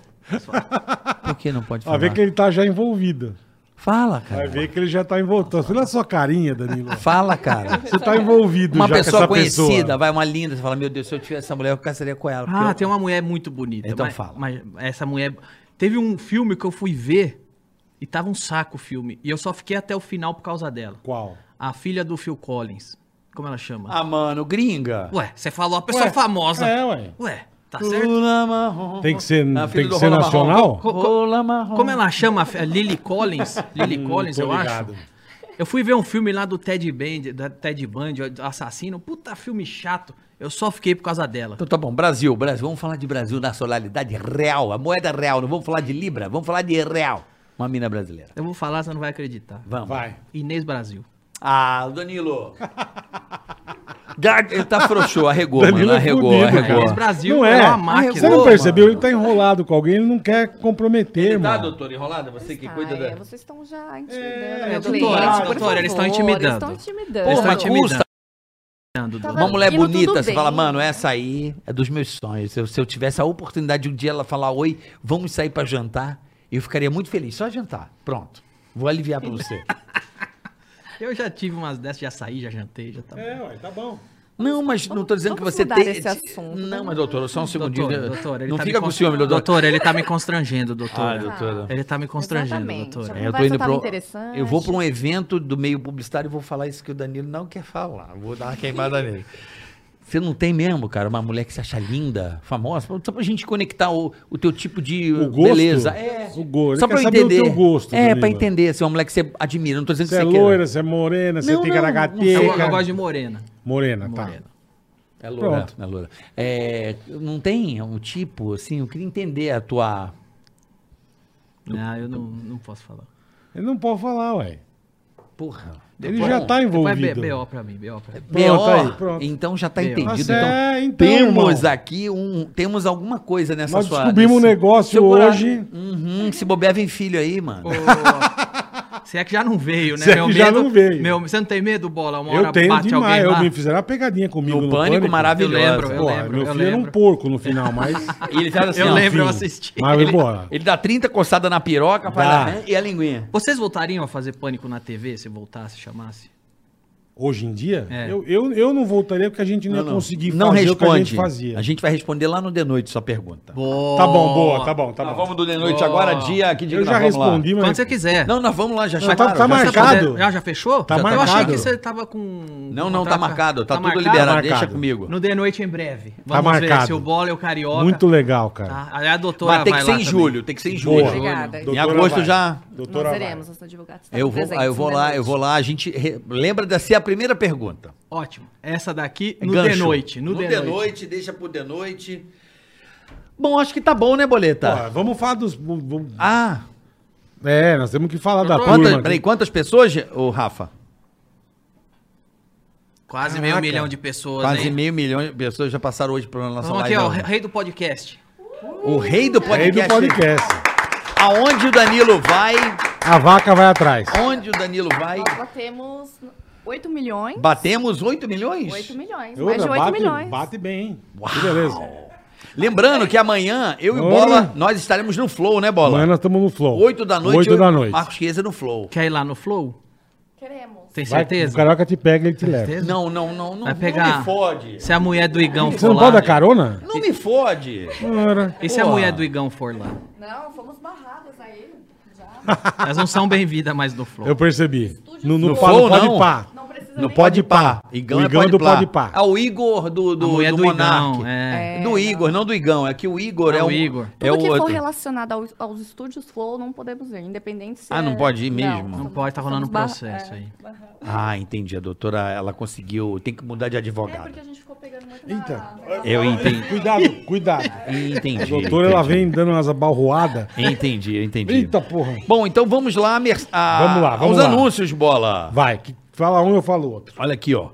Speaker 2: Por que não pode
Speaker 3: Vai
Speaker 2: falar?
Speaker 3: ver que ele tá já envolvido.
Speaker 2: Fala, cara.
Speaker 3: Vai ver que ele já tá envolvido. Olha a sua carinha, Danilo.
Speaker 2: Fala, cara.
Speaker 3: [laughs] Você tá envolvido
Speaker 2: Uma
Speaker 3: já
Speaker 2: pessoa
Speaker 3: com essa
Speaker 2: conhecida,
Speaker 3: pessoa.
Speaker 2: vai uma linda, você fala, meu Deus, se eu tivesse essa mulher, eu casaria com ela. porque
Speaker 4: Ah,
Speaker 2: eu-
Speaker 4: tem uma mulher muito bonita.
Speaker 2: Então
Speaker 4: mas,
Speaker 2: fala.
Speaker 4: Mas essa mulher. Teve um filme que eu fui ver e tava um saco o filme. E eu só fiquei até o final por causa dela.
Speaker 3: Qual?
Speaker 4: A filha do Phil Collins. Como ela chama?
Speaker 2: Ah, mano, gringa.
Speaker 4: Ué, você falou a pessoa
Speaker 3: Ué,
Speaker 4: famosa.
Speaker 3: é, ué.
Speaker 4: Ué, tá certo?
Speaker 2: Lula marrom.
Speaker 3: Tem que ser,
Speaker 2: Ah, filho
Speaker 3: tem que
Speaker 2: do
Speaker 3: ser
Speaker 2: Rola
Speaker 3: nacional?
Speaker 4: Co- co-
Speaker 2: Rola marrom.
Speaker 4: Como ela chama? É Lily Collins? Lily Collins,
Speaker 3: tô
Speaker 4: eu
Speaker 3: ligado.
Speaker 4: acho. Eu fui ver um filme lá do Ted Bundy, da Ted Bundy, o assassino. Puta filme chato. Eu só fiquei por causa dela.
Speaker 2: Então tá bom, Brasil, Brasil, vamos falar de Brasil, nacionalidade real, a moeda real, não vamos falar de Libra, vamos falar de real. Uma mina brasileira.
Speaker 4: Eu vou falar, você não vai acreditar.
Speaker 2: Vamos.
Speaker 3: Vai.
Speaker 4: Inês Brasil.
Speaker 2: Ah, Danilo. [laughs] Gar- Ele tá frouxou, arregou,
Speaker 3: Danilo
Speaker 2: mano,
Speaker 3: é
Speaker 2: arregou,
Speaker 3: fudido,
Speaker 2: arregou.
Speaker 3: cara.
Speaker 4: Inês Brasil
Speaker 3: não
Speaker 4: é
Speaker 3: é.
Speaker 4: uma máquina.
Speaker 3: Você não
Speaker 2: Boa,
Speaker 3: percebeu?
Speaker 2: mano.
Speaker 3: Ele tá enrolado com alguém, ele não quer comprometer,
Speaker 2: Tá,
Speaker 3: mano.
Speaker 2: doutor, enrolada? Você que
Speaker 9: Ah,
Speaker 2: cuida
Speaker 9: é,
Speaker 2: da...
Speaker 9: vocês estão já intimidando.
Speaker 3: É,
Speaker 9: meu
Speaker 4: doutora,
Speaker 9: cliente,
Speaker 4: doutora,
Speaker 9: por
Speaker 4: doutora, eles estão
Speaker 9: favor,
Speaker 4: intimidando.
Speaker 9: Estão
Speaker 4: Eles
Speaker 9: intimidando.
Speaker 2: Porra,
Speaker 4: tão
Speaker 2: mas
Speaker 4: intimidando.
Speaker 2: custa.
Speaker 4: Dudu.
Speaker 9: Tava-
Speaker 2: Uma mulher
Speaker 9: Indo tudo
Speaker 2: bonita, você
Speaker 9: bem.
Speaker 2: fala, mano, essa aí é dos meus sonhos. Se eu, se eu tivesse a oportunidade de um dia ela falar, oi, vamos sair pra jantar, eu ficaria muito feliz. Só jantar, pronto. Vou aliviar pra você.
Speaker 4: Eu já tive umas dessas, já saí, já jantei, já tá bom.
Speaker 3: É, ué, tá bom.
Speaker 2: Não, mas não tô dizendo que
Speaker 9: vamos
Speaker 2: você
Speaker 9: mudar
Speaker 2: tem.
Speaker 9: desse assunto, né?
Speaker 2: Não,
Speaker 9: vamos
Speaker 2: mas doutor, só um segundinho.
Speaker 4: Doutor, doutor, ele
Speaker 2: não
Speaker 4: tá me
Speaker 2: fica com
Speaker 4: con-
Speaker 2: ciúme, doutor.
Speaker 4: Doutor, ele tá me constrangendo, doutor.
Speaker 2: Ah, doutora.
Speaker 4: Ele tá me constrangendo,
Speaker 9: Exatamente.
Speaker 4: doutor.
Speaker 9: É,
Speaker 2: eu tô
Speaker 9: Conversa
Speaker 2: indo
Speaker 9: tava
Speaker 2: pro,
Speaker 9: interessante.
Speaker 2: eu vou para um evento do meio publicitário e vou falar isso que o Danilo não quer falar. Vou dar uma
Speaker 3: [laughs]
Speaker 2: queimada nele. Você não tem mesmo, cara, uma mulher que se acha linda, famosa, só pra gente conectar o, o teu tipo de
Speaker 3: O gosto?
Speaker 2: beleza. É.
Speaker 3: O gosto.
Speaker 2: Só
Speaker 3: Ele
Speaker 2: pra
Speaker 3: quer
Speaker 2: eu
Speaker 3: saber o
Speaker 2: entender.
Speaker 3: teu gosto,
Speaker 2: é,
Speaker 3: Danilo.
Speaker 2: pra entender. Se é uma mulher que você admira. Não tô dizendo
Speaker 3: Você
Speaker 2: que
Speaker 3: é
Speaker 2: você queira.
Speaker 3: loira, você é morena, você
Speaker 2: Não,
Speaker 3: tem
Speaker 2: não,
Speaker 4: Eu,
Speaker 2: não
Speaker 3: garagateca.
Speaker 2: sou-
Speaker 4: eu gosto de morena.
Speaker 3: Morena, tá.
Speaker 4: Morena.
Speaker 2: É loura.
Speaker 3: Pronto.
Speaker 2: É loura. É, não tem um tipo, assim, eu queria entender a tua.
Speaker 4: Não, Ah, eu não, não posso falar.
Speaker 3: Ele não pode falar, ué.
Speaker 2: Porra.
Speaker 3: Ele já tá
Speaker 4: Depois
Speaker 3: envolvido.
Speaker 4: é B- BO pra mim, BO pra mim.
Speaker 2: Pronto,
Speaker 3: Pronto, aí, pronto.
Speaker 2: Então já tá
Speaker 4: B.O..
Speaker 2: entendido.
Speaker 3: Nossa,
Speaker 2: então,
Speaker 3: é, então,
Speaker 2: temos
Speaker 3: irmão.
Speaker 2: aqui um. Temos alguma coisa nessa
Speaker 3: Nós
Speaker 2: sua.
Speaker 3: descobrimos um
Speaker 2: nesse-
Speaker 3: negócio
Speaker 2: seu coragem.
Speaker 3: hoje.
Speaker 2: Uhum, se bobear, vem filho aí, mano.
Speaker 4: Ô, [laughs] Se é que já não veio, né?
Speaker 3: Se é que já não veio.
Speaker 4: Meu, você não tem medo, bola? Uma
Speaker 3: Eu
Speaker 4: hora
Speaker 3: tenho
Speaker 4: bate
Speaker 3: demais.
Speaker 4: alguém
Speaker 3: Eu
Speaker 4: lá.
Speaker 3: me fizeram uma pegadinha comigo.
Speaker 2: No Pânico, maravilhoso.
Speaker 4: Eu lembro, eu
Speaker 3: Pô,
Speaker 4: lembro,
Speaker 3: meu
Speaker 4: eu
Speaker 3: filho era um
Speaker 4: lembro.
Speaker 3: porco no final, mas.
Speaker 2: E ele faz assim,
Speaker 4: Eu
Speaker 2: ó,
Speaker 4: lembro, eu
Speaker 2: enfim.
Speaker 4: assisti.
Speaker 3: mas
Speaker 4: Ele-
Speaker 3: bora.
Speaker 2: Ele dá 30 coçadas na piroca, faz
Speaker 3: Dá.
Speaker 2: lá, né? e a linguinha.
Speaker 4: Vocês voltariam a fazer pânico na TV se voltasse, chamasse?
Speaker 3: Hoje em dia,
Speaker 4: É.
Speaker 3: eu, eu, eu não voltaria porque a gente não, ia conseguir
Speaker 2: não
Speaker 3: fazer o que a
Speaker 2: responde.
Speaker 3: gente fazia.
Speaker 2: vai responder lá no De Noite sua pergunta.
Speaker 4: Boa. Ah,
Speaker 3: Tá bom, boa, tá bom, tá
Speaker 2: Nós
Speaker 3: bom.
Speaker 2: vamos do De Noite agora, dia que dia
Speaker 3: Eu
Speaker 2: que
Speaker 3: já
Speaker 2: nós vamos lá?
Speaker 3: respondi,
Speaker 4: Quando
Speaker 3: mas.
Speaker 4: você quiser.
Speaker 2: Não, nós vamos lá, já
Speaker 3: Não,
Speaker 2: chamaram,
Speaker 3: tá- tá
Speaker 2: já- é.
Speaker 4: Você
Speaker 3: marcado.
Speaker 4: puder- Ah, já fechou?
Speaker 3: Tá
Speaker 4: Já Eu
Speaker 3: marcado.
Speaker 4: achei que você tava com... um
Speaker 2: Não, não, tá marcado, tá, tudo
Speaker 4: marcado?
Speaker 2: liberado,
Speaker 3: Tá
Speaker 2: deixa
Speaker 3: marcado. Tá
Speaker 2: comigo.
Speaker 4: No The Noite em breve. Vamos
Speaker 3: marcado.
Speaker 4: ver se o bola é o carioca.
Speaker 3: Muito legal, cara.
Speaker 4: Tá? Aí a doutora
Speaker 2: Mas tem que
Speaker 4: vai
Speaker 2: ser
Speaker 4: lá
Speaker 2: em
Speaker 4: também.
Speaker 2: julho, tem que ser em
Speaker 3: Boa.
Speaker 2: julho.
Speaker 9: Obrigada.
Speaker 2: Em agosto já-
Speaker 3: Doutora
Speaker 9: Nós
Speaker 3: vai.
Speaker 9: veremos, os advogados estarão
Speaker 2: Eu vou,
Speaker 9: presentes,
Speaker 2: ah, eu vou
Speaker 9: né,
Speaker 2: lá,
Speaker 9: noite?
Speaker 2: eu vou lá, a gente re- lembra de ser a primeira pergunta.
Speaker 4: Ótimo. Essa daqui no
Speaker 2: Gancho.
Speaker 4: The Noite. No, The, Noite.
Speaker 2: deixa pro de noite. Bom, acho que tá bom, né, Boleta?
Speaker 3: Ó, vamos falar dos. bu- bu-
Speaker 2: Ah,
Speaker 3: É, nós temos que falar da
Speaker 2: quantas,
Speaker 3: turma.
Speaker 2: peraí, quantas pessoas, ô Rafa?
Speaker 4: Quase meio
Speaker 3: Caraca.
Speaker 4: milhão de pessoas,
Speaker 2: Quase
Speaker 4: hein?
Speaker 2: meio milhão de pessoas já passaram hoje pela nossa
Speaker 4: Vamos
Speaker 2: live.
Speaker 4: aqui, ó, o
Speaker 2: ao vivo.
Speaker 4: rei do podcast.
Speaker 2: O rei do
Speaker 3: Rei
Speaker 2: podcast.
Speaker 3: É do podcast.
Speaker 2: Aonde o Danilo vai,
Speaker 3: A vaca vai atrás.
Speaker 2: onde o Danilo vai.
Speaker 9: Nós batemos 8 milhões.
Speaker 2: Batemos 8 milhões?
Speaker 9: 8 milhões.
Speaker 3: Ô,
Speaker 9: mais de
Speaker 3: meu,
Speaker 9: 8
Speaker 3: bate,
Speaker 9: milhões.
Speaker 3: Bate bem, hein? Que beleza.
Speaker 2: Lembrando que amanhã, eu e o
Speaker 3: Oi.
Speaker 2: Bola, nós estaremos no Flow, né, Bola?
Speaker 3: Amanhã nós estamos no Flow.
Speaker 2: 8 da noite.
Speaker 3: 8
Speaker 2: eu e
Speaker 3: da noite.
Speaker 2: Marcos Chiesa no Flow.
Speaker 4: Quer ir lá no Flow?
Speaker 9: Queremos.
Speaker 4: Tem
Speaker 3: Vai,
Speaker 4: certeza?
Speaker 3: O carioca te pega e ele te leva.
Speaker 4: Certeza?
Speaker 2: Não, não, não. Não,
Speaker 4: Vai pegar.
Speaker 2: não me fode.
Speaker 4: Se a mulher do Igão
Speaker 3: Você
Speaker 4: for
Speaker 3: não
Speaker 4: lá.
Speaker 3: pode dar carona?
Speaker 2: Não me fode.
Speaker 3: Ora.
Speaker 4: E se a
Speaker 2: Porra.
Speaker 4: mulher do Igão for lá?
Speaker 9: Não, fomos barradas aí.
Speaker 2: [laughs]
Speaker 9: Já.
Speaker 4: Elas não são bem-vindas mais no Flow.
Speaker 3: Eu percebi. No, no,
Speaker 2: No
Speaker 3: pa-
Speaker 2: Flow,
Speaker 3: no pode
Speaker 2: não.
Speaker 3: pá.
Speaker 9: Não precisa
Speaker 2: No
Speaker 9: nem...
Speaker 2: Pode Pá.
Speaker 3: O
Speaker 2: Igão é
Speaker 3: Igão
Speaker 2: Pode
Speaker 3: do
Speaker 2: Pá.
Speaker 3: Pode Pá.
Speaker 2: Ah, o Igor do,
Speaker 4: a
Speaker 2: do,
Speaker 4: mulher
Speaker 2: do,
Speaker 4: do, Igão.
Speaker 2: Monark.
Speaker 4: É.
Speaker 2: Do Igor, não do Igão. É que o Igor
Speaker 4: Ah,
Speaker 2: é,
Speaker 4: o
Speaker 2: o.
Speaker 4: Igor.
Speaker 2: É
Speaker 9: Tudo
Speaker 2: o
Speaker 9: que for
Speaker 2: outro.
Speaker 9: relacionado aos, aos estúdios Flow não podemos ir, independente se é
Speaker 2: Ah, não pode ir mesmo? Não
Speaker 4: Não
Speaker 9: somos-
Speaker 4: pode, tá rolando um
Speaker 9: somos barra-
Speaker 4: processo
Speaker 9: é.
Speaker 4: aí.
Speaker 2: Ah, entendi. A doutora, ela conseguiu. Tem que mudar de
Speaker 9: É, porque
Speaker 2: advogado.
Speaker 9: a gente ficou pegando muito
Speaker 3: Eita.
Speaker 9: na...
Speaker 2: Eu entendi.
Speaker 3: Cuidado, cuidado.
Speaker 2: Entendi.
Speaker 3: A doutora, ela vem dando umas abalroadas.
Speaker 2: Entendi, entendi.
Speaker 3: Eita porra.
Speaker 2: Bom, então vamos lá, mer- a-
Speaker 3: Vamos lá, vamos
Speaker 2: aos
Speaker 3: lá.
Speaker 2: anúncios, bola.
Speaker 3: Vai, que fala um, eu falo outro.
Speaker 2: Olha aqui, ó.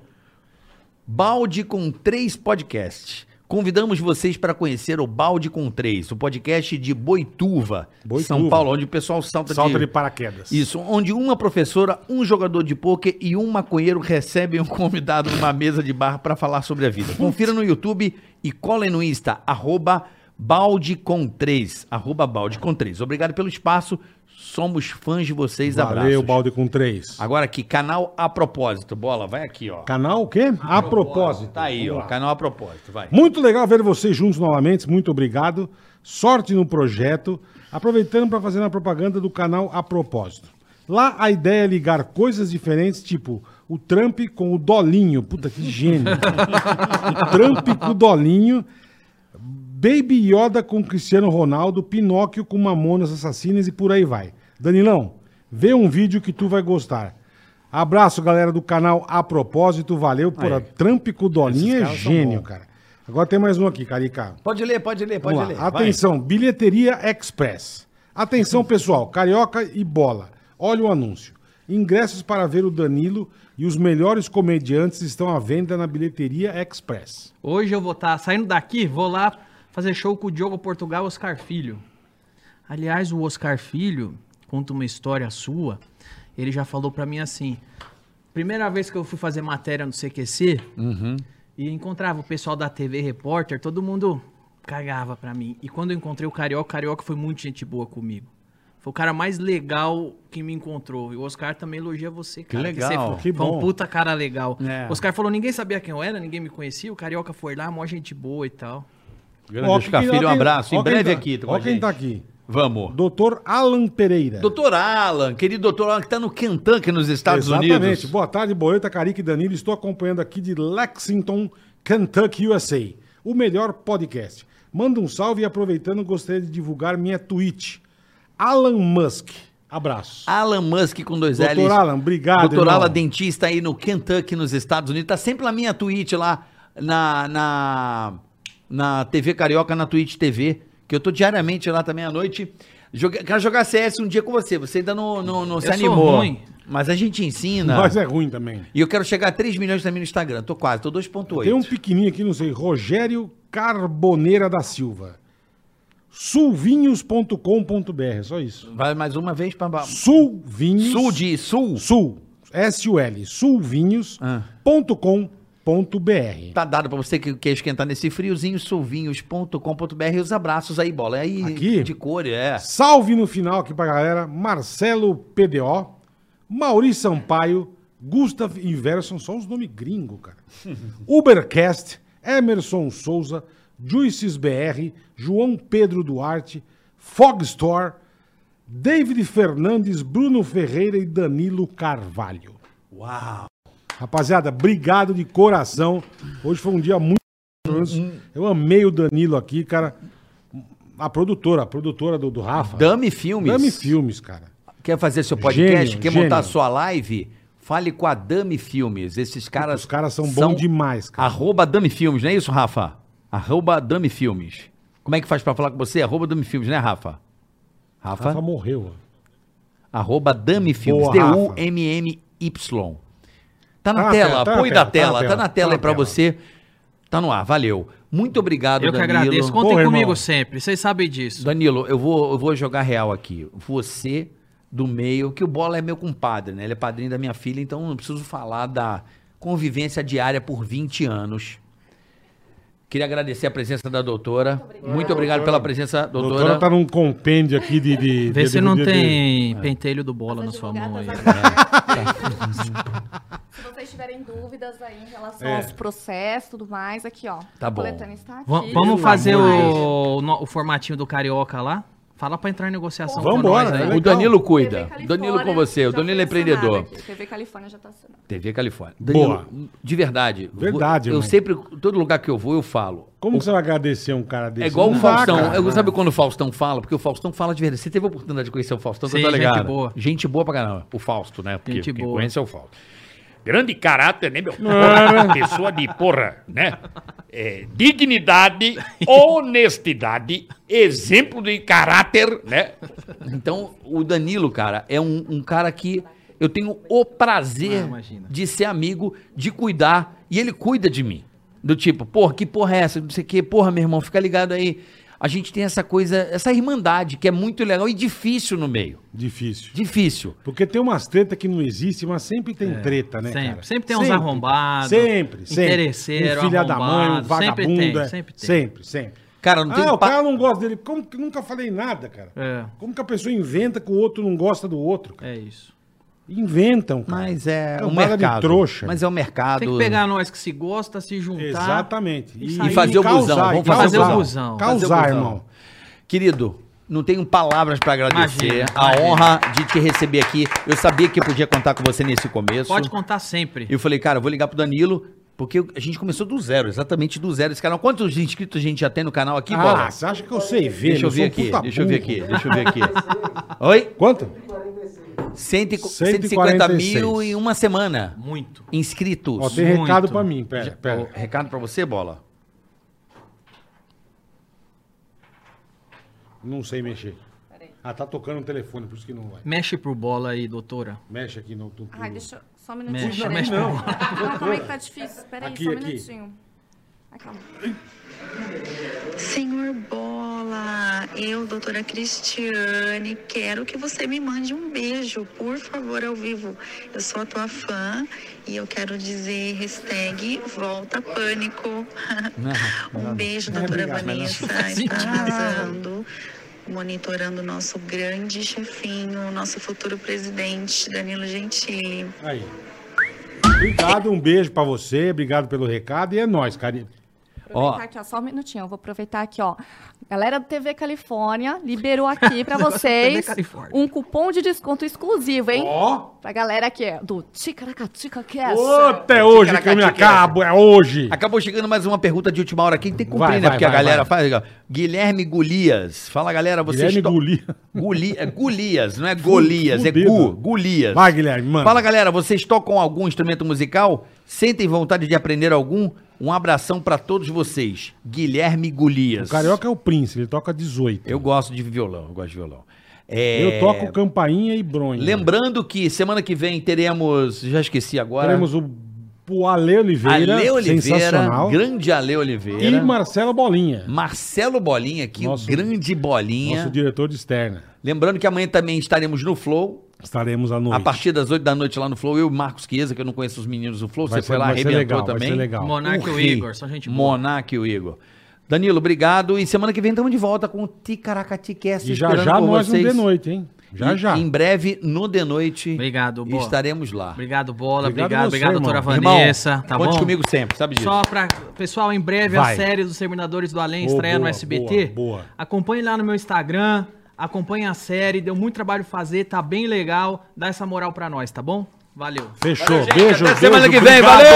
Speaker 2: Balde com três podcasts. Convidamos vocês para conhecer o Balde com três, o podcast de Boituva,
Speaker 3: Boituva.
Speaker 2: São Paulo, onde o pessoal salta,
Speaker 3: Salta
Speaker 2: de...
Speaker 3: de paraquedas.
Speaker 2: Isso, onde uma professora, um jogador de pôquer e um maconheiro recebem um convidado numa mesa de bar para falar sobre a vida. Confira no YouTube e colhem no Insta, arroba balde com 3, arroba balde com 3. Obrigado pelo espaço, somos fãs de vocês,
Speaker 3: Valeu,
Speaker 2: abraços.
Speaker 3: balde com três.
Speaker 2: Agora aqui, canal A Propósito, bola, vai aqui, ó.
Speaker 3: Canal o quê? A propósito.
Speaker 2: Tá aí,
Speaker 3: Vamos
Speaker 2: ó,
Speaker 3: lá.
Speaker 2: canal A Propósito, vai.
Speaker 3: Muito legal ver vocês juntos novamente, muito obrigado. Sorte no projeto. Aproveitando para fazer a propaganda do canal a propósito. Lá a ideia é ligar coisas diferentes, tipo o Trump com o Dolinho. Puta que gênio. o Trump com o Dolinho. Baby Yoda com Cristiano Ronaldo, Pinóquio com Mamonas Assassinas e por aí vai. Danilão, vê um vídeo que tu vai gostar. Abraço, galera do canal A Propósito. Valeu por a Trump com o Dolinho. É gênio, cara. Agora tem mais um aqui, Carica.
Speaker 2: Pode ler, pode ler, pode
Speaker 3: Vamos
Speaker 2: ler.
Speaker 3: lá. Atenção, bilheteria express. Atenção, pessoal, carioca e bola. Olha o anúncio. Ingressos para ver o Danilo e os melhores comediantes estão à venda na bilheteria express.
Speaker 4: Hoje eu vou estar saindo daqui, vou lá fazer show com o Diogo Portugal e o Oscar Filho. Aliás, o Oscar Filho conta uma história sua. Ele já falou pra mim assim: primeira vez que eu fui fazer matéria no CQC
Speaker 2: Uhum.
Speaker 4: e encontrava o pessoal da TV Repórter, todo mundo cagava pra mim. E quando eu encontrei o Carioca, o Carioca foi muito gente boa comigo. Foi o cara mais legal que me encontrou. E o Oscar também elogia você, cara.
Speaker 2: Que
Speaker 4: você
Speaker 2: legal.
Speaker 4: foi-
Speaker 3: Que
Speaker 4: foi um
Speaker 3: bom.
Speaker 4: puta cara legal.
Speaker 2: É.
Speaker 4: O Oscar falou, ninguém sabia quem eu era, ninguém me conhecia. O Carioca foi lá, mó gente boa e tal.
Speaker 2: Grande Oscar Filho, um abraço. Em breve aqui, com a
Speaker 3: Olha tá quem
Speaker 2: gente.
Speaker 3: tá aqui.
Speaker 2: Vamos.
Speaker 3: Doutor Alan Pereira.
Speaker 2: Doutor Alan, querido doutor Alan, que tá no Kentucky, nos Estados Unidos.
Speaker 3: Boa tarde, Boeta, Carica e Danilo. Estou acompanhando aqui de Lexington, Kentucky, USA. O melhor podcast. Manda um salve e aproveitando, gostaria de divulgar minha Twitch. Alan Musk. Abraço.
Speaker 2: Alan Musk com dois
Speaker 3: Doutor
Speaker 2: L's.
Speaker 3: Alan, obrigado,
Speaker 2: Doutor
Speaker 3: irmão.
Speaker 2: Alan, dentista aí no Kentucky, nos Estados Unidos. Tá sempre na minha Twitch lá, na, na, na TV Carioca, na Twitch TV, que eu tô diariamente lá também à noite. Joga- quero jogar CS um dia com você. Você ainda não, não, não se
Speaker 4: sou
Speaker 2: animou.
Speaker 4: ruim.
Speaker 2: Mas a gente ensina.
Speaker 3: Mas é ruim também.
Speaker 2: E eu quero chegar a 3 milhões também no Instagram. Tô quase, tô 2.8.
Speaker 3: Tem um pequenininho aqui, não sei, Rogério Carboneira da Silva. Sulvinhos.com.br, só isso.
Speaker 2: Vai mais uma vez pra... pra-
Speaker 3: Sulvinhos.
Speaker 2: Sul de Sul. Ah.
Speaker 3: Sul. S-U-L. Sulvinhos.com.br.
Speaker 2: Tá dado pra você que quer esquentar nesse friozinho, solvinhos.com.br e os abraços aí, bola. Aí
Speaker 3: Aqui?
Speaker 2: de cor, é.
Speaker 3: Salve no final aqui pra galera. Marcelo PDO, Maurício Sampaio, Gustav Inverson, só uns nomes gringo, cara. Ubercast, Emerson Souza, Juices BR, João Pedro Duarte, Fog Store, David Fernandes, Bruno Ferreira e Danilo Carvalho. Uau! Rapaziada, obrigado de coração. Hoje foi um dia muito. Hum, Eu amei o Danilo aqui, cara. A produtora, a produtora do, do Rafa.
Speaker 2: Dame Filmes.
Speaker 3: Dami Filmes, cara.
Speaker 2: Quer fazer seu podcast?
Speaker 3: Gênio,
Speaker 2: quer
Speaker 3: gênio.
Speaker 2: montar sua live? Fale com a Dami Filmes. Esses caras.
Speaker 3: Os caras são bons demais, cara.
Speaker 2: Arroba Dami Filmes, não é isso, Rafa? Arroba Dami Filmes. Como é que faz pra falar com você? Arroba Dami Filmes, né, Rafa? Rafa?
Speaker 3: Rafa morreu. ó.
Speaker 2: Arroba Dami Filmes.
Speaker 3: Boa, Rafa.
Speaker 2: D-U-M-M-Y. Tá
Speaker 3: Tá
Speaker 2: na
Speaker 3: na
Speaker 2: tela,
Speaker 3: tela, tá na
Speaker 2: apoio
Speaker 3: tela,
Speaker 2: da tela. Tá na tela aí pra
Speaker 3: tela.
Speaker 2: você. Tá no ar, valeu. Muito obrigado,
Speaker 4: eu que agradeço. Contem
Speaker 3: Porra,
Speaker 4: comigo
Speaker 3: irmão.
Speaker 4: sempre, vocês sabem disso.
Speaker 2: Danilo, eu vou, eu vou jogar real aqui. Você do meio, que o Bola é meu compadre, né? Ele é padrinho da minha filha, então eu não preciso falar da convivência diária por 20 anos. Queria agradecer a presença da doutora. Muito obrigado, pela presença,
Speaker 3: A
Speaker 2: doutora.
Speaker 3: doutora tá num compêndio aqui de. de
Speaker 4: Vê
Speaker 3: de-
Speaker 4: se
Speaker 3: de-
Speaker 4: não
Speaker 3: de- de-
Speaker 4: tem
Speaker 3: É.
Speaker 4: pentelho do bola na
Speaker 9: As
Speaker 4: sua mão aí.
Speaker 9: advogadas agora-
Speaker 2: [laughs]
Speaker 3: [laughs]
Speaker 9: [laughs] Se vocês tiverem dúvidas aí em relação
Speaker 3: É.
Speaker 9: aos processos e tudo mais, aqui, ó.
Speaker 2: Tá bom.
Speaker 9: A coletânea está aqui.
Speaker 4: Va- Vamos fazer
Speaker 9: Tudo mais.
Speaker 4: o, no- o formatinho do Carioca lá? Fala pra entrar em negociação com
Speaker 3: Vambora,
Speaker 4: nós aí.
Speaker 3: né?
Speaker 2: O
Speaker 3: Legal.
Speaker 2: Danilo
Speaker 9: TV
Speaker 2: cuida.
Speaker 9: Califórnia
Speaker 2: Danilo com você. O
Speaker 9: já
Speaker 2: Danilo é
Speaker 9: foi assinada
Speaker 2: empreendedor.
Speaker 9: aqui. TV Califórnia já tá assinada.
Speaker 2: TV Califórnia.
Speaker 3: Boa.
Speaker 2: Danilo, De verdade.
Speaker 3: Verdade,
Speaker 2: Eu
Speaker 3: irmão.
Speaker 2: sempre, todo lugar que eu vou, eu falo.
Speaker 3: Como que você vai agradecer um cara desse?
Speaker 2: É igual o
Speaker 3: Não dá,
Speaker 2: Faustão.
Speaker 3: cara.
Speaker 2: Eu, sabe quando o Faustão fala? Porque o Faustão fala de verdade. Você teve a oportunidade de conhecer o Faustão, tá
Speaker 4: Sim, gente
Speaker 2: ligado?
Speaker 4: boa.
Speaker 2: Gente boa pra caramba. O Fausto, né? Porque
Speaker 4: Gente
Speaker 2: quem
Speaker 4: boa.
Speaker 2: conhece é o Fausto. Grande caráter, né, meu?
Speaker 3: é,
Speaker 2: Porra, pessoa de porra, né? É, dignidade, honestidade, exemplo de caráter, né? Então, o Danilo, cara, é um, um cara que eu tenho o prazer
Speaker 4: Ah, imagina.
Speaker 2: de ser amigo, de cuidar, e ele cuida de mim. Do tipo, porra, que porra é essa? Não sei o que, porra, meu irmão, fica ligado aí. A gente tem essa coisa, essa irmandade que é muito legal e difícil no meio.
Speaker 3: Difícil.
Speaker 2: Difícil.
Speaker 3: Porque tem umas treta que não existe, mas sempre tem treta, né,
Speaker 4: É, sempre.
Speaker 3: cara?
Speaker 4: Sempre tem uns arrombados,
Speaker 3: Sempre, sempre.
Speaker 4: interesseiro,
Speaker 3: Um filha da mãe, um
Speaker 4: arrombado, sempre
Speaker 3: vagabundo.
Speaker 4: tem,
Speaker 3: é.
Speaker 4: sempre tem.
Speaker 3: Sempre, sempre.
Speaker 2: Cara, não tem
Speaker 3: ah, o
Speaker 2: pa-
Speaker 3: cara não gosta dele. Como que nunca falei nada, cara?
Speaker 4: É,
Speaker 3: Como que a pessoa inventa que o outro não gosta do outro? cara?
Speaker 4: é isso.
Speaker 3: Inventam, cara.
Speaker 2: Mas é o
Speaker 3: Cambada de
Speaker 2: mercado.
Speaker 3: trouxa.
Speaker 2: Mas é o mercado.
Speaker 4: Tem que pegar nós que se gosta, se juntar.
Speaker 3: Exatamente.
Speaker 4: E sair.
Speaker 2: fazer o
Speaker 3: causar,
Speaker 2: busão, vamos
Speaker 3: e
Speaker 4: fazer o
Speaker 3: causar.
Speaker 4: busão.
Speaker 3: Causar,
Speaker 2: Fazer o busão.
Speaker 3: irmão.
Speaker 2: Querido, não tenho palavras pra agradecer.
Speaker 4: Imagina,
Speaker 2: a
Speaker 4: imagina.
Speaker 2: honra de te receber aqui. Eu sabia que eu podia contar com você nesse começo.
Speaker 4: Pode contar sempre.
Speaker 2: E eu falei, cara, eu vou ligar pro Danilo, porque a gente começou do zero, exatamente do zero esse canal. Quantos inscritos a gente já tem no canal aqui,
Speaker 3: ah,
Speaker 2: Bola?
Speaker 3: você acha que eu sei ver?
Speaker 2: Deixa eu
Speaker 3: sou
Speaker 2: ver
Speaker 3: um
Speaker 2: aqui,
Speaker 3: puta
Speaker 2: deixa eu ver
Speaker 3: burro.
Speaker 2: aqui, deixa eu ver aqui. Oi?
Speaker 3: Quanto?
Speaker 2: Cento e qu- 150 mil
Speaker 3: 146.
Speaker 2: em uma semana
Speaker 4: Muito.
Speaker 2: inscritos.
Speaker 3: Ó, tem
Speaker 4: Muito.
Speaker 3: recado pra mim, pera,
Speaker 2: Ô,
Speaker 3: pera.
Speaker 2: recado pra você, Bola?
Speaker 3: Não sei mexer. Ah, tá tocando o telefone, por isso que não vai.
Speaker 4: Mexe pro bola aí, doutora.
Speaker 3: Mexe aqui no... no-
Speaker 2: Hum.
Speaker 9: Ai, deixa eu... Só um minutinho.
Speaker 4: Mexe,
Speaker 9: peraí.
Speaker 4: mexe
Speaker 9: não. calma aí que tá difícil. Peraí,
Speaker 3: Aqui,
Speaker 9: só um
Speaker 3: aqui.
Speaker 9: minutinho. Ah, calma.
Speaker 5: Senhor Bola, eu, doutora Cristiane, quero que você me mande um beijo, por favor, ao vivo. Eu sou a tua fã e eu quero dizer hashtag
Speaker 3: [laughs]
Speaker 5: volta pânico. um beijo, doutora Vanessa, está arrasando, monitorando o nosso grande chefinho, nosso futuro presidente, Danilo Gentili.
Speaker 3: Aí. Obrigado, um beijo pra você, obrigado pelo recado e é nóis, carinho.
Speaker 9: Aproveitar aqui, ó, só um minutinho. Eu vou aproveitar aqui, ó. Galera do TV Califórnia liberou aqui pra vocês
Speaker 4: Califórnia.
Speaker 9: um cupom de desconto exclusivo, hein?
Speaker 3: Ó,
Speaker 9: Pra galera aqui é do Ticaracatica Cast.
Speaker 3: Ô, até hoje que eu me acabo, é hoje.
Speaker 2: Acabou chegando mais uma pergunta de última hora aqui, que tem que cumprir,
Speaker 3: Vai,
Speaker 2: né?
Speaker 3: vai,
Speaker 2: Porque a
Speaker 3: vai,
Speaker 2: galera
Speaker 3: vai.
Speaker 2: faz. ó, Guilherme Golias. Fala, galera, vocês
Speaker 3: Guilherme
Speaker 2: to-
Speaker 3: Guli.
Speaker 2: Guli- é Golias, não é Golias, é
Speaker 3: fudido.
Speaker 2: Gu, Golias.
Speaker 3: Vai, Guilherme, mano.
Speaker 2: Fala, galera, vocês tocam algum instrumento musical? Sentem vontade de aprender algum? Um abração pra todos vocês. Guilherme Golias.
Speaker 3: O Carioca é o príncipe, ele toca 18.
Speaker 2: Eu gosto de violão, eu gosto de violão. É,
Speaker 3: Eu toco campainha e bronha.
Speaker 2: Lembrando que semana que vem teremos, já esqueci agora,
Speaker 3: Teremos o, o Ale Oliveira,
Speaker 2: Ale Oliveira,
Speaker 3: sensacional,
Speaker 2: grande Ale
Speaker 3: e
Speaker 2: Oliveira.
Speaker 3: Marcelo Bolinha,
Speaker 2: Marcelo Bolinha aqui,
Speaker 3: Nosso-
Speaker 2: o grande Bolinha.
Speaker 3: nosso diretor de externa.
Speaker 2: Lembrando que amanhã também estaremos no Flow,
Speaker 3: Estaremos à noite.
Speaker 2: a partir das 8 da noite lá no Flow. Eu e o Marcos Chiesa, que eu não conheço os meninos do Flow,
Speaker 3: Vai
Speaker 2: você
Speaker 3: ser-
Speaker 2: foi lá,
Speaker 3: vai ser
Speaker 2: arrebentou
Speaker 3: legal, vai
Speaker 2: também.
Speaker 3: ser legal.
Speaker 4: Monarca e o
Speaker 2: rei.
Speaker 4: Igor, são gente boa.
Speaker 2: Monarca e o Igor. Danilo, obrigado. E semana que vem estamos de volta com o Ticaracatiquest.
Speaker 3: E já já nós no de noite, hein? Já já.
Speaker 2: Em breve, no de noite.
Speaker 4: Obrigado, Bola.
Speaker 2: Estaremos lá.
Speaker 4: Obrigado, Bola.
Speaker 3: Obrigado
Speaker 4: Obrigado,
Speaker 3: você,
Speaker 4: obrigado, doutora
Speaker 3: irmão.
Speaker 4: Vanessa. tá
Speaker 2: conte
Speaker 4: bom?
Speaker 2: comigo sempre, sabe disso.
Speaker 4: Só pra. Pessoal, em breve
Speaker 3: Vai.
Speaker 4: a série dos Terminadores do Além
Speaker 3: Ô,
Speaker 4: estreia no
Speaker 3: boa,
Speaker 4: SBT.
Speaker 3: boa, boa.
Speaker 4: Acompanhe lá no meu Instagram. Acompanhe a série. Deu muito trabalho fazer. Tá bem legal. Dá essa moral pra nós, tá bom? Valeu.
Speaker 3: Fechou. beijo,
Speaker 2: Até
Speaker 3: beijo.
Speaker 2: semana que vem,
Speaker 3: obrigado.
Speaker 2: valeu!